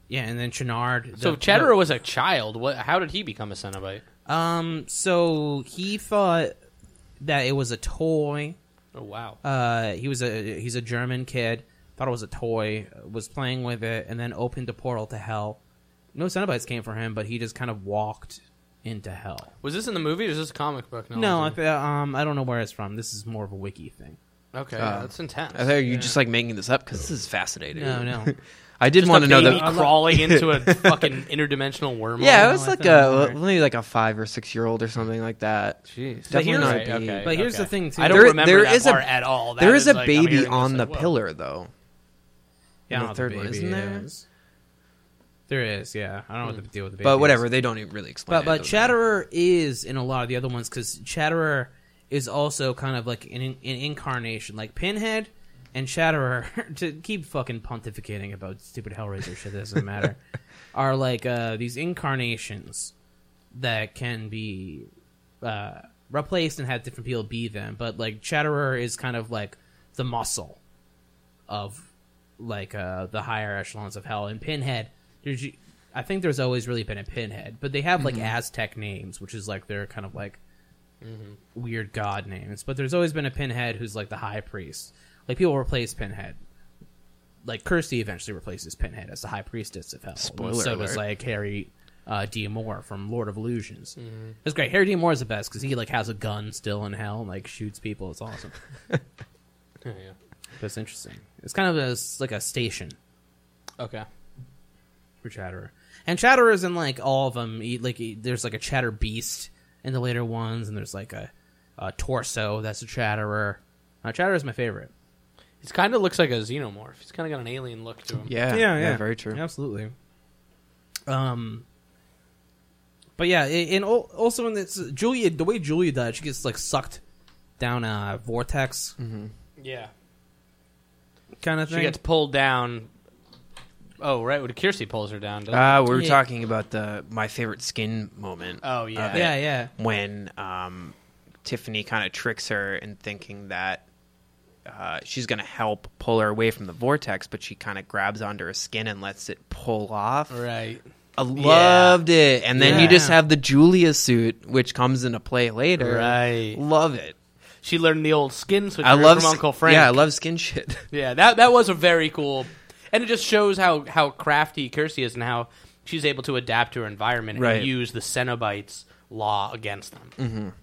[SPEAKER 1] yeah, and then Chenard.
[SPEAKER 2] So
[SPEAKER 1] the-
[SPEAKER 2] Chatterer was a child. What? How did he become a Cenobite?
[SPEAKER 1] um, so he thought that it was a toy.
[SPEAKER 2] Oh wow.
[SPEAKER 1] Uh, he was a he's a German kid. Thought it was a toy. Was playing with it, and then opened a portal to hell. No Cenobites came for him, but he just kind of walked into hell.
[SPEAKER 2] Was this in the movie? or Is this a comic book?
[SPEAKER 1] No, I, fe- um, I don't know where it's from. This is more of a wiki thing.
[SPEAKER 2] Okay,
[SPEAKER 3] Uh,
[SPEAKER 2] that's intense.
[SPEAKER 3] I thought you were just like making this up because this is fascinating.
[SPEAKER 1] No, no.
[SPEAKER 3] *laughs* I did
[SPEAKER 2] Just
[SPEAKER 3] want
[SPEAKER 2] a
[SPEAKER 3] to know
[SPEAKER 2] baby
[SPEAKER 3] that.
[SPEAKER 2] *laughs* crawling into a fucking interdimensional wormhole.
[SPEAKER 3] *laughs* Yeah,
[SPEAKER 1] No,
[SPEAKER 3] it was
[SPEAKER 1] I
[SPEAKER 3] like
[SPEAKER 1] thought it
[SPEAKER 3] a
[SPEAKER 1] was alright.
[SPEAKER 3] maybe like a five or six year old or something like that.
[SPEAKER 2] Jeez.
[SPEAKER 3] Definitely
[SPEAKER 1] here's-
[SPEAKER 3] not a
[SPEAKER 1] Right,
[SPEAKER 3] baby.
[SPEAKER 7] okay.
[SPEAKER 1] But here's the thing, too.
[SPEAKER 7] I don't
[SPEAKER 3] There-
[SPEAKER 7] remember
[SPEAKER 3] there
[SPEAKER 7] that
[SPEAKER 3] is a-
[SPEAKER 7] part at all. That
[SPEAKER 3] there is a
[SPEAKER 7] like, I'm hearing
[SPEAKER 3] baby
[SPEAKER 7] this,
[SPEAKER 3] on the
[SPEAKER 7] like, whoa.
[SPEAKER 3] pillar though.
[SPEAKER 1] Yeah, I don't
[SPEAKER 3] the
[SPEAKER 1] know
[SPEAKER 3] third
[SPEAKER 1] what
[SPEAKER 3] one,
[SPEAKER 1] baby
[SPEAKER 3] isn't there?
[SPEAKER 1] is. There is, yeah. I don't know what the deal with the baby.
[SPEAKER 3] But whatever,
[SPEAKER 1] Is.
[SPEAKER 3] they don't even really explain.
[SPEAKER 1] But
[SPEAKER 3] it,
[SPEAKER 1] but
[SPEAKER 3] does it?
[SPEAKER 1] Chatterer is in a lot of the other ones because Chatterer is also kind of like an, an incarnation, like Pinhead and Chatterer. *laughs* to keep fucking pontificating about stupid Hellraiser shit, that doesn't matter. Are like uh, these incarnations that can be uh, replaced and have different people be them. But like Chatterer is kind of like the muscle of like uh, the higher echelons of hell. And Pinhead, there's, u- I think there's always really been a Pinhead, but they have
[SPEAKER 3] Mm-hmm.
[SPEAKER 1] like Aztec names, which is like they're kind of like
[SPEAKER 3] Mm-hmm.
[SPEAKER 1] weird god names. But there's always been a Pinhead who's like the high priest. Like people replace Pinhead. Like Kirsty eventually replaces Pinhead as the high priestess of hell.
[SPEAKER 3] Spoiler
[SPEAKER 1] so does
[SPEAKER 3] alert.
[SPEAKER 1] like Harry uh, D. Moore from Lord of Illusions.
[SPEAKER 3] Mm-hmm.
[SPEAKER 1] It's great. Harry D. Moore is the best because he like has a gun still in hell and like shoots people. It's awesome.
[SPEAKER 3] *laughs*
[SPEAKER 1] But it's interesting. It's kind of a, it's like a station
[SPEAKER 2] Okay.
[SPEAKER 1] for Chatterer. And Chatterer is in like all of them. He, like he, there's like a Chatter Beast in the later ones, and there's like a, a torso that's a Chatterer. Uh, Chatterer is my favorite.
[SPEAKER 2] He's kind of looks like a xenomorph. He's kind of got an alien look to him.
[SPEAKER 3] yeah, very true.
[SPEAKER 1] Absolutely. Um. But yeah, i- and al- also in this Julia, the way Julia died, she gets like sucked down a vortex
[SPEAKER 3] Mm-hmm.
[SPEAKER 2] Yeah.
[SPEAKER 1] kind of
[SPEAKER 2] She
[SPEAKER 1] thing.
[SPEAKER 2] gets pulled down. Oh, right. When Kiersey pulls her down. doesn't
[SPEAKER 3] Uh, we were
[SPEAKER 1] Yeah.
[SPEAKER 3] talking about the my favorite skin moment.
[SPEAKER 2] Oh, yeah.
[SPEAKER 3] uh,
[SPEAKER 1] yeah, yeah.
[SPEAKER 3] when um, Tiffany kind of tricks her in thinking that uh, she's going to help pull her away from the vortex, but she kind of grabs onto her skin and lets it pull off.
[SPEAKER 2] it? Right.
[SPEAKER 3] I loved it. And then you just
[SPEAKER 1] Yeah.
[SPEAKER 3] have the Julia suit, which comes into play later.
[SPEAKER 2] Right.
[SPEAKER 3] Love it.
[SPEAKER 2] She learned the old skin switch
[SPEAKER 3] I love
[SPEAKER 2] from
[SPEAKER 3] sk-
[SPEAKER 2] Uncle Frank.
[SPEAKER 3] Yeah, I love skin shit. *laughs*
[SPEAKER 2] Yeah, that that was a very cool, and it just shows how how crafty Kirsty is and how she's able to adapt to her environment
[SPEAKER 3] Right. Mm-hmm.
[SPEAKER 2] and use the Cenobites' law against them.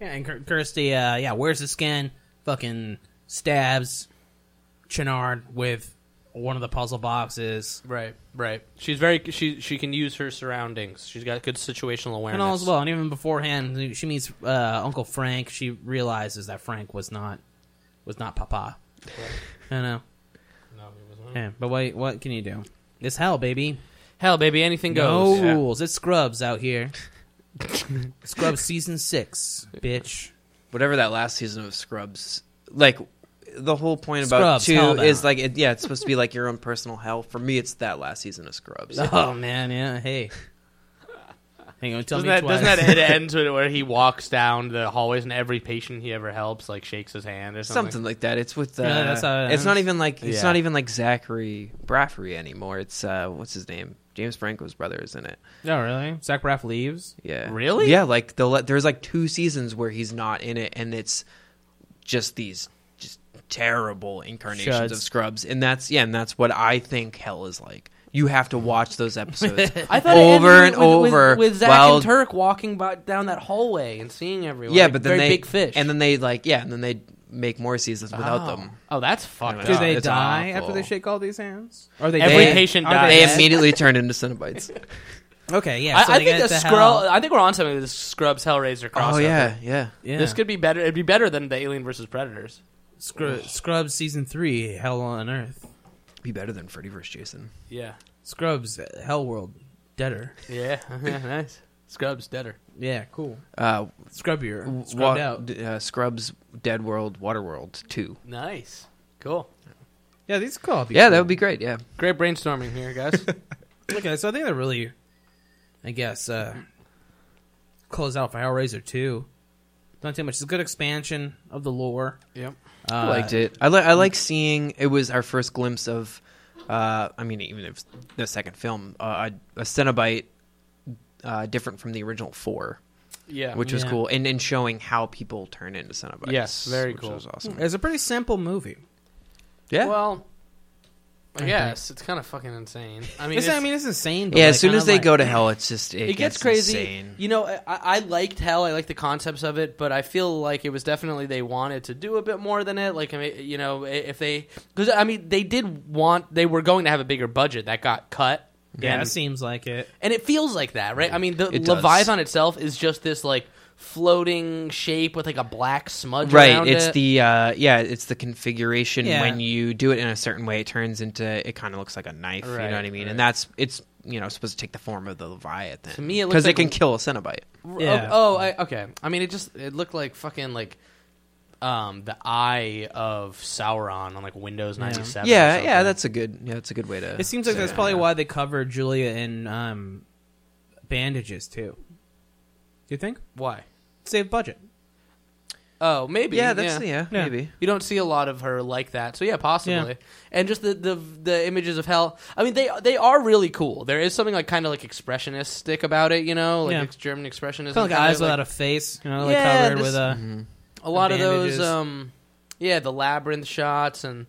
[SPEAKER 1] Yeah, and Kir- Kirsty, uh, yeah, where's the skin? Fucking stabs Chenard with one of the puzzle boxes.
[SPEAKER 2] Right, right. She's very she she can use her surroundings. She's got good situational awareness.
[SPEAKER 1] And all as well. And even beforehand, she meets uh, Uncle Frank. She realizes that Frank was not was not Papa. I know.
[SPEAKER 2] No, it was
[SPEAKER 1] Yeah, but what what can you do? It's hell, baby.
[SPEAKER 2] Hell, baby, anything
[SPEAKER 1] No
[SPEAKER 2] goes.
[SPEAKER 1] rules. It's Scrubs out
[SPEAKER 2] *laughs*
[SPEAKER 1] here. Scrubs season six,
[SPEAKER 2] *laughs*
[SPEAKER 1] bitch.
[SPEAKER 3] Whatever that last season of Scrubs, like the whole point about
[SPEAKER 1] Scrubs,
[SPEAKER 3] two
[SPEAKER 1] Hellbound.
[SPEAKER 3] is like, it, yeah, it's supposed to be like your own personal hell. For me, it's that last season of
[SPEAKER 2] *laughs*
[SPEAKER 3] Scrubs.
[SPEAKER 1] Oh man, yeah. Hey, hang on. Tell
[SPEAKER 2] Doesn't
[SPEAKER 1] me
[SPEAKER 2] that,
[SPEAKER 1] twice.
[SPEAKER 2] doesn't that it end to it where he walks down the hallways and every patient he ever helps like shakes his hand or something?
[SPEAKER 3] something like that. It's with uh,
[SPEAKER 1] Yeah, that's how it
[SPEAKER 3] it's not
[SPEAKER 1] ends.
[SPEAKER 3] even like it's
[SPEAKER 2] Yeah.
[SPEAKER 3] not even like Zachary Braffery anymore. It's uh, what's his name? James Franco's brother is in it.
[SPEAKER 1] *laughs* No, really. Zach Braff leaves.
[SPEAKER 3] Yeah,
[SPEAKER 2] Really?
[SPEAKER 3] Yeah, like they'll let, there's like two seasons where he's not in it, and it's just these just terrible incarnations
[SPEAKER 1] Shuds.
[SPEAKER 3] of Scrubs, and that's yeah, and that's what I think hell is like. You have to watch those episodes
[SPEAKER 2] *laughs* I thought it
[SPEAKER 3] over
[SPEAKER 2] ended
[SPEAKER 3] and
[SPEAKER 2] with- with-
[SPEAKER 3] over
[SPEAKER 2] with, Zach
[SPEAKER 3] while-
[SPEAKER 2] and Turk walking by, down that hallway and seeing everyone.
[SPEAKER 3] yeah,
[SPEAKER 2] like,
[SPEAKER 3] but then
[SPEAKER 2] very
[SPEAKER 3] they
[SPEAKER 2] big fish.
[SPEAKER 3] and then they like yeah, and then they make more seasons without
[SPEAKER 2] oh.
[SPEAKER 3] them.
[SPEAKER 2] Oh, that's fucked
[SPEAKER 3] Anyway.
[SPEAKER 2] up.
[SPEAKER 1] Do
[SPEAKER 3] Yeah,
[SPEAKER 1] they
[SPEAKER 3] it's
[SPEAKER 1] die
[SPEAKER 3] awful.
[SPEAKER 1] after they shake all these hands? Are they
[SPEAKER 2] Every
[SPEAKER 1] dead?
[SPEAKER 2] patient
[SPEAKER 1] Are
[SPEAKER 2] dies.
[SPEAKER 1] They
[SPEAKER 3] *laughs* They
[SPEAKER 1] dead?
[SPEAKER 3] immediately turned into *laughs* Cenobites.
[SPEAKER 1] okay, yeah.
[SPEAKER 2] I,
[SPEAKER 1] so
[SPEAKER 2] I
[SPEAKER 1] they
[SPEAKER 2] think
[SPEAKER 1] get
[SPEAKER 2] the
[SPEAKER 1] to
[SPEAKER 2] Skrull.
[SPEAKER 1] hell.
[SPEAKER 2] I think we're on something with this Scrubs Hellraiser crossover.
[SPEAKER 3] Oh yeah, yeah.
[SPEAKER 1] Yeah.
[SPEAKER 2] This could be better. It'd be better than the Alien versus Predators.
[SPEAKER 1] Scru- Scrubs season three, Hell on Earth.
[SPEAKER 3] Be better than Freddy vs. Jason.
[SPEAKER 2] Yeah.
[SPEAKER 1] Scrubs, uh, Hell World, Deader.
[SPEAKER 2] Yeah. *laughs* nice. Scrubs deader.
[SPEAKER 1] Yeah, cool.
[SPEAKER 3] Uh,
[SPEAKER 1] Scrubbier, scrubbed
[SPEAKER 3] wa-
[SPEAKER 1] out.
[SPEAKER 3] d- uh, Scrubs, Dead World, Water World two.
[SPEAKER 2] Nice. Cool.
[SPEAKER 1] Yeah, these could all be.
[SPEAKER 3] Yeah, that would be great. Yeah,
[SPEAKER 2] Great brainstorming here,
[SPEAKER 3] *laughs*
[SPEAKER 2] guys.
[SPEAKER 1] cool. okay. So I think they're really, I guess, uh close out for Hellraiser two. Not too much. It's a good expansion of the lore.
[SPEAKER 2] yep.
[SPEAKER 1] Uh,
[SPEAKER 3] I liked it. I like I like seeing. It was our first glimpse of. Uh, I mean, even if it's the second film, uh, a, a Cenobite uh, different from the original four,
[SPEAKER 2] Yeah.
[SPEAKER 3] which was
[SPEAKER 1] Yeah.
[SPEAKER 3] cool, and and showing how people turn into Cenobites.
[SPEAKER 2] Yes, very
[SPEAKER 3] which
[SPEAKER 2] cool. Mm,
[SPEAKER 3] Was awesome.
[SPEAKER 1] It's a pretty simple movie.
[SPEAKER 3] Yeah,
[SPEAKER 2] Well, I guess it's kind of fucking insane. I mean,
[SPEAKER 1] It's,
[SPEAKER 2] it's-
[SPEAKER 1] I mean, it's insane. But
[SPEAKER 3] Yeah,
[SPEAKER 1] like,
[SPEAKER 3] as soon
[SPEAKER 1] kinda
[SPEAKER 3] as they
[SPEAKER 1] like-
[SPEAKER 3] go to hell, it's just it,
[SPEAKER 2] it gets crazy. You know, I, I liked Hell. I liked the concepts of it, but I feel like it was definitely they wanted to do a bit more than it. Like, I mean, you know, i- if they because I mean they did want they were going to have a bigger budget that got cut.
[SPEAKER 1] yeah, it
[SPEAKER 2] and,
[SPEAKER 1] seems like it.
[SPEAKER 2] and it feels like that, right? I mean, the
[SPEAKER 3] It does.
[SPEAKER 2] Leviathan itself is just this like floating shape with like a black smudge.
[SPEAKER 3] Right,
[SPEAKER 2] around
[SPEAKER 3] it's
[SPEAKER 2] it.
[SPEAKER 3] the uh, yeah, it's the configuration
[SPEAKER 1] Yeah.
[SPEAKER 3] when you do it in a certain way, it turns into it kind of looks like a knife. you
[SPEAKER 2] Right,
[SPEAKER 3] know what I mean?
[SPEAKER 2] right.
[SPEAKER 3] And that's it's you know supposed to take the form of the leviathan.
[SPEAKER 2] To me, it looks
[SPEAKER 3] because
[SPEAKER 2] like-
[SPEAKER 3] it can kill a cenobite.
[SPEAKER 1] Yeah.
[SPEAKER 2] Oh, oh, I, okay. I mean, it just it looked like fucking like um the eye of Sauron on like Windows ninety seven.
[SPEAKER 3] Yeah, yeah, that's a good yeah, that's a good way to.
[SPEAKER 1] It seems like
[SPEAKER 3] say
[SPEAKER 1] that's
[SPEAKER 3] it.
[SPEAKER 1] probably why they covered Julia in um, bandages too. Do you think
[SPEAKER 2] why.
[SPEAKER 1] save budget?
[SPEAKER 2] Oh, maybe.
[SPEAKER 3] Yeah, that's yeah,
[SPEAKER 1] Yeah.
[SPEAKER 3] maybe.
[SPEAKER 2] You don't see a lot of her like that, so yeah, possibly.
[SPEAKER 1] Yeah.
[SPEAKER 2] And just the, the the images of hell. I mean, they they are really cool. There is something like kind of like expressionistic about it, you know, like
[SPEAKER 1] Yeah.
[SPEAKER 2] ex- German expressionism.
[SPEAKER 1] Kind of like
[SPEAKER 2] kinda
[SPEAKER 1] eyes without a face, you know, like
[SPEAKER 2] Yeah,
[SPEAKER 1] covered
[SPEAKER 2] this-
[SPEAKER 1] with a.
[SPEAKER 2] a lot of those
[SPEAKER 1] bandages.
[SPEAKER 2] um yeah the labyrinth shots and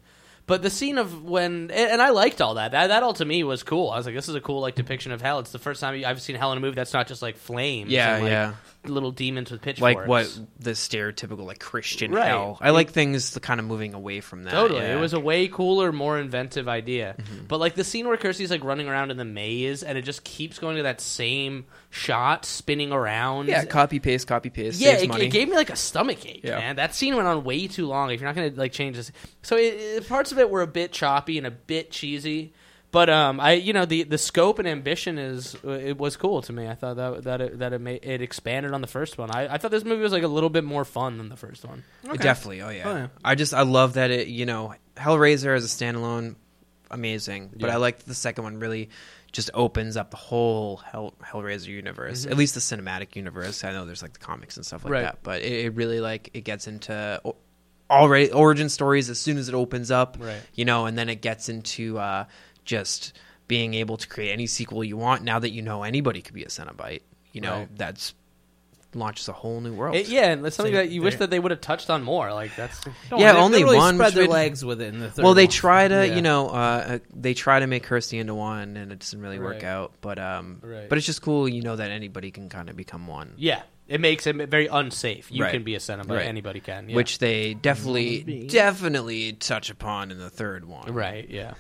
[SPEAKER 2] but the scene of when and- and I liked all that. that that all to me was cool I was like this is a cool like depiction of hell it's the first time I've seen hell in a movie that's not just like flames
[SPEAKER 3] Yeah,
[SPEAKER 2] and, like,
[SPEAKER 3] yeah.
[SPEAKER 2] little demons with pitchforks
[SPEAKER 3] Like what the stereotypical like Christian
[SPEAKER 2] Right.
[SPEAKER 3] hell. I like things the kind of moving away from that.
[SPEAKER 2] Totally,
[SPEAKER 3] Ah, yeah. Mm-hmm.
[SPEAKER 2] it was a way cooler, more inventive idea. But like the scene where Kirsty's like running around in the maze, and it just keeps going to that same shot, spinning around.
[SPEAKER 3] yeah, copy paste, copy paste.
[SPEAKER 2] Yeah,
[SPEAKER 3] saves
[SPEAKER 2] it,
[SPEAKER 3] money.
[SPEAKER 2] it gave me like a stomach ache,
[SPEAKER 3] Yeah.
[SPEAKER 2] man. That scene went on way too long. If you're not gonna like change this, so it, it- parts of it were a bit choppy and a bit cheesy, but um, I you know the the scope and ambition is uh, it was cool to me. I thought that that it, that it made it expanded on the first one. I, I thought this movie was like a little bit more fun than the first one.
[SPEAKER 3] Definitely. Oh yeah.
[SPEAKER 1] Oh, yeah.
[SPEAKER 3] I just I love that it. You know, Hellraiser as a standalone, amazing. But I like that the second one really just opens up the whole Hell, Hellraiser universe, at least the cinematic universe. I know there's like the comics and stuff
[SPEAKER 2] Mm-hmm.
[SPEAKER 3] like
[SPEAKER 2] Right.
[SPEAKER 3] that, but it, it really like it gets into o- already origin stories as soon as it opens up.
[SPEAKER 2] Right.
[SPEAKER 3] You know, and then it gets into uh, just being able to create any sequel you want now that you know anybody could be a Cenobite. You know,
[SPEAKER 2] Right.
[SPEAKER 3] that's launches a whole new world.
[SPEAKER 2] It- yeah, and that's something
[SPEAKER 1] So
[SPEAKER 2] that you wish
[SPEAKER 1] there-
[SPEAKER 2] that they would have touched on more. Like
[SPEAKER 3] *laughs*
[SPEAKER 2] that's
[SPEAKER 1] they-
[SPEAKER 3] Yeah,
[SPEAKER 1] they
[SPEAKER 3] only
[SPEAKER 1] really
[SPEAKER 3] one
[SPEAKER 1] Spread their
[SPEAKER 3] should-
[SPEAKER 1] legs with it in the third.
[SPEAKER 3] well they
[SPEAKER 1] one.
[SPEAKER 3] try to
[SPEAKER 2] Yeah.
[SPEAKER 3] you know uh, uh, they try to make Kirsty into one and it doesn't really work
[SPEAKER 2] Right.
[SPEAKER 3] out but um
[SPEAKER 2] Right.
[SPEAKER 3] but it's just cool you know that anybody can kind of become one
[SPEAKER 2] yeah, it makes it very unsafe. You
[SPEAKER 3] Right.
[SPEAKER 2] can be a Cenobite,
[SPEAKER 3] Right.
[SPEAKER 2] anybody can. yeah.
[SPEAKER 3] which they definitely definitely touch upon in the third one
[SPEAKER 2] Right. Yeah.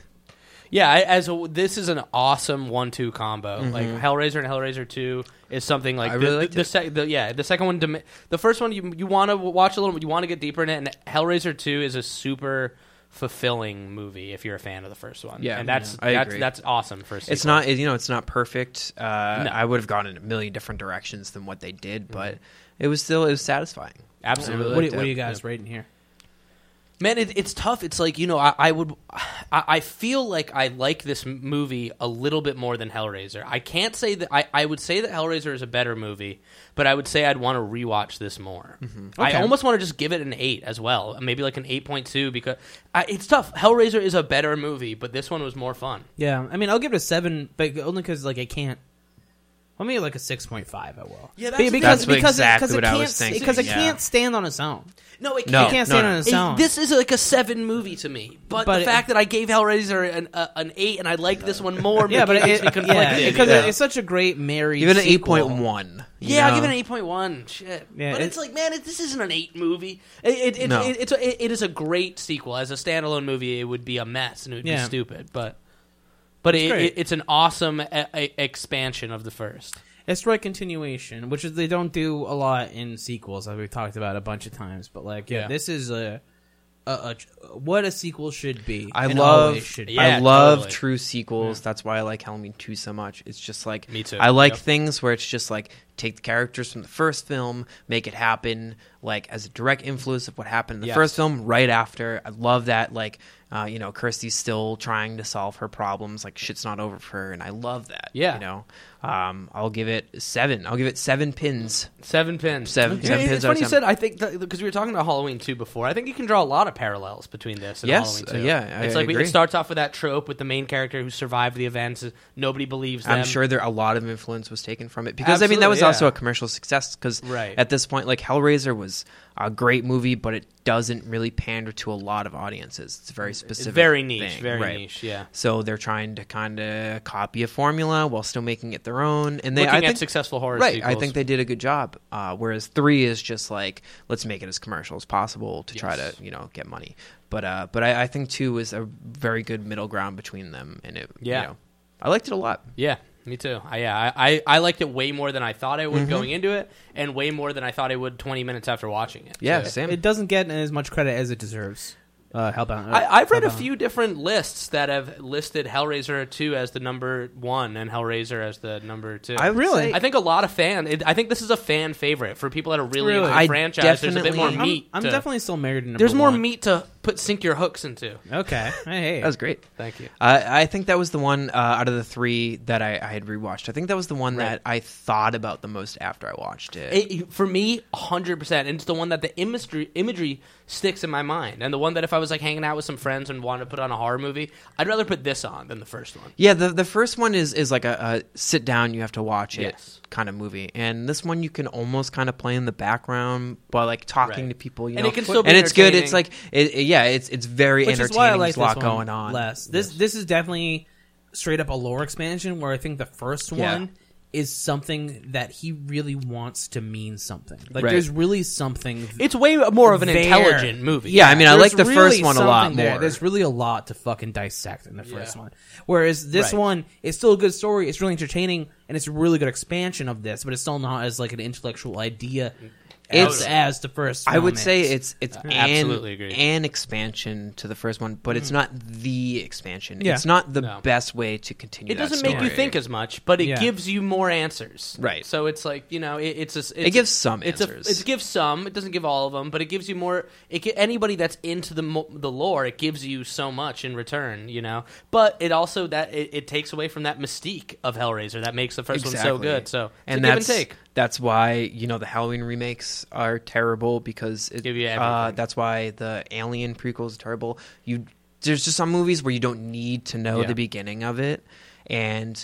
[SPEAKER 2] Yeah. I, as a, this is an awesome one-two combo. Like Hellraiser and Hellraiser Two is something like
[SPEAKER 3] Mm-hmm.
[SPEAKER 2] the,
[SPEAKER 3] I really
[SPEAKER 2] the-
[SPEAKER 3] liked
[SPEAKER 2] the,
[SPEAKER 3] it.
[SPEAKER 2] sec- the- yeah the second one. dem- The first one you you want to watch a little. You want to get deeper in it. And Hellraiser Two is a super fulfilling movie if you're a fan of the first one.
[SPEAKER 3] Yeah,
[SPEAKER 2] and that's
[SPEAKER 3] yeah, I
[SPEAKER 2] that's
[SPEAKER 3] agree.
[SPEAKER 2] that's awesome for a
[SPEAKER 3] it's
[SPEAKER 2] sequel.
[SPEAKER 3] not it- you know it's not perfect uh,
[SPEAKER 2] No.
[SPEAKER 3] I would have gone in a million different directions than what they did but it was still it was satisfying
[SPEAKER 2] Mm-hmm. absolutely.
[SPEAKER 1] What, do- what are you guys rating here?
[SPEAKER 2] Man, it, it's tough. It's like you know, I, I would, I, I feel like I like this m- movie a little bit more than Hellraiser. I can't say that I, I would say that Hellraiser is a better movie, but I would say I'd want to rewatch this more.
[SPEAKER 1] Mm-hmm.
[SPEAKER 2] I almost want to just give it an eight as well, maybe like an eight point two because I, it's tough. Hellraiser is a better movie, but this one was more fun.
[SPEAKER 1] Yeah, I mean, I'll give it a seven, but only because like I can't. Let me like a six point five. I will. Yeah,
[SPEAKER 2] that's-
[SPEAKER 3] That's what- exactly what I was thinking,
[SPEAKER 1] Because it
[SPEAKER 3] yeah.
[SPEAKER 1] can't stand on its own.
[SPEAKER 2] No, it
[SPEAKER 3] No,
[SPEAKER 1] it can't
[SPEAKER 3] no,
[SPEAKER 1] stand
[SPEAKER 3] no.
[SPEAKER 1] on its
[SPEAKER 2] It-
[SPEAKER 1] own.
[SPEAKER 2] this is like a seven movie to me, but,
[SPEAKER 1] But
[SPEAKER 2] the
[SPEAKER 1] it-
[SPEAKER 2] fact that I gave Hellraiser an, uh, an eight and I liked this one more,
[SPEAKER 1] *laughs* yeah, but it,
[SPEAKER 2] makes me
[SPEAKER 1] it, yeah,
[SPEAKER 2] conflicted.
[SPEAKER 1] because
[SPEAKER 3] yeah.
[SPEAKER 1] it- it's such a great married.
[SPEAKER 3] even an eight
[SPEAKER 1] sequel.
[SPEAKER 3] point one
[SPEAKER 2] Yeah, I'll give it an eight point one. Shit,
[SPEAKER 1] Yeah,
[SPEAKER 2] but
[SPEAKER 1] it-
[SPEAKER 2] it's like, man, it, this isn't an eight movie. It, it, it,
[SPEAKER 3] No.
[SPEAKER 2] it, it's a, it, it is a great sequel. As a standalone movie, it would be a mess and it would
[SPEAKER 1] Yeah.
[SPEAKER 2] be stupid. But but it,
[SPEAKER 1] great.
[SPEAKER 2] it, it's an awesome e- e- expansion of the first.
[SPEAKER 1] It's right continuation, which is they don't do a lot in sequels, as we've talked about a bunch of times. But like, yeah,
[SPEAKER 2] Yeah.
[SPEAKER 1] this is a, a, a what a sequel should be.
[SPEAKER 3] I
[SPEAKER 1] and
[SPEAKER 3] love
[SPEAKER 1] always should be.
[SPEAKER 2] yeah,
[SPEAKER 3] I love
[SPEAKER 2] totally.
[SPEAKER 3] true sequels. That's why I like Halloween 2 so much. It's just like
[SPEAKER 2] Me too.
[SPEAKER 3] I like
[SPEAKER 2] Yep.
[SPEAKER 3] things where it's just like take the characters from the first film, make it happen like as a direct influence of what happened in the
[SPEAKER 2] Yes.
[SPEAKER 3] first film right after. I love that like uh, you know, Kirsty's still trying to solve her problems. Like shit's not over for her, and I love that.
[SPEAKER 2] Yeah.
[SPEAKER 3] you know, um, I'll give it seven. I'i'll give it seven pins.
[SPEAKER 2] Seven pins.
[SPEAKER 3] Seven-
[SPEAKER 2] It's-
[SPEAKER 3] seven
[SPEAKER 2] it's
[SPEAKER 3] pins out
[SPEAKER 2] funny
[SPEAKER 3] of
[SPEAKER 2] you
[SPEAKER 3] ten.
[SPEAKER 2] said. I think because we were talking about Halloween two before. I think you can draw a lot of parallels between this and
[SPEAKER 3] Yes,
[SPEAKER 2] Halloween two.
[SPEAKER 3] uh, yeah, I
[SPEAKER 2] it's like we-
[SPEAKER 3] agree.
[SPEAKER 2] it starts off with that trope with the main character who survived the events. Nobody believes them.
[SPEAKER 3] I'm sure there a lot of influence was taken from it because I mean
[SPEAKER 2] Absolutely,
[SPEAKER 3] that was
[SPEAKER 1] Yeah.
[SPEAKER 3] also a commercial success because
[SPEAKER 1] Right.
[SPEAKER 3] at this point, like Hellraiser was a great movie, but it doesn't really pander to a lot of audiences. It's a very
[SPEAKER 2] It's
[SPEAKER 3] specific,
[SPEAKER 2] very niche,
[SPEAKER 3] thing,
[SPEAKER 2] very
[SPEAKER 3] right.
[SPEAKER 2] niche. Yeah,
[SPEAKER 3] So they're trying to kind of copy a formula while still making it their own, and they
[SPEAKER 2] looking
[SPEAKER 3] I
[SPEAKER 2] at
[SPEAKER 3] think
[SPEAKER 2] successful horror
[SPEAKER 3] right.
[SPEAKER 2] sequels.
[SPEAKER 3] I think they did a good job. Uh, whereas three is just like let's make it as commercial as possible to try to
[SPEAKER 2] Yes.
[SPEAKER 3] you know get money. But uh, but I, I think two is a very good middle ground between them, and it
[SPEAKER 2] Yeah.
[SPEAKER 3] you know, I liked it a lot.
[SPEAKER 2] Yeah, me too. I, yeah, I, I I liked it way more than I thought I would going into it, and way more than I thought I would 20 minutes after watching it.
[SPEAKER 3] Yeah,
[SPEAKER 2] So-
[SPEAKER 3] same.
[SPEAKER 1] It doesn't get as much credit as it deserves. Uh, Hellbound. uh,
[SPEAKER 2] I, I've read a
[SPEAKER 1] Hellbound.
[SPEAKER 2] few different lists that have listed Hellraiser 2 as the number one and Hellraiser as the number two.
[SPEAKER 3] I would Really? say-
[SPEAKER 2] I think a lot of fan. It, I think this is a fan favorite for people that are really,
[SPEAKER 1] Really?
[SPEAKER 2] into
[SPEAKER 3] I
[SPEAKER 2] the franchise. There's a bit more
[SPEAKER 3] definitely-
[SPEAKER 1] I'm,
[SPEAKER 2] meat.
[SPEAKER 1] I'm
[SPEAKER 2] to-
[SPEAKER 1] definitely still married to number
[SPEAKER 2] There's more
[SPEAKER 1] one.
[SPEAKER 2] meat to put sink your hooks into.
[SPEAKER 1] Okay. Hey.
[SPEAKER 3] That was great.
[SPEAKER 2] Thank you.
[SPEAKER 3] Uh, I think that was the one uh, out of the three that I, I had rewatched. I think that was the one that I thought about the most after I watched it.
[SPEAKER 2] It, for me, 100%. And it's the one that the imagery, imagery sticks in my mind. And the one that if I was like hanging out with some friends and wanted to put on a horror movie, I'd rather put this on than the first one.
[SPEAKER 3] yeah, the the first one is is like a, a sit down, you have to watch it
[SPEAKER 2] Yes.
[SPEAKER 3] kind of movie, and this one you can almost kind of play in the background by like talking
[SPEAKER 2] Right.
[SPEAKER 3] to people, you
[SPEAKER 2] And
[SPEAKER 3] know,
[SPEAKER 2] it can still be
[SPEAKER 3] and it's good. It's like
[SPEAKER 2] entertaining.
[SPEAKER 3] it, it- yeah, it's it's very
[SPEAKER 1] Which
[SPEAKER 3] entertaining.
[SPEAKER 1] is why I like
[SPEAKER 3] There's
[SPEAKER 1] this
[SPEAKER 3] a lot
[SPEAKER 1] one
[SPEAKER 3] going on.
[SPEAKER 1] less. This this is definitely straight up a lore expansion where I think the first
[SPEAKER 3] Yeah.
[SPEAKER 1] one is something that he really wants to mean something. Like
[SPEAKER 3] Right.
[SPEAKER 1] there's really something.
[SPEAKER 2] It's way more of an
[SPEAKER 1] There.
[SPEAKER 2] intelligent movie.
[SPEAKER 3] Yeah, I mean, I
[SPEAKER 1] there's
[SPEAKER 3] like the
[SPEAKER 1] really
[SPEAKER 3] first one a lot
[SPEAKER 1] something there.
[SPEAKER 3] more.
[SPEAKER 1] There's really a lot to fucking dissect in the first
[SPEAKER 2] Yeah.
[SPEAKER 1] one. Whereas this
[SPEAKER 2] Right.
[SPEAKER 1] one is still a good story. It's really entertaining and it's a really good expansion of this, but it's still not as like an intellectual idea.
[SPEAKER 3] It's-
[SPEAKER 1] It's as the first.
[SPEAKER 3] I would
[SPEAKER 1] film
[SPEAKER 3] say
[SPEAKER 1] is.
[SPEAKER 3] it's it's an,
[SPEAKER 2] absolutely agree.
[SPEAKER 3] an expansion to the first one, but it's
[SPEAKER 2] Mm-hmm.
[SPEAKER 3] not the expansion.
[SPEAKER 1] Yeah.
[SPEAKER 3] It's not the
[SPEAKER 2] No.
[SPEAKER 3] best way to continue.
[SPEAKER 2] It
[SPEAKER 3] that
[SPEAKER 2] doesn't make you
[SPEAKER 3] story.
[SPEAKER 2] think as much, but it
[SPEAKER 1] Yeah.
[SPEAKER 2] gives you more answers.
[SPEAKER 3] Right.
[SPEAKER 2] So it's like you know, it, it's a, it's
[SPEAKER 3] It gives some
[SPEAKER 2] it's
[SPEAKER 3] answers.
[SPEAKER 2] A, it gives some. It doesn't give all of them, but it gives you more. It gi- anybody that's into the mo- the lore, it gives you so much in return. You know, but it also that it, it takes away from that mystique of Hellraiser that makes the first one so good. So it's
[SPEAKER 3] and
[SPEAKER 2] a
[SPEAKER 3] that's
[SPEAKER 2] give and take.
[SPEAKER 3] that's why you know the Halloween remakes are terrible because it,
[SPEAKER 2] Give you
[SPEAKER 3] uh,
[SPEAKER 2] everything.
[SPEAKER 3] that's why the Alien prequels are terrible. You there's just some movies where you don't need to know
[SPEAKER 2] Yeah.
[SPEAKER 3] the beginning of it, and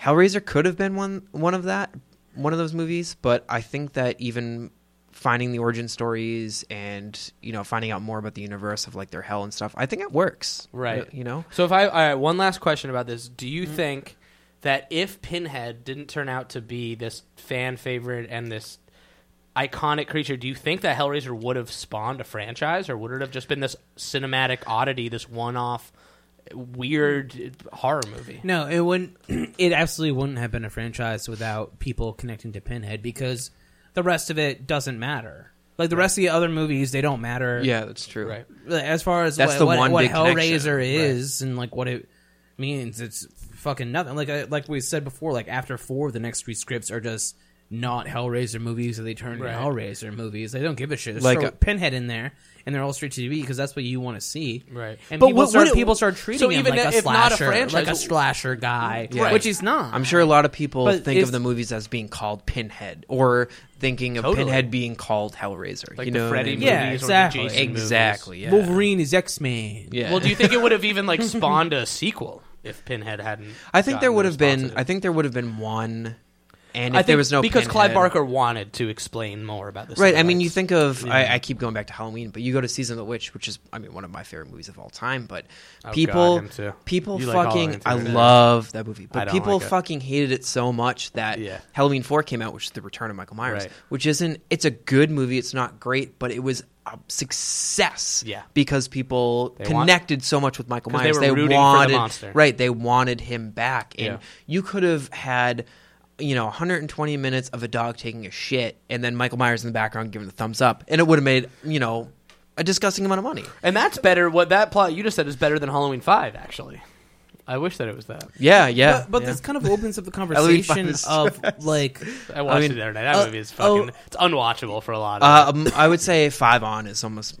[SPEAKER 3] Hellraiser could have been one one of that one of those movies, but I think that even finding the origin stories and you know finding out more about the universe of like their hell and stuff, I think it works.
[SPEAKER 2] Right.
[SPEAKER 3] Uh, You know. Mm-hmm.
[SPEAKER 2] So if I all right, one last question about this, do you think that if Pinhead didn't turn out to be this fan favorite and this iconic creature, do you think that Hellraiser would have spawned a franchise, or would it have just been this cinematic oddity, this one-off weird horror movie?
[SPEAKER 1] No, it wouldn't. *clears throat* It absolutely wouldn't have been a franchise without people connecting to Pinhead because the rest of it doesn't matter. Like the rest of the other movies, they don't matter.
[SPEAKER 3] Yeah, that's true.
[SPEAKER 2] Right.
[SPEAKER 1] As far as
[SPEAKER 3] That's
[SPEAKER 1] what,
[SPEAKER 3] the
[SPEAKER 1] what,
[SPEAKER 3] one
[SPEAKER 1] what
[SPEAKER 3] big connection,
[SPEAKER 1] Hellraiser is and like what it means, it's fucking nothing. Like I, like we said before, like after four, the next three scripts are just not Hellraiser movies. They turn
[SPEAKER 2] Right.
[SPEAKER 1] into Hellraiser movies. They don't give a shit. Just
[SPEAKER 3] Like uh,
[SPEAKER 1] throw
[SPEAKER 3] a-
[SPEAKER 1] Pinhead in there. And they're all straight to TV because that's what you want to see,
[SPEAKER 2] Right.
[SPEAKER 1] And
[SPEAKER 2] But
[SPEAKER 1] people
[SPEAKER 2] what-
[SPEAKER 1] start
[SPEAKER 2] what it-
[SPEAKER 1] people start treating
[SPEAKER 2] so
[SPEAKER 1] him
[SPEAKER 2] even
[SPEAKER 1] like a
[SPEAKER 2] if not a
[SPEAKER 1] slasher, like a
[SPEAKER 2] franchise,
[SPEAKER 1] slasher guy,
[SPEAKER 2] Right.
[SPEAKER 1] which he's not.
[SPEAKER 3] I'm sure a lot of people
[SPEAKER 1] But
[SPEAKER 3] think of
[SPEAKER 1] it's-
[SPEAKER 3] the movies as being called Pinhead or thinking of
[SPEAKER 2] Totally.
[SPEAKER 3] Pinhead being called Hellraiser.
[SPEAKER 2] Like
[SPEAKER 3] you
[SPEAKER 2] the
[SPEAKER 3] know what I
[SPEAKER 2] Freddy
[SPEAKER 3] mean?
[SPEAKER 2] movies
[SPEAKER 1] Yeah,
[SPEAKER 2] or the
[SPEAKER 1] exactly.
[SPEAKER 2] Jason movies?
[SPEAKER 3] exactly. Yeah.
[SPEAKER 1] Wolverine is X Man.
[SPEAKER 3] Yeah.
[SPEAKER 2] Well, do you think it would have even like spawned a sequel if Pinhead hadn't?
[SPEAKER 3] I think there
[SPEAKER 2] gotten
[SPEAKER 3] would have been.
[SPEAKER 2] responsive?
[SPEAKER 3] I think there would have been one, and
[SPEAKER 2] I
[SPEAKER 3] if
[SPEAKER 2] think
[SPEAKER 3] there was no
[SPEAKER 2] because Clive
[SPEAKER 3] Pinhead-
[SPEAKER 2] Barker wanted to explain more about this.
[SPEAKER 3] Right. I mean, you think of. I, I keep going back to Halloween, but you go to Season of the Witch, which is, I mean, one of my favorite movies of all time. But people,
[SPEAKER 2] Oh, him too.
[SPEAKER 3] people
[SPEAKER 2] You like
[SPEAKER 3] fucking,
[SPEAKER 2] Halloween too,
[SPEAKER 3] I
[SPEAKER 2] don't you?
[SPEAKER 3] love that movie,
[SPEAKER 2] I
[SPEAKER 3] but
[SPEAKER 2] don't
[SPEAKER 3] people
[SPEAKER 2] like it.
[SPEAKER 3] fucking hated it so much that
[SPEAKER 2] Yeah.
[SPEAKER 3] Halloween Four came out, which is the Return of Michael Myers,
[SPEAKER 2] Right.
[SPEAKER 3] which isn't. It's a good movie. It's not great, but it was. a Success,
[SPEAKER 2] Yeah.
[SPEAKER 3] because people
[SPEAKER 2] want-
[SPEAKER 3] connected so much with Michael
[SPEAKER 2] 'Cause they
[SPEAKER 3] Myers.
[SPEAKER 2] were rooting for the
[SPEAKER 3] wanted,
[SPEAKER 2] monster.
[SPEAKER 3] right? They wanted him back, and
[SPEAKER 2] Yeah.
[SPEAKER 3] you could have had you know 120 minutes of a dog taking a shit and then michael myers in the background giving the thumbs up and it would have made you know a disgusting amount of money
[SPEAKER 2] And that's better. What that plot you just said is better than Halloween Five. Actually, I wish that it was that.
[SPEAKER 3] yeah yeah
[SPEAKER 1] But, but this kind of opens
[SPEAKER 3] *laughs*
[SPEAKER 1] up the
[SPEAKER 3] Halloween five
[SPEAKER 1] conversation
[SPEAKER 3] is
[SPEAKER 1] of like
[SPEAKER 2] I watched
[SPEAKER 3] mean,
[SPEAKER 2] it the other night. That
[SPEAKER 1] uh,
[SPEAKER 2] movie is
[SPEAKER 1] oh.
[SPEAKER 2] fucking. it's unwatchable for a lot.
[SPEAKER 3] uh,
[SPEAKER 2] of
[SPEAKER 3] um, *laughs* I would say five on is almost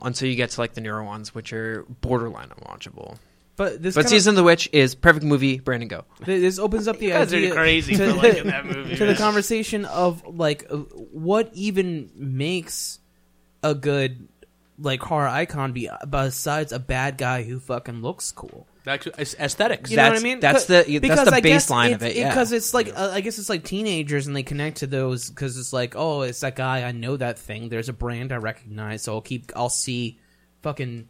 [SPEAKER 2] Yeah.
[SPEAKER 3] until you get to like the newer ones, which are borderline unwatchable.
[SPEAKER 1] but this
[SPEAKER 3] But
[SPEAKER 1] kind
[SPEAKER 3] season of the witch is perfect movie. Brandon, go.
[SPEAKER 1] of, th- this opens up the
[SPEAKER 2] guys are
[SPEAKER 1] idea
[SPEAKER 2] crazy
[SPEAKER 1] to,
[SPEAKER 2] for liking that movie,
[SPEAKER 1] to the
[SPEAKER 2] man.
[SPEAKER 1] conversation of like uh, what even makes a good like horror icon be besides a bad guy who fucking looks cool.
[SPEAKER 2] That's it's aesthetics.
[SPEAKER 1] You know what I
[SPEAKER 3] That's-
[SPEAKER 1] mean?
[SPEAKER 3] that's
[SPEAKER 1] Because-
[SPEAKER 3] the- that's
[SPEAKER 1] because
[SPEAKER 3] the
[SPEAKER 1] I guess
[SPEAKER 3] baseline
[SPEAKER 1] it's-
[SPEAKER 3] of it, yeah.
[SPEAKER 1] Because it's like uh, I guess it's like teenagers and they connect to those because it's like oh it's that guy I know that thing. There's a brand I recognize, so I'll keep I'll see fucking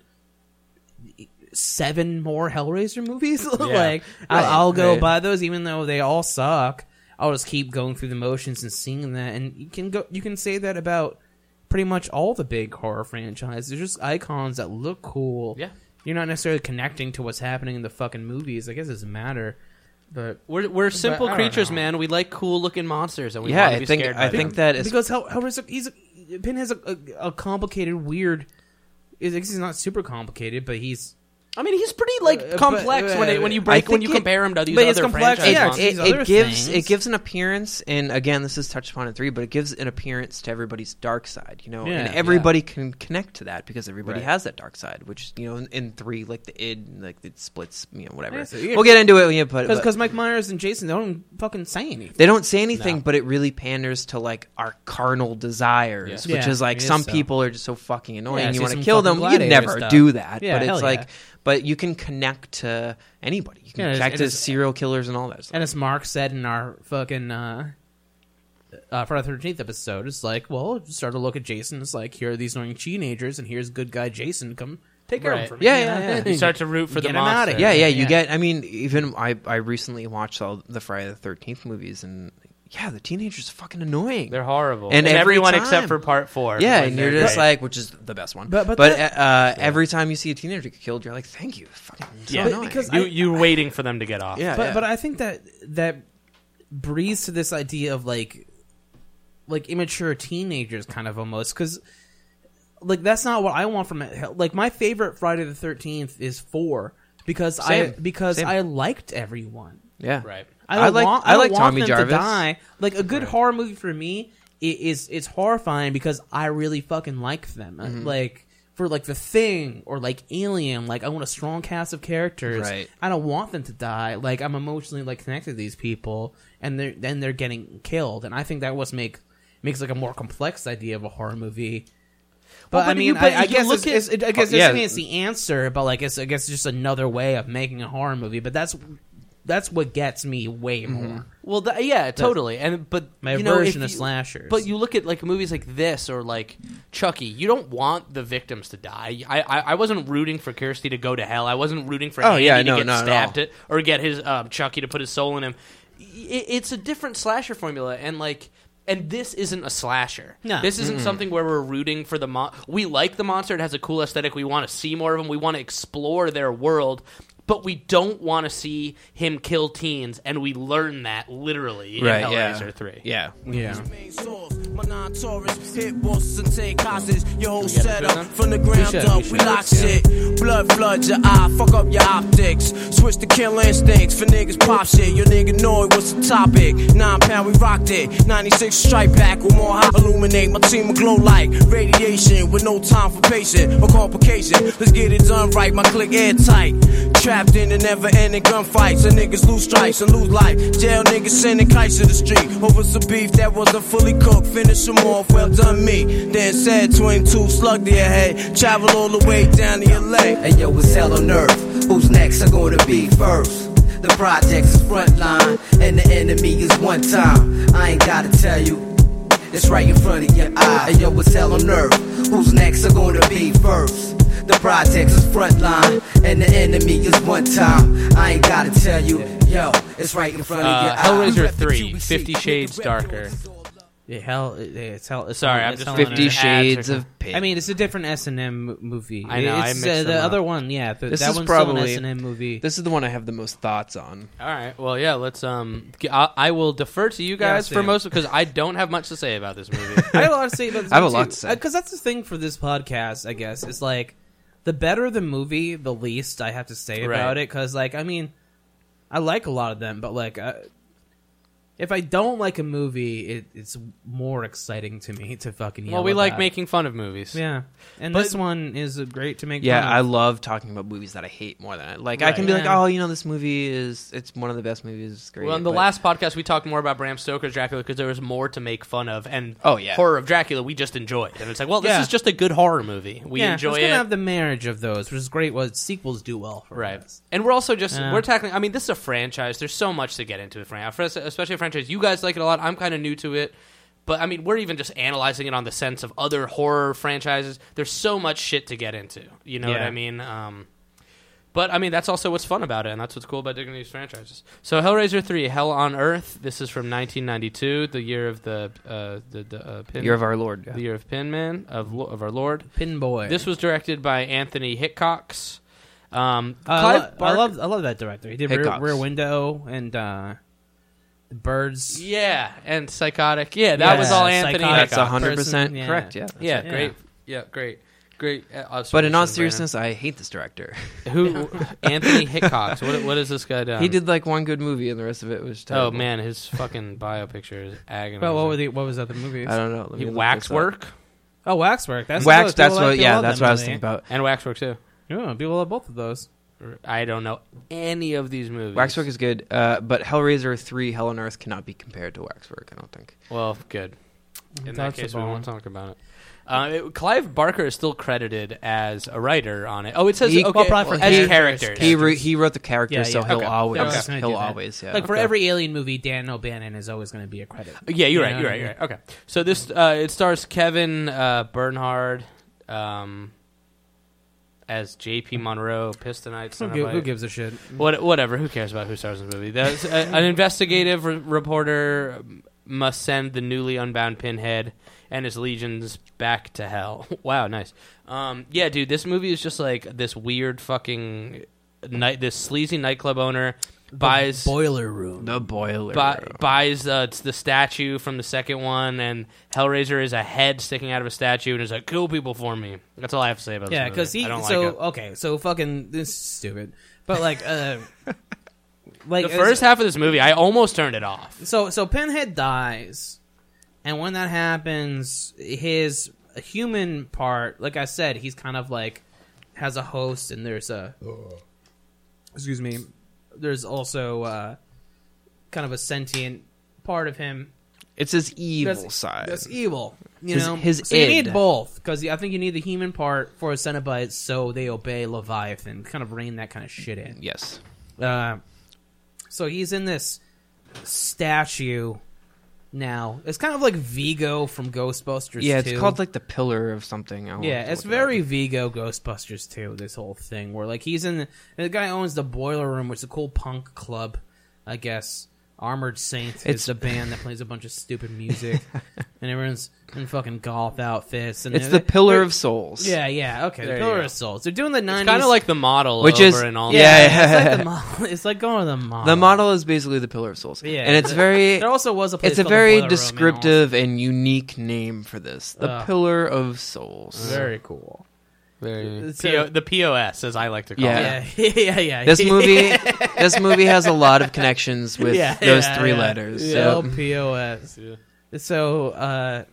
[SPEAKER 1] seven more Hellraiser movies. *laughs* like I'll, I'll go
[SPEAKER 3] right.
[SPEAKER 1] buy those even though they all suck. I'll just keep going through the motions and seeing that. And you can go you can say that about pretty much all the big horror franchises. They're just icons that look cool.
[SPEAKER 2] Yeah.
[SPEAKER 1] You're not necessarily connecting to what's happening in the fucking movies. I guess it doesn't matter. But
[SPEAKER 2] We're, we're simple
[SPEAKER 1] I don't
[SPEAKER 2] creatures,
[SPEAKER 1] know.
[SPEAKER 2] man. We like cool looking monsters, and we
[SPEAKER 3] yeah,
[SPEAKER 2] want to
[SPEAKER 3] I
[SPEAKER 2] be
[SPEAKER 3] think
[SPEAKER 2] scared by
[SPEAKER 3] I think
[SPEAKER 2] them.
[SPEAKER 3] that is
[SPEAKER 1] because Hell, Hellraiser, he's a, Pin has a, a, a complicated, weird. I guess he's not super complicated, but he's
[SPEAKER 2] I mean, he's pretty like complex
[SPEAKER 1] but-
[SPEAKER 2] when it, when you break when
[SPEAKER 3] think
[SPEAKER 2] you
[SPEAKER 3] it-
[SPEAKER 2] compare him to these
[SPEAKER 1] but
[SPEAKER 2] other
[SPEAKER 1] it's complex,
[SPEAKER 2] franchise
[SPEAKER 1] yeah,
[SPEAKER 2] monsters.
[SPEAKER 1] it's-
[SPEAKER 3] it,
[SPEAKER 1] these
[SPEAKER 3] it
[SPEAKER 1] other
[SPEAKER 3] gives it
[SPEAKER 1] things.
[SPEAKER 3] gives an appearance and again this is touched upon in three but it gives an appearance to everybody's dark side you know
[SPEAKER 1] Yeah,
[SPEAKER 3] and
[SPEAKER 1] yeah.
[SPEAKER 3] everybody can connect to that because everybody has that dark side which you know in, in three like the id and, like it splits you know whatever
[SPEAKER 1] Yeah, so you-
[SPEAKER 3] we'll get into it when you put but,
[SPEAKER 1] because Mike Myers and Jason they don't fucking say anything.
[SPEAKER 3] they don't say anything but it really panders to like our carnal desires
[SPEAKER 1] Yeah.
[SPEAKER 3] which
[SPEAKER 1] Yeah,
[SPEAKER 3] is like
[SPEAKER 1] it is
[SPEAKER 3] some
[SPEAKER 1] so.
[SPEAKER 3] people are just so fucking annoying
[SPEAKER 1] Yeah,
[SPEAKER 3] you
[SPEAKER 1] see
[SPEAKER 3] want to
[SPEAKER 1] some
[SPEAKER 3] kill them
[SPEAKER 1] fucking
[SPEAKER 3] you
[SPEAKER 1] gladiator
[SPEAKER 3] never
[SPEAKER 1] stuff.
[SPEAKER 3] do that
[SPEAKER 1] Yeah,
[SPEAKER 3] but
[SPEAKER 1] hell
[SPEAKER 3] it's like
[SPEAKER 1] yeah.
[SPEAKER 3] but you can connect to anybody you can
[SPEAKER 1] Yeah, it is-
[SPEAKER 3] connect
[SPEAKER 1] it
[SPEAKER 3] to
[SPEAKER 1] is-
[SPEAKER 3] serial killers and all that stuff
[SPEAKER 1] And as Mark said in our fucking uh, uh, Friday the 13th episode, it's like, well, just start to look at Jason. It's like, here are these annoying teenagers, and here's good guy Jason. Come take care of him
[SPEAKER 2] Right.
[SPEAKER 1] for me.
[SPEAKER 3] yeah yeah
[SPEAKER 2] *laughs*
[SPEAKER 3] yeah
[SPEAKER 2] you start to root for
[SPEAKER 1] Get
[SPEAKER 2] the
[SPEAKER 1] him outta
[SPEAKER 2] monster.
[SPEAKER 1] here.
[SPEAKER 3] yeah, yeah, you
[SPEAKER 1] Yeah.
[SPEAKER 3] get. I mean, even I, I recently watched all the Friday the Thirteenth movies, and yeah, the teenagers are fucking annoying.
[SPEAKER 2] They're horrible,
[SPEAKER 3] And
[SPEAKER 2] and,
[SPEAKER 3] every
[SPEAKER 2] everyone
[SPEAKER 3] time-
[SPEAKER 2] except for part four.
[SPEAKER 3] yeah,
[SPEAKER 2] when
[SPEAKER 3] and you're
[SPEAKER 2] they're
[SPEAKER 3] just
[SPEAKER 2] great.
[SPEAKER 3] like, which is the best one. But
[SPEAKER 1] But-
[SPEAKER 3] but,
[SPEAKER 1] but
[SPEAKER 3] uh, every time you see a teenager get killed, you're like, thank you, fucking so
[SPEAKER 2] Yeah.
[SPEAKER 3] annoying.
[SPEAKER 1] because
[SPEAKER 2] you
[SPEAKER 1] I-
[SPEAKER 2] you're waiting for them to get off.
[SPEAKER 3] yeah,
[SPEAKER 1] but
[SPEAKER 3] yeah.
[SPEAKER 1] but I think that that breeds to this idea of like like immature teenagers kind of almost because like that's not what I want from it. Like my favorite Friday the Thirteenth is four because I
[SPEAKER 3] Same.
[SPEAKER 1] because
[SPEAKER 3] Same.
[SPEAKER 1] I liked everyone.
[SPEAKER 3] yeah,
[SPEAKER 2] right.
[SPEAKER 1] I, don't
[SPEAKER 3] like
[SPEAKER 1] want,
[SPEAKER 3] I like
[SPEAKER 1] don't want
[SPEAKER 3] Tommy
[SPEAKER 1] them
[SPEAKER 3] Jarvis.
[SPEAKER 1] To die. Like a good horror movie for me i- is it's horrifying because I really fucking like them. Uh,
[SPEAKER 3] Mm-hmm.
[SPEAKER 1] Like for like the thing or like Alien, like I want a strong cast of characters.
[SPEAKER 3] Right.
[SPEAKER 1] I don't want them to die. Like I'm emotionally like connected to these people, and they're then they're getting killed, and I think that was make makes like a more complex idea of a horror movie. But,
[SPEAKER 2] Well, but
[SPEAKER 1] I mean,
[SPEAKER 2] you- but
[SPEAKER 1] I, I
[SPEAKER 2] you
[SPEAKER 1] guess
[SPEAKER 2] look
[SPEAKER 1] it's, it's, I
[SPEAKER 2] Oh,
[SPEAKER 1] guess it's,
[SPEAKER 3] Yeah.
[SPEAKER 1] I mean, it's the answer, but like it's I guess it's just another way of making a horror movie. But that's that's what gets me way more.
[SPEAKER 2] Well, th- yeah, totally. And but
[SPEAKER 1] My
[SPEAKER 2] you know, if
[SPEAKER 1] version of
[SPEAKER 2] you-
[SPEAKER 1] slashers.
[SPEAKER 2] But you look at like movies like this or like Chucky. You don't want the victims to die. I I, I wasn't rooting for Kirsty to go to hell. I wasn't rooting for
[SPEAKER 3] Oh,
[SPEAKER 2] Andy
[SPEAKER 3] yeah,
[SPEAKER 2] to
[SPEAKER 3] no,
[SPEAKER 2] get
[SPEAKER 3] not at
[SPEAKER 2] stabbed
[SPEAKER 3] all.
[SPEAKER 2] it, or get his um, Chucky to put his soul in him. I- i- it's a different slasher formula, and like. And this isn't a slasher.
[SPEAKER 1] No.
[SPEAKER 2] This isn't something where we're rooting for the mon. We like the monster. It has a cool aesthetic. We want to see more of them. We want to explore their world, but we don't want to see him kill teens. And we learn that literally in
[SPEAKER 3] right, yeah,
[SPEAKER 2] Hellraiser Three.
[SPEAKER 3] yeah.
[SPEAKER 1] Yeah,
[SPEAKER 8] main source. My non-tourists hit bosses and take hostages. Your whole setup from the
[SPEAKER 1] We
[SPEAKER 8] ground
[SPEAKER 1] should,
[SPEAKER 8] up.
[SPEAKER 1] we
[SPEAKER 8] We
[SPEAKER 1] should,
[SPEAKER 8] lock
[SPEAKER 1] yeah.
[SPEAKER 8] shit. Blood floods your eye. Fuck up your optics. Switch to kill instincts for niggas pop shit. Your nigga know it was the topic. Nine pound, we rocked it. 96 strike back with more hot illuminate. My team will glow like radiation with no time for patient or complication. Let's get it done right. My click airtight. Trapped in a never ending gunfights. And niggas lose strikes and lose life. Jail niggas sending kites to the street. Over some beef that wasn't fully cooked. Finish them off, well done me. Then said 22, slug the head. Travel all the way down to LA.
[SPEAKER 9] And yo, it's hell on earth. Who's next are gonna be first? The project's frontline, and the enemy is one time. I ain't gotta tell you. It's right in front of your eye. And yo, it's hell on earth. Who's next are gonna be first? The project's frontline, and the enemy is one time. I ain't gotta tell you. Yo, it's right in front of your
[SPEAKER 2] Uh,
[SPEAKER 9] eye.
[SPEAKER 2] Hellraiser 3, 50 Shades Darker.
[SPEAKER 1] Yeah, hell, it- it's hell. It's
[SPEAKER 2] Sorry,
[SPEAKER 1] hell-
[SPEAKER 2] I'm
[SPEAKER 1] it's
[SPEAKER 2] just
[SPEAKER 1] hell on
[SPEAKER 2] looking
[SPEAKER 3] Fifty
[SPEAKER 1] Earth.
[SPEAKER 2] Ads are
[SPEAKER 3] Shades
[SPEAKER 2] con-
[SPEAKER 3] of Pink.
[SPEAKER 1] I mean, it's a different S and M movie.
[SPEAKER 2] I know, I
[SPEAKER 1] It's,
[SPEAKER 2] mixed
[SPEAKER 1] uh, the
[SPEAKER 2] them up.
[SPEAKER 1] other one. Yeah, the,
[SPEAKER 3] This
[SPEAKER 1] that
[SPEAKER 3] is
[SPEAKER 1] one's
[SPEAKER 3] probably-
[SPEAKER 1] S and M movie.
[SPEAKER 3] this is the one I have the most thoughts on.
[SPEAKER 2] All right. Well, yeah. Let's um. g- I, I will defer to you guys for
[SPEAKER 1] Sam.
[SPEAKER 2] most because I don't have much to say about this
[SPEAKER 3] *laughs*
[SPEAKER 2] movie.
[SPEAKER 1] I have a lot to say about this.
[SPEAKER 3] I have
[SPEAKER 1] one,
[SPEAKER 3] a lot
[SPEAKER 1] too.
[SPEAKER 3] to say.
[SPEAKER 1] because that's the thing for this podcast. I guess is like the better the movie, the least I have to say
[SPEAKER 2] Right.
[SPEAKER 1] about it. Because like I mean, I like a lot of them, but like I, uh, if I don't like a movie, it, it's more exciting to me to fucking.
[SPEAKER 2] Well,
[SPEAKER 1] yell
[SPEAKER 2] we like
[SPEAKER 1] about it.
[SPEAKER 2] making fun of movies.
[SPEAKER 1] Yeah, and this one is uh, great to make.
[SPEAKER 3] Yeah,
[SPEAKER 1] fun
[SPEAKER 3] I
[SPEAKER 1] of.
[SPEAKER 3] love talking about movies that I hate more than I like. I
[SPEAKER 2] Right.
[SPEAKER 3] can be like,
[SPEAKER 1] Yeah.
[SPEAKER 3] oh, you know, this movie is it's one of the best movies. It's great.
[SPEAKER 2] Well, in the
[SPEAKER 3] but-
[SPEAKER 2] last podcast, we talked more about Bram Stoker's Dracula because there was more to make fun of, and
[SPEAKER 3] Oh, yeah.
[SPEAKER 2] horror of Dracula we just enjoyed, and it's like, well, this
[SPEAKER 1] Yeah.
[SPEAKER 2] is just a good horror movie. We
[SPEAKER 1] yeah,
[SPEAKER 2] enjoy
[SPEAKER 1] it's
[SPEAKER 2] it,
[SPEAKER 1] gonna have the marriage of those, which is great. What sequels do well for
[SPEAKER 2] right?
[SPEAKER 1] us.
[SPEAKER 2] And we're also just
[SPEAKER 1] Yeah.
[SPEAKER 2] we're tackling. I mean, this is a franchise. There's so much to get into, with fran- for us, especially a franchise. You guys like it a lot. I'm kind of new to it, but I mean, we're even just analyzing it on the sense of other horror franchises. There's so much shit to get into. You know what
[SPEAKER 1] Yeah.
[SPEAKER 2] I mean? Um, But I mean, that's also what's fun about it, and that's what's cool about digging these franchises. So, Hellraiser three, Hell on Earth. This is from 1992, the year of the uh, the, the uh, pin,
[SPEAKER 3] Year of Our Lord.
[SPEAKER 2] the year of Pinman of Lo- of our Lord.
[SPEAKER 1] Pinboy.
[SPEAKER 2] This was directed by Anthony Hitchcox. Um,
[SPEAKER 1] Uh, I,
[SPEAKER 2] Clive
[SPEAKER 1] lo- I
[SPEAKER 2] Barker-
[SPEAKER 1] love I love that director. He did Rear,
[SPEAKER 3] Hickox.
[SPEAKER 1] Rear Window and uh, Birds.
[SPEAKER 2] Yeah, and psychotic. Yeah, that was all Anthony.
[SPEAKER 1] Psychotic
[SPEAKER 3] That's
[SPEAKER 2] Hitchcock.
[SPEAKER 3] a hundred percent
[SPEAKER 1] person, yeah.
[SPEAKER 3] correct. Yeah. that's
[SPEAKER 2] Yeah,
[SPEAKER 3] it.
[SPEAKER 2] great. Yeah, great. Great. uh, observation,
[SPEAKER 3] But in all
[SPEAKER 2] Brandon.
[SPEAKER 3] seriousness, I hate this director.
[SPEAKER 2] who *laughs* Anthony Hitchcox? What what is this guy done?
[SPEAKER 3] he did like one good movie, and the rest of it was terrible.
[SPEAKER 2] Oh man, his fucking bio picture is agonizing.
[SPEAKER 1] Well, what were the what was that the movie?
[SPEAKER 3] I don't know. Let me
[SPEAKER 2] He
[SPEAKER 3] look
[SPEAKER 2] wax
[SPEAKER 3] this up.
[SPEAKER 2] work
[SPEAKER 1] Oh, Waxwork. That's
[SPEAKER 3] Wax.
[SPEAKER 1] good. People
[SPEAKER 3] That's
[SPEAKER 1] like-
[SPEAKER 3] what.
[SPEAKER 1] they
[SPEAKER 3] Yeah,
[SPEAKER 1] love
[SPEAKER 3] that's
[SPEAKER 1] that
[SPEAKER 3] what I was
[SPEAKER 1] movie.
[SPEAKER 3] thinking about.
[SPEAKER 2] and wax work too.
[SPEAKER 1] Yeah, people love both of those.
[SPEAKER 2] I don't know any of these movies.
[SPEAKER 3] Waxwork is good, uh, but Hellraiser three, Hell on Earth cannot be compared to Waxwork. I don't think.
[SPEAKER 2] well good. In that
[SPEAKER 1] That's a
[SPEAKER 2] case, we won't
[SPEAKER 1] bummer.
[SPEAKER 2] talk about it. Uh, it- Clive Barker is still credited as a writer on it. Oh, it says
[SPEAKER 3] He-
[SPEAKER 2] okay,
[SPEAKER 3] well,
[SPEAKER 1] probably for
[SPEAKER 2] as
[SPEAKER 1] characters.
[SPEAKER 2] characters.
[SPEAKER 3] He re- he wrote the character,
[SPEAKER 1] Yeah,
[SPEAKER 3] so
[SPEAKER 1] yeah.
[SPEAKER 3] he'll
[SPEAKER 1] Okay.
[SPEAKER 3] always
[SPEAKER 1] Yeah, I was just gonna
[SPEAKER 3] he'll
[SPEAKER 1] do that.
[SPEAKER 3] always yeah.
[SPEAKER 1] Like for every alien movie, Dan O'Bannon is always going to be a credit.
[SPEAKER 2] Yeah,
[SPEAKER 1] You
[SPEAKER 2] you're right.
[SPEAKER 1] know
[SPEAKER 2] You're
[SPEAKER 1] what I
[SPEAKER 2] right. You're right. Okay. So this uh, it stars Kevin uh, Bernhard um, as J.P. Monroe, Pistonite.
[SPEAKER 1] Who,
[SPEAKER 2] Son
[SPEAKER 1] gi-
[SPEAKER 2] of
[SPEAKER 1] who
[SPEAKER 2] a,
[SPEAKER 1] gives a shit?
[SPEAKER 2] Mm-hmm. what, whatever. Who cares about who stars in the movie? That's, a,
[SPEAKER 1] Mm-hmm.
[SPEAKER 2] an investigative re- reporter must send the newly unbound Pinhead and his legions back to hell. *laughs* wow, nice. Um, yeah, dude, this movie is just like this weird fucking night. This sleazy nightclub owner buys
[SPEAKER 1] Boiler Room.
[SPEAKER 3] the boiler.
[SPEAKER 2] bu- buys uh, it's the statue from the second one, and Hellraiser is a head sticking out of a statue, and is like, "Kill people for me." That's all I have to say about
[SPEAKER 1] Yeah, because
[SPEAKER 2] this movie.
[SPEAKER 1] he.
[SPEAKER 2] I don't
[SPEAKER 1] so
[SPEAKER 2] like it.
[SPEAKER 1] okay, so fucking this is stupid, but like,
[SPEAKER 3] *laughs*
[SPEAKER 1] uh, like
[SPEAKER 2] the first half of this movie, I almost turned it off.
[SPEAKER 1] So so Pinhead dies, and when that happens, his human part, like I said, he's kind of like has a host, and there's a excuse me, there's also uh, kind of a sentient part of him
[SPEAKER 3] It's his evil
[SPEAKER 1] that's,
[SPEAKER 3] side.
[SPEAKER 1] That's e- evil. You
[SPEAKER 3] His-
[SPEAKER 1] know,
[SPEAKER 3] his
[SPEAKER 1] so you
[SPEAKER 3] id.
[SPEAKER 1] need both because I think you need the human part for a Cenobite so they obey Leviathan, kind of rein that kind of shit in.
[SPEAKER 3] yes.
[SPEAKER 1] Uh, so he's in this statue now. It's kind of like Vigo from Ghostbusters.
[SPEAKER 3] Yeah, it's
[SPEAKER 1] 2.
[SPEAKER 3] called like the pillar of something. I won't have
[SPEAKER 1] Yeah,
[SPEAKER 3] to
[SPEAKER 1] it's
[SPEAKER 3] look it up.
[SPEAKER 1] very Vigo Ghostbusters too. This whole thing where like he's in the, the guy owns the Boiler Room, which is a cool punk club, I guess. Armored Saint
[SPEAKER 3] It's-
[SPEAKER 1] is the band that plays a bunch of stupid music,
[SPEAKER 3] *laughs*
[SPEAKER 1] and everyone's in fucking golf outfits. And
[SPEAKER 3] It's the pillar of souls.
[SPEAKER 1] yeah, yeah, okay,
[SPEAKER 2] There
[SPEAKER 1] the
[SPEAKER 2] you
[SPEAKER 1] Pillar
[SPEAKER 2] go.
[SPEAKER 1] of Souls. They're doing the nineties,
[SPEAKER 2] It's kind of like the model,
[SPEAKER 3] Which
[SPEAKER 2] over
[SPEAKER 3] is-
[SPEAKER 2] and all.
[SPEAKER 1] yeah,
[SPEAKER 3] Yeah.
[SPEAKER 1] It's, like the model. *laughs* it's like going to the model.
[SPEAKER 3] The model is basically the pillar of souls.
[SPEAKER 1] Uh-huh. Yeah.
[SPEAKER 3] And
[SPEAKER 1] *laughs*
[SPEAKER 3] it's very
[SPEAKER 1] There also was a. Place
[SPEAKER 3] it's a
[SPEAKER 1] called the
[SPEAKER 3] very
[SPEAKER 1] Boiler Room in
[SPEAKER 3] descriptive and unique name for this. The
[SPEAKER 1] Ugh.
[SPEAKER 3] pillar of
[SPEAKER 1] Austin.
[SPEAKER 3] souls.
[SPEAKER 1] Very cool. It's
[SPEAKER 2] PO,
[SPEAKER 1] a-
[SPEAKER 2] the POS, as I like to call
[SPEAKER 3] Yeah.
[SPEAKER 2] it.
[SPEAKER 1] yeah, *laughs* yeah, yeah. *laughs*
[SPEAKER 3] This movie this movie has a lot of connections with
[SPEAKER 1] Yeah,
[SPEAKER 3] those
[SPEAKER 1] yeah,
[SPEAKER 3] three
[SPEAKER 1] yeah.
[SPEAKER 3] letters.
[SPEAKER 1] Yeah.
[SPEAKER 3] So
[SPEAKER 1] LPOS.
[SPEAKER 2] Yeah.
[SPEAKER 1] So, uh,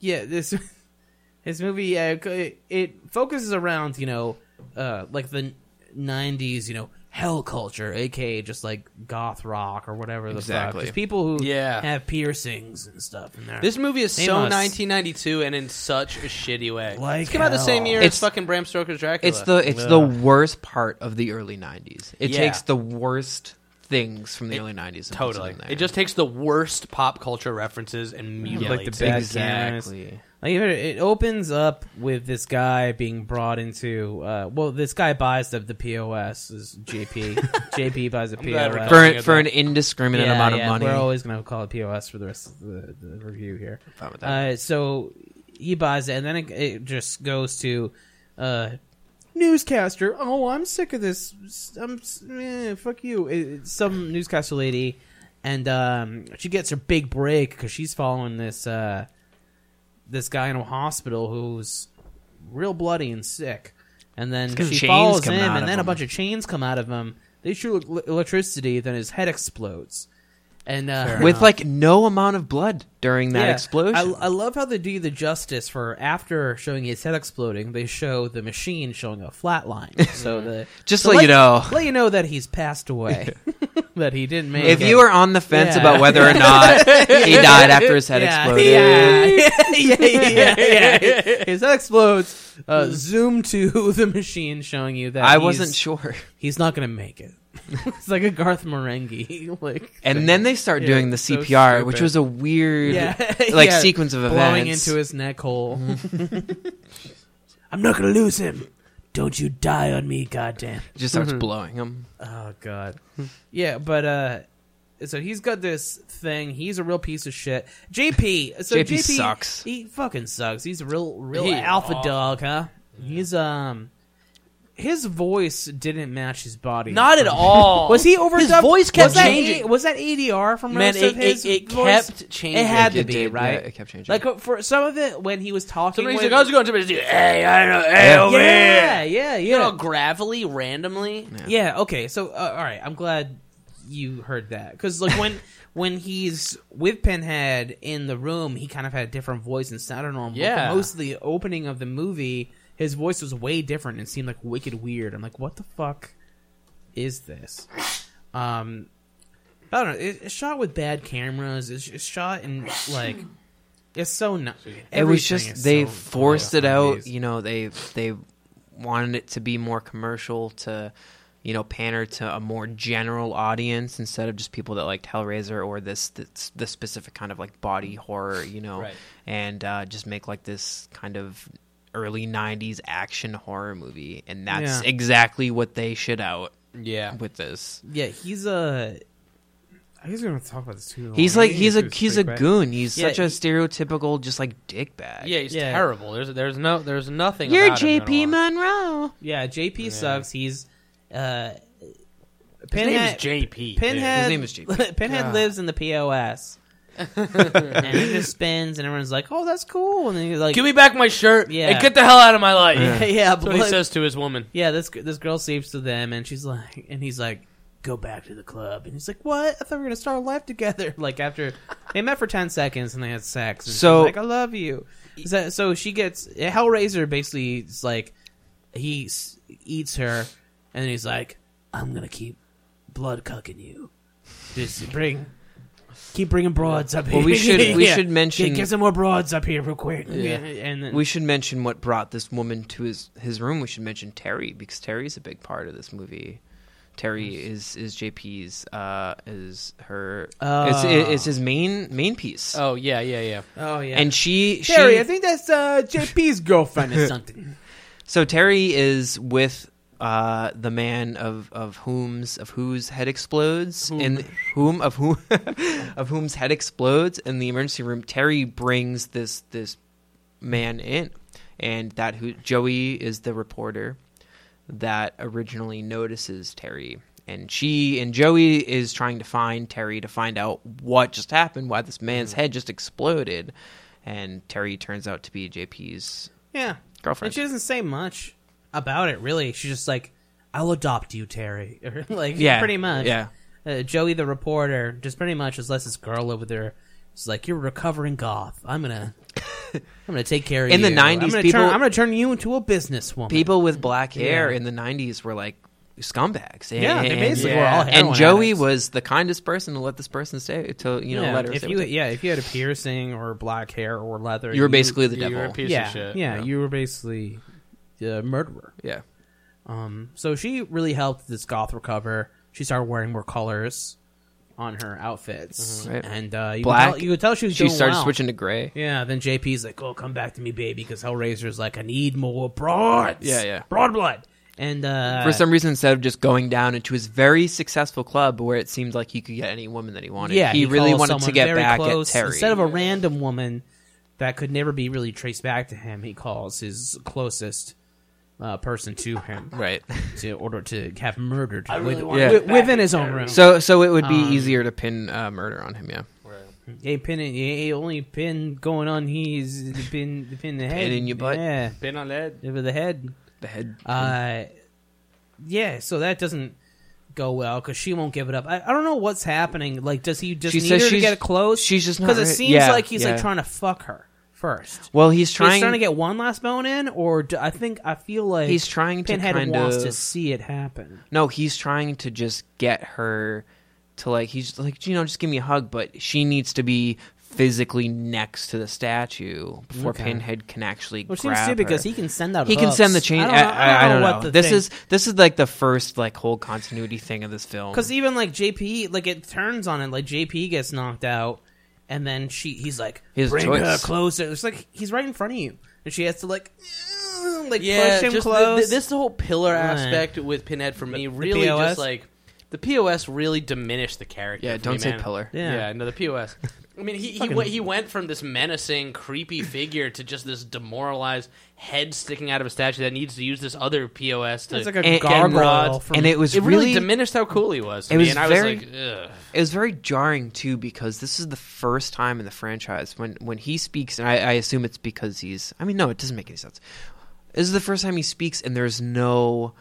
[SPEAKER 1] yeah, this *laughs* this movie uh, c- it focuses around you know uh, like the '90s, you know, hell culture, aka just like goth rock or whatever the
[SPEAKER 3] Exactly.
[SPEAKER 1] fuck. Just people who
[SPEAKER 2] Yeah.
[SPEAKER 1] have piercings and stuff in there.
[SPEAKER 2] This movie is
[SPEAKER 1] They
[SPEAKER 2] so
[SPEAKER 1] must.
[SPEAKER 2] 1992 and in such a shitty way.
[SPEAKER 1] Like
[SPEAKER 2] it's came out the
[SPEAKER 1] hell.
[SPEAKER 2] same year
[SPEAKER 3] It's-
[SPEAKER 2] as fucking Bram Stoker's Dracula.
[SPEAKER 3] it's the it's the worst part of the early nineties. It
[SPEAKER 2] Yeah.
[SPEAKER 3] takes the worst things from the early nineties and puts
[SPEAKER 2] totally.
[SPEAKER 3] them in there.
[SPEAKER 2] It just takes the worst pop culture references and mutilates.
[SPEAKER 1] like the
[SPEAKER 2] it.
[SPEAKER 1] bad
[SPEAKER 3] Exactly.
[SPEAKER 1] Like it, it opens up with this guy being brought into. Uh, well, this guy buys the the POS is
[SPEAKER 2] *laughs*
[SPEAKER 1] JP. JP buys the
[SPEAKER 2] glad we're
[SPEAKER 1] POS.
[SPEAKER 2] talking
[SPEAKER 3] For,
[SPEAKER 2] about
[SPEAKER 3] for an
[SPEAKER 2] that.
[SPEAKER 3] indiscriminate amount of money.
[SPEAKER 1] We're always gonna call it POS for the rest of the, the review here.
[SPEAKER 3] Fine with that.
[SPEAKER 1] Uh, so he buys it, and then it, it just goes to uh, newscaster. Oh, I'm sick of this. I'm s- eh, fuck you. It- it's some newscaster lady, and um, she gets her big break because she's following this uh, this guy in a hospital who's real bloody and sick. And then
[SPEAKER 3] got
[SPEAKER 1] she
[SPEAKER 3] chains
[SPEAKER 1] follows him,
[SPEAKER 3] coming out
[SPEAKER 1] and
[SPEAKER 3] of
[SPEAKER 1] then a
[SPEAKER 3] him.
[SPEAKER 1] bunch of chains come out of him. They shoot el- electricity, then his head explodes. and uh,
[SPEAKER 3] with like no amount of blood during that
[SPEAKER 1] yeah,
[SPEAKER 3] explosion.
[SPEAKER 1] I, I love how they do the justice for after showing his head exploding, they show the machine showing a flat
[SPEAKER 3] *laughs*
[SPEAKER 1] line. So the
[SPEAKER 3] Just
[SPEAKER 1] so
[SPEAKER 3] let you know.
[SPEAKER 1] let you know that he's passed
[SPEAKER 3] *laughs*
[SPEAKER 1] away, *laughs* that he didn't make.
[SPEAKER 3] if
[SPEAKER 1] it.
[SPEAKER 3] you
[SPEAKER 1] *laughs*
[SPEAKER 3] were on the fence
[SPEAKER 1] Yeah.
[SPEAKER 3] about
[SPEAKER 1] *laughs*
[SPEAKER 3] whether or not he died after his head
[SPEAKER 1] yeah,
[SPEAKER 3] exploded, *laughs*
[SPEAKER 1] Yeah, yeah, yeah, yeah. *laughs* His head explodes. Uh, zoom to *laughs* the machine showing you that
[SPEAKER 3] I
[SPEAKER 1] he's-
[SPEAKER 3] wasn't sure.
[SPEAKER 1] He's not gonna make it. *laughs* it's like a Garth Marenghi, *laughs* like
[SPEAKER 3] And then they start
[SPEAKER 1] Yeah,
[SPEAKER 3] doing the
[SPEAKER 1] it's so
[SPEAKER 3] CPR, which
[SPEAKER 1] stupid.
[SPEAKER 3] was a weird
[SPEAKER 1] yeah, *laughs*
[SPEAKER 4] *laughs*
[SPEAKER 3] like
[SPEAKER 1] yeah,
[SPEAKER 3] sequence of
[SPEAKER 1] blowing
[SPEAKER 3] events.
[SPEAKER 1] into his neck hole.
[SPEAKER 4] Mm-hmm.
[SPEAKER 1] *laughs*
[SPEAKER 10] I'm not gonna lose him. Don't you die on me, goddamn.
[SPEAKER 3] Just
[SPEAKER 1] Mm-hmm.
[SPEAKER 3] starts blowing him.
[SPEAKER 1] Oh god. yeah, but uh so he's got this thing. He's a real piece of shit. JP. So JP,
[SPEAKER 3] JP sucks.
[SPEAKER 1] He fucking sucks. He's a real real
[SPEAKER 4] He-
[SPEAKER 1] alpha dog, huh? He's um his voice didn't match his body.
[SPEAKER 4] Not
[SPEAKER 1] *laughs*
[SPEAKER 4] at all.
[SPEAKER 1] Was he overdubbed?
[SPEAKER 4] His voice kept
[SPEAKER 1] was that
[SPEAKER 4] changing.
[SPEAKER 1] A- was that ADR from
[SPEAKER 4] Man,
[SPEAKER 1] most of
[SPEAKER 4] it,
[SPEAKER 1] his
[SPEAKER 4] it, it
[SPEAKER 1] voice?
[SPEAKER 4] kept changing.
[SPEAKER 1] It had
[SPEAKER 3] It
[SPEAKER 1] to be
[SPEAKER 3] did,
[SPEAKER 1] right.
[SPEAKER 3] yeah, it kept changing.
[SPEAKER 1] Like uh, for some of it when he was talking.
[SPEAKER 4] Somebody's
[SPEAKER 1] with-
[SPEAKER 4] like, I was "Oh, going to be hey, I know, hey,
[SPEAKER 3] Yeah.
[SPEAKER 4] over here.
[SPEAKER 1] yeah, yeah, yeah.
[SPEAKER 4] You know, gravelly, randomly.
[SPEAKER 1] Yeah. Okay. So, uh, all right. I'm glad you heard that because, like,
[SPEAKER 3] *laughs*
[SPEAKER 1] when when he's with Pinhead in the room, he kind of had a different voice and sounded normal.
[SPEAKER 4] Yeah.
[SPEAKER 1] But for most of the opening of the movie, his voice was way different and seemed like wicked weird. I'm like, what the fuck is this? Um, I don't know. It, it's shot with bad cameras. It's, it's shot in like. It's so not.
[SPEAKER 3] It was just they forced it out. You know, they they wanted it to be more commercial to you know pander to a more general audience instead of just people that liked Hellraiser or this this, this specific kind of like body horror. You know,
[SPEAKER 4] Right.
[SPEAKER 3] and uh, just make like this kind of early 90s action horror movie and that's
[SPEAKER 1] Yeah.
[SPEAKER 3] exactly what they shit out
[SPEAKER 4] Yeah.
[SPEAKER 3] with this
[SPEAKER 1] Yeah, he's a. I guess we're gonna talk about this too.
[SPEAKER 3] he's
[SPEAKER 1] long.
[SPEAKER 3] like he's a
[SPEAKER 1] This is
[SPEAKER 3] he's a
[SPEAKER 1] pretty quick.
[SPEAKER 3] goon he's
[SPEAKER 1] Yeah,
[SPEAKER 3] such a
[SPEAKER 1] he-
[SPEAKER 3] stereotypical just like dickbag
[SPEAKER 4] Yeah, he's
[SPEAKER 1] Yeah.
[SPEAKER 4] terrible. There's there's no there's nothing.
[SPEAKER 3] you're
[SPEAKER 4] about him at all.
[SPEAKER 3] jp monroe
[SPEAKER 1] Yeah, JP sucks. He's uh,
[SPEAKER 4] His name is
[SPEAKER 1] Pinhead.
[SPEAKER 4] JP.
[SPEAKER 1] Pinhead.
[SPEAKER 3] His name is
[SPEAKER 1] *laughs*
[SPEAKER 3] JP.
[SPEAKER 1] Pinhead lives in the
[SPEAKER 3] *laughs*
[SPEAKER 1] POS, and he just spins, and everyone's like, "Oh, that's cool." And then he's like,
[SPEAKER 4] Give me back my shirt
[SPEAKER 1] Yeah.
[SPEAKER 4] and get the hell out of my life.
[SPEAKER 1] yeah, *laughs* yeah,
[SPEAKER 4] That's what he
[SPEAKER 1] blood-
[SPEAKER 4] says to his woman.
[SPEAKER 1] yeah." This this girl sleeps with them, and she's like, and he's like, "Go back to the club." And he's like, "What? I thought we were gonna start a life together." *laughs* Like after they met for ten seconds and they had sex, and so
[SPEAKER 3] So-
[SPEAKER 1] like, "I love you." So, so she gets Hellraiser. Basically, is like he s- eats her, and he's like,
[SPEAKER 10] I'm gonna keep blood cucking you.
[SPEAKER 1] "Just bring."
[SPEAKER 10] Keep bringing broads up here.
[SPEAKER 3] Well, we should
[SPEAKER 1] *laughs*
[SPEAKER 3] we
[SPEAKER 1] Yeah.
[SPEAKER 3] should mention
[SPEAKER 10] Get, get some more broads up here real quick.
[SPEAKER 1] Yeah. And then
[SPEAKER 3] we should mention what brought this woman to his his room. We should mention Terry because Terry's a big part of this movie. Terry is is JP's uh is her
[SPEAKER 1] Uh.
[SPEAKER 3] is, is his main main piece.
[SPEAKER 4] Oh yeah, yeah, yeah.
[SPEAKER 1] Oh yeah.
[SPEAKER 3] And she she
[SPEAKER 1] Terry, I think that's uh, JP's girlfriend
[SPEAKER 3] *laughs*
[SPEAKER 1] or something.
[SPEAKER 3] so Terry is with uh the man of of whom's of whose head explodes and whom of whom *laughs* of whom's head explodes in the emergency room. Terry brings this this man in, and that who Joey is the reporter that originally notices Terry. And she and Joey is trying to find Terry to find out what just happened, why this man's head just exploded. And Terry turns out to be JP's
[SPEAKER 1] Yeah.
[SPEAKER 3] girlfriend.
[SPEAKER 1] And she doesn't say much about it really. She's just like, "I'll adopt you, Terry." *laughs* Or, like pretty much.
[SPEAKER 3] Yeah.
[SPEAKER 1] Uh, Joey the reporter just pretty much is less this girl over there. She's like, "You're a recovering goth. I'm
[SPEAKER 3] *laughs*
[SPEAKER 1] gonna, I'm gonna take care of
[SPEAKER 3] In
[SPEAKER 1] you.
[SPEAKER 3] the 90s,
[SPEAKER 1] I'm gonna
[SPEAKER 3] people-
[SPEAKER 1] turn, I'm gonna turn you into a businesswoman."
[SPEAKER 3] People with black hair in the '90s were like scumbags. And,
[SPEAKER 1] Yeah, they basically were all heroin
[SPEAKER 3] And Joey
[SPEAKER 1] addicts.
[SPEAKER 3] was the kindest person to let this person stay to you know
[SPEAKER 1] yeah,
[SPEAKER 3] let her.
[SPEAKER 1] if
[SPEAKER 3] stay
[SPEAKER 1] you
[SPEAKER 3] with him.
[SPEAKER 1] yeah, if you had a piercing or black hair or leather,
[SPEAKER 3] you were basically the
[SPEAKER 4] You're a
[SPEAKER 3] devil.
[SPEAKER 4] piece
[SPEAKER 1] yeah,
[SPEAKER 4] of shit.
[SPEAKER 1] yeah, you were basically a murderer.
[SPEAKER 3] Yeah.
[SPEAKER 1] Um, so she really helped this goth recover. She started wearing more colors on her outfits,
[SPEAKER 3] Mm-hmm. Right.
[SPEAKER 1] and uh, you,
[SPEAKER 3] Black.
[SPEAKER 1] Could tell, you could tell she was
[SPEAKER 3] She
[SPEAKER 1] doing
[SPEAKER 3] started
[SPEAKER 1] well.
[SPEAKER 3] switching to gray.
[SPEAKER 1] Yeah, then JP's like, "Oh, come back to me, baby," because Hellraiser's like, "I need more broads."
[SPEAKER 3] Yeah, yeah.
[SPEAKER 1] broad blood. And uh,
[SPEAKER 3] For some reason, instead of just going down into his very successful club where it seemed like he could get any woman that he wanted,
[SPEAKER 1] yeah,
[SPEAKER 3] he, really
[SPEAKER 1] calls
[SPEAKER 3] wanted to
[SPEAKER 1] someone
[SPEAKER 3] get
[SPEAKER 1] very
[SPEAKER 3] back
[SPEAKER 1] close.
[SPEAKER 3] at Terry.
[SPEAKER 1] instead of a random woman that could never be really traced back to him. He calls his closest uh, person to him *laughs*
[SPEAKER 3] right.
[SPEAKER 1] to order to have murdered with-
[SPEAKER 3] want
[SPEAKER 1] wi-
[SPEAKER 3] it
[SPEAKER 1] within his own room.
[SPEAKER 3] So, so it would be
[SPEAKER 1] Um,
[SPEAKER 3] easier to pin uh, murder on him. Yeah.
[SPEAKER 1] Hey, pin it. Hey, only pin going on. He's the pin, the pin in the head.
[SPEAKER 3] in your butt.
[SPEAKER 1] Yeah,
[SPEAKER 4] Been on that.
[SPEAKER 1] over the head.
[SPEAKER 3] The head.
[SPEAKER 1] Uh, yeah. So that doesn't go well because she won't give it up. I, I don't know what's happening. Like, does he just
[SPEAKER 3] She
[SPEAKER 1] need
[SPEAKER 3] says
[SPEAKER 1] her to
[SPEAKER 3] she's-
[SPEAKER 1] get close?
[SPEAKER 3] she's just not
[SPEAKER 1] because it
[SPEAKER 3] re-
[SPEAKER 1] seems
[SPEAKER 3] yeah,
[SPEAKER 1] like he's
[SPEAKER 3] yeah.
[SPEAKER 1] like trying to fuck her first.
[SPEAKER 3] Well, he's trying.
[SPEAKER 1] he's trying to get one last bone in, or do, I think I feel like
[SPEAKER 3] He's trying to
[SPEAKER 1] Pinhead
[SPEAKER 3] kind
[SPEAKER 1] wants
[SPEAKER 3] of-
[SPEAKER 1] to see it happen.
[SPEAKER 3] No, he's trying to just get her to like he's like you know just give me a hug, but she needs to be physically next to the statue before
[SPEAKER 1] Okay.
[SPEAKER 3] Pinhead can actually.
[SPEAKER 1] Which seems
[SPEAKER 3] grab
[SPEAKER 1] stupid because
[SPEAKER 3] her.
[SPEAKER 1] he can send out.
[SPEAKER 3] He can
[SPEAKER 1] hooks.
[SPEAKER 3] send the chain.
[SPEAKER 1] I
[SPEAKER 3] I I
[SPEAKER 1] don't know, I don't know what the
[SPEAKER 3] this
[SPEAKER 1] thing-
[SPEAKER 3] is this is like the first like whole continuity thing of this film.
[SPEAKER 1] Because even like JP, like it turns on it. Like JP gets knocked out, and then she, he's like,
[SPEAKER 3] His
[SPEAKER 1] bring
[SPEAKER 3] choice.
[SPEAKER 1] her closer. It's like he's right in front of you, and she has to like, *sniffs* like
[SPEAKER 2] yeah,
[SPEAKER 1] push him
[SPEAKER 2] just the-
[SPEAKER 1] close.
[SPEAKER 2] The, this the whole pillar
[SPEAKER 1] Right.
[SPEAKER 2] aspect with Pinhead for me really
[SPEAKER 1] POS?
[SPEAKER 2] just like the POS really diminished the character.
[SPEAKER 3] yeah,
[SPEAKER 2] for
[SPEAKER 3] don't
[SPEAKER 2] me,
[SPEAKER 3] say
[SPEAKER 2] man.
[SPEAKER 3] pillar.
[SPEAKER 1] Yeah.
[SPEAKER 2] Yeah. no, the POS. I mean, he he, went, he went from this menacing, creepy figure to just this demoralized head sticking out of a statue that needs to use this other POS to.
[SPEAKER 1] it's like a
[SPEAKER 3] and-
[SPEAKER 1] gargoyle.
[SPEAKER 2] and-
[SPEAKER 1] from,
[SPEAKER 3] and it was
[SPEAKER 2] it really,
[SPEAKER 3] really
[SPEAKER 2] diminished how cool he was. to
[SPEAKER 3] It
[SPEAKER 2] me,
[SPEAKER 3] was
[SPEAKER 2] and I
[SPEAKER 3] very-
[SPEAKER 2] was like, Ugh.
[SPEAKER 3] it was very jarring too because this is the first time in the franchise when when he speaks and I, I assume it's because he's I mean no it doesn't make any sense. This is the first time he speaks and there's no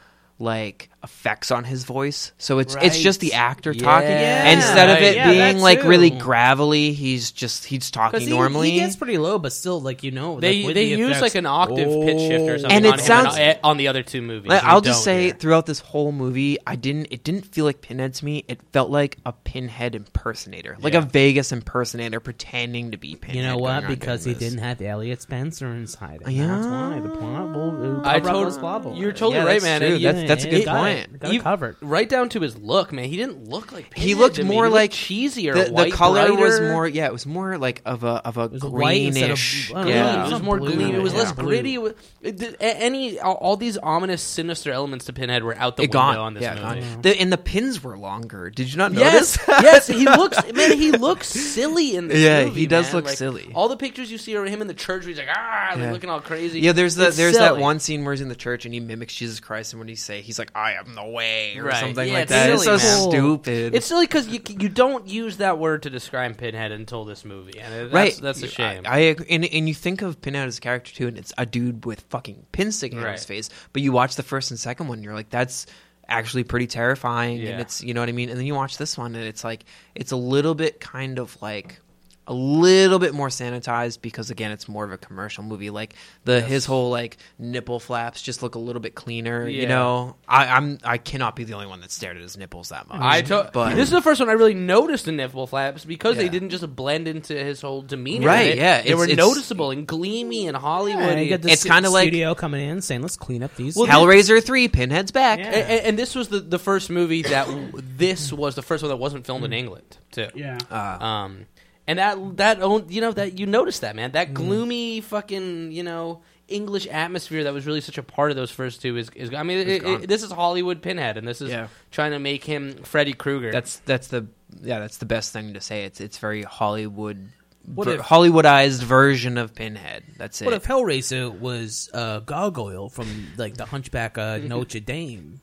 [SPEAKER 3] like effects on his voice, so it's it's just the actor talking
[SPEAKER 2] Yeah.
[SPEAKER 3] instead of
[SPEAKER 2] Right.
[SPEAKER 3] it
[SPEAKER 1] Yeah,
[SPEAKER 3] being
[SPEAKER 1] that
[SPEAKER 3] like really
[SPEAKER 1] too.
[SPEAKER 3] gravelly. He's just he's talking
[SPEAKER 1] because he,
[SPEAKER 3] normally.
[SPEAKER 1] he gets pretty low, but still, like you know,
[SPEAKER 2] they
[SPEAKER 1] like, with
[SPEAKER 2] they
[SPEAKER 1] the
[SPEAKER 2] use
[SPEAKER 1] effects-
[SPEAKER 2] like an octave pitch shift or something.
[SPEAKER 3] And it
[SPEAKER 2] on him
[SPEAKER 3] sounds-
[SPEAKER 2] on- on the other two movies.
[SPEAKER 3] Like,
[SPEAKER 2] and
[SPEAKER 3] I'll
[SPEAKER 2] you
[SPEAKER 3] just
[SPEAKER 2] don't
[SPEAKER 3] say
[SPEAKER 2] here.
[SPEAKER 3] throughout this whole movie, I didn't. It didn't feel like Pinhead to me. It felt like a Pinhead impersonator, like a Vegas impersonator pretending to be Pinhead.
[SPEAKER 1] You know
[SPEAKER 3] going
[SPEAKER 1] what?
[SPEAKER 3] on
[SPEAKER 1] Because he
[SPEAKER 3] doing this.
[SPEAKER 1] didn't have Elliot Spencer inside. it.
[SPEAKER 3] Yeah.
[SPEAKER 1] That's why the plot will.
[SPEAKER 2] I
[SPEAKER 1] cover up
[SPEAKER 2] told-
[SPEAKER 1] those plot holes.
[SPEAKER 2] you're totally
[SPEAKER 3] Yeah,
[SPEAKER 2] right,
[SPEAKER 3] that's
[SPEAKER 2] man.
[SPEAKER 3] true.
[SPEAKER 2] And you-
[SPEAKER 3] That's- that's a
[SPEAKER 1] Yeah,
[SPEAKER 3] good
[SPEAKER 1] you got it.
[SPEAKER 3] point.
[SPEAKER 1] You got it
[SPEAKER 2] You-
[SPEAKER 1] covered.
[SPEAKER 2] Right down to his look, man. He didn't look like Pinhead
[SPEAKER 3] He looked
[SPEAKER 2] to me.
[SPEAKER 3] more
[SPEAKER 2] He looked
[SPEAKER 3] like
[SPEAKER 2] cheesier.
[SPEAKER 3] The, the
[SPEAKER 2] white,
[SPEAKER 3] color was
[SPEAKER 2] brighter.
[SPEAKER 3] more. Yeah, it was more like of a of a
[SPEAKER 1] was white instead of-
[SPEAKER 3] greenish.
[SPEAKER 1] I don't know,
[SPEAKER 2] Yeah, it
[SPEAKER 3] yeah,
[SPEAKER 2] was
[SPEAKER 1] Some
[SPEAKER 2] more
[SPEAKER 1] blue.
[SPEAKER 2] gleamy. It was less
[SPEAKER 1] Yeah.
[SPEAKER 2] gritty. It was- it did- a- any all, all these ominous, sinister elements to Pinhead were out the
[SPEAKER 3] it
[SPEAKER 2] window
[SPEAKER 3] gone.
[SPEAKER 2] on this
[SPEAKER 3] yeah,
[SPEAKER 2] movie.
[SPEAKER 3] gone. The, and the pins were longer. Did you not notice? *laughs*
[SPEAKER 2] Yes, yes, he looks man. He looks silly in this.
[SPEAKER 3] Yeah,
[SPEAKER 2] movie,
[SPEAKER 3] he does
[SPEAKER 2] man.
[SPEAKER 3] look
[SPEAKER 2] Like,
[SPEAKER 3] silly.
[SPEAKER 2] All the pictures you see are him in the church. Where he's like ah, like,
[SPEAKER 3] Yeah.
[SPEAKER 2] looking all crazy.
[SPEAKER 3] Yeah, there's the,
[SPEAKER 2] It's
[SPEAKER 3] there's that
[SPEAKER 2] silly.
[SPEAKER 3] one scene where he's in the church and he mimics Jesus Christ, and when he say he's like, "I am the way" or
[SPEAKER 2] Right.
[SPEAKER 3] something
[SPEAKER 2] Yeah,
[SPEAKER 3] like
[SPEAKER 2] it's
[SPEAKER 3] that. it's so
[SPEAKER 2] silly, man.
[SPEAKER 3] stupid.
[SPEAKER 2] It's silly because you you don't use that word to describe Pinhead until this movie, and that's,
[SPEAKER 3] right.
[SPEAKER 2] That's a
[SPEAKER 3] You-
[SPEAKER 2] shame.
[SPEAKER 3] I, I agree. And, and you think of Pinhead as a character too, and it's a dude with fucking pins sticking out of his
[SPEAKER 2] Right.
[SPEAKER 3] face. But you watch the first and second one, and you're like, that's actually pretty terrifying,
[SPEAKER 2] Yeah.
[SPEAKER 3] and it's you know what I mean. And then you watch this one, and it's like it's a little bit kind of like. A little bit more sanitized because again, it's more of a commercial movie. Like the his whole like nipple flaps just look a little bit cleaner. You
[SPEAKER 2] Yeah.
[SPEAKER 3] know, I, I'm I cannot be the only one that stared at his nipples that much.
[SPEAKER 2] I to-
[SPEAKER 3] but
[SPEAKER 2] this is the first one I really noticed the nipple flaps because
[SPEAKER 3] Yeah.
[SPEAKER 2] they didn't just blend into his whole demeanor.
[SPEAKER 3] Right,
[SPEAKER 2] They-
[SPEAKER 3] yeah,
[SPEAKER 2] they
[SPEAKER 3] it's-
[SPEAKER 2] were
[SPEAKER 3] it's-
[SPEAKER 2] noticeable and gleamy and Hollywood.
[SPEAKER 1] And you got the
[SPEAKER 3] It's
[SPEAKER 1] stu-
[SPEAKER 3] kinda like-
[SPEAKER 1] studio coming in saying, "Let's clean up these."
[SPEAKER 3] Hellraiser three, Pinhead's back.
[SPEAKER 1] Yeah.
[SPEAKER 2] and, and- and this was the, the first movie that w- this was the first one that wasn't filmed
[SPEAKER 3] Mm.
[SPEAKER 2] in England too.
[SPEAKER 1] yeah.
[SPEAKER 3] Uh,
[SPEAKER 2] Um, and that that own you know that you noticed that man
[SPEAKER 1] Mm.
[SPEAKER 2] that gloomy fucking you know English atmosphere that was really such a part of those first two is, is I mean it,
[SPEAKER 3] gone.
[SPEAKER 2] it, this is Hollywood Pinhead and this is
[SPEAKER 3] Yeah.
[SPEAKER 2] trying to make him Freddy Krueger.
[SPEAKER 3] That's that's the yeah, that's the best thing to say. It's it's very Hollywood
[SPEAKER 1] What
[SPEAKER 3] ver-
[SPEAKER 1] if-
[SPEAKER 3] Hollywoodized version of Pinhead. That's it.
[SPEAKER 1] What if Hellraiser was uh, gargoyle from like the Hunchback
[SPEAKER 3] *laughs*
[SPEAKER 1] of Notre Dame?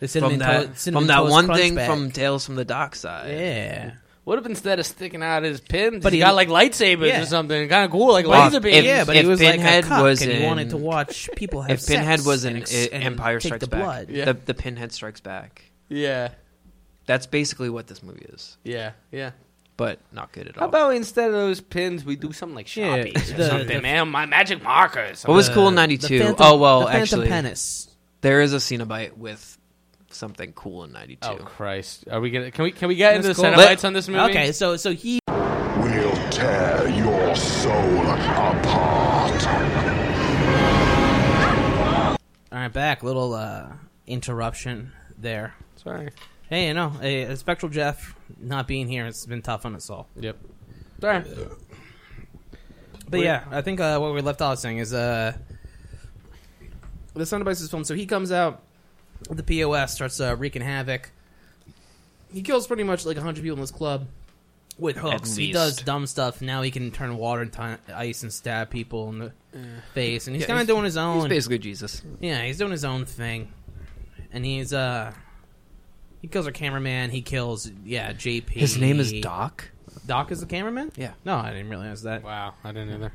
[SPEAKER 1] The
[SPEAKER 3] from
[SPEAKER 1] cinnamon
[SPEAKER 3] that
[SPEAKER 1] to-
[SPEAKER 3] from
[SPEAKER 1] cinnamon
[SPEAKER 3] that
[SPEAKER 1] toast
[SPEAKER 3] one
[SPEAKER 1] crunch
[SPEAKER 3] thing
[SPEAKER 1] back.
[SPEAKER 3] from Tales from the Dockside.
[SPEAKER 1] yeah.
[SPEAKER 2] What if instead of sticking out his pins,
[SPEAKER 1] But
[SPEAKER 2] but he,
[SPEAKER 1] he-
[SPEAKER 2] got like lightsabers
[SPEAKER 1] Yeah.
[SPEAKER 2] or something, kind of cool, like
[SPEAKER 3] Well,
[SPEAKER 2] laser
[SPEAKER 3] if-
[SPEAKER 2] beams.
[SPEAKER 1] yeah, but
[SPEAKER 3] if
[SPEAKER 1] he was
[SPEAKER 3] Pinhead
[SPEAKER 1] like a cuck
[SPEAKER 3] was
[SPEAKER 1] and he wanted
[SPEAKER 3] in-
[SPEAKER 1] to watch people have
[SPEAKER 3] If Pinhead
[SPEAKER 1] sex
[SPEAKER 3] was in
[SPEAKER 1] and ex-
[SPEAKER 3] I-
[SPEAKER 1] and
[SPEAKER 3] Empire
[SPEAKER 1] take
[SPEAKER 3] Strikes
[SPEAKER 1] the
[SPEAKER 3] Back,
[SPEAKER 1] blood.
[SPEAKER 2] Yeah.
[SPEAKER 3] the, the Pinhead Strikes Back.
[SPEAKER 2] yeah,
[SPEAKER 3] That's basically what this movie is,
[SPEAKER 2] yeah, yeah.
[SPEAKER 3] but not good at all.
[SPEAKER 2] How about instead of those pins, we do something like
[SPEAKER 1] Yeah,
[SPEAKER 2] Sharpies or
[SPEAKER 1] the-
[SPEAKER 2] something,
[SPEAKER 1] the-
[SPEAKER 2] man? My magic markers.
[SPEAKER 3] what was cool in
[SPEAKER 1] The-
[SPEAKER 3] '92?
[SPEAKER 1] the Phantom-
[SPEAKER 3] Oh well,
[SPEAKER 1] the Phantom
[SPEAKER 3] actually,
[SPEAKER 1] Penis.
[SPEAKER 3] there is a Cenobite with something cool in '92.
[SPEAKER 2] Oh Christ! Are we gonna? Can we? Can we get into
[SPEAKER 1] That's
[SPEAKER 2] the
[SPEAKER 1] cool.
[SPEAKER 2] Cenobites on this movie?
[SPEAKER 1] Okay, so so he
[SPEAKER 11] will tear your soul apart.
[SPEAKER 1] all right back little uh, interruption there.
[SPEAKER 2] Sorry.
[SPEAKER 1] Hey, you know, hey, uh, Spectral Jeff not being here, it's been tough on us all.
[SPEAKER 2] Yep. Sorry.
[SPEAKER 1] But yeah, I think uh, what we left off saying is uh, the Son of Bice's film. So he comes out, the POS starts uh, wreaking havoc. He kills pretty much like hundred people in this club with hooks. He
[SPEAKER 3] least.
[SPEAKER 1] does dumb stuff. Now he can turn water into ice and stab people in the face, and he's
[SPEAKER 3] Yeah,
[SPEAKER 1] kind of
[SPEAKER 3] he's-
[SPEAKER 1] doing his
[SPEAKER 3] He's
[SPEAKER 1] own.
[SPEAKER 3] basically Jesus.
[SPEAKER 1] yeah, he's doing his own thing, and he's uh. He kills our cameraman. He kills, yeah, JP.
[SPEAKER 3] His name is Doc.
[SPEAKER 1] Doc is the cameraman.
[SPEAKER 3] Yeah.
[SPEAKER 1] No, I didn't realize that.
[SPEAKER 2] Wow, I didn't either.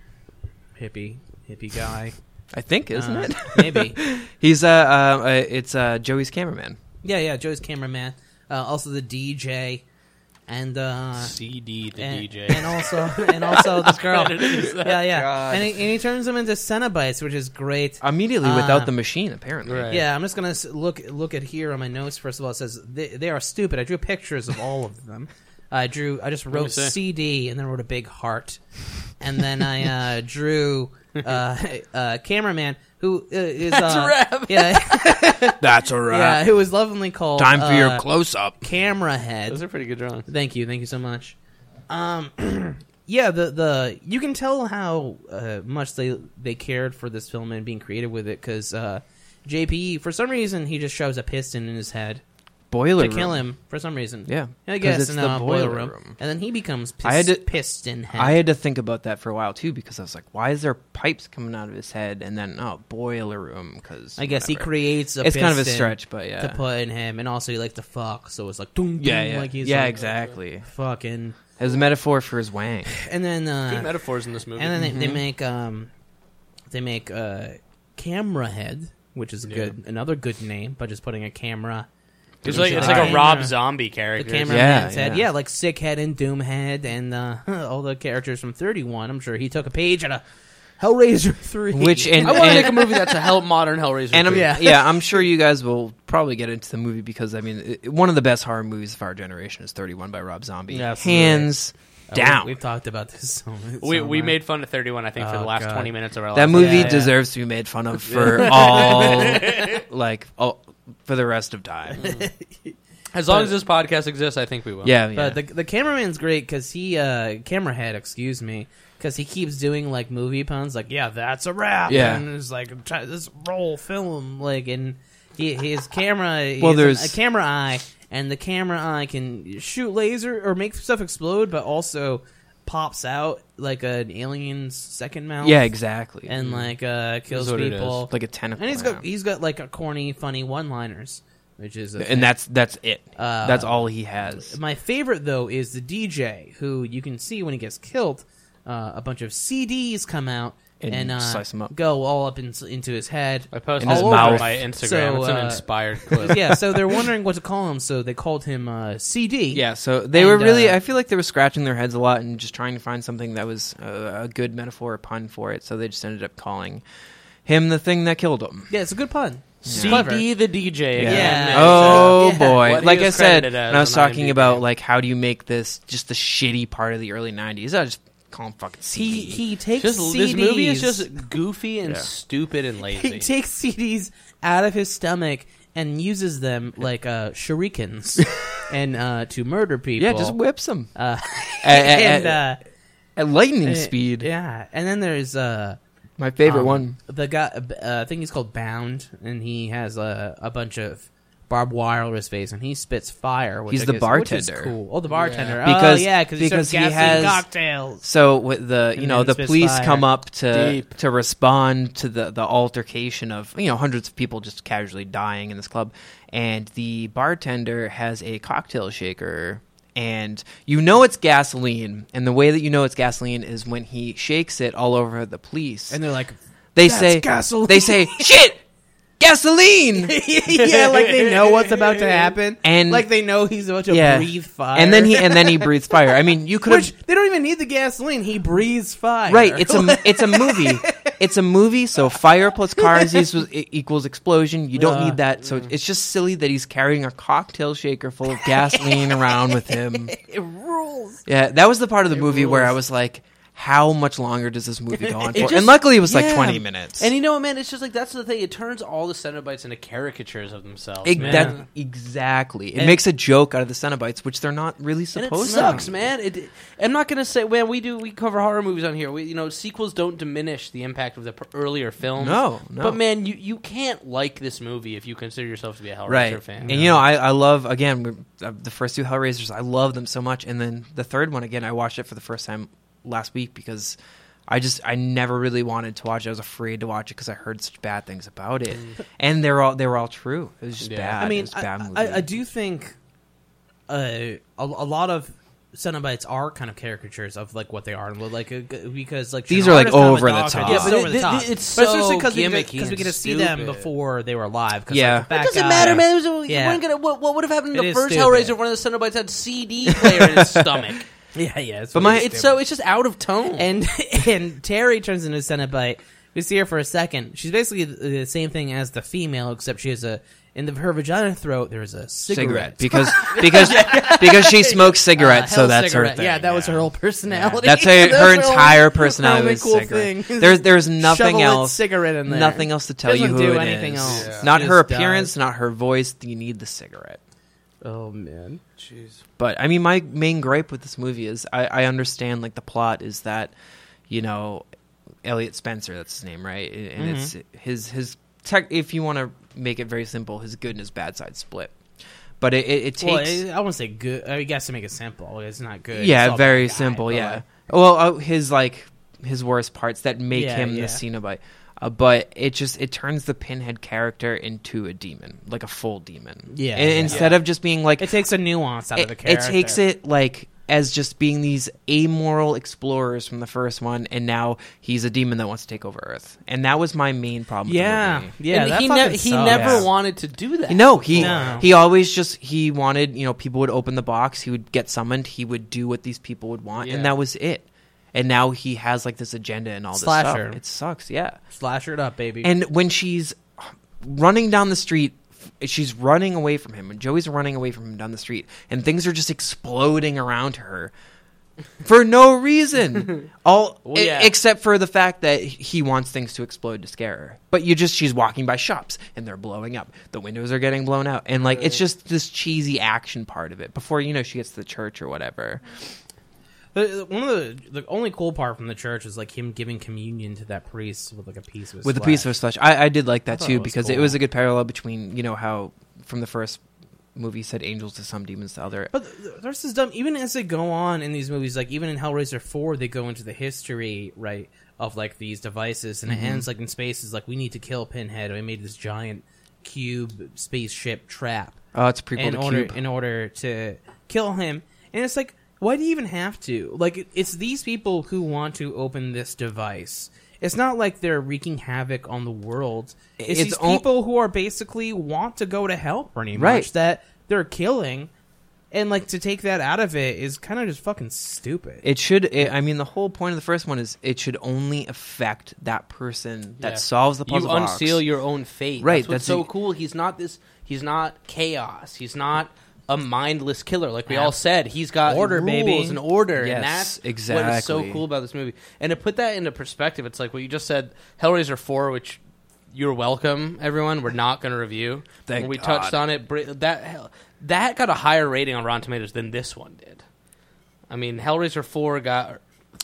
[SPEAKER 1] Hippie, hippie guy.
[SPEAKER 3] I think, *laughs* isn't
[SPEAKER 1] Uh,
[SPEAKER 3] it? *laughs*
[SPEAKER 1] maybe.
[SPEAKER 3] um, He's uh, uh, uh, it's uh, Joey's cameraman.
[SPEAKER 1] Yeah, yeah, Joe's cameraman. Uh, also the DJ, and uh,
[SPEAKER 2] CD the
[SPEAKER 1] and,
[SPEAKER 2] DJ.
[SPEAKER 1] and also and
[SPEAKER 2] *laughs*
[SPEAKER 1] also this girl.
[SPEAKER 2] is that?
[SPEAKER 1] Yeah, yeah, and he, and he turns them into Cenobites, which is great.
[SPEAKER 3] Immediately
[SPEAKER 1] Uh,
[SPEAKER 3] without the machine, apparently.
[SPEAKER 2] Right.
[SPEAKER 1] Yeah, I'm just gonna s- look look at here on my notes. First of all, it says they, they are stupid. I drew pictures of all of them. I drew. I just wrote
[SPEAKER 2] see.
[SPEAKER 1] CD and then wrote a big heart, and then I uh, drew uh, *laughs* uh, cameraman who uh, is That's uh, yeah *laughs*
[SPEAKER 3] *laughs* That's a wrap.
[SPEAKER 1] yeah who is lovingly called
[SPEAKER 3] Time for your
[SPEAKER 1] uh,
[SPEAKER 3] close up.
[SPEAKER 1] camera head.
[SPEAKER 2] Those are pretty good drawings.
[SPEAKER 1] Thank you, thank you so much. Um, *clears throat* yeah, the the you can tell how uh, much they they cared for this film and being creative with it because uh, JPE for some reason he just shoves a piston in his head
[SPEAKER 3] Boiler
[SPEAKER 1] to kill
[SPEAKER 3] room.
[SPEAKER 1] him for some reason.
[SPEAKER 3] Yeah,
[SPEAKER 1] I
[SPEAKER 3] 'cause
[SPEAKER 1] guess
[SPEAKER 3] it's
[SPEAKER 1] in
[SPEAKER 3] the
[SPEAKER 1] uh, boiler,
[SPEAKER 3] boiler
[SPEAKER 1] room.
[SPEAKER 3] room.
[SPEAKER 1] and then he becomes pis-
[SPEAKER 3] I had to-
[SPEAKER 1] piston head.
[SPEAKER 3] I had to think about that for a while too because I was like, why is there pipes coming out of his head? And then oh, boiler room because
[SPEAKER 1] I guess he
[SPEAKER 3] whatever.
[SPEAKER 1] creates a.
[SPEAKER 3] It's kind of a
[SPEAKER 1] piston
[SPEAKER 3] stretch, but yeah,
[SPEAKER 1] to put in him, and also he liked to fuck, so it's like doom,
[SPEAKER 3] yeah,
[SPEAKER 1] doom,
[SPEAKER 3] yeah,
[SPEAKER 1] like he's
[SPEAKER 3] yeah,
[SPEAKER 1] like,
[SPEAKER 3] exactly.
[SPEAKER 1] fucking.
[SPEAKER 3] As a metaphor for
[SPEAKER 1] *laughs*
[SPEAKER 3] his wang.
[SPEAKER 1] And then uh,
[SPEAKER 2] Good metaphors in this movie.
[SPEAKER 1] and then they, they
[SPEAKER 3] Mm-hmm.
[SPEAKER 1] make um, they make uh, camera head, which is a good another good name, but just putting a camera.
[SPEAKER 2] it's like it's
[SPEAKER 1] the
[SPEAKER 2] like a
[SPEAKER 1] camera-
[SPEAKER 2] Rob Zombie
[SPEAKER 1] The
[SPEAKER 2] character.
[SPEAKER 1] camera
[SPEAKER 3] Yeah,
[SPEAKER 1] man's head,
[SPEAKER 3] yeah.
[SPEAKER 1] yeah, like Sick Head and Doom Head, and uh, *laughs* all the characters from Thirty One. I'm sure he took a page out of Hellraiser *laughs* Three,
[SPEAKER 3] Which and
[SPEAKER 2] I want to
[SPEAKER 3] and-
[SPEAKER 2] make a movie that's a hell modern Hellraiser.
[SPEAKER 3] And I'm,
[SPEAKER 2] too.
[SPEAKER 3] *laughs* yeah.
[SPEAKER 1] Yeah.
[SPEAKER 3] I'm sure you guys will probably get into the movie because I mean, it, one of the best horror movies of our generation is 31 by Rob Zombie,
[SPEAKER 1] Yeah, absolutely.
[SPEAKER 3] hands
[SPEAKER 1] Uh, we-
[SPEAKER 3] down.
[SPEAKER 1] We've talked about this. So, so
[SPEAKER 2] we we
[SPEAKER 1] much.
[SPEAKER 2] made fun of 31. I think for
[SPEAKER 1] Oh,
[SPEAKER 2] the last
[SPEAKER 1] God.
[SPEAKER 2] 20 minutes of our
[SPEAKER 3] that
[SPEAKER 2] last
[SPEAKER 3] movie
[SPEAKER 1] yeah.
[SPEAKER 3] deserves to be made fun of for all,
[SPEAKER 1] *laughs*
[SPEAKER 3] like, all, for the rest of time.
[SPEAKER 2] As long as this podcast exists, I think we will.
[SPEAKER 3] yeah, yeah.
[SPEAKER 1] But the the cameraman's great because he uh camera head, excuse me, because he keeps doing like movie puns, like yeah, that's a wrap,
[SPEAKER 3] Yeah.
[SPEAKER 1] and it's like try this roll film, like and he, his camera,
[SPEAKER 3] Well,
[SPEAKER 1] well, there's
[SPEAKER 3] there's-
[SPEAKER 1] a camera eye, and the camera eye can shoot laser or make stuff explode, but also pops out like an alien's second mouth,
[SPEAKER 3] yeah, exactly.
[SPEAKER 1] and like uh kills
[SPEAKER 2] what it is.
[SPEAKER 1] people,
[SPEAKER 3] like a tentacle.
[SPEAKER 1] and he's
[SPEAKER 3] around.
[SPEAKER 1] got he's got like a corny, funny one liners, which is a thing.
[SPEAKER 3] and that's that's it.
[SPEAKER 1] Uh,
[SPEAKER 3] that's all he has.
[SPEAKER 1] My favorite though is the DJ, who you can see when he gets killed, uh, a bunch of CDs come out
[SPEAKER 3] And
[SPEAKER 1] and, uh,
[SPEAKER 3] slice 'em up.
[SPEAKER 1] go all up in, into his head.
[SPEAKER 2] I posted
[SPEAKER 3] In his
[SPEAKER 2] all over
[SPEAKER 3] mouth.
[SPEAKER 2] my Instagram.
[SPEAKER 1] So,
[SPEAKER 2] it's an
[SPEAKER 1] uh,
[SPEAKER 2] *laughs* inspired clip.
[SPEAKER 1] yeah, so they're wondering what to call him, so they called him uh, CD.
[SPEAKER 3] Yeah, so they
[SPEAKER 1] And,
[SPEAKER 3] were really.
[SPEAKER 1] uh,
[SPEAKER 3] I feel like they were scratching their heads a lot and just trying to find something that was uh, a good metaphor or pun for it. So they just ended up calling him the thing that killed him.
[SPEAKER 1] yeah, it's a good pun.
[SPEAKER 2] CD
[SPEAKER 1] Clever.
[SPEAKER 2] the DJ.
[SPEAKER 3] Yeah.
[SPEAKER 2] again. uh,
[SPEAKER 1] Yeah.
[SPEAKER 3] Oh
[SPEAKER 1] Yeah.
[SPEAKER 3] boy!
[SPEAKER 2] What he
[SPEAKER 3] like I
[SPEAKER 2] was
[SPEAKER 3] said,
[SPEAKER 2] credited as
[SPEAKER 3] when I was
[SPEAKER 2] on
[SPEAKER 3] talking
[SPEAKER 2] IMDb.
[SPEAKER 3] about like how do you make this just the shitty part of the early '90s? I just call him fucking CD.
[SPEAKER 1] He he takes
[SPEAKER 2] Just,
[SPEAKER 1] CDs.
[SPEAKER 2] this movie is just *laughs* goofy and stupid and
[SPEAKER 1] he
[SPEAKER 2] lazy.
[SPEAKER 1] takes CDs out of his stomach and uses them like uh,
[SPEAKER 3] *laughs*
[SPEAKER 1] shurikens and uh, to murder people.
[SPEAKER 3] yeah, just whips him
[SPEAKER 1] Uh,
[SPEAKER 3] *laughs* at, at-
[SPEAKER 1] and
[SPEAKER 3] at-
[SPEAKER 1] uh,
[SPEAKER 3] at lightning
[SPEAKER 1] eh,
[SPEAKER 3] speed.
[SPEAKER 1] Yeah, and then there's uh.
[SPEAKER 3] My favorite
[SPEAKER 1] Um,
[SPEAKER 3] one.
[SPEAKER 1] The guy, uh, I think he's called Bound, and he has a, a bunch of barbed wire over his face, and he spits fire. Which
[SPEAKER 3] He's
[SPEAKER 1] I
[SPEAKER 3] the
[SPEAKER 1] guess- Which
[SPEAKER 3] bartender.
[SPEAKER 1] is cool. Oh, the bartender.
[SPEAKER 3] Yeah. Because-
[SPEAKER 1] oh, yeah, cause he
[SPEAKER 3] because
[SPEAKER 1] starts
[SPEAKER 3] he
[SPEAKER 1] gassing
[SPEAKER 3] has-
[SPEAKER 1] cocktails.
[SPEAKER 3] So with the you
[SPEAKER 1] And
[SPEAKER 3] know
[SPEAKER 1] then
[SPEAKER 3] the
[SPEAKER 1] spits
[SPEAKER 3] police
[SPEAKER 1] fire.
[SPEAKER 3] come up to
[SPEAKER 2] Deep.
[SPEAKER 3] to respond to the the altercation of you know hundreds of people just casually dying in this club, and the bartender has a cocktail shaker. And you know it's gasoline, and the way that you know it's gasoline is when he shakes it all over the police.
[SPEAKER 1] And
[SPEAKER 3] And
[SPEAKER 1] they're *laughs* like,
[SPEAKER 3] they
[SPEAKER 1] "That's
[SPEAKER 3] say,
[SPEAKER 1] gasoline."
[SPEAKER 3] "They say shit,
[SPEAKER 1] *laughs*
[SPEAKER 3] gasoline."
[SPEAKER 1] yeah, like they know what's about to happen,
[SPEAKER 3] And-
[SPEAKER 1] like they know he's about to
[SPEAKER 3] yeah,
[SPEAKER 1] breathe fire.
[SPEAKER 3] and then he and then he breathes fire. I mean, you could have
[SPEAKER 1] *laughs* which they don't even need the gasoline. He breathes fire.
[SPEAKER 3] Right. It's a it's
[SPEAKER 2] *laughs*
[SPEAKER 3] a movie. It's a movie. So fire plus car disease was, e- equals explosion. You don't
[SPEAKER 2] Uh,
[SPEAKER 3] need that. So it's just silly that he's carrying a cocktail shaker full of gasoline around
[SPEAKER 2] *laughs*
[SPEAKER 3] with him.
[SPEAKER 1] it rules.
[SPEAKER 3] Yeah, that was the part of the movie where I was like, how much longer does
[SPEAKER 2] *laughs*
[SPEAKER 3] this movie go on for?
[SPEAKER 2] just-
[SPEAKER 3] and luckily, it was like
[SPEAKER 2] yeah.
[SPEAKER 3] twenty minutes.
[SPEAKER 2] And you know what, man? It's just like that's the thing. It turns all the Cenobites into caricatures of themselves.
[SPEAKER 3] Ig-
[SPEAKER 2] man.
[SPEAKER 3] that- exactly. It makes a joke out of the Cenobites, which they're not really
[SPEAKER 2] and it
[SPEAKER 3] supposed
[SPEAKER 2] sucks,
[SPEAKER 3] to.
[SPEAKER 2] man. It, I'm not gonna say, man. We do we cover horror movies on here. We, you know, sequels don't diminish the impact of the pr- earlier films.
[SPEAKER 3] No, no.
[SPEAKER 2] But man, you, you can't like this movie if you consider yourself to be a Hellraiser
[SPEAKER 3] Right,
[SPEAKER 2] fan.
[SPEAKER 3] and you know, I, I love again we- uh, the first two Hellraisers. I love them so much, and then the third one again. I watched it for the first time last week because I just I never really wanted to watch. it. I was afraid to watch it because I heard such bad things about it, and they were all they were all true. It was just
[SPEAKER 2] Mm. Yeah.
[SPEAKER 3] bad.
[SPEAKER 1] I
[SPEAKER 3] it
[SPEAKER 1] mean,
[SPEAKER 3] was a
[SPEAKER 1] I,
[SPEAKER 3] bad movie.
[SPEAKER 1] I, I do think uh, a, a lot of Son of Bites are kind of caricatures of like what they are and what like uh, g- because like
[SPEAKER 3] These
[SPEAKER 1] Shinhard
[SPEAKER 3] are, like,
[SPEAKER 1] is kind of a
[SPEAKER 3] over the
[SPEAKER 1] dog type.
[SPEAKER 3] top.
[SPEAKER 1] Yeah, but
[SPEAKER 2] So
[SPEAKER 1] over the
[SPEAKER 2] thi- thi-
[SPEAKER 1] top.
[SPEAKER 2] it's
[SPEAKER 1] But especially
[SPEAKER 2] so
[SPEAKER 1] we get, we
[SPEAKER 2] gimmicky
[SPEAKER 1] get to
[SPEAKER 2] and
[SPEAKER 1] see them
[SPEAKER 2] stupid.
[SPEAKER 1] before they were alive. 'cause,
[SPEAKER 3] Yeah.
[SPEAKER 1] like, the
[SPEAKER 3] It
[SPEAKER 1] fat
[SPEAKER 2] doesn't
[SPEAKER 1] guy-
[SPEAKER 2] matter, man. It was-
[SPEAKER 1] Yeah.
[SPEAKER 2] you weren't gonna- what, what would have happened
[SPEAKER 1] It
[SPEAKER 2] in the
[SPEAKER 1] is
[SPEAKER 2] first
[SPEAKER 1] stupid.
[SPEAKER 2] Hellraiser if one of the Son of Bites had CD player in his stomach?
[SPEAKER 1] *laughs* Yeah, yeah. It's
[SPEAKER 3] But
[SPEAKER 1] really
[SPEAKER 3] my-
[SPEAKER 1] stupid.
[SPEAKER 2] It's so it's just out of tone.
[SPEAKER 1] and *laughs* and Terry turns into a Cenobite. We see her for a second. She's basically the the same thing as the female, except she has a in the, her vagina throat. There's a cigarette. *laughs*
[SPEAKER 3] cigarette because because because she smokes cigarettes,
[SPEAKER 1] Uh,
[SPEAKER 3] so
[SPEAKER 1] hell
[SPEAKER 3] that's her
[SPEAKER 1] cigarette.
[SPEAKER 3] thing.
[SPEAKER 1] Yeah, that was her whole personality. *laughs*
[SPEAKER 3] That's her, her
[SPEAKER 1] whole- *laughs*
[SPEAKER 3] entire personality
[SPEAKER 1] her
[SPEAKER 3] is
[SPEAKER 1] cool
[SPEAKER 3] cigarette.
[SPEAKER 1] thing.
[SPEAKER 3] There's there's nothing
[SPEAKER 1] Shovel that
[SPEAKER 3] else,
[SPEAKER 1] cigarette in there.
[SPEAKER 3] nothing else to tell
[SPEAKER 1] Doesn't
[SPEAKER 3] you who
[SPEAKER 1] do
[SPEAKER 3] it
[SPEAKER 1] anything
[SPEAKER 3] is.
[SPEAKER 1] else. Yeah.
[SPEAKER 3] Not her
[SPEAKER 1] Just
[SPEAKER 3] appearance,
[SPEAKER 1] does.
[SPEAKER 3] not her voice. You need the cigarette.
[SPEAKER 1] Oh man.
[SPEAKER 3] But I mean, my main gripe with this movie is I, I understand like the plot is that you know Elliot Spencer, that's his name, right? And
[SPEAKER 1] Mm-hmm.
[SPEAKER 3] it's his his tech. If you want to make it very simple, his good and his bad side split. But it, it, it takes
[SPEAKER 1] Well, it, I won't say good. I guess to make it simple, it's not good. It's
[SPEAKER 3] yeah
[SPEAKER 1] all
[SPEAKER 3] very
[SPEAKER 1] bad guy,
[SPEAKER 3] simple
[SPEAKER 1] but,
[SPEAKER 3] yeah
[SPEAKER 1] like,
[SPEAKER 3] well uh, his like his worst parts that make
[SPEAKER 1] Yeah,
[SPEAKER 3] him
[SPEAKER 1] yeah.
[SPEAKER 3] the cenobite uh, but it just it turns the pinhead character into a demon like a full demon
[SPEAKER 1] Yeah,
[SPEAKER 3] and
[SPEAKER 1] yeah.
[SPEAKER 3] instead of just being like
[SPEAKER 1] it takes a nuance out of the
[SPEAKER 3] it, it
[SPEAKER 1] character.
[SPEAKER 3] takes it like as just being these amoral explorers from the first one and now he's a demon that wants to take over earth and that was my main problem with the
[SPEAKER 1] Yeah,
[SPEAKER 3] movie.
[SPEAKER 1] *laughs* yeah.
[SPEAKER 2] And
[SPEAKER 1] that
[SPEAKER 2] he,
[SPEAKER 1] fucking
[SPEAKER 2] he
[SPEAKER 1] sucks.
[SPEAKER 2] never
[SPEAKER 3] Yeah.
[SPEAKER 2] wanted to do that.
[SPEAKER 3] No, he
[SPEAKER 1] No.
[SPEAKER 3] he always just he wanted you know people would open the box, he would get summoned, he would do what these people would want,
[SPEAKER 2] Yeah.
[SPEAKER 3] and that was it. And now he has like this agenda and all this
[SPEAKER 1] Slasher.
[SPEAKER 3] stuff. It sucks, yeah.
[SPEAKER 1] slash it up, baby.
[SPEAKER 3] And when she's running down the street, f- she's running away from him, and Joey's running away from him down the street, and things are just exploding around her for no reason. All e-
[SPEAKER 2] yeah.
[SPEAKER 3] except for the fact that he wants things to explode to scare her. But you just she's walking by shops and they're blowing up. The windows are getting blown out, and like it's just this cheesy action part of it. Before you know, she gets to the church or whatever.
[SPEAKER 1] The- one of the the only cool part from the church is like him giving communion to that priest with like a piece of his
[SPEAKER 3] with a
[SPEAKER 1] flesh.
[SPEAKER 3] piece of his flesh. I, I did like that
[SPEAKER 1] thought
[SPEAKER 3] too
[SPEAKER 1] it was
[SPEAKER 3] because it
[SPEAKER 1] cool.
[SPEAKER 3] was a good parallel between you know how from the first movie he said angels to some demons to other.
[SPEAKER 1] But th- there's this dumb. Even as they go on in these movies, like even in Hellraiser four, they go into the history right of like these devices, and it ends like in space is like we need to kill Pinhead. We made this giant cube spaceship trap
[SPEAKER 3] oh, it's a prequel
[SPEAKER 1] in
[SPEAKER 3] to
[SPEAKER 1] order
[SPEAKER 3] Cube.
[SPEAKER 1] in order to kill him. And it's like, why do you even have to? Like, it- it's these people who want to open this device. It's not like they're wreaking havoc on the world. It's,
[SPEAKER 3] It's
[SPEAKER 1] these
[SPEAKER 3] on-
[SPEAKER 1] people who are basically want to go to hell, pretty much.
[SPEAKER 3] Right.
[SPEAKER 1] That they're killing, and like to take that out of it is kind of just fucking stupid.
[SPEAKER 3] It should. It, I mean, the whole point of the first one is it should only affect that person that
[SPEAKER 2] Yeah.
[SPEAKER 3] solves the
[SPEAKER 2] You
[SPEAKER 3] puzzle. box.
[SPEAKER 2] unseal your own fate.
[SPEAKER 3] Right,
[SPEAKER 2] That's what's
[SPEAKER 3] that's
[SPEAKER 2] so
[SPEAKER 3] it.
[SPEAKER 2] cool. He's not this. He's not chaos. He's not a mindless killer. Like we all said, he's got
[SPEAKER 1] Order,
[SPEAKER 2] rules
[SPEAKER 1] baby.
[SPEAKER 2] and order,
[SPEAKER 3] Yes,
[SPEAKER 2] and that's what is so
[SPEAKER 3] exactly.
[SPEAKER 2] cool about this movie. And to put that into perspective, it's like what you just said. Hellraiser four, which you're welcome, everyone. We're not going to review.
[SPEAKER 3] Thank
[SPEAKER 2] When we
[SPEAKER 3] God.
[SPEAKER 2] touched on it. br- That hell- that got a higher rating on Rotten Tomatoes than this one did. I mean, Hellraiser four got.
[SPEAKER 1] I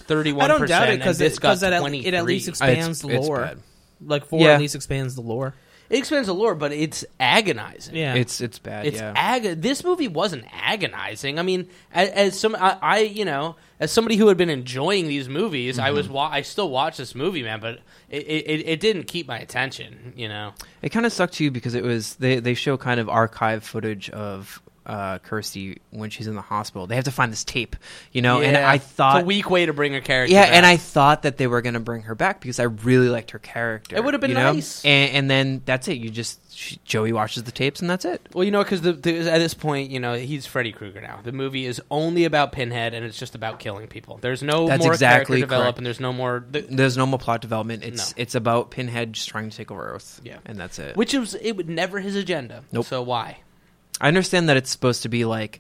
[SPEAKER 2] Thirty-one
[SPEAKER 1] don't doubt
[SPEAKER 2] percent
[SPEAKER 1] it because
[SPEAKER 2] this got
[SPEAKER 1] it, at- it
[SPEAKER 2] 23.
[SPEAKER 1] at least
[SPEAKER 3] Uh, it's-
[SPEAKER 1] expands the
[SPEAKER 3] it's
[SPEAKER 1] lore.
[SPEAKER 3] bad.
[SPEAKER 1] like four
[SPEAKER 3] Yeah.
[SPEAKER 1] at least expands the lore.
[SPEAKER 2] It expands the lore, but it's agonizing.
[SPEAKER 1] Yeah,
[SPEAKER 3] It's it's bad.
[SPEAKER 2] It's
[SPEAKER 3] yeah.
[SPEAKER 2] ag- This movie wasn't agonizing. I mean, as, as some I, I, you know, as somebody who had been enjoying these movies, I
[SPEAKER 3] Mm-hmm.
[SPEAKER 2] was wa- I still watch this movie, man, but it, it it didn't keep my attention. You know,
[SPEAKER 3] It kind of sucked too because it was they they show kind of archive footage of uh, Kirsty when she's in the hospital. They have to find this tape, you know. And
[SPEAKER 2] Yeah.
[SPEAKER 3] I thought
[SPEAKER 2] it's a weak way to bring a character.
[SPEAKER 3] Yeah,
[SPEAKER 2] back.
[SPEAKER 3] and I thought that they were going to bring her back because I really liked her character.
[SPEAKER 2] It would've been
[SPEAKER 3] you know?
[SPEAKER 2] nice.
[SPEAKER 3] And, and then that's it. You just she, Joey watches the tapes and that's it.
[SPEAKER 2] well, you know, because the, the, at this point, you know, he's Freddy Krueger now. The movie is only about Pinhead, and it's just about killing people. There's no
[SPEAKER 3] That's
[SPEAKER 2] more
[SPEAKER 3] exactly
[SPEAKER 2] character develop,
[SPEAKER 3] correct.
[SPEAKER 2] and there's no more. The,
[SPEAKER 3] There's no more plot development. It's
[SPEAKER 2] No.
[SPEAKER 3] it's about Pinhead just trying to take over Earth.
[SPEAKER 2] Yeah.
[SPEAKER 3] and that's it.
[SPEAKER 2] which was it was never his agenda.
[SPEAKER 3] Nope.
[SPEAKER 2] So why?
[SPEAKER 3] I understand that it's supposed to be like,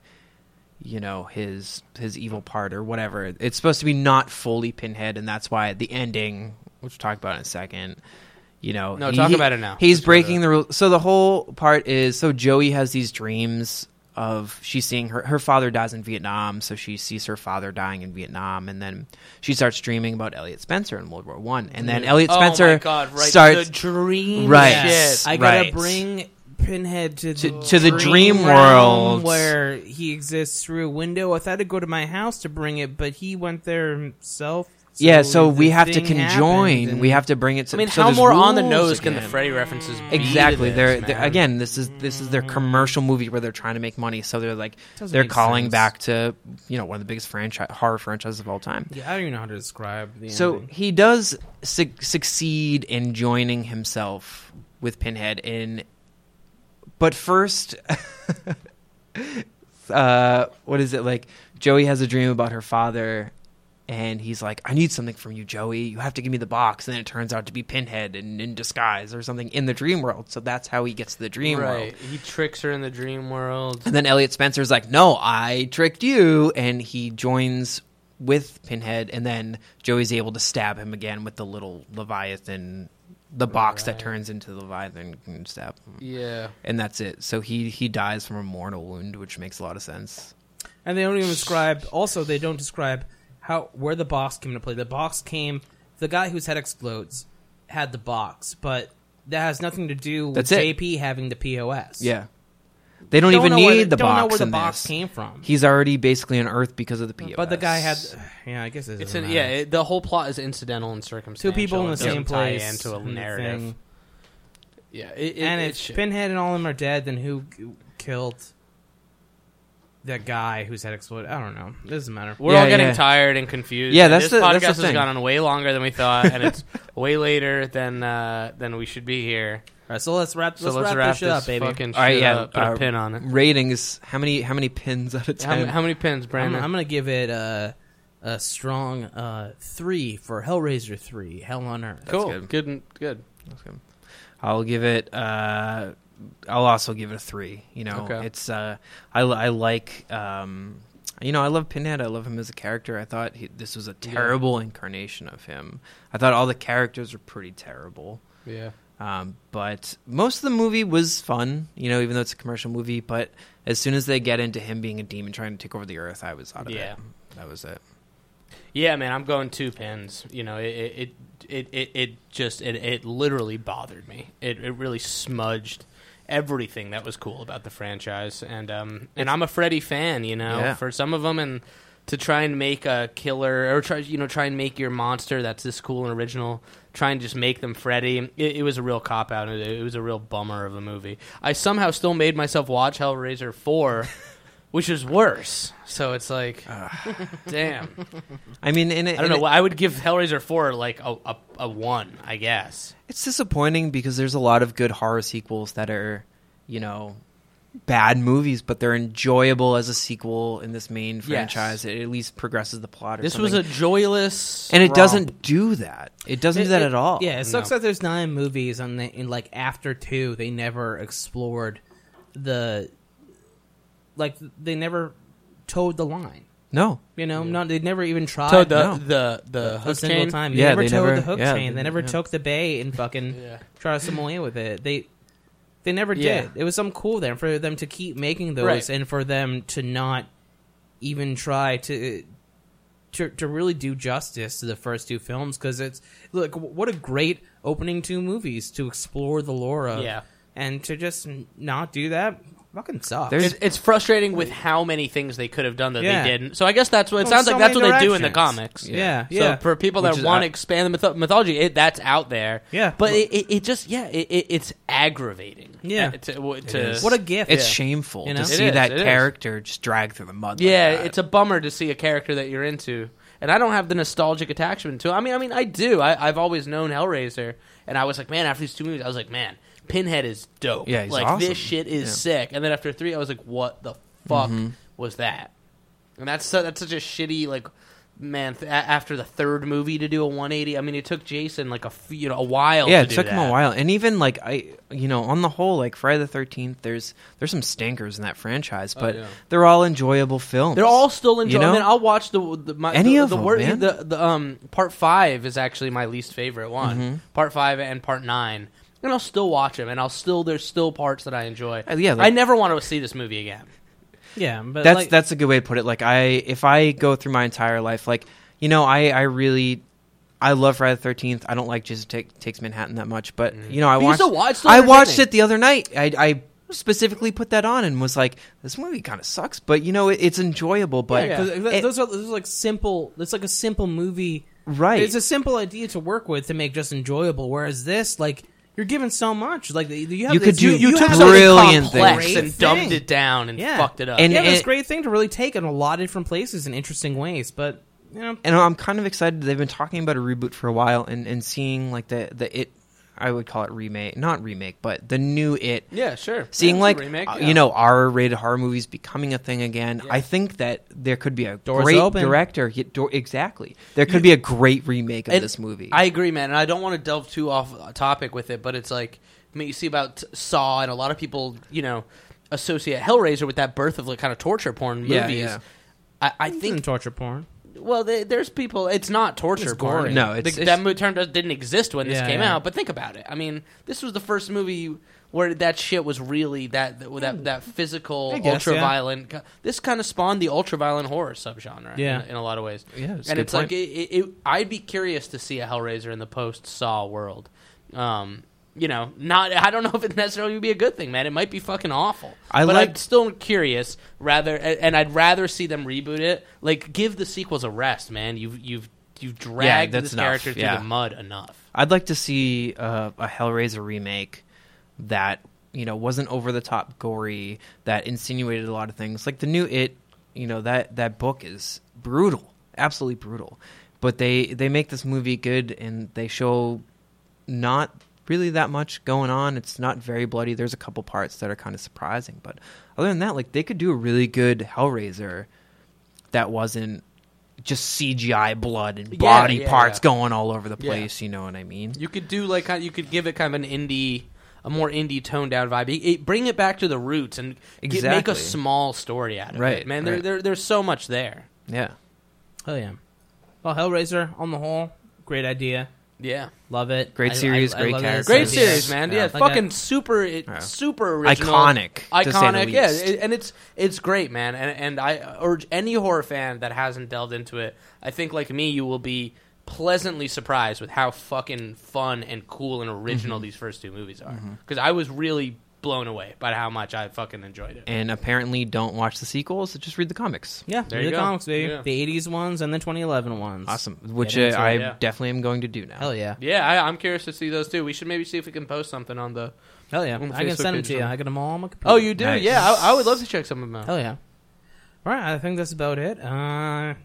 [SPEAKER 3] you know, his his evil part or whatever. It's supposed to be not fully Pinhead, and that's why the ending, which we'll talk about in a second. You know,
[SPEAKER 2] No, talk about it now.
[SPEAKER 3] He's
[SPEAKER 2] Let's go to
[SPEAKER 3] breaking the rule. So the whole part is so Joey has these dreams of she's seeing her her father dies in Vietnam, so she sees her father dying in Vietnam, and then she starts dreaming about Elliot Spencer in World War One, and then Elliot Spencer
[SPEAKER 2] oh my God, right?
[SPEAKER 3] starts
[SPEAKER 2] the dream
[SPEAKER 3] Right.
[SPEAKER 2] shit.
[SPEAKER 3] Yes.
[SPEAKER 1] I gotta
[SPEAKER 3] Right.
[SPEAKER 1] bring Pinhead to the
[SPEAKER 3] To- to the dream world.
[SPEAKER 1] where he exists through a window. I thought I'd go to my house to bring it, but he went there himself.
[SPEAKER 3] yeah, so we
[SPEAKER 1] the
[SPEAKER 3] have to
[SPEAKER 1] thing happened,
[SPEAKER 3] conjoin.
[SPEAKER 1] and-
[SPEAKER 3] We have to bring it.
[SPEAKER 2] I
[SPEAKER 3] To,
[SPEAKER 2] mean,
[SPEAKER 3] so
[SPEAKER 2] how
[SPEAKER 3] there's
[SPEAKER 2] more on the
[SPEAKER 3] rules
[SPEAKER 2] nose can the
[SPEAKER 3] again.
[SPEAKER 2] Freddy references be?
[SPEAKER 3] Exactly.
[SPEAKER 2] to
[SPEAKER 3] they're,
[SPEAKER 2] this,
[SPEAKER 3] they're-
[SPEAKER 2] man?
[SPEAKER 3] again. This is this is their commercial movie where they're trying to make money. So they're like
[SPEAKER 1] Doesn't
[SPEAKER 3] they're
[SPEAKER 1] make
[SPEAKER 3] calling
[SPEAKER 1] sense.
[SPEAKER 3] back to you know one of the biggest franchise horror franchises of all time.
[SPEAKER 1] Yeah, I don't even know how to describe the
[SPEAKER 3] So
[SPEAKER 1] ending.
[SPEAKER 3] he does su- succeed in joining himself with Pinhead in, but first, *laughs* uh, what is it like? Joey has a dream about her father, and he's like, "I need something from you, Joey. You have to give me the box." And then it turns out to be Pinhead and in disguise or something in the dream world. So that's how he gets to the dream world.
[SPEAKER 2] right? He tricks her in the dream world.
[SPEAKER 3] And then Elliot Spencer's like, "No, I tricked you," and he joins with Pinhead, and then Joey's able to stab him again with the little Leviathan, the box that turns into the Leviathan can stab him,
[SPEAKER 2] *laughs* Yeah,
[SPEAKER 3] and that's it. So he he dies from a mortal wound, which makes a lot of sense.
[SPEAKER 1] and they don't even describe. Also, they don't describe how where the box came into play. The box came. The guy whose head explodes had the box, but that has nothing to do with
[SPEAKER 3] That's it.
[SPEAKER 1] JP having the POS.
[SPEAKER 3] Yeah, they don't, even
[SPEAKER 1] know
[SPEAKER 3] need
[SPEAKER 1] where,
[SPEAKER 3] the
[SPEAKER 1] don't
[SPEAKER 3] box.
[SPEAKER 1] know where the
[SPEAKER 3] in
[SPEAKER 1] box
[SPEAKER 3] this.
[SPEAKER 1] came from.
[SPEAKER 3] He's already basically on Earth because of the POS.
[SPEAKER 1] but the guy had. Yeah, I guess it
[SPEAKER 2] it's
[SPEAKER 1] doesn't matter.
[SPEAKER 2] an, yeah. It, the whole plot is incidental and circumstantial.
[SPEAKER 1] Two people in
[SPEAKER 2] It
[SPEAKER 1] the
[SPEAKER 2] doesn't
[SPEAKER 1] same
[SPEAKER 2] tie
[SPEAKER 1] place
[SPEAKER 2] into a
[SPEAKER 1] and the
[SPEAKER 2] narrative.
[SPEAKER 1] thing.
[SPEAKER 2] Yeah, it, it,
[SPEAKER 1] and
[SPEAKER 2] it
[SPEAKER 1] if
[SPEAKER 2] should-
[SPEAKER 1] Pinhead and all of them are dead, then who g- killed that guy whose head exploded? I don't know. It doesn't matter.
[SPEAKER 2] We're
[SPEAKER 3] Yeah,
[SPEAKER 2] all getting
[SPEAKER 3] yeah.
[SPEAKER 2] tired and confused.
[SPEAKER 3] Yeah,
[SPEAKER 2] and
[SPEAKER 3] that's
[SPEAKER 2] this
[SPEAKER 3] the-
[SPEAKER 2] podcast
[SPEAKER 3] that's the
[SPEAKER 2] has
[SPEAKER 3] thing.
[SPEAKER 2] gone on way longer than we thought, and
[SPEAKER 3] *laughs*
[SPEAKER 2] it's way later than uh, than we should be here.
[SPEAKER 1] All right, so let's wrap.
[SPEAKER 2] So
[SPEAKER 1] let's, wrap, this shit up, baby.
[SPEAKER 2] fucking shit
[SPEAKER 3] All right, yeah.
[SPEAKER 2] up. Put
[SPEAKER 3] uh,
[SPEAKER 2] a pin on it.
[SPEAKER 3] Ratings. How many how many pins out of
[SPEAKER 2] How,
[SPEAKER 3] ten?
[SPEAKER 2] m- how many pins,
[SPEAKER 1] I'm,
[SPEAKER 2] Brandon?
[SPEAKER 1] I'm gonna give it a, a strong uh, three for Hellraiser three, Hell on Earth.
[SPEAKER 2] cool.
[SPEAKER 3] good.
[SPEAKER 2] Good. good. Good.
[SPEAKER 3] I'll give it. Uh, I'll also give it a three. You know,
[SPEAKER 2] Okay.
[SPEAKER 3] it's. Uh, I li- I like. Um, you know, I love Pinhead. I love him as a character. I thought he, this was a terrible incarnation of him. I thought all the characters were pretty terrible.
[SPEAKER 2] Yeah.
[SPEAKER 3] Um, but most of the movie was fun, you know, even though it's a commercial movie. But as soon as they get into him being a demon trying to take over the earth, I was out of
[SPEAKER 2] Yeah.
[SPEAKER 3] it. That was it.
[SPEAKER 2] Yeah, man, I'm going two pins. You know, it it it it, it just it, it literally bothered me. It it really smudged everything that was cool about the franchise, and um and I'm a Freddy fan. You know,
[SPEAKER 3] Yeah.
[SPEAKER 2] for some of them, and to try and make a killer or try you know try and make your monster that's this cool and original. Try and just make them Freddy. It, it was a real cop out. It, it was a real bummer of a movie. I somehow still made myself watch Hellraiser four, *laughs* which is worse. So it's like, damn.
[SPEAKER 3] I mean, and it,
[SPEAKER 2] I don't know. I would give Hellraiser four like a, a, a one, I guess.
[SPEAKER 3] It's disappointing because there's a lot of good horror sequels that are, you know, bad movies, but they're enjoyable as a sequel in this main franchise. It at least progresses the plot. Or
[SPEAKER 2] This was
[SPEAKER 3] something.
[SPEAKER 2] a joyless,
[SPEAKER 3] and it
[SPEAKER 2] romp.
[SPEAKER 3] doesn't do that. It doesn't do that
[SPEAKER 1] It-
[SPEAKER 3] at all.
[SPEAKER 1] Yeah, it sucks
[SPEAKER 2] No.
[SPEAKER 1] that there's nine movies, and, they, and like after two, they never explored the, like they never towed the line.
[SPEAKER 3] No.
[SPEAKER 1] You know, not they never even tried
[SPEAKER 2] So the,
[SPEAKER 3] No.
[SPEAKER 2] the the
[SPEAKER 1] a
[SPEAKER 2] hook
[SPEAKER 1] single
[SPEAKER 2] chain-
[SPEAKER 1] time.
[SPEAKER 3] Yeah,
[SPEAKER 1] they never
[SPEAKER 3] they
[SPEAKER 1] towed
[SPEAKER 3] never-
[SPEAKER 1] the hook
[SPEAKER 3] yeah,
[SPEAKER 1] chain.
[SPEAKER 3] they-
[SPEAKER 1] They never
[SPEAKER 3] yeah.
[SPEAKER 1] took the bay and fucking
[SPEAKER 2] Yeah.
[SPEAKER 1] try to someone in with it. They they never
[SPEAKER 2] Yeah.
[SPEAKER 1] did. It was something cool there for them to keep making those
[SPEAKER 2] Right.
[SPEAKER 1] and for them to not even try to to to really do justice to the first two films because it's look what a great opening two movies to explore the lore of
[SPEAKER 2] Yeah.
[SPEAKER 1] and to just n- not do that fucking sucks.
[SPEAKER 3] There's-
[SPEAKER 2] It's, it's frustrating with how many things they could have done that
[SPEAKER 1] Yeah.
[SPEAKER 2] they didn't. Oh, So I guess that's what it
[SPEAKER 1] Well,
[SPEAKER 2] sounds
[SPEAKER 1] so
[SPEAKER 2] like. That's
[SPEAKER 1] many
[SPEAKER 2] what they do in the
[SPEAKER 1] directions.
[SPEAKER 2] comics.
[SPEAKER 1] Yeah,
[SPEAKER 2] So
[SPEAKER 1] yeah.
[SPEAKER 2] for people
[SPEAKER 3] Which
[SPEAKER 2] that
[SPEAKER 3] is-
[SPEAKER 2] want
[SPEAKER 3] I-
[SPEAKER 2] to expand the mytho- mythology, it, that's out there.
[SPEAKER 1] Yeah.
[SPEAKER 2] But it, it, it just yeah, it, it, it's aggravating.
[SPEAKER 1] Yeah.
[SPEAKER 2] Uh, To, w- to-
[SPEAKER 1] What a gift!
[SPEAKER 3] It's
[SPEAKER 1] Yeah.
[SPEAKER 3] shameful
[SPEAKER 1] You know?
[SPEAKER 3] to
[SPEAKER 1] It
[SPEAKER 3] see
[SPEAKER 2] is,
[SPEAKER 3] that
[SPEAKER 2] it is.
[SPEAKER 3] character just drag through the mud.
[SPEAKER 2] yeah,
[SPEAKER 3] like that.
[SPEAKER 2] it's a bummer to see a character that you're into, and I don't have the nostalgic attachment to. it. I mean, I mean, I do. I, I've always known Hellraiser, and I was like, man, after these two movies, I was like, man, Pinhead is dope.
[SPEAKER 3] Yeah, he's
[SPEAKER 2] like
[SPEAKER 3] awesome.
[SPEAKER 2] this shit is
[SPEAKER 3] Yeah. Mm-hmm.
[SPEAKER 2] sick. And then after three, I was like, what the fuck was that? And that's so, that's such a shitty like. Man, th- a- after the third movie to do a 180, I mean, it took Jason like a f- you know a while.
[SPEAKER 3] yeah,
[SPEAKER 2] to
[SPEAKER 3] it
[SPEAKER 2] do
[SPEAKER 3] took him a
[SPEAKER 2] that.
[SPEAKER 3] while, and even like I, you know, on the whole, like Friday the Thirteenth, there's there's some stinkers in that franchise,
[SPEAKER 2] Oh,
[SPEAKER 3] but they're all enjoyable films.
[SPEAKER 2] They're all still
[SPEAKER 3] You
[SPEAKER 2] enjoyable.
[SPEAKER 3] know?
[SPEAKER 2] I mean, I'll watch the, the my,
[SPEAKER 3] Any
[SPEAKER 2] the,
[SPEAKER 3] of
[SPEAKER 2] the
[SPEAKER 3] them,
[SPEAKER 2] wor-
[SPEAKER 3] man.
[SPEAKER 2] The, the um part five is actually my least favorite one.
[SPEAKER 3] Mm-hmm.
[SPEAKER 2] Part five and part nine, and I'll still watch them, and I'll still there's still parts that I enjoy.
[SPEAKER 3] Uh, yeah, like-
[SPEAKER 2] I never want to see this movie again.
[SPEAKER 1] yeah, but
[SPEAKER 3] that's
[SPEAKER 1] like,
[SPEAKER 3] that's a good way to put it. Like I, if I go through my entire life, like you know, I I really. I love Friday the Thirteenth. I don't like Jesus Take, Takes Manhattan that much, but you know, I
[SPEAKER 2] But you
[SPEAKER 3] watched.
[SPEAKER 2] still watch- it's still
[SPEAKER 3] I watched
[SPEAKER 2] entertaining.
[SPEAKER 3] it the other night. I, I specifically put that on and was like, "This movie kind of sucks," but you know, it, it's enjoyable. But
[SPEAKER 1] Yeah, 'cause
[SPEAKER 3] it-
[SPEAKER 1] those are those are like simple. It's like a simple movie
[SPEAKER 3] Right.
[SPEAKER 1] It's a simple idea to work with to make just enjoyable. Whereas this, like, you're given so much. Like, you have
[SPEAKER 3] You
[SPEAKER 1] this,
[SPEAKER 3] could do
[SPEAKER 1] you,
[SPEAKER 3] took
[SPEAKER 1] have
[SPEAKER 3] something
[SPEAKER 1] brilliant
[SPEAKER 3] complex
[SPEAKER 1] things.
[SPEAKER 12] and dumbed it down and
[SPEAKER 1] Yeah.
[SPEAKER 12] fucked it up.
[SPEAKER 3] And-
[SPEAKER 1] yeah, this great thing to really take in a lot of different places in interesting ways. But you know,
[SPEAKER 3] and I'm kind of excited. They've been talking about a reboot for a while, and, and seeing like the the it, I would call it remake, not remake, but the new it.
[SPEAKER 2] Yeah, sure.
[SPEAKER 3] Seeing
[SPEAKER 2] Yeah,
[SPEAKER 3] like
[SPEAKER 2] it's a remake,
[SPEAKER 3] uh,
[SPEAKER 2] yeah.
[SPEAKER 3] you know R-rated horror movies becoming a thing again, I think that there could be a
[SPEAKER 1] Doors
[SPEAKER 3] great
[SPEAKER 1] open.
[SPEAKER 3] director. yeah, door- exactly, there could be a great remake of
[SPEAKER 2] And
[SPEAKER 3] this movie.
[SPEAKER 2] I agree, man. And I don't want to delve too off topic with it, but it's like I mean, you see about Saw, and a lot of people, you know, associate Hellraiser with that birth of like kind of torture porn movies.
[SPEAKER 3] Yeah, yeah.
[SPEAKER 2] I, I
[SPEAKER 1] it's in
[SPEAKER 2] think
[SPEAKER 1] torture porn.
[SPEAKER 2] well, they, there's people. It's not torture porn.
[SPEAKER 3] No,
[SPEAKER 2] The-
[SPEAKER 3] it's-
[SPEAKER 2] that
[SPEAKER 3] it's-
[SPEAKER 2] mo- term does- didn't exist when this
[SPEAKER 1] Yeah,
[SPEAKER 2] came
[SPEAKER 1] yeah.
[SPEAKER 2] out. But think about it. I mean, this was the first movie where that shit was really that that that, that physical,
[SPEAKER 1] I guess,
[SPEAKER 2] ultra
[SPEAKER 1] yeah.
[SPEAKER 2] violent. This kind of spawned the ultra violent horror subgenre.
[SPEAKER 1] Yeah.
[SPEAKER 2] in, in a lot of ways.
[SPEAKER 3] Yeah, it's a
[SPEAKER 2] and
[SPEAKER 3] good
[SPEAKER 2] it's like
[SPEAKER 3] point.
[SPEAKER 2] it, it, it. I'd be curious to see a Hellraiser in the post Saw world. Um, you know, not. *laughs* I don't know if it necessarily would be a good thing, man. It might be fucking awful.
[SPEAKER 3] I
[SPEAKER 2] but
[SPEAKER 3] like-
[SPEAKER 2] I'd still curious rather a- and I'd rather see them reboot it. Like give the sequels a rest, man. You've you've you've dragged
[SPEAKER 3] that's
[SPEAKER 2] this
[SPEAKER 3] enough,
[SPEAKER 2] character through
[SPEAKER 3] yeah.
[SPEAKER 2] the mud enough.
[SPEAKER 3] I'd like to see uh, a Hellraiser remake that you know wasn't over the top gory that insinuated a lot of things like the new it you know that that book is brutal absolutely brutal but they they make this movie good and they show not really that much going on it's not very bloody there's a couple parts that are kind of surprising but other than that like they could do a really good hellraiser that wasn't just CGI blood and body
[SPEAKER 2] yeah,
[SPEAKER 3] parts
[SPEAKER 2] yeah.
[SPEAKER 3] going all over the
[SPEAKER 2] Yeah.
[SPEAKER 3] place. You know what I mean?
[SPEAKER 2] You could do like you could give it kind of an indie a more indie toned down vibe. It- it- bring it back to the roots and get- make
[SPEAKER 3] Exactly.
[SPEAKER 2] a small story out of it.
[SPEAKER 3] Right,
[SPEAKER 2] Man, there,
[SPEAKER 3] right.
[SPEAKER 2] there there's so much there.
[SPEAKER 3] Yeah.
[SPEAKER 1] Oh yeah. Well, Hellraiser on the whole, great idea.
[SPEAKER 2] Yeah.
[SPEAKER 1] Love it.
[SPEAKER 3] Great series, great
[SPEAKER 1] love this
[SPEAKER 3] characters.
[SPEAKER 2] Great
[SPEAKER 1] idea.
[SPEAKER 2] series, man. Yeah,
[SPEAKER 1] Like I-
[SPEAKER 2] fucking super, it, super original,
[SPEAKER 3] Iconic, to say the
[SPEAKER 2] iconic. Yeah,
[SPEAKER 3] least.
[SPEAKER 2] it- and it's it's great, man. And and I urge any horror fan that hasn't delved into it. I think like me, you will be pleasantly surprised with how fucking fun and cool and original these first two movies are. Because I was really blown away by how much I fucking enjoyed it.
[SPEAKER 3] And apparently, don't watch the sequels. Just read the comics.
[SPEAKER 1] Yeah,
[SPEAKER 2] There
[SPEAKER 1] read
[SPEAKER 2] you
[SPEAKER 1] the
[SPEAKER 2] go.
[SPEAKER 1] comics, baby.
[SPEAKER 2] Yeah.
[SPEAKER 1] The '80s ones and the 2011 ones.
[SPEAKER 3] Awesome. Which
[SPEAKER 1] Get
[SPEAKER 3] uh,
[SPEAKER 1] into it,
[SPEAKER 3] I
[SPEAKER 2] yeah.
[SPEAKER 3] definitely am going to do now.
[SPEAKER 1] Hell yeah.
[SPEAKER 2] Yeah, I, I'm curious to see those too. We should maybe see if we can post something on the.
[SPEAKER 1] Hell yeah.
[SPEAKER 2] On the
[SPEAKER 1] I can
[SPEAKER 2] Facebook
[SPEAKER 1] send them
[SPEAKER 2] page
[SPEAKER 1] to you.
[SPEAKER 2] or something.
[SPEAKER 1] I got them all on my computer.
[SPEAKER 2] Oh, you do?
[SPEAKER 3] Nice.
[SPEAKER 2] Yeah, I, I would love to check some of them out.
[SPEAKER 1] Hell yeah. All right, I think that's about it. Uh,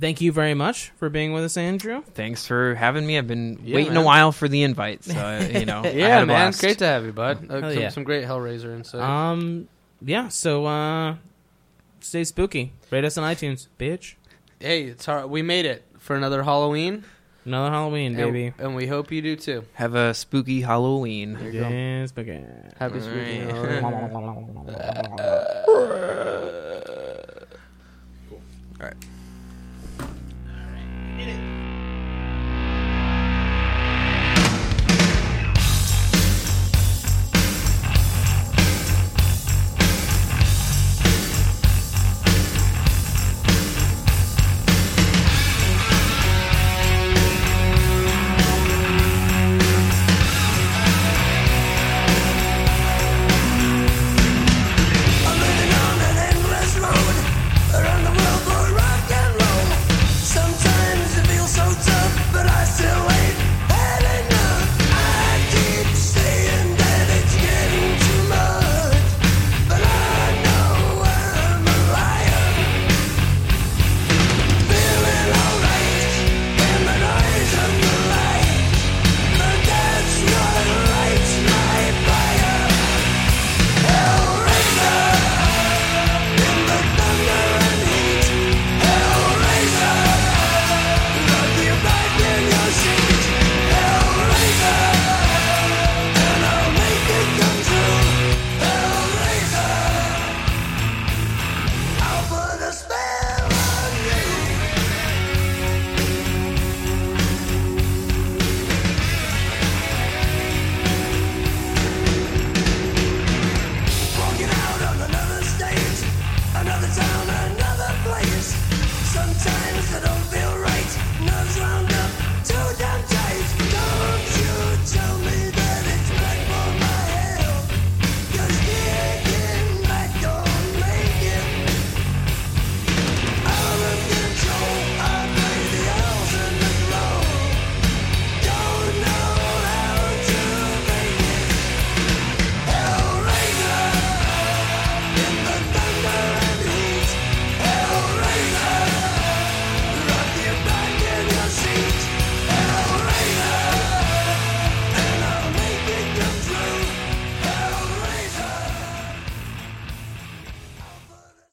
[SPEAKER 1] thank you very much for being with us, Andrew.
[SPEAKER 3] Thanks for having me. I've been
[SPEAKER 2] Yeah,
[SPEAKER 3] waiting
[SPEAKER 2] man.
[SPEAKER 3] a while for the invite. So, uh,
[SPEAKER 2] *laughs*
[SPEAKER 3] you know. I had
[SPEAKER 2] Yeah, man,
[SPEAKER 3] a blast.
[SPEAKER 2] great to have you, bud. Uh,
[SPEAKER 1] Hell
[SPEAKER 2] some,
[SPEAKER 1] yeah.
[SPEAKER 2] some great Hellraiser insight.
[SPEAKER 1] Um, yeah. So, uh, stay spooky. Rate us on iTunes, bitch.
[SPEAKER 2] hey, it's hard. We made it for another Halloween,
[SPEAKER 1] Another Halloween,
[SPEAKER 2] and-
[SPEAKER 1] baby.
[SPEAKER 2] and, we hope you do too.
[SPEAKER 3] Have a spooky Halloween.
[SPEAKER 1] Yeah, spooky.
[SPEAKER 2] Happy spooky Halloween. *laughs*
[SPEAKER 1] *laughs* All right.
[SPEAKER 2] All right.